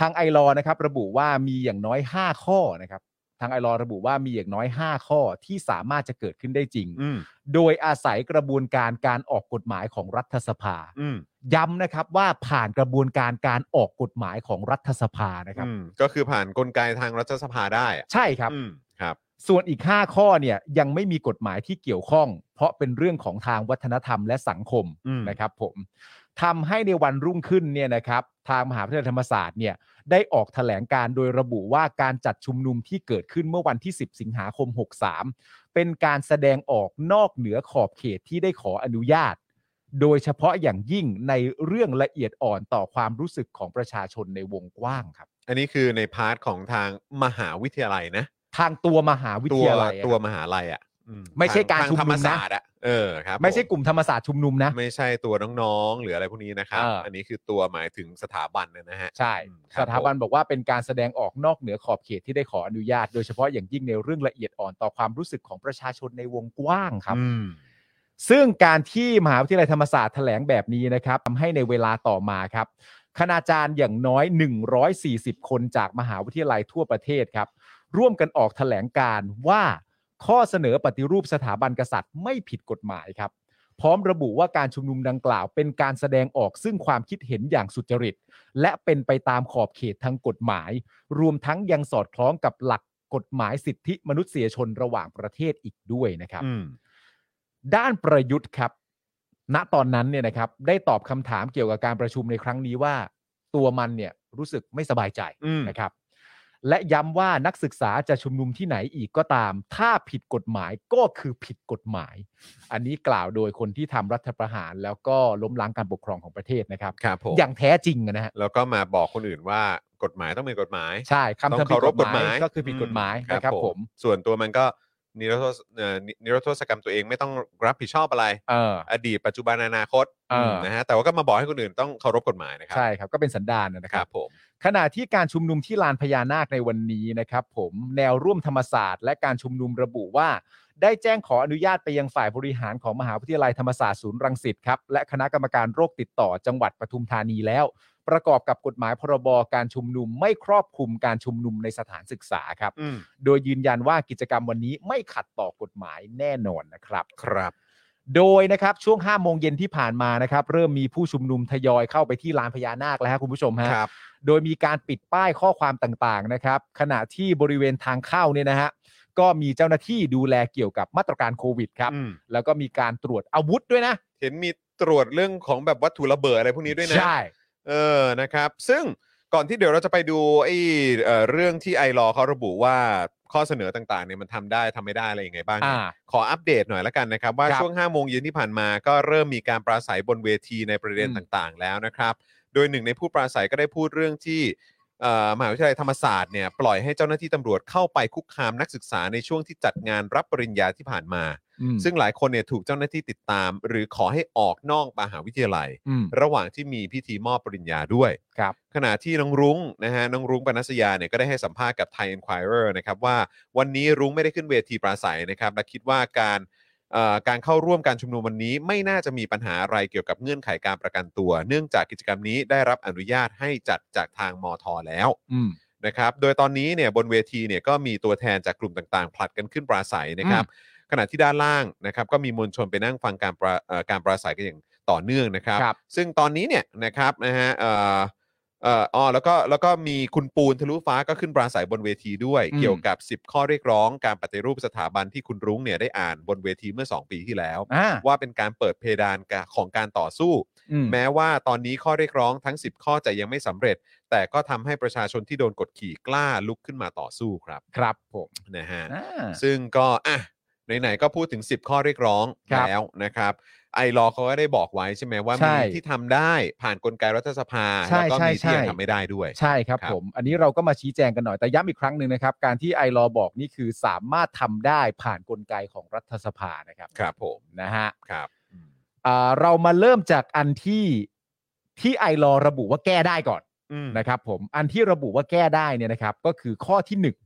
Speaker 2: ทางไอรอนะครับ ระบุว่ามีอย่างน้อย 5 ข้อนะครับ ทางไอรอระบุว่ามีอย่างน้อย 5 ข้อที่สามารถจะเกิดขึ้นได้จริง
Speaker 1: อืม
Speaker 2: โดยอาศัยกระบวนการการออกกฎหมายของรัฐสภา
Speaker 1: อืม
Speaker 2: ย้ำนะครับว่าผ่านกระบวนการการออกกฎหมายของรัฐสภานะครับ
Speaker 1: อืมก็คือผ่านกลไกทางรัฐสภาได้อ่ะ
Speaker 2: ใช่ครับ
Speaker 1: อืมครับ
Speaker 2: ส่วนอีก 5 ข้อเนี่ยยังไม่มีกฎหมายที่เกี่ยวข้อง เพราะเป็นเรื่องของทางวัฒนธรรมและสังคม
Speaker 1: อืม
Speaker 2: นะครับผมทำให้ในวันรุ่งขึ้นเนี่ยนะครับทางมหาวิทยาลัยธรรมศาสตร์เนี่ยได้ออกแถลงการโดยระบุว่าการจัดชุมนุมที่เกิดขึ้นเมื่อวันที่ 10 สิงหาคม 63 เป็นการแสดงออกนอกเหนือขอบเขตที่ได้ขออนุญาต โดยเฉพาะอย่างยิ่งในเรื่องละเอียดอ่อนต่อความรู้สึกของประชาชนในวงกว้างครับ
Speaker 1: อันนี้คือในพาร์ทของทางมหาวิทยาลัยนะ
Speaker 2: ทางตัวมหาวิ
Speaker 1: ตัวย
Speaker 2: ทาลัยอะ
Speaker 1: ตัวมหาลัยอ่ะอื
Speaker 2: ไม่ใช่การ
Speaker 1: ทง
Speaker 2: ชุม
Speaker 1: ธ
Speaker 2: นุมนะ
Speaker 1: รรมศาสตร์อ่ะเออครับ
Speaker 2: ไม่ใช่
Speaker 1: ผ
Speaker 2: กลุ่มธรรมศาสตร์ชุมนุมนะ
Speaker 1: ไม่ใช่ตัวน้องๆ หรืออะไรพวกนี้นะครับ
Speaker 2: เอออั
Speaker 1: อันนี้คือตัวหมายถึงสถาบันนะฮะ
Speaker 2: ใช่
Speaker 1: อืมครับ
Speaker 2: สถาบันบอกว่าเป็นการแสดงออกนอกเหนือขอบเขตที่ได้ขออนุญาต โดยเฉพาะอย่างยิ่งในเรื่องละเอียดอ่อนต่อความรู้สึกของประชาชนในวงกว้างครับ
Speaker 1: อืม
Speaker 2: ซึ่งการที่มหาวิทยาลัยธรรมศาสตร์แถลงแบบนี้นะครับทำให้ในเวลาต่อมาครับ คณาจารย์อย่างน้อย 140 คนจากมหาวิทยาลัยทั่วประเทศครับ ร่วมกันออกแถลงการว่าข้อเสนอปฏิรูปสถาบันกษัตริย์ไม่ผิดกฎหมายครับ พร้อมระบุว่าการชุมนุมดังกล่าว เป็นการแสดงออกซึ่งความคิดเห็นอย่างสุจริต และเป็นไปตามขอบเขตทางกฎหมาย รวมทั้งยังสอดคล้องกับหลักกฎหมายสิทธิมนุษยชนระหว่างประเทศอีกด้วยนะครับ
Speaker 1: อืม
Speaker 2: ด้านประยุทธ์ครับ ณ ตอนนั้นเนี่ยนะครับ ได้ตอบคำถามเกี่ยวกับการประชุมในครั้งนี้ว่า ตัวมันเนี่ยรู้สึกไม่สบายใจ
Speaker 1: อืม
Speaker 2: นะครับ และย้ำว่านักศึกษาจะชุมนุมที่ไหนอีกก็ตาม ถ้าผิดกฎหมายก็คือผิดกฎหมาย อันนี้กล่าวโดยคนที่ทำรัฐประหาร แล้วก็ล้มล้างการปกครองของประเทศนะครับ
Speaker 1: ครับผม
Speaker 2: อย่างแท้จริงอะนะฮะ
Speaker 1: แล้วก็มาบอกคนอื่นว่ากฎหมายต้องเป็นกฎหมาย
Speaker 2: ใช่คำ
Speaker 1: ต้อ
Speaker 2: ทำ
Speaker 1: ง
Speaker 2: ผิด
Speaker 1: เคารพ
Speaker 2: ก
Speaker 1: ก
Speaker 2: ฎ
Speaker 1: ฎ
Speaker 2: หมาม
Speaker 1: หาย ย
Speaker 2: ก็คือผิดกฎหมายนะครับผม
Speaker 1: ส่วนตัวมันก็นิรโทษเอ่อนินิรโทษกรรมตัวเองไม่ต้องรับผิดชอบอะไร
Speaker 2: เออ
Speaker 1: อดีตปัจจุบันอนาคต
Speaker 2: เอออื
Speaker 1: มนะฮะแต่ว่าก็มาบอกให้คนอื่นต้องเคารพกฎหมายนะครั
Speaker 2: ใช่ครับก็เป็นสันดานนะ
Speaker 1: นะ
Speaker 2: ค
Speaker 1: ค
Speaker 2: รั
Speaker 1: รับ บผม
Speaker 2: ขณะที่การชุมนุมที่ลานพญานาคในวันนี้นะครับ ผมแนวร่วมธรรมศาสตร์ และการชุมนุมระบุว่า ได้แจ้งขออนุญาตไปยังฝ่ายบริหารของมหาวิทยาลัยธรรมศาสตร์ศูนย์รังสิตครับและคณะกรรมการโรคติดต่อจังหวัดปทุมธานีแล้ว ประกอบกับกฎหมายพรบการชุมนุมไม่ครอบคลุมการชุมนุมในสถานศึกษาครับ
Speaker 1: อืม
Speaker 2: โดยยืนยันว่ากิจกรรมวันนี้ไม่ขัดต่อกฎหมายแน่นอนนะครับ
Speaker 1: ครับ
Speaker 2: โดยนะครับช่วง 5 โมงเย็นที่ผ่านมานะครับเริ่มมีผู้ชุมนุมทยอยเข้าไปที่ลานพญานาคแล้วครับคุณผู้ชมฮะ
Speaker 1: ครับ
Speaker 2: โดยมีการปิดป้ายข้อความต่างๆนะครับ ขณะที่บริเวณทางเข้าเนี่ยนะฮะก็มีเจ้าหน้าที่ดูแลเกี่ยวกับมาตรการโควิดครับ
Speaker 1: อืม
Speaker 2: แล้วก็มีการตรวจอาวุธด้วยนะ
Speaker 1: เห็นมีตรวจเรื่องของแบบวัตถุระเบิดอะไรพวกนี้ด้วยนะ
Speaker 2: ใช่
Speaker 1: เออ นะครับ ซึ่งก่อนที่เดี๋ยวเราจะไปดูไอ้เอ่อเรื่องที่ไอรอเขาระบุว่าข้อเสนอต่างๆเนี่ยมันทำได้ทำไม่ได้อะไรยังไงบ้างเนี่ย
Speaker 2: อ่า
Speaker 1: ขออัปเดตหน่อยละกันนะครับ ว่า
Speaker 2: ครับ
Speaker 1: ช่วง5้าโมงเย็นที่ผ่านมาก็เริ่มมีการปราศัยบนเวทีในประเด็น
Speaker 2: อืม
Speaker 1: ต่างๆ แล้วนะครับ โดยหนึ่งในผู้ปราศัยก็ได้พูดเรื่องที่เอ่อมหาวิทยาลัยธรรมศาสตร์เนี่ยปล่อยให้เจ้าหน้าที่ตำรวจเข้าไปคุกคามนักศึกษาในช่วงที่จัดงานรับปริญญาที่ผ่านมา
Speaker 2: อืม
Speaker 1: ซึ่งหลายคนเนี่ยถูกเจ้าหน้าที่ติดตาม หรือขอให้ออกนอกมหาวิทยาลัย
Speaker 2: อืม
Speaker 1: ระหว่างที่มีพิธีมอบปริญญาด้วย
Speaker 2: ครับ
Speaker 1: ขณะที่น้องรุ้งนะฮะน้องรุ้งปนัสยาเนี่ยก็ได้ให้สัมภาษณ์กับ Thai Enquirer นะครับว่าวันนี้รุ้งไม่ได้ขึ้นเวทีปราศัยนะครับและคิดว่าการเอ่อการเข้าร่วมการชุมนุมวันนี้ ไม่น่าจะมีปัญหาอะไรเกี่ยวกับเงื่อนไขการประกันตัว เนื่องจากกิจกรรมนี้ได้รับอนุญาตให้จัดจากทางมทแล้ว
Speaker 2: อืม
Speaker 1: นะครับ โดยตอนนี้เนี่ยบนเวทีเนี่ยก็มีตัวแทนจากกลุ่มต่างๆ ผลัดกันขึ้นปราศัยนะครับ ขณะที่ด้านล่างนะครับก็มีมวลชนไปนั่งฟังการปราเอ่อการปราศัยกันอย่างต่อเนื่องนะครับ
Speaker 2: ครับ
Speaker 1: ซึ่งตอนนี้เนี่ยนะครับนะฮะเอ่อเอ่ออ๋อแล้วก็แล้วก็มีคุณปูนทะลุฟ้าก็ขึ้นปราศัยบนเวทีด้วย
Speaker 2: อืม
Speaker 1: เกี่ยวกับ 10 ข้อเรียกร้องการปฏิรูปสถาบันที่คุณรุ้งเนี่ยได้อ่านบนเวทีเมื่อ 2 ปีที่แล้ว
Speaker 2: อ่า
Speaker 1: ว่าเป็นการเปิดเพดานกะของการต่อสู้
Speaker 2: อืม
Speaker 1: แม้ว่าตอนนี้ข้อเรียกร้องทั้ง 10 ข้อจะยังไม่สำเร็จ แต่ก็ทำให้ประชาชนที่โดนกดขี่กล้าลุกขึ้นมาต่อสู้ครับ
Speaker 2: ครับผม
Speaker 1: นะฮะ
Speaker 2: อ่า
Speaker 1: ซึ่งก็อ่ะไหนๆก็พูดถึง 10 ข้อเรียกร้อง
Speaker 2: ครับ
Speaker 1: แล้วนะครับ ไอรอว์เขาก็ได้บอกไว้ใช่ไหมว่า
Speaker 2: ใช่
Speaker 1: มีที่ทำได้ผ่านกลไกรัฐสภา
Speaker 2: ใช่
Speaker 1: แล้วก็มี
Speaker 2: ใช่
Speaker 1: ที่ยัง
Speaker 2: ใช่
Speaker 1: ทำไม่ได้ด้วย
Speaker 2: ใช่ครับ
Speaker 1: ครับ
Speaker 2: ผม อันนี้เราก็มาชี้แจงกันหน่อยแต่ย้ำอีกครั้งหนึ่งนะครับ การที่ไอรอบอกนี่คือสามารถทำได้ผ่านกลไกของรัฐสภานะครับ
Speaker 1: ครับผม
Speaker 2: นะฮะ
Speaker 1: ครับ
Speaker 2: อ่าเรามาเริ่มจากอันที่ที่ไอรอระบุว่าแก้ได้ก่อน
Speaker 1: อืม
Speaker 2: นะครับผมอันที่ระบุว่าแก้ได้เนี่ยนะครับ ก็คือข้อที่หนึ่ง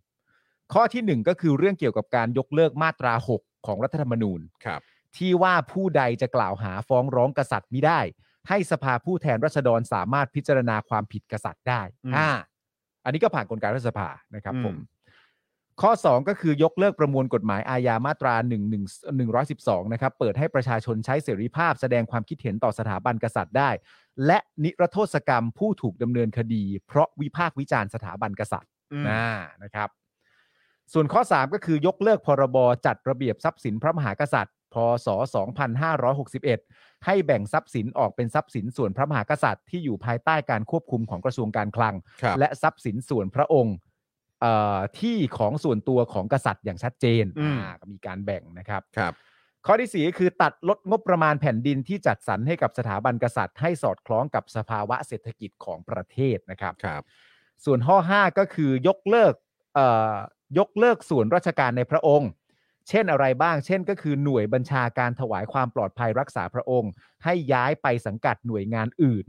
Speaker 2: ข้อที่หนึ่งก็คือเรื่องเกี่ยวกับการยกเลิกมาตรา 6 ของรัฐธรรมนูญ
Speaker 1: ครับ
Speaker 2: ที่ว่าผู้ใดจะกล่าวหาฟ้องร้องกษัตริย์มิได้ ให้สภาผู้แทนราษฎรสามารถพิจารณาความผิดกษัตริย์ได้อ่าอันนี้ก็ผ่านกลไกรัฐสภานะครับผม ข้อ 2 ก็คือยกเลิกประมวลกฎหมายอาญามาตรา1 1 112 นะครับ เปิดให้ประชาชนใช้เสรีภาพแสดงความคิดเห็นต่อสถาบันกษัตริย์ได้ และนิรโทษกรรมผู้ถูกดำเนินคดี เพราะวิพากษ์วิจารณ์สถาบันกษัตริย์
Speaker 1: อืม
Speaker 2: อ่านะครับ ส่วนข้อ 3 ก็คือยกเลิกพรบจัดระเบียบทรัพย์สินพระมหากษัตริย์ พศ 2561 ให้แบ่งทรัพย์สินออกเป็นทรัพย์สินส่วนพระมหากษัตริย์ที่อยู่ภายใต้การควบคุมของกระทรวงการคลัง
Speaker 1: ครับ
Speaker 2: และทรัพย์สินส่วนพระองค์เอ่อที่ของส่วนตัวของกษัตริย์อย่างชัดเจน
Speaker 1: อืม
Speaker 2: อ่าก็มีการแบ่งนะครับ
Speaker 1: ครับ
Speaker 2: ข้อที่สี่ก็คือตัดลดงบประมาณแผ่นดินที่จัดสรรให้กับสถาบันกษัตริย์ ให้สอดคล้องกับสภาวะเศรษฐกิจของประเทศนะครับ
Speaker 1: ครับ
Speaker 2: ส่วนข้อ 5 ก็คือยกเลิกเอ่อยกเลิกส่วนราชการในพระองค์ เช่นอะไรบ้าง เช่นก็คือหน่วยบัญชาการถวายความปลอดภัยรักษาพระองค์ ให้ย้ายไปสังกัดหน่วยงานอื่น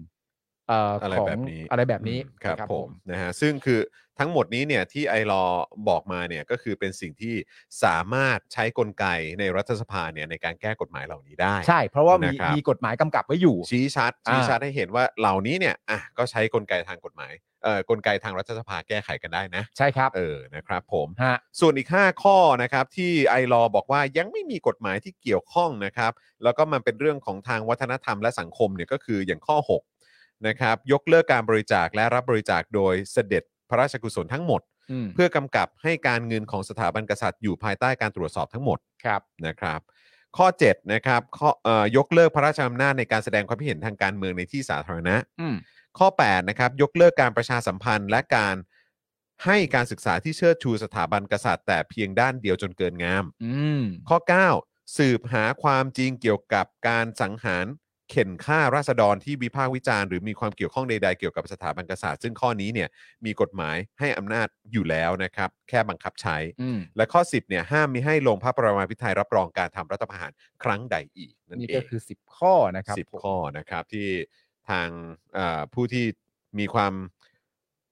Speaker 2: เอ่อ
Speaker 1: อะไร
Speaker 2: ของ
Speaker 1: แบบนี้
Speaker 2: อะไรแบบนี้
Speaker 1: อืมครับ
Speaker 2: นะ
Speaker 1: ผมนะฮะซึ่งคือทั้งหมดนี้เนี่ยที่ไอรอบอกมาเนี่ยก็คือเป็นสิ่งที่สามารถใช้กลไกในรัฐสภาเนี่ยในการแก้กฎหมายเหล่านี้ได้
Speaker 2: ใช่เพราะว่ามี
Speaker 1: นะครับ
Speaker 2: มีกฎหมายกำกับไว้อยู่
Speaker 1: ชี้ชัดชี้
Speaker 2: อ่า
Speaker 1: ชัดให้เห็นว่าเหล่านี้เนี่ยอ่ะก็ใช้กลไกทางกฎหมายเอ่อกลไกทางรัฐสภาแก้ไขกันได้นะ
Speaker 2: ใช่ครับ
Speaker 1: เออนะครับผม
Speaker 2: ฮะ
Speaker 1: ส่วนอีก 5 ข้อนะครับที่ไอรอบอกว่ายังไม่มีกฎหมายที่เกี่ยวข้องนะครับ แล้วก็มันเป็นเรื่องของทางวัฒนธรรมและสังคมเนี่ยก็คืออย่างข้อ6นะครับยกเลิกการบริจาคและรับบริจาคโดยเสด็จพระราชกุศลทั้งหมด
Speaker 2: อืม
Speaker 1: เพื่อกำกับให้การเงินของสถาบันกษัตริย์อยู่ภายใต้การตรวจสอบทั้งหมด
Speaker 2: ครับ
Speaker 1: นะครับ ข้อ7นะครับข้อเอ่อยกเลิกพระราชอำนาจในการแสดงความคิดเห็นทางการเมืองในที่สาธารณะ
Speaker 2: อืม
Speaker 1: ข้อ8นะครับยกเลิกการประชาสัมพันธ์ และการให้การศึกษาที่เชิดชูสถาบันกษัตริย์ แต่เพียงด้านเดียวจนเกินงาม
Speaker 2: อืม
Speaker 1: ข้อ 9 สืบหาความจริงเกี่ยวกับการสังหารเข็นฆ่าราษฎรที่วิพากษ์วิจารณ์หรือมีความเกี่ยวข้องใด ๆ เกี่ยวกับสถาบันกษัตริย์ ซึ่งข้อนี้เนี่ยมีกฎหมายให้อำนาจอยู่แล้วนะครับ แค่บังคับใช้
Speaker 2: อืม
Speaker 1: และข้อ 10เนี่ยห้ามมิให้ลงพระประมาพิไทยรับรองการทำรัฐประหารครั้งใดอีกนั่น
Speaker 2: นี่
Speaker 1: เอ
Speaker 2: ก็
Speaker 1: ง
Speaker 2: คือ 10 ข้อนะครับ
Speaker 1: สิบ
Speaker 2: ผม
Speaker 1: ข้อนะครับที่ทางเอ่อผู้ที่มีความ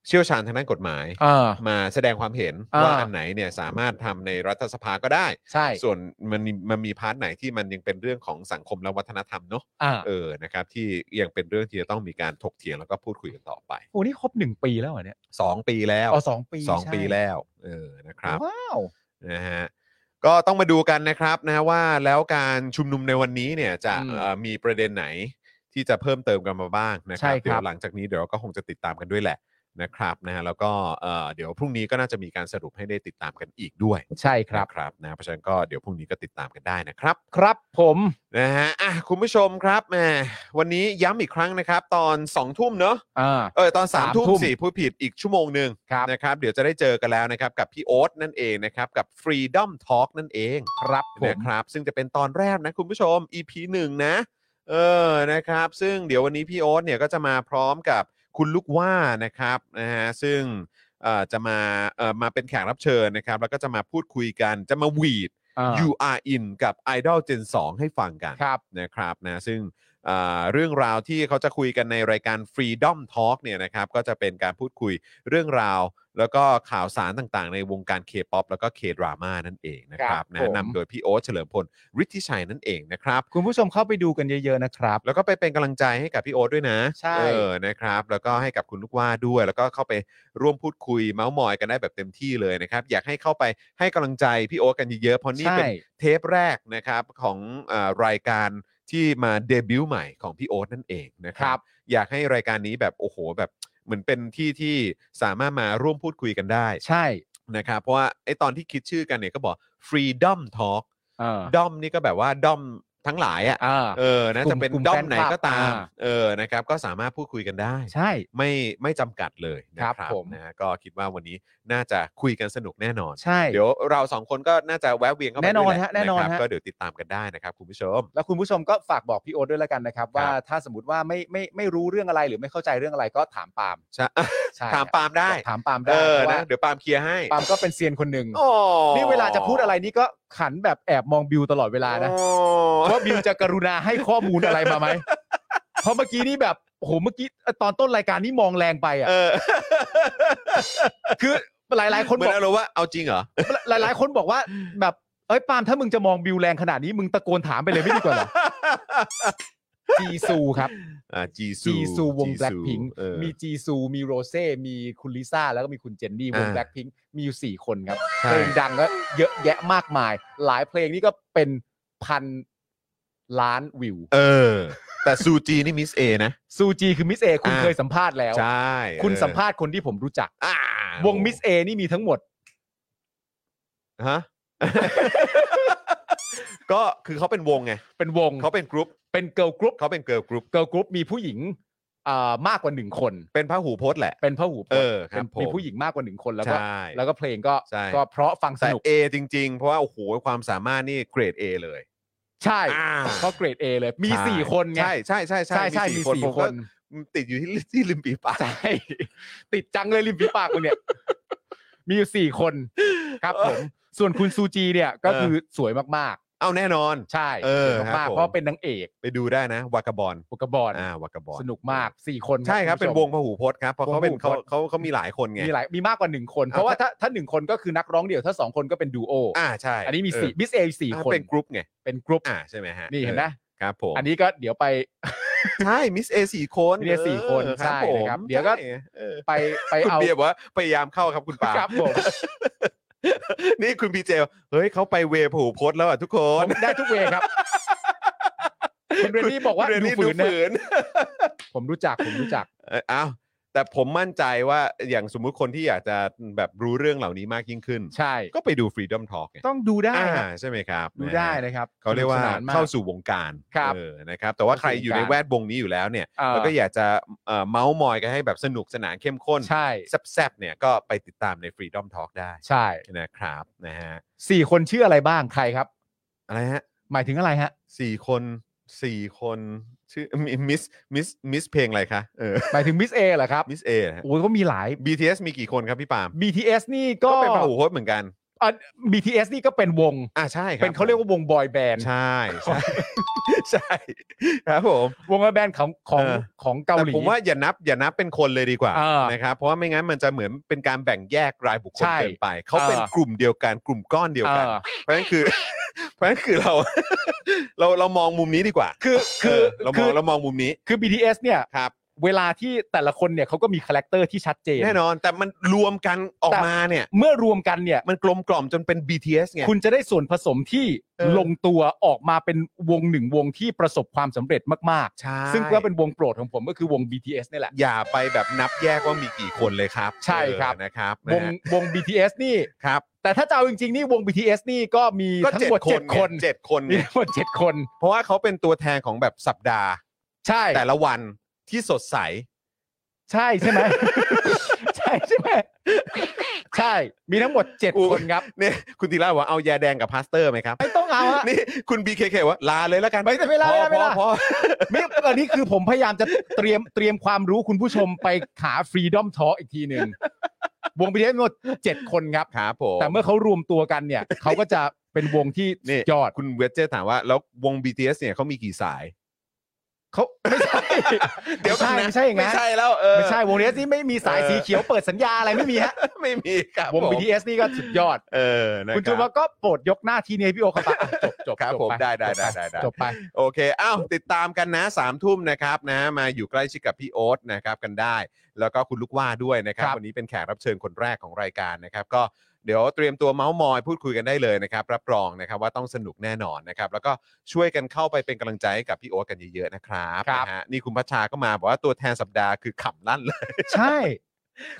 Speaker 1: เชี่ยวชาญทางด้านกฎหมาย
Speaker 2: อ่า
Speaker 1: มาแสดงความเห็น
Speaker 2: อ่า
Speaker 1: ว่าอันไหนเนี่ยสามารถทำในรัฐสภาก็ได้
Speaker 2: ใช่
Speaker 1: ส่วนมันมีมันมีพาร์ทไหนที่มันยังเป็นเรื่องของสังคมและวัฒนธรรมเนาะ
Speaker 2: อ่า
Speaker 1: เออนะครับที่ยังเป็นเรื่องที่จะต้องมีการถกเถียงแล้วก็พูดคุยกันต่อไป
Speaker 2: โอ้นี่ครบหนึ่งปีแล้วเหรอเนี่ย
Speaker 1: 2 ปีแล้ว
Speaker 2: อ๋อสองปี
Speaker 1: สอง
Speaker 2: ใช่
Speaker 1: ปีแล้วเออนะครับ
Speaker 2: ว้าว
Speaker 1: นะฮะ ก็ต้องมาดูกันนะครับนะว่าแล้วการชุมนุมในวันนี้เนี่ยจะ
Speaker 2: อืม
Speaker 1: เอ่อมีประเด็นไหนที่จะเพิ่มเติมกันมาบ้างนะค
Speaker 2: ใช่
Speaker 1: รับ
Speaker 2: ครับ
Speaker 1: เดี๋ยวหลังจากนี้เดี๋ยวเราก็คงจะติดตามกันด้วยแหละนะครับนะฮะแล้วก็เอ่อเดี๋ยวพรุ่งนี้ก็น่าจะมีการสรุปให้ได้ติดตามกันอีกด้วย
Speaker 2: ใช่ครับ
Speaker 1: นะครับนะเพราะฉะนั้นก็เดี๋ยวพรุ่งนี้ก็ติดตามกันได้นะครับ
Speaker 2: ครับผม
Speaker 1: นะฮะอ่ะคุณผู้ชมครับแหมวันนี้ย้ำอีกครั้งนะครับ ตอน2ทุ่มเนอะ
Speaker 2: อ่า
Speaker 1: เออตอน3ามทุ่ม
Speaker 2: สามทุ่ม
Speaker 1: สิพูดผิดอีกชั่วโมงหนึ่ง
Speaker 2: ครับ
Speaker 1: นะครับ เดี๋ยวจะได้เจอกันแล้วนะครับ กับพี่โอ๊ตนั่นเองนะครับ กับ Freedom Talk นั่นเอง
Speaker 2: ครับผม
Speaker 1: นะครับ ซึ่งจะเป็นตอนแรกนะคุณผู้ชม EP 1 นะ เออนะครับ ซึ่งเดี๋ยววันนี้พี่โอ๊ตเนี่ยก็จะมาพร้อมกับคุณลูกว่านะครับนะฮะซึ่งเอ่อจะมาเอ่อมาเป็นแขกรับเชิญนะครับ แล้วก็จะมาพูดคุยกันจะมาหวีด
Speaker 2: อ่า
Speaker 1: You Are In กับ Idol Gen 2 ให้ฟังกัน
Speaker 2: ครับ
Speaker 1: นะครับนะซึ่งอ่าเรื่องราวที่เขาจะคุยกันในรายการ Freedom Talk เนี่ยนะครับก็จะเป็นการพูดคุยเรื่องราว แล้วก็ข่าวสารต่างๆ ในวงการ K-POP แล้วก็ K-DRAMA นั่นเองนะค
Speaker 2: ครั
Speaker 1: รับบ นะ
Speaker 2: ผม
Speaker 1: นำโดยพี่โอ๊ตเฉลิมพลฤทธิชัยนั่นเองนะครับ
Speaker 2: คุณผู้ชมเข้าไปดูกันเยอะๆนะครับ
Speaker 1: แล้วก็ไปเป็นกำลังใจให้กับพี่โอ๊ตด้วยนะ
Speaker 2: ใช่
Speaker 1: เออนะครับ แล้วก็ให้กับคุณลูกว่าด้วย แล้วก็เข้าไปร่วมพูดคุยเมาส์มอยกันได้แบบเต็มที่เลยนะครับ อยากให้เข้าไปให้กำลังใจพี่โอ๊ตกันเยอะๆเพราะนี่
Speaker 2: ใช่
Speaker 1: เป็น เทปแรกนะครับของเออรายการที่มาเดบิวต์ใหม่ของพี่โอ๊ตนั่นเองนะค
Speaker 2: ค
Speaker 1: รั
Speaker 2: รับ บ
Speaker 1: อยากให้รายการนี้แบบโอ้โหแบบเหมือนเป็นที่ที่สามารถมาร่วมพูดคุยกันได้
Speaker 2: ใช่
Speaker 1: นะครับเพราะว่าไอตอนที่คิดชื่อกันเนี่ยก็บอก Freedom Talk
Speaker 2: เออ
Speaker 1: ด้อมนี่ก็แบบว่าด้อมทั้งหลายอะ
Speaker 2: อ่า
Speaker 1: เออนะ
Speaker 2: กลุ่ม
Speaker 1: จะเป็น
Speaker 2: กลุ่ม
Speaker 1: ด้อม
Speaker 2: แฟนคลับ
Speaker 1: ไหนก็ตาม
Speaker 2: อ่า
Speaker 1: เออนะครับก็สามารถพูดคุยกันได้
Speaker 2: ใช่
Speaker 1: ไม่ไม่จำกัดเลยนะค
Speaker 2: ครั
Speaker 1: รับบ
Speaker 2: ผม
Speaker 1: นะฮะก็คิดว่าวันนี้น่าจะคุยกันสนุกแน่นอน
Speaker 2: ใช่
Speaker 1: เดี๋ยวเราสองคนก็น่าจะแวะเวียนเข้าไป
Speaker 2: แน่นอน
Speaker 1: ด้วยหล
Speaker 2: ฮะแน่นอน
Speaker 1: ครับ
Speaker 2: ฮะ
Speaker 1: ก็เดี๋ยวติดตามกันได้นะครับคุณผู้ชม
Speaker 2: แล้วคุณผู้ชมก็ฝากบอกพี่โอ๊ตด้วยละกันนะครับ ว่าถ้าสมมติว่าไม่ไม่ไม่รู้เรื่องอะไรหรือไม่เข้าใจเรื่องอะไรก็ถามปาล์ม
Speaker 1: ใช่
Speaker 2: ใช่
Speaker 1: ถามปาล์มได้
Speaker 2: ถามปาล์ม
Speaker 1: เอ
Speaker 2: ได้
Speaker 1: อ
Speaker 2: เพราะ
Speaker 1: นะ
Speaker 2: ว่า
Speaker 1: เดี๋ยวปาล์มเคลียร์ให้
Speaker 2: ปาล์มก็เป็นเซียนคนหนึ่ง
Speaker 1: โอ้
Speaker 2: นี่เวลาจะพูดอะไรนี่ก็ขันแบบแอบมองบิวตลอดเวลานะ
Speaker 1: โอ้
Speaker 2: ว่าบิวจะกรุณาให้ข้อมูลอะไรมา
Speaker 1: [LAUGHS]
Speaker 2: ไหมเพราะเมื่อกี้นี่แบบโอ้โหเมื่อกี้ตอนต้นรายการนี่มองแรงไปอ่ะ
Speaker 1: เออ
Speaker 2: คือหลาย ๆ คน
Speaker 1: เหมื
Speaker 2: บ
Speaker 1: อ
Speaker 2: อน ก
Speaker 1: อารมณ์ว่าเอาจริงเหรอ
Speaker 2: หลาย ๆ คนบอกว่าแบบเอ้ยปาล์มถ้ามึงจะมองบิวแรงขนาดนี้มึงตะโกนถามไปเลยไม่ดี
Speaker 1: [LAUGHS]
Speaker 2: กว่าเหรอ จีซูครับ
Speaker 1: อ่าจีซู
Speaker 2: จีซูวงแบล็คพิง
Speaker 1: เออ
Speaker 2: มีจีซูมีโรเซ่มีคุณลิซ่า แล้วก็มีคุณเจนนี่วง
Speaker 1: อ่า
Speaker 2: แบล็คพิงมีอยู่ 4 คนครับ
Speaker 1: ใช่
Speaker 2: เพลงดังก็เยอะแยะมากมาย หลายเพลงนี่ก็เป็นพันล้านวิว
Speaker 1: เออ แต่ซูจีนี่มิสเอนะ
Speaker 2: ซูจีคือมิสเอคุณ
Speaker 1: อ่า
Speaker 2: เคยสัมภาษณ์แล้ว
Speaker 1: ใช่
Speaker 2: คุณ
Speaker 1: เออ
Speaker 2: สัมภาษณ์คนที่ผมรู้จัก
Speaker 1: อ่าว
Speaker 2: งมิสเอนี่มีทั้งหมด
Speaker 1: ฮะ [LAUGHS] ก็คือเขาเป็นวงไง
Speaker 2: เป็นวง
Speaker 1: เขาเป็นกรุ๊ป
Speaker 2: เป็นเกิร์ลกรุ๊ป
Speaker 1: เขาเป็นเกิร์ลกรุ๊ป
Speaker 2: เกิร์ลกรุ๊ปมีผู้หญิงอ่ามากกว่าหนึ่งคน
Speaker 1: เป็นพระหูโพสแหละ
Speaker 2: เป็นพระหูพจน์
Speaker 1: เออครับ
Speaker 2: ป็น
Speaker 1: ผม
Speaker 2: มีผู้หญิงมากกว่าหนึ่งคนแล้วก็
Speaker 1: ใช่
Speaker 2: แล้วก็เพลงก็
Speaker 1: ใช่
Speaker 2: ก็เพราะฟังส
Speaker 1: แต่
Speaker 2: นุก
Speaker 1: เอจริง ๆ เพราะว่าโอ้โหความสามารถนี่เกรด A เลย
Speaker 2: ใช่
Speaker 1: อ่า
Speaker 2: เพราะเกรด A เลย มี
Speaker 1: ใช่
Speaker 2: สี่คนไง
Speaker 1: ใช่ใช่ใช่
Speaker 2: ใช่ใช่มีสี่
Speaker 1: ผม
Speaker 2: ค
Speaker 1: ก็
Speaker 2: น
Speaker 1: ติดอยู่ที่ [LAUGHS] ที่ริมปีปาก
Speaker 2: ใช่ ติดจังเลยริมฝีปากมึ
Speaker 1: [LAUGHS]
Speaker 2: งเนี่ย มีอยู่สี่คนครับผม ส่วนคุณซูจีเนี่ยก็คือสวยมาก
Speaker 1: เอาแน่นอน
Speaker 2: ๆ ใช่
Speaker 1: เออ
Speaker 2: สวย
Speaker 1: ครั
Speaker 2: มา
Speaker 1: บ
Speaker 2: ก
Speaker 1: ผม
Speaker 2: ๆเพราะเป็นนางเอก
Speaker 1: ไปดูได้นะวากาบอล
Speaker 2: ปกบอล
Speaker 1: อ่าวากาบอล
Speaker 2: สนุกมากสี่คน
Speaker 1: ใช่ครับ
Speaker 2: ณ
Speaker 1: เป็น
Speaker 2: ผู้
Speaker 1: ว
Speaker 2: ชม
Speaker 1: งพหูพจน์ครับเพราะ
Speaker 2: วง
Speaker 1: เขาเป็น
Speaker 2: พหูพ
Speaker 1: เขา
Speaker 2: จน์
Speaker 1: เขาเขามีหลายคนไง
Speaker 2: มีหลายมีมากกว่าหนึ่งคน
Speaker 1: อ่า
Speaker 2: เพราะว่าถ้าถ้าหนึ่งคนก็คือนักร้องเดี่ยวถ้าสองคนก็เป็นดูโออ
Speaker 1: อ่าใช่
Speaker 2: อันนี้มี
Speaker 1: เ
Speaker 2: สี่บิสเอสี่
Speaker 1: อ่า
Speaker 2: คน
Speaker 1: เป็นกรุ๊ปไง
Speaker 2: เป็นกรุ๊ป
Speaker 1: อ่าใช่ไหมฮะ
Speaker 2: นี่เห็นไหม
Speaker 1: ออครับผม
Speaker 2: อันนี้ก็เดี๋ยวไป
Speaker 1: ใช่มิสเอสี่คน
Speaker 2: มิส A สี่คน
Speaker 1: เออ
Speaker 2: ใช่
Speaker 1: ผม
Speaker 2: นะครับเดี๋ยวก็
Speaker 1: ใช่เออ
Speaker 2: ไปไป
Speaker 1: คุณ
Speaker 2: เอา
Speaker 1: เบียร์บอกว่าพยายามเข้าครับคุณปาล์ม
Speaker 2: ครับผม
Speaker 1: นี่คุณพีเจบอกเฮ้ยเขาไปเวพหูพจน์แล้วอ่ะทุกค
Speaker 2: ผ
Speaker 1: น
Speaker 2: มได้ทุกเวย์ครับคุณเรนนี่บอกว่า
Speaker 1: เรน
Speaker 2: ดู
Speaker 1: นี่
Speaker 2: ฝื
Speaker 1: ดู
Speaker 2: นนะ
Speaker 1: ฝืน
Speaker 2: ผมรู้จักผมรู้จัก
Speaker 1: เอ่ออ้าวแต่ผมมั่นใจว่าอย่างสมมุติคนที่อยากจะแบบรู้เรื่องเหล่านี้มากยิ่งขึ้น
Speaker 2: ใช่
Speaker 1: ก็ไปดู Freedom Talk ไง
Speaker 2: ต้องดูได้
Speaker 1: อ่า
Speaker 2: ครับ
Speaker 1: ใช่ไหมครับ
Speaker 2: ดู
Speaker 1: นะฮะ
Speaker 2: ได้นะครับ
Speaker 1: เขาเรียกว่า
Speaker 2: สนุสนนม
Speaker 1: เข้าสู่วงการ
Speaker 2: ครับ
Speaker 1: เออนะครับแต่ว่าใครอยู่ใน
Speaker 2: เข้าสู่วงการ
Speaker 1: แวดวงนี้อยู่แล้วเนี่ย
Speaker 2: เออ
Speaker 1: แล้วก็อยากจะเอ่อเมาส์มอยกันให้แบบสนุกสนานเข้มข้น
Speaker 2: ใช่
Speaker 1: แซบๆเนี่ยก็ไปติดตามใน Freedom Talk ได้
Speaker 2: ใช่
Speaker 1: นะครับนะฮะ
Speaker 2: สี่คนชื่ออะไรบ้างใครครับ
Speaker 1: อะไรฮะ
Speaker 2: หมายถึงอะไรฮะ
Speaker 1: สี่คนสี่คนชื่อ [LAUGHS] มิสมิสมิสเพลงอะไรคะเออ
Speaker 2: หมายถึงมิสเอเหรอครับ
Speaker 1: มิสเอฮะ
Speaker 2: โอ้ยก็มีหลาย
Speaker 1: BTS มีกี่คนครับพี่ปาล์ม
Speaker 2: BTS นี่ก็
Speaker 1: ก็เป็นพหูพจน์เหมือนกัน
Speaker 2: อ่ะ BTS นี่ก็เป็นวง
Speaker 1: อ่าใช่ครับ
Speaker 2: เป็นเขาเรียกว่าวงบอยแบนด์
Speaker 1: ใช่ใช่ใช่ ครับผม
Speaker 2: วงบอยแบนด์ของของ
Speaker 1: เออ
Speaker 2: ของเกาหลี
Speaker 1: แต่ผมว่าอย่านับอย่านับเป็นคนเลยดีกว่า
Speaker 2: เออ
Speaker 1: นะครับเพราะว่าไม่งั้นมันจะเหมือนเป็นการแบ่งแยกรายบุคคล
Speaker 2: ใช่
Speaker 1: เกินไป เขาเป็น
Speaker 2: เออ
Speaker 1: กลุ่มเดียวกันกลุ่มก้อนเดียว
Speaker 2: เอ
Speaker 1: กัน
Speaker 2: อ
Speaker 1: เพราะฉะนั้นคือ [LAUGHS] เพราะฉะนั้นคือเรา [LAUGHS] เราเรามองมุมนี้ดีกว่า
Speaker 2: คือคือ
Speaker 1: เเราม
Speaker 2: คื
Speaker 1: อง
Speaker 2: อ
Speaker 1: เรามองมุมนี้
Speaker 2: คือ BTS เนี่ย
Speaker 1: ครับ
Speaker 2: เวลาที่แต่ละคนเนี่ยเขาก็มีคาแรคเตอร์ที่ชัดเจน
Speaker 1: แน่นอนแต่มันรวมกันออกมาเนี่ย
Speaker 2: เมื่อรวมกันเนี่ย
Speaker 1: มันกลมกล่อมจนเป็น BTS ไง
Speaker 2: คุณจะได้ส่วนผสมที่
Speaker 1: เออ
Speaker 2: ลงตัวออกมาเป็นวงหนึ่งวงที่ประสบความสำเร็จมาก
Speaker 1: ใช่
Speaker 2: ๆ ซึ่งก็เป็นวงโปรดของผมก็คือวง BTS นี่แหละ
Speaker 1: อย่าไปแบบนับแยกว่ามีกี่คนเลยครับ
Speaker 2: ใช่ครับ
Speaker 1: เออนะครับ
Speaker 2: ว
Speaker 1: นะ
Speaker 2: ง
Speaker 1: ฮะ
Speaker 2: วง BTS นี่
Speaker 1: ครับ
Speaker 2: แต่ถ้าจะเอาจริงๆนี่วง BTS นี่ก็มี
Speaker 1: ก็
Speaker 2: ทั้
Speaker 1: เจ็
Speaker 2: ง
Speaker 1: ด
Speaker 2: หมด
Speaker 1: คน
Speaker 2: เจ็ดคน
Speaker 1: เจ็ดคน
Speaker 2: มี
Speaker 1: เนี่ย
Speaker 2: ทั้งหมดเจ็ดคน
Speaker 1: เพราะว่าเขาเป็นตัวแทนของแบบสัปดาห์
Speaker 2: ใช่
Speaker 1: แต่ละวันที่สดใส
Speaker 2: ใช่ใช่ไหม
Speaker 1: [LAUGHS]
Speaker 2: ใช่ใช่ไหมใช่มีทั้งหมดเจ็ด
Speaker 1: อุ๊ย
Speaker 2: คนครับ
Speaker 1: เนี่ยคุณธีระบอกว่าเอายาแดงกับพลาสเตอร์ไหม
Speaker 2: [LAUGHS]
Speaker 1: ครับ
Speaker 2: ไม่ต้องเอาอะ
Speaker 1: นี่คุณ BKK ว่าลาเลยแล้วกัน
Speaker 2: ไม่ไม่ลา
Speaker 1: พอ
Speaker 2: ไม่ลา
Speaker 1: พอพอ
Speaker 2: [LAUGHS] นี่อันนี้คือผมพยายามจะเตรียมเตรียมความรู้คุณผู้ชมไปหาฟรีดอมทออีกทีหนึ่งวง BTS หมดเจ็ดคนครับ
Speaker 1: ครับผม
Speaker 2: แต่เมื่อเขารวมตัวกันเนี่ย เขาก็จะเป็นวงที่
Speaker 1: นี่
Speaker 2: สุดยอด
Speaker 1: คุณเวจเจถามว่า แล้ววง BTS เนี่ยเขามีกี่สาย
Speaker 2: เขาไม่ใช่
Speaker 1: เดี๋ยวก่อนนะ
Speaker 2: ไม่ใช่อย่าง
Speaker 1: ไม่
Speaker 2: นั้น
Speaker 1: ใช่แล้วเออ
Speaker 2: ไม่ใช่วง BTS นี่ไม่มีสาย
Speaker 1: เออ
Speaker 2: สีเขียวเปิดสัญญาอะไรไม่มีฮะ
Speaker 1: ไม่มีครับ
Speaker 2: วง
Speaker 1: ผม
Speaker 2: BTS นี่ก็สุดยอด
Speaker 1: เออนะ
Speaker 2: คุณ
Speaker 1: ค
Speaker 2: จู
Speaker 1: รับ
Speaker 2: ว่าก็โปรดยกหน้าที่นี้ให้พี่โอเขาไปจบจบ
Speaker 1: ครับ
Speaker 2: จบ
Speaker 1: ผม
Speaker 2: ป
Speaker 1: ได้ได้ได้ได้ได้
Speaker 2: จบไป
Speaker 1: โอเค อ้าว ติดตามกันนะ3ามทุ่มนะครับนะ มาอยู่ใกล้ชิดกับพี่โอ๊ตนะครับกันได้ แล้วก็คุณลูกว่าด้วยนะครับ
Speaker 2: ครับ
Speaker 1: วันนี้เป็นแขกรับเชิญคนแรกของรายการนะครับ ก็เดี๋ยวเตรียมตัวเมาส์มอยพูดคุยกันได้เลยนะครับ รับรองนะครับว่าต้องสนุกแน่นอนนะครับ แล้วก็ช่วยกันเข้าไปเป็นกำลังใจให้กับพี่โอ๊ตกันเยอะๆนะครับ
Speaker 2: ครับ
Speaker 1: นะฮะนี่คุณพัชชาก็มาบอกว่าตัวแทนสัปดาห์คือขำลั่น
Speaker 2: [LAUGHS]
Speaker 1: เลย
Speaker 2: ใช่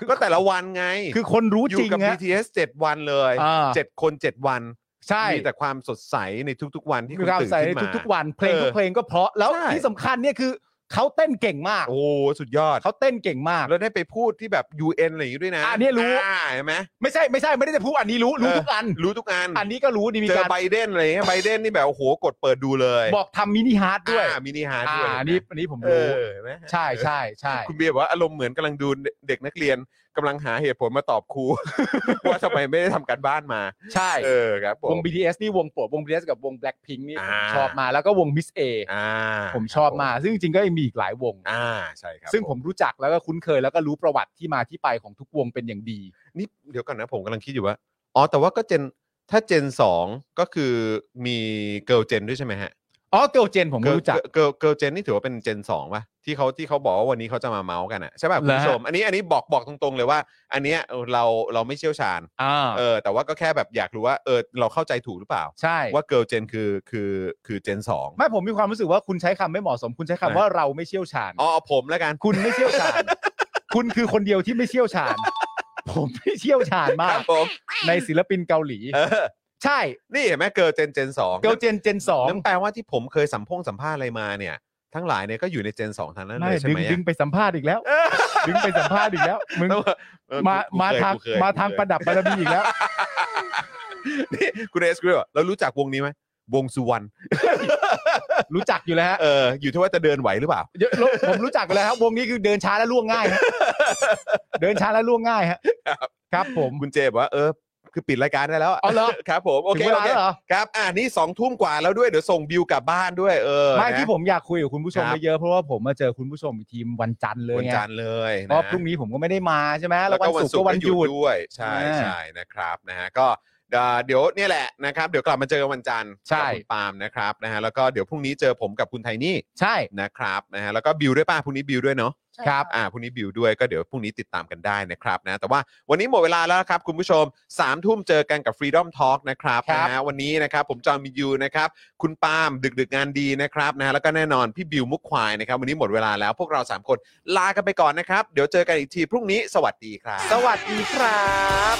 Speaker 1: ก็แต่ละวันไง
Speaker 2: คือคนรู้
Speaker 1: อยู่
Speaker 2: จริง
Speaker 1: กับ
Speaker 2: ฮะ
Speaker 1: BTS 7 วันเลย
Speaker 2: อ่า
Speaker 1: เจ็ดคนเจ็ดวัน
Speaker 2: ใช่
Speaker 1: มีแต่ความสดใสในทุกๆ วันที่
Speaker 2: มี
Speaker 1: คุณ
Speaker 2: ความ
Speaker 1: ตื่น
Speaker 2: ใส่
Speaker 1: ขึ้น
Speaker 2: ใน
Speaker 1: มา
Speaker 2: ทุกๆวันเพลง
Speaker 1: เออ
Speaker 2: ทุกเพลงก็เพราะแล้ว
Speaker 1: ใช่
Speaker 2: ที่สำคัญเนี่ยคือเขาเต้นเก่งมาก
Speaker 1: โอ้สุดยอด
Speaker 2: เขาเต้นเก่งมาก
Speaker 1: แล้วได้ไปพูดที่แบบ UN อะไรอย่างนี้ด้วยนะ
Speaker 2: อ่ะเนี่ยรู้
Speaker 1: อ่าเห็นไหม
Speaker 2: ไม่ใช่ไม่ใช่ไม่ได้จะพูดอันนี้รู้รู้
Speaker 1: เออ
Speaker 2: ทุกอัน
Speaker 1: รู้ทุกอัน
Speaker 2: อันนี้ก็รู้ดีมี
Speaker 1: เจอ
Speaker 2: การ
Speaker 1: ไบเดนอะไรเงี้ยไบเดนนี่แบบโอ้โหกดเปิดดูเลย
Speaker 2: บอกทำมินิฮาร์ดด้วย
Speaker 1: อ่ามินิฮาร์ด
Speaker 2: อ่า
Speaker 1: ด้วย
Speaker 2: อันนี้อันนี้ผม
Speaker 1: เอ
Speaker 2: รู้
Speaker 1: อเห็นไหม
Speaker 2: ใช่ใช่ใช่
Speaker 1: คุณเบียร์บอกว่าอารมณ์เหมือนกำลังดูเด็กนักเรียนกำลังหาเหตุผลมาตอบครู [LAUGHS] ว่าทำไมไม่ได้ทำการบ้านมา
Speaker 2: ใช่
Speaker 1: เออครับผ
Speaker 2: ว
Speaker 1: ม
Speaker 2: ง BTS นี่วงโปรดวง BTS กับวง Blackpink นี่ผม
Speaker 1: อ่า
Speaker 2: ชอบมาแล้วก็วง Miss A
Speaker 1: อ่า
Speaker 2: ผมชอบมา ซึ่งจริงๆก็ยังมีอีกหลายวง
Speaker 1: อ่าใช่ครับ
Speaker 2: ซึ่งผมรู้จักแล้วก็คุ้นเคยแล้วก็รู้ประวัติที่มาที่ไปของทุกวงเป็นอย่างดี
Speaker 1: นี่เดี๋ยวก่อนนะผมกำลังคิดอยู่ว่าอ๋อแต่ว่าก็เจนถ้าเจนสองก็คือมีเกิร์ลเจนด้วยใช่ไหมฮะ
Speaker 2: อ๋อเกิลเจนผมไม่รู้จัก
Speaker 1: เกิร์ลเกิร์ลเจนนี่ถือว่าเป็นเจนสองป่ะที่เขาที่เขาบอกว่าวันนี้เขาจะมาเมาส์กันอ่ะใช่ป่ะคุณ
Speaker 2: เหรอฮะ
Speaker 1: ผู้ชมอันนี้อันนี้บอกบอกตรงๆเลยว่า อันเนี้ยเออเราเราไม่เชี่ยวชาญ
Speaker 2: อ่า
Speaker 1: เออแต่ว่าก็แค่แบบอยากรู้ว่าเออเราเข้าใจถูกหรือเปล่า
Speaker 2: ใช่
Speaker 1: ว่าเกิร์ลเจนคือคือคือเจนสอง
Speaker 2: ไม่ผมมีความรู้สึกว่าคุณใช้คำไม่เหมาะสม คุณใช้คำว่าเราไม่เชี่ยวชาญ
Speaker 1: อ๋อผมแล้วกัน
Speaker 2: คุณไม่เชี่ยวชาญ คุณคือคนเดียวที่ไม่เชี่ยวชาญ ผมไม่เชี่ยวชาญ
Speaker 1: ค
Speaker 2: มา
Speaker 1: รั
Speaker 2: ก
Speaker 1: บผม
Speaker 2: ในศิลปินเกาหลี
Speaker 1: เออ
Speaker 2: ใช่
Speaker 1: นี่เห็นไหมเกิร์ลเจนเจนสอง
Speaker 2: เกิลเจนเจนสอง
Speaker 1: นั่นแปลว่าที่ผมเคยสัมพงสัมภาษณ์อะไรมาเนี่ย ทั้งหลายเนี่ยก็อยู่ในเจนสองทางนั้นเล
Speaker 2: ไม่
Speaker 1: ยใช่
Speaker 2: ดึ
Speaker 1: ไห
Speaker 2: ง
Speaker 1: ม
Speaker 2: ดึงไปสัมภาษณ์อีกแล้ว ดึงไปสัมภาษณ์อีกแล้วมึงมามาทางมาทางประ
Speaker 1: ด
Speaker 2: ดับบารมีอีกแล้ว
Speaker 1: นี่คุณเอสกรีบอกเรารู้จักวงนี้ไหมวงสุวรรณ
Speaker 2: รู้จักอยู่แล้วฮะ
Speaker 1: เอออยู่ที่ว่าจะเดินไหวหรือเปล่า
Speaker 2: เยอะผมรู้จักอยู่แล้วครับวงนี้คือเดินช้าและล่วงง่ายฮะเดินช้าและล่วงง่ายฮะครับผม
Speaker 1: คุณเจบอกว่าเออ คือปิดรายการได้แล้วะ
Speaker 2: เอาเหรอ
Speaker 1: ครับผมโอเค
Speaker 2: ถึงเว
Speaker 1: โอ
Speaker 2: ลา
Speaker 1: เค
Speaker 2: แล้วเหรอ
Speaker 1: ครับอ่านี่สองทุ่มกว่าแล้วด้วยเดี๋ยวส่งบิวกลับบ้านด้วยเออ
Speaker 2: ไม่
Speaker 1: นะ
Speaker 2: ที่ผมอยากคุยกับคุณผู้ชม
Speaker 1: ครับ
Speaker 2: เยอะๆเพราะว่าผมมาเจอคุณผู้ชมอีกทีมวันจันทร์เลย
Speaker 1: วัน
Speaker 2: ไง
Speaker 1: จันทร์เลย
Speaker 2: เพราะพรุ่งนี้ผมก็ไม่ได้มาใช่ไหมแล้ววันศุกร์ก็วันหยุด
Speaker 1: ด้วย ใช่
Speaker 2: อ่า
Speaker 1: ใช่นะครับนะฮะก็เอ่อเดี๋ยวเนี่ยแหละนะครับ เดี๋ยวกลับมาเจอกันวันจันทร์
Speaker 2: ใช่
Speaker 1: กับคุณปาล์มนะครับนะฮะแล้วก็เดี๋ยวพรุ่งนี้เจอผมกับคุณไทนี่
Speaker 2: ใช่
Speaker 1: นะครับนะฮะแล้วก็บิวด้วยป้าพรุ่งนี้บิวด้วยเนาะ
Speaker 3: ใช่
Speaker 2: ครับ
Speaker 1: อ่าพรุ่งนี้บิวด้วยก็เดี๋ยวพรุ่งนี้ติดตามกันได้นะครับนะแต่ว่าวันนี้หมดเวลาแล้วครับคุณผู้ชม3ามทุ่มเจอกันกับ Freedom Talk นะครับ
Speaker 2: ครับ
Speaker 1: นะฮะวันนี้นะครับผมจอห์นบินยูนะครับคุณปาล์มดึกดึกๆงานดีนะครับนะแล้วก็แน่นอนพี่บิวมุกควายนะครับวันนี้หมดเวลาแล้วพวกเรา 3 คนลากันไปก่อนนะครับ เดี๋ยวเจอกันอีกทีพรุ่งนี้สวัสดีครับ
Speaker 2: สวัสดีครับ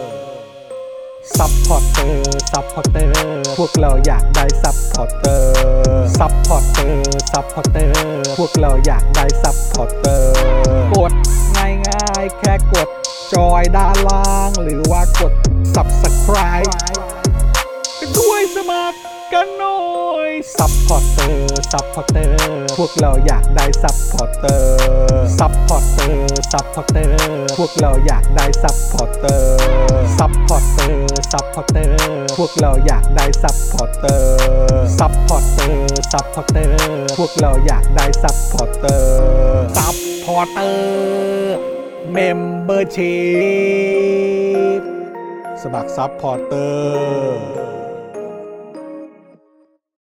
Speaker 4: ซัพพอร์เตอร์ ซัพพอร์เตอร์ พวกเราอยากได้ซัพพอร์เตอร์ ซัพพอร์เตอร์ ซัพพอร์เตอร์ พวกเราอยากได้ซัพพอร์เตอร์ กดง่ายง่ายๆแค่กด จอยด้านล่าง หรือว่ากด subscribe ช่วยสมัครกันหน่อยซัพพอร์เตอร์ซัพพอร์เตอร์พวกเราอยากได้ซัพพอร์เตอร์ซัพพอร์เตอร์ซัพพอร์เตอร์พวกเราอยากได้ซัพพอร์เตอร์ซัพพอร์เตอร์ซัพพอร์เตอร์พวกเราอยากได้ซัพพอร์เตอร์ซัพพอร์เตอร์ซัพพอร์เตอร์พวกเราอยากได้ซัพพอร์เตอร์ซัพพอร์เตอร์เมมเบอร์ชีพ สมัครซับพอร์เตอร์